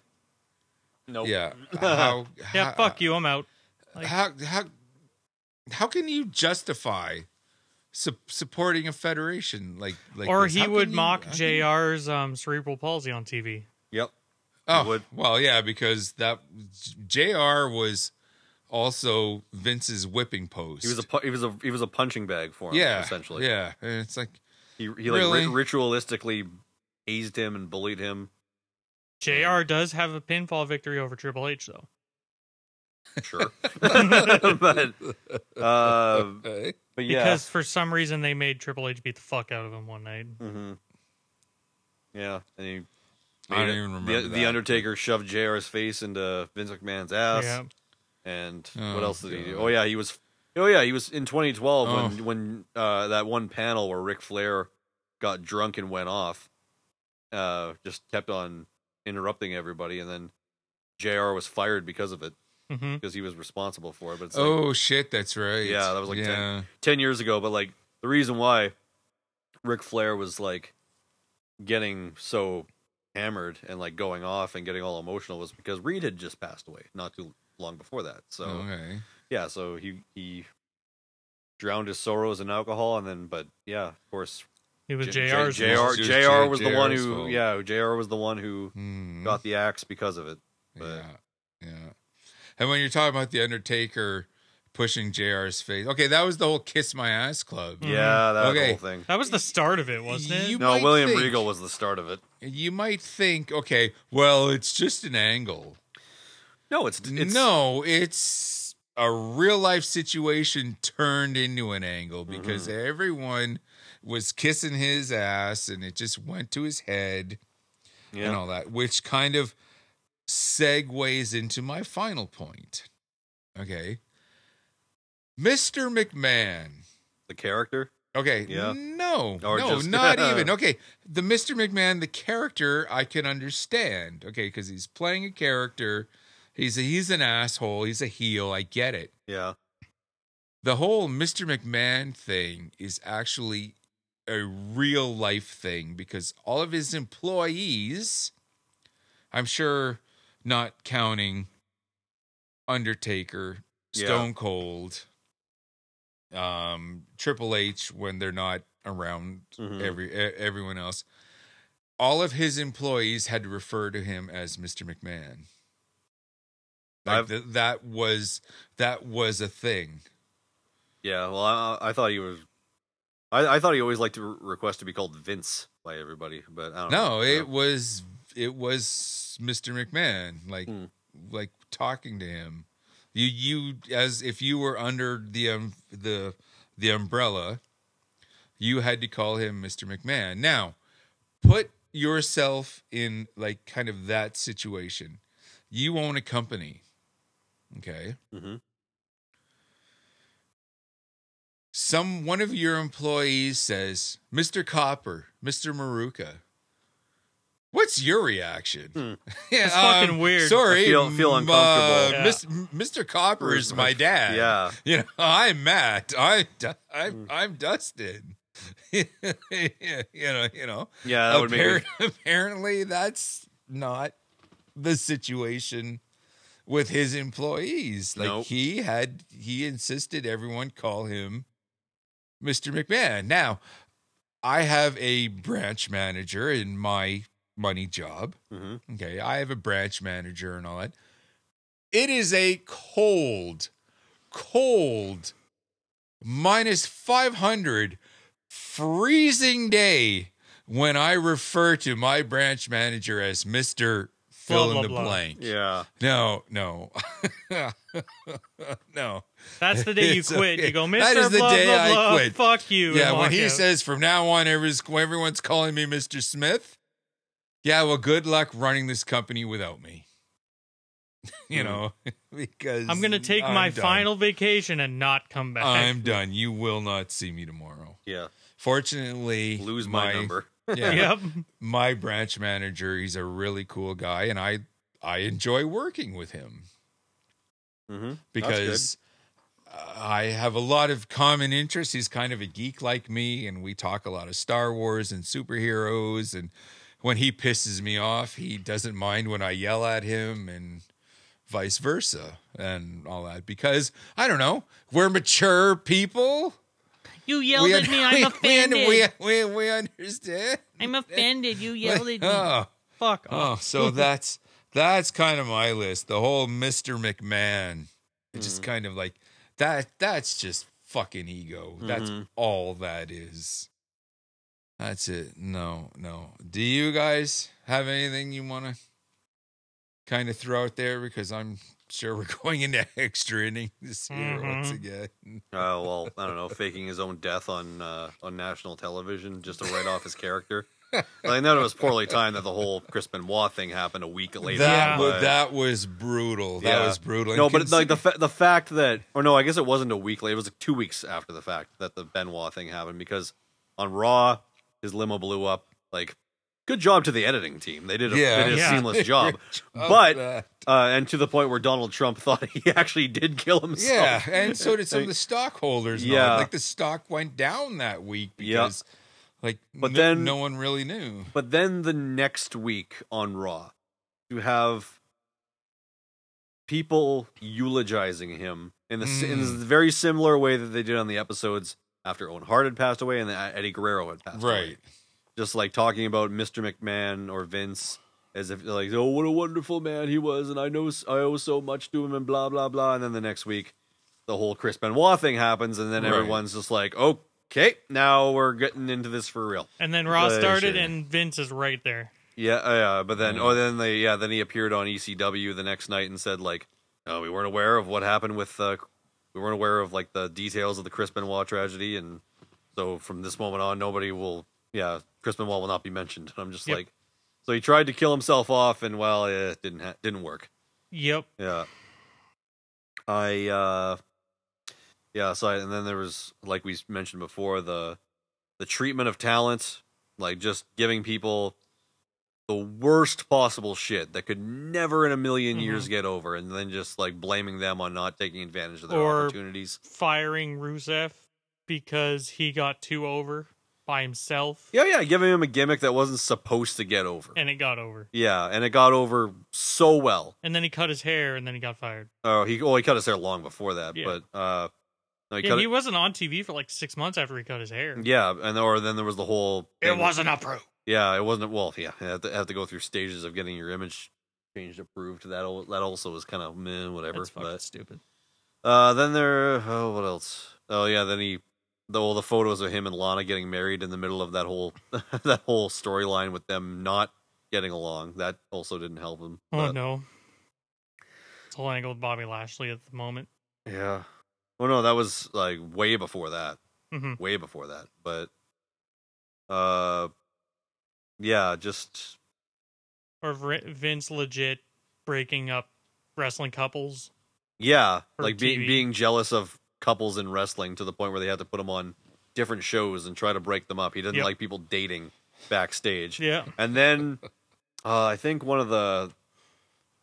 Speaker 5: nope.
Speaker 7: yeah. How,
Speaker 6: yeah,
Speaker 7: how,
Speaker 6: fuck you. I'm out. Like-
Speaker 7: how how how can you justify su- supporting a federation like like?
Speaker 6: or
Speaker 7: this? How
Speaker 6: he
Speaker 7: can
Speaker 6: would
Speaker 7: you-
Speaker 6: mock
Speaker 7: how can you-
Speaker 6: JR's um, cerebral palsy on TV.
Speaker 5: Yep.
Speaker 7: Oh
Speaker 5: would.
Speaker 7: well, yeah, because that Jr. was also Vince's whipping post.
Speaker 5: He was a pu- he was a he was a punching bag for him.
Speaker 7: yeah,
Speaker 5: essentially.
Speaker 7: yeah. And it's like
Speaker 5: He he like
Speaker 7: Really?
Speaker 5: ri- ritualistically hazed him and bullied him.
Speaker 6: JR does have a pinfall victory over Triple H, though.
Speaker 5: Sure. but uh,
Speaker 7: eh?
Speaker 5: but yeah.
Speaker 6: Because for some reason they made Triple H beat the fuck out of him one night.
Speaker 5: hmm Yeah, and he
Speaker 7: I don't
Speaker 5: made it-
Speaker 7: even remember
Speaker 5: the, the
Speaker 7: that.
Speaker 5: Undertaker shoved JR's face into Vince McMahon's ass.
Speaker 6: Yeah.
Speaker 5: And
Speaker 7: Oh,
Speaker 5: what else did he do?
Speaker 7: God.
Speaker 5: Oh yeah, he was. Oh yeah, he was in 2012
Speaker 7: Oh.
Speaker 5: when when uh, that one panel where Ric Flair got drunk and went off. Uh, just kept on interrupting everybody, and then Jr was fired because of it
Speaker 6: hmm
Speaker 5: because he was responsible for it. But it's like,
Speaker 7: oh shit, that's right.
Speaker 5: Yeah, that was like 10
Speaker 7: yeah.
Speaker 5: 10 years ago, but like the reason why Ric Flair was like getting so hammered and like going off and getting all emotional was because Reed had just passed away not too long before that. So
Speaker 7: Oh, okay.
Speaker 5: yeah, so he he drowned his sorrows in alcohol and then but yeah, of course
Speaker 6: It was
Speaker 5: J-
Speaker 6: JR's.
Speaker 5: J- JR
Speaker 7: It's just
Speaker 5: JR was the
Speaker 7: JR's
Speaker 5: one who
Speaker 7: fault.
Speaker 5: yeah, JR was the one who
Speaker 7: Hmm.
Speaker 5: got the axe because of it.
Speaker 7: Yeah.
Speaker 5: But-
Speaker 7: Yeah. And when you're talking about the Undertaker pushing JR's face, okay, that was the whole kiss my ass club.
Speaker 5: Yeah, that
Speaker 7: Okay.
Speaker 5: whole thing.
Speaker 6: That was the start of it, Hmm. wasn't it?
Speaker 7: You-
Speaker 5: No,
Speaker 7: might
Speaker 5: William
Speaker 7: think-
Speaker 5: Regal was the start of it.
Speaker 7: You might think, okay, well, it's just an angle.
Speaker 5: No, it's, it's
Speaker 7: no, it's a real life situation turned into an angle because
Speaker 5: Mm-hmm.
Speaker 7: everyone was kissing his ass and it just went to his head
Speaker 5: yeah.
Speaker 7: and all that, which kind of segues into my final point. Okay. Mr. McMahon.
Speaker 5: the character.
Speaker 7: Okay.
Speaker 5: Yeah.
Speaker 7: No.
Speaker 5: Or
Speaker 7: no,
Speaker 5: just-
Speaker 7: not even. Okay. The Mr. McMahon, the character, I can understand. Okay, because he's playing a character. He's a, he's an asshole. He's a heel. I get it.
Speaker 5: Yeah.
Speaker 7: The whole Mr. McMahon thing is actually a real life thing because all of his employees, I'm sure, not counting Undertaker,
Speaker 5: Yeah.
Speaker 7: Stone Cold, um, Triple H when they're not around
Speaker 5: Mhm.
Speaker 7: every e- everyone else, all of his employees had to refer to him as Mr. McMahon. Like
Speaker 5: I've-
Speaker 7: th- that was that was a thing.
Speaker 5: Yeah, well, I, I thought he was. I, I thought he always liked to re- request to be called Vince by everybody, but I don't know.
Speaker 7: No, it was it was Mr. McMahon, like
Speaker 5: Hmm.
Speaker 7: like talking to him. You you as if you were under the um, the the umbrella, you had to call him Mr. McMahon. Now, put yourself in like kind of that
Speaker 5: Mm-hmm.
Speaker 7: situation. You own a company, okay?
Speaker 5: Mhm.
Speaker 7: some one of your employees says, "Mr. Copper, Mr. Maruka." What's your reaction?
Speaker 5: Hmm.
Speaker 7: yeah, um,
Speaker 6: That's fucking weird.
Speaker 7: Sorry,
Speaker 5: I feel- feel
Speaker 7: m-
Speaker 5: uncomfortable.
Speaker 7: uh,
Speaker 6: Yeah.
Speaker 7: Mis- m- Mr. Copper is my dad.
Speaker 5: Yeah. Hmm.
Speaker 7: you know, I'm Matt. I, I'm I'm Dustin. you know, you know.
Speaker 5: Yeah, that would make
Speaker 7: Appar-
Speaker 5: it-
Speaker 7: apparently that's not the situation with his employees. Like
Speaker 5: Nope.
Speaker 7: he had he insisted everyone call him Mr. McMahon. Now, I have a branch manager in my money job.
Speaker 5: Mhm.
Speaker 7: Okay, I have a branch manager and all that. It is a cold, cold minus 500 freezing day when I refer to my branch manager as Mr.
Speaker 6: Blah,
Speaker 7: Fill in
Speaker 6: blah,
Speaker 7: the
Speaker 6: blah.
Speaker 7: blank.
Speaker 5: Yeah.
Speaker 7: No, no, no.
Speaker 6: That's the day you
Speaker 7: It's
Speaker 6: quit.
Speaker 7: okay.
Speaker 6: You go, Mister.
Speaker 7: That is the
Speaker 6: blah,
Speaker 7: day
Speaker 6: blah,
Speaker 7: I
Speaker 6: blah,
Speaker 7: quit.
Speaker 6: Fuck you. and
Speaker 7: Yeah, when
Speaker 6: walk
Speaker 7: he
Speaker 6: out.
Speaker 7: says from now on, everyone's, everyone's calling me Mr. Smith. Yeah, well, good luck running this company without me. you know, because
Speaker 6: Hmm. "I'm gonna take
Speaker 7: I'm
Speaker 6: my
Speaker 7: done.
Speaker 6: final vacation and not come back."
Speaker 7: I'm done. You will not see me tomorrow.
Speaker 5: Yeah.
Speaker 7: Fortunately,
Speaker 5: Lose my, number.
Speaker 7: yeah,
Speaker 6: Yep.
Speaker 7: my branch manager. He's a really cool guy, and I I enjoy working with him
Speaker 5: Mm-hmm.
Speaker 7: because I have a lot of common interests. He's kind of a geek like me, and we talk a lot of Star Wars and superheroes. And when he pisses me off, he doesn't mind when I yell at him, and vice versa, and all that. Because I don't know, we're mature people.
Speaker 6: You yelled
Speaker 7: un- we, un- We, we, we understand.
Speaker 6: I'm offended. You yelled at
Speaker 7: Oh,
Speaker 6: Fuck off.
Speaker 7: oh, so that's that's kind of my list. The whole Mr. McMahon. It's just kind of like that that's just fucking ego. That's all that is. That's it. No, no. Do you guys have anything you want to kind of throw out there? Because I'm sure we're going into extra innings this year once
Speaker 6: Mhm.
Speaker 7: again.
Speaker 5: Uh, well, I don't know, faking his own death on uh, on national television just to write off his character. I know it was poorly timed that the whole Chris Benoit thing happened a week later.
Speaker 7: That
Speaker 6: Yeah.
Speaker 7: was
Speaker 5: but-
Speaker 7: that was brutal. That
Speaker 5: yeah.
Speaker 7: was brutal. And
Speaker 5: No, but like the
Speaker 7: consider-
Speaker 5: fa- the fact that, or no, I guess it wasn't a week later. It was like two weeks after the fact that the Benoit thing happened because on Raw, his limo blew up. Like, good job to the editing team. They did a,
Speaker 7: Yeah.
Speaker 5: they did a
Speaker 6: Yeah.
Speaker 5: seamless job.
Speaker 7: Oh,
Speaker 5: but uh,
Speaker 7: that.
Speaker 5: and to the point where Donald Trump thought he actually did kill himself.
Speaker 7: yeah, and so did some of the stockholders. Yeah,
Speaker 5: uh, Yeah.
Speaker 7: like the stock went down that week
Speaker 5: Yeah.
Speaker 7: because, like,
Speaker 5: But
Speaker 7: no,
Speaker 5: then-
Speaker 7: no one really knew.
Speaker 5: But then the next week on Raw, you have people eulogizing him in the s in the
Speaker 7: Mm.
Speaker 5: very similar way that they did on the episodes after Owen Hart had passed away and then Eddie Guerrero had passed away.
Speaker 7: Right?
Speaker 5: Just like talking about Mr. McMahon or Vince as if like, oh, what a wonderful man he was, and I know s- I owe so much to him, and blah blah blah. And then the next week, the whole Chris Benoit thing happens, and then
Speaker 7: Right.
Speaker 5: everyone's just like, okay, now we're getting into this for real.
Speaker 6: And then Raw
Speaker 5: Pleasure.
Speaker 6: started, and Vince is right there.
Speaker 5: Yeah, uh, but then oh, then they yeah, then he appeared on ECW the next night and said like, "Oh, we weren't aware of what happened with uh, we weren't aware of like the details of the Chris Benoit tragedy, and so from this moment on, nobody will yeah, Chris Benoit will not be mentioned." And I'm just
Speaker 6: Yep.
Speaker 5: like, so he tried to kill himself off, and well, it didn't ha- didn't work.
Speaker 6: Yep.
Speaker 5: Yeah. I uh yeah, so I, and then there was like we mentioned before the the treatment of talent, like just giving people the worst possible shit that could never in a 1000000
Speaker 6: Mm-hmm.
Speaker 5: years get over and then just like blaming them on not taking advantage of their
Speaker 6: Or-
Speaker 5: opportunities.
Speaker 6: Firing Rusev because he got two over by himself,
Speaker 5: Yeah, yeah, giving him a gimmick that wasn't supposed to get over.
Speaker 6: and it got over.
Speaker 5: yeah, and it got over so well.
Speaker 6: And then he cut his hair, and then he got fired.
Speaker 5: Oh, he oh, he cut his hair long before that,
Speaker 6: Yeah.
Speaker 5: but uh no, he
Speaker 6: yeah,
Speaker 5: cut
Speaker 6: he
Speaker 5: it,
Speaker 6: wasn't on TV for like six months after he cut his hair.
Speaker 5: yeah, and or then there was the whole
Speaker 6: It
Speaker 5: thing-
Speaker 6: wasn't approved.
Speaker 5: Yeah, it wasn't. Well, yeah, you have to, have to go through stages of getting your image changed, approved. That al- that also was kind of meh, whatever.
Speaker 6: That's fucking
Speaker 5: But
Speaker 6: stupid.
Speaker 5: uh, then there, oh, what else? Oh yeah, then he, the, all the photos of him and Lana getting married in the middle of that whole that whole storyline with them not getting along. That also didn't help him.
Speaker 6: Oh
Speaker 5: but-
Speaker 6: no. This whole angle with Bobby Lashley at the moment.
Speaker 5: Yeah. Well, Oh, no, that was like way before that.
Speaker 6: hmm
Speaker 5: way before that. But, uh, yeah, just
Speaker 6: Or Vin- Vince legit breaking up wrestling couples.
Speaker 5: Yeah,
Speaker 6: For
Speaker 5: like being
Speaker 6: TV.
Speaker 5: being jealous of couples in wrestling to the point where they had to put them on different shows and try to break them up. He didn't
Speaker 6: Yep.
Speaker 5: like people dating backstage.
Speaker 6: Yeah.
Speaker 5: And then uh, I think one of the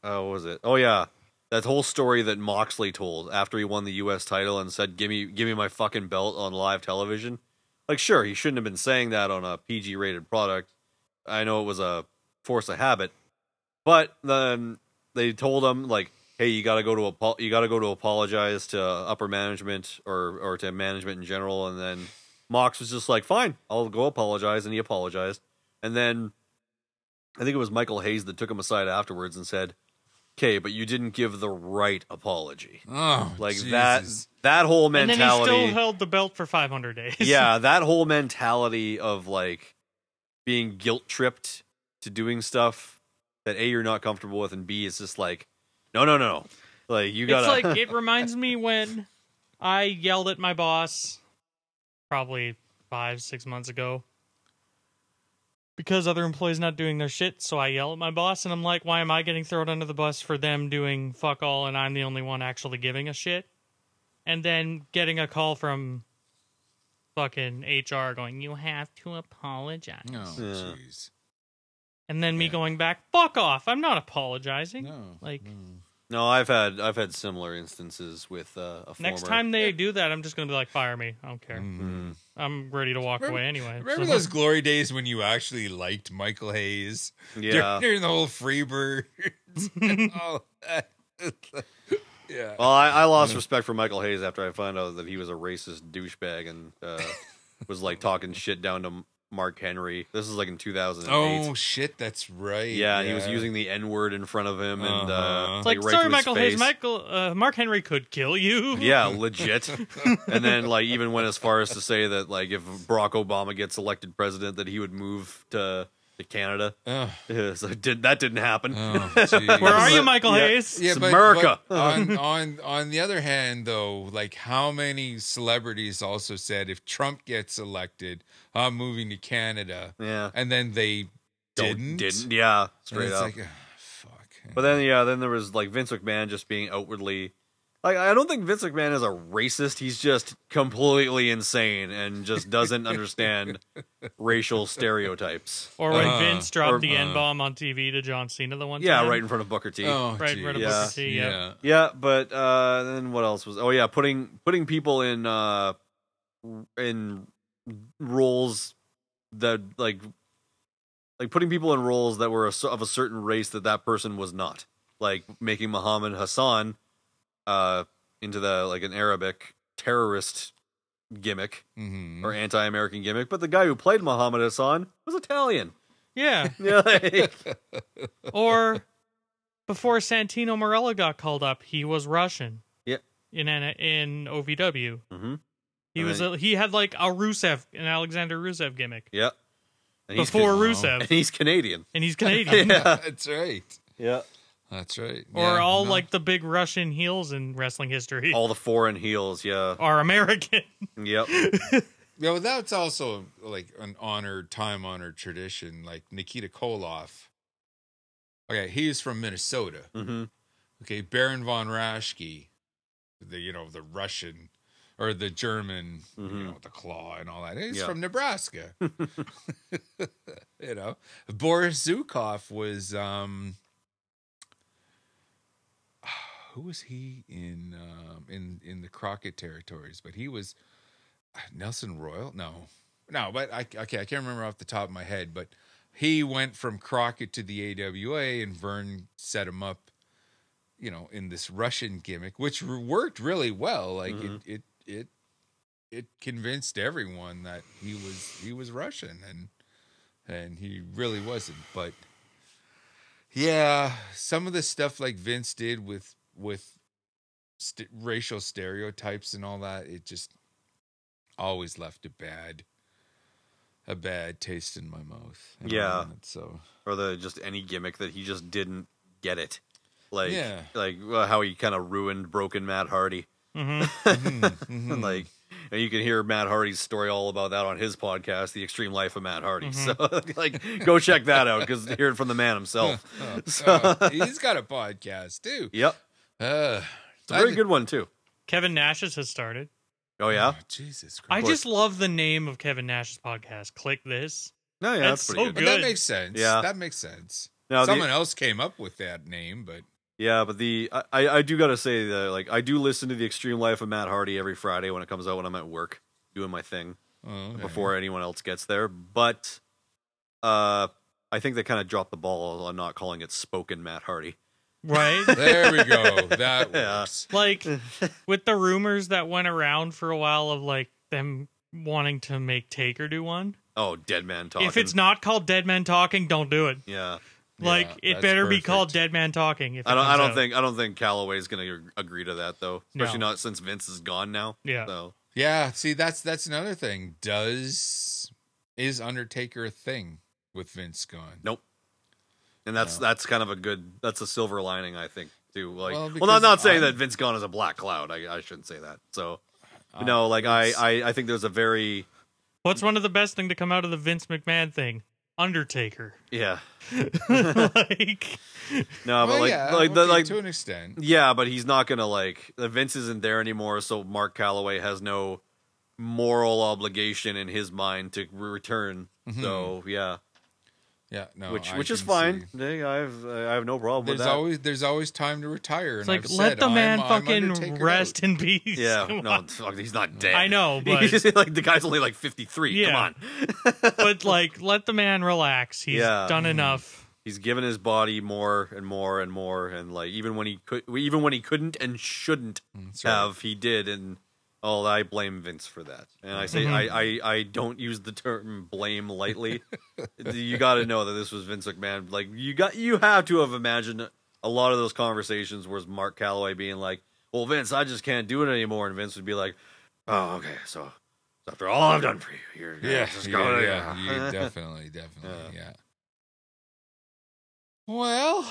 Speaker 5: oh, what was it? Oh yeah. That whole story that Moxley told after he won the US title and said, Give me give me my fucking belt on live television. Like sure, he shouldn't have been saying that on a PG rated product. I know it was a force of habit. But then they told him like, "Hey, you got to go to apo- you got to go to apologize to upper management or or to management in general." And then Mox was just like, "Fine, I'll go apologize," and he apologized. And then I think it was Michael Hayes that took him aside afterwards and said, "Okay, but you didn't give the right apology."
Speaker 7: Oh,
Speaker 5: Like
Speaker 7: Jesus.
Speaker 5: that that whole
Speaker 6: And then he
Speaker 5: mentality
Speaker 6: still held the belt for 500 days.
Speaker 5: yeah, that whole mentality of like being guilt tripped to doing stuff that A you're not comfortable with and B is just like no no no. Like you gotta
Speaker 6: It's like it reminds me when I yelled at my boss probably five, six months ago. Because other employees not doing their shit, so I yell at my boss and I'm like, why am I getting thrown under the bus for them doing fuck all and I'm the only one actually giving a shit? And then getting a call from fucking HR going, You have to apologize.
Speaker 7: Oh,
Speaker 5: Yeah.
Speaker 7: jeez.
Speaker 6: And then me going back, fuck off, I'm not apologizing.
Speaker 7: No,
Speaker 6: like
Speaker 5: No, I've had I've had similar instances with uh, a former Mm-hmm.
Speaker 6: Next time they do that, I'm just going to be like, fire me. I don't care. I'm ready to walk away anyway.
Speaker 7: Remember
Speaker 6: so-
Speaker 7: those glory days when you actually liked Michael Hayes?
Speaker 5: Yeah.
Speaker 7: During the whole Freebird. all that. yeah.
Speaker 5: Well, I, I lost respect for Michael Hayes after I found out that he was a racist douchebag and uh, was like talking shit down to Mark Henry. This is like in 2008.
Speaker 7: Oh shit, that's right.
Speaker 5: yeah, and he was using the N word in front of him and
Speaker 7: Uh-huh.
Speaker 5: uh,
Speaker 7: It's
Speaker 6: It's like,
Speaker 5: right to
Speaker 6: sorry,
Speaker 5: his
Speaker 6: Michael Hayes.
Speaker 5: face.
Speaker 6: Michael, uh, Mark Henry could kill you.
Speaker 5: Yeah, legit. and then like even went as far as to say that like if Barack Obama gets elected president, that he would move to to Canada.
Speaker 7: Oh,
Speaker 5: Yeah, so it did that didn't happen?
Speaker 7: oh,
Speaker 6: Where
Speaker 7: jeez.
Speaker 6: are you,
Speaker 5: Yeah.
Speaker 6: Michael
Speaker 5: Yeah.
Speaker 6: Hayes?
Speaker 7: Yeah,
Speaker 5: It's
Speaker 7: but,
Speaker 5: America.
Speaker 7: but on, on on the other hand, though, like how many celebrities also said if Trump gets elected, I'm moving to Canada,
Speaker 5: Yeah,
Speaker 7: and then they
Speaker 5: Don't-
Speaker 7: didn't.
Speaker 5: didn't. Yeah,
Speaker 7: And
Speaker 5: straight
Speaker 7: it's
Speaker 5: up.
Speaker 7: like, ah, fuck.
Speaker 5: But then, yeah, then there was like Vince McMahon just being outwardly like I don't think Vince McMahon is a racist. He's just completely insane and just doesn't understand racial stereotypes.
Speaker 6: Or when
Speaker 7: Uh,
Speaker 6: Vince dropped
Speaker 5: Uh-huh. or-
Speaker 6: the N bomb on TV to John Cena the one time.
Speaker 5: Yeah, right in front of Booker T.
Speaker 7: oh,
Speaker 6: right in front of
Speaker 7: jeez.
Speaker 5: Booker
Speaker 6: T, yeah.
Speaker 5: Yeah, but uh, then what else was? Oh yeah, putting putting people in uh, in roles that like like putting people in roles that were a, cer- of a certain race that that person was not. Like making Muhammad Hassan uh, into the like an Arabic terrorist gimmick
Speaker 7: Mhm.
Speaker 5: or anti-American gimmick, but the guy who played Muhammad Hassan was Italian.
Speaker 6: Yeah.
Speaker 5: Yeah, like,
Speaker 6: Or before Santino Morella got called up, he was Russian.
Speaker 5: Yeah.
Speaker 6: In N- in OVW,
Speaker 7: Mm-hmm.
Speaker 5: mhm,
Speaker 6: he
Speaker 5: And
Speaker 6: was
Speaker 5: then-
Speaker 6: a, he had like a Rusev, an Alexander Rusev gimmick
Speaker 5: yeah. And he's
Speaker 6: before
Speaker 5: Can-
Speaker 6: Rusev,
Speaker 5: and he's Canadian.
Speaker 6: and he's Canadian.
Speaker 7: That's right.
Speaker 5: Yeah.
Speaker 7: That's right.
Speaker 6: or
Speaker 7: Yeah,
Speaker 6: all
Speaker 7: no.
Speaker 6: like the big Russian heels in wrestling history
Speaker 5: All the foreign heels, yeah.
Speaker 6: are American.
Speaker 5: Yep.
Speaker 7: Yeah, well, that's also like an honored, time honored tradition. Like Nikita Koloff. Okay, he's from Minnesota.
Speaker 5: hmm
Speaker 7: Okay, Baron von Raschke, the you know the Russian or the German, you
Speaker 5: Mhm.
Speaker 7: know the claw and all that. He's
Speaker 5: Yeah.
Speaker 7: from Nebraska. you know, Boris Zukov was um, who was he in um, in in the Crockett territories? But he was uh, Nelson Royal. No, no, but I okay, I can't remember off the top of my head, but. He went from Crockett to the AWA, and Vern set him up you know in this russian gimmick which re- worked really well like it, it it it convinced everyone that he was he was russian and and he really wasn't but yeah some of the stuff like vince did with with st- racial stereotypes and all that it just always left a bad a bad taste in my mouth and all
Speaker 5: Yeah.
Speaker 7: that, so
Speaker 5: Or the just any gimmick that he just didn't get it. Like
Speaker 7: Yeah.
Speaker 5: like uh, how he kind of ruined broken Matt Hardy. like and you can hear Matt Hardy's story all about that on his podcast, The Extreme Life of Matt Hardy. So like go check that out cuz hear it from the man himself. so
Speaker 7: he's got a podcast too
Speaker 5: yep.
Speaker 7: uh
Speaker 5: It's a very good one too.
Speaker 6: Kevin Nash's has started.
Speaker 5: Oh yeah.
Speaker 7: Jesus Christ.
Speaker 6: I
Speaker 5: course.
Speaker 6: just love the name of Kevin Nash's podcast. Click this.
Speaker 5: No, yeah, that's,
Speaker 6: That's
Speaker 5: pretty
Speaker 6: so
Speaker 5: good.
Speaker 7: But that
Speaker 6: good.
Speaker 7: makes sense.
Speaker 5: Yeah.
Speaker 7: That makes sense.
Speaker 5: Now, the-
Speaker 7: Someone else came up with that name, but
Speaker 5: Yeah, but the I, I I do gotta say that like I do listen to the Extreme Life of Matt Hardy every Friday when it comes out when I'm at work doing my thing
Speaker 7: oh, okay.
Speaker 5: before anyone else gets there. But uh, I think they kind of dropped the ball on not calling it spoken Matt Hardy.
Speaker 6: Right?
Speaker 7: There we go. That
Speaker 5: Yeah.
Speaker 7: works.
Speaker 6: like with the rumors that went around for a while of like them wanting to make Taker do one.
Speaker 5: Oh, Dead Man Talking.
Speaker 6: If it's not called Dead Men Talking, don't do it.
Speaker 5: yeah,
Speaker 6: Like
Speaker 7: Yeah,
Speaker 6: it
Speaker 7: that's
Speaker 6: better be called
Speaker 7: perfect.
Speaker 6: Dead Man Talking. If it
Speaker 5: I don't I
Speaker 6: comes
Speaker 5: don't
Speaker 6: out.
Speaker 5: think I don't think Calloway's gonna agree to that though, especially
Speaker 6: No.
Speaker 5: not since Vince is gone now.
Speaker 6: Yeah.
Speaker 5: So
Speaker 7: Yeah, see that's that's another thing. Does is Undertaker a thing with Vince gone?
Speaker 5: nope. And that's
Speaker 7: No.
Speaker 5: that's kind of a good that's a silver lining I think too. Like,
Speaker 7: Well,
Speaker 5: well,
Speaker 7: because
Speaker 5: not not saying
Speaker 7: I'm-
Speaker 5: that Vince gone is a black cloud. I, I shouldn't say that. So.
Speaker 7: Uh,
Speaker 5: no, like I, I, I think there's a very
Speaker 6: What's one of the best thing to come out of the Vince McMahon thing? Undertaker.
Speaker 5: yeah
Speaker 6: like
Speaker 5: no,
Speaker 7: well,
Speaker 5: but like
Speaker 7: yeah,
Speaker 5: like the,
Speaker 7: okay,
Speaker 5: like
Speaker 7: to an extent.
Speaker 5: yeah, but he's not gonna like the Vince isn't there anymore, so Mark Calloway has no moral obligation in his mind to re- return. So yeah,
Speaker 7: Yeah, no,
Speaker 5: which
Speaker 7: Mm-hmm. Oh, I
Speaker 5: which is
Speaker 7: can
Speaker 5: fine.
Speaker 7: see.
Speaker 5: Hey, I have I have no problem
Speaker 7: There's
Speaker 5: with that.
Speaker 7: always there's always time to retire.
Speaker 6: it's
Speaker 7: And
Speaker 6: like
Speaker 7: I've
Speaker 6: let
Speaker 7: said,
Speaker 6: the man
Speaker 7: I'm- I'm
Speaker 6: fucking
Speaker 7: Undertaker
Speaker 6: rest
Speaker 7: out.
Speaker 6: in peace.
Speaker 5: yeah,
Speaker 6: Come
Speaker 5: no,
Speaker 6: on.
Speaker 5: fuck, he's not dead.
Speaker 6: I know, but-
Speaker 5: He's like the guy's only like 53. Come
Speaker 6: Yeah.
Speaker 5: on,
Speaker 6: but like let the man relax. He's
Speaker 5: Yeah. Mm-hmm.
Speaker 6: done enough.
Speaker 5: he's given his body more and more and more, and like even when he could, even when he couldn't and shouldn't
Speaker 7: Mm, That's right.
Speaker 5: have he did and oh i blame vince for that and i
Speaker 7: Mm-hmm.
Speaker 5: say I, I i don't use the term blame lightly you got to know that this was vince mcmahon like you got you have to have imagined a lot of those conversations was mark calloway being like well vince i just can't do it anymore and vince would be like oh okay so after all i've done for you you're
Speaker 7: Yeah,
Speaker 5: just
Speaker 7: yeah,
Speaker 5: going
Speaker 7: yeah, you definitely, definitely, yeah. Well,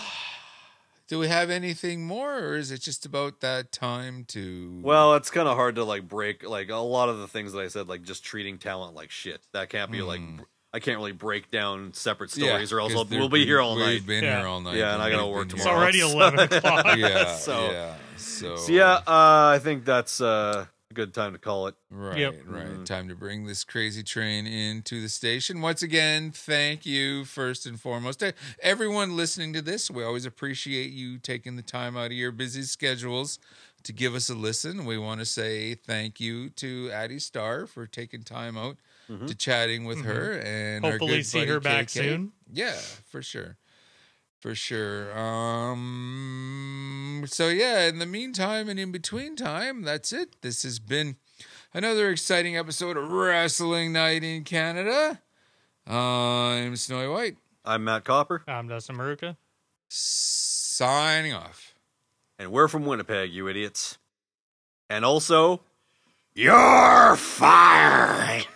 Speaker 7: do we have anything more, or is it just about that time to?
Speaker 5: Well, it's kind of hard to like break like a lot of the things that I said, like just treating talent like shit. That can't be like
Speaker 7: Mm.
Speaker 5: br- I can't really break down separate
Speaker 7: Yeah,
Speaker 5: stories, or else
Speaker 7: 'cause
Speaker 5: I'll-
Speaker 7: there-
Speaker 5: we'll be here all
Speaker 7: we've
Speaker 5: night.
Speaker 7: been
Speaker 6: Yeah.
Speaker 7: here all night.
Speaker 5: Yeah, and I gotta
Speaker 7: we've
Speaker 5: work
Speaker 7: been
Speaker 6: It's
Speaker 5: tomorrow.
Speaker 7: here
Speaker 5: So-
Speaker 6: already eleven o'clock.
Speaker 7: all- Yeah,
Speaker 5: So-
Speaker 7: yeah. So,
Speaker 5: So yeah, uh, I think that's uh, a good time to call it.
Speaker 7: Right,
Speaker 6: Yep.
Speaker 7: right. Time to bring this crazy train into the station. Once again, thank you first and foremost. to Everyone listening to this, we always appreciate you taking the time out of your busy schedules to give us a listen. We want to say thank you to Addie Starr for taking time out to chatting with her and our
Speaker 6: Mm-hmm. Hopefully
Speaker 7: good
Speaker 6: see
Speaker 7: buddy
Speaker 6: her back
Speaker 7: KK.
Speaker 6: soon.
Speaker 7: Yeah, for sure. For sure. Um so yeah, in the meantime and in between time, that's it. This has been another exciting episode of Wrestling Night in Canada. I'm Snowy White
Speaker 5: I'm Matt Copper,
Speaker 6: I'm Dustin Maruka.
Speaker 7: signing off.
Speaker 5: and we're from Winnipeg, you idiots. And also, you're fired.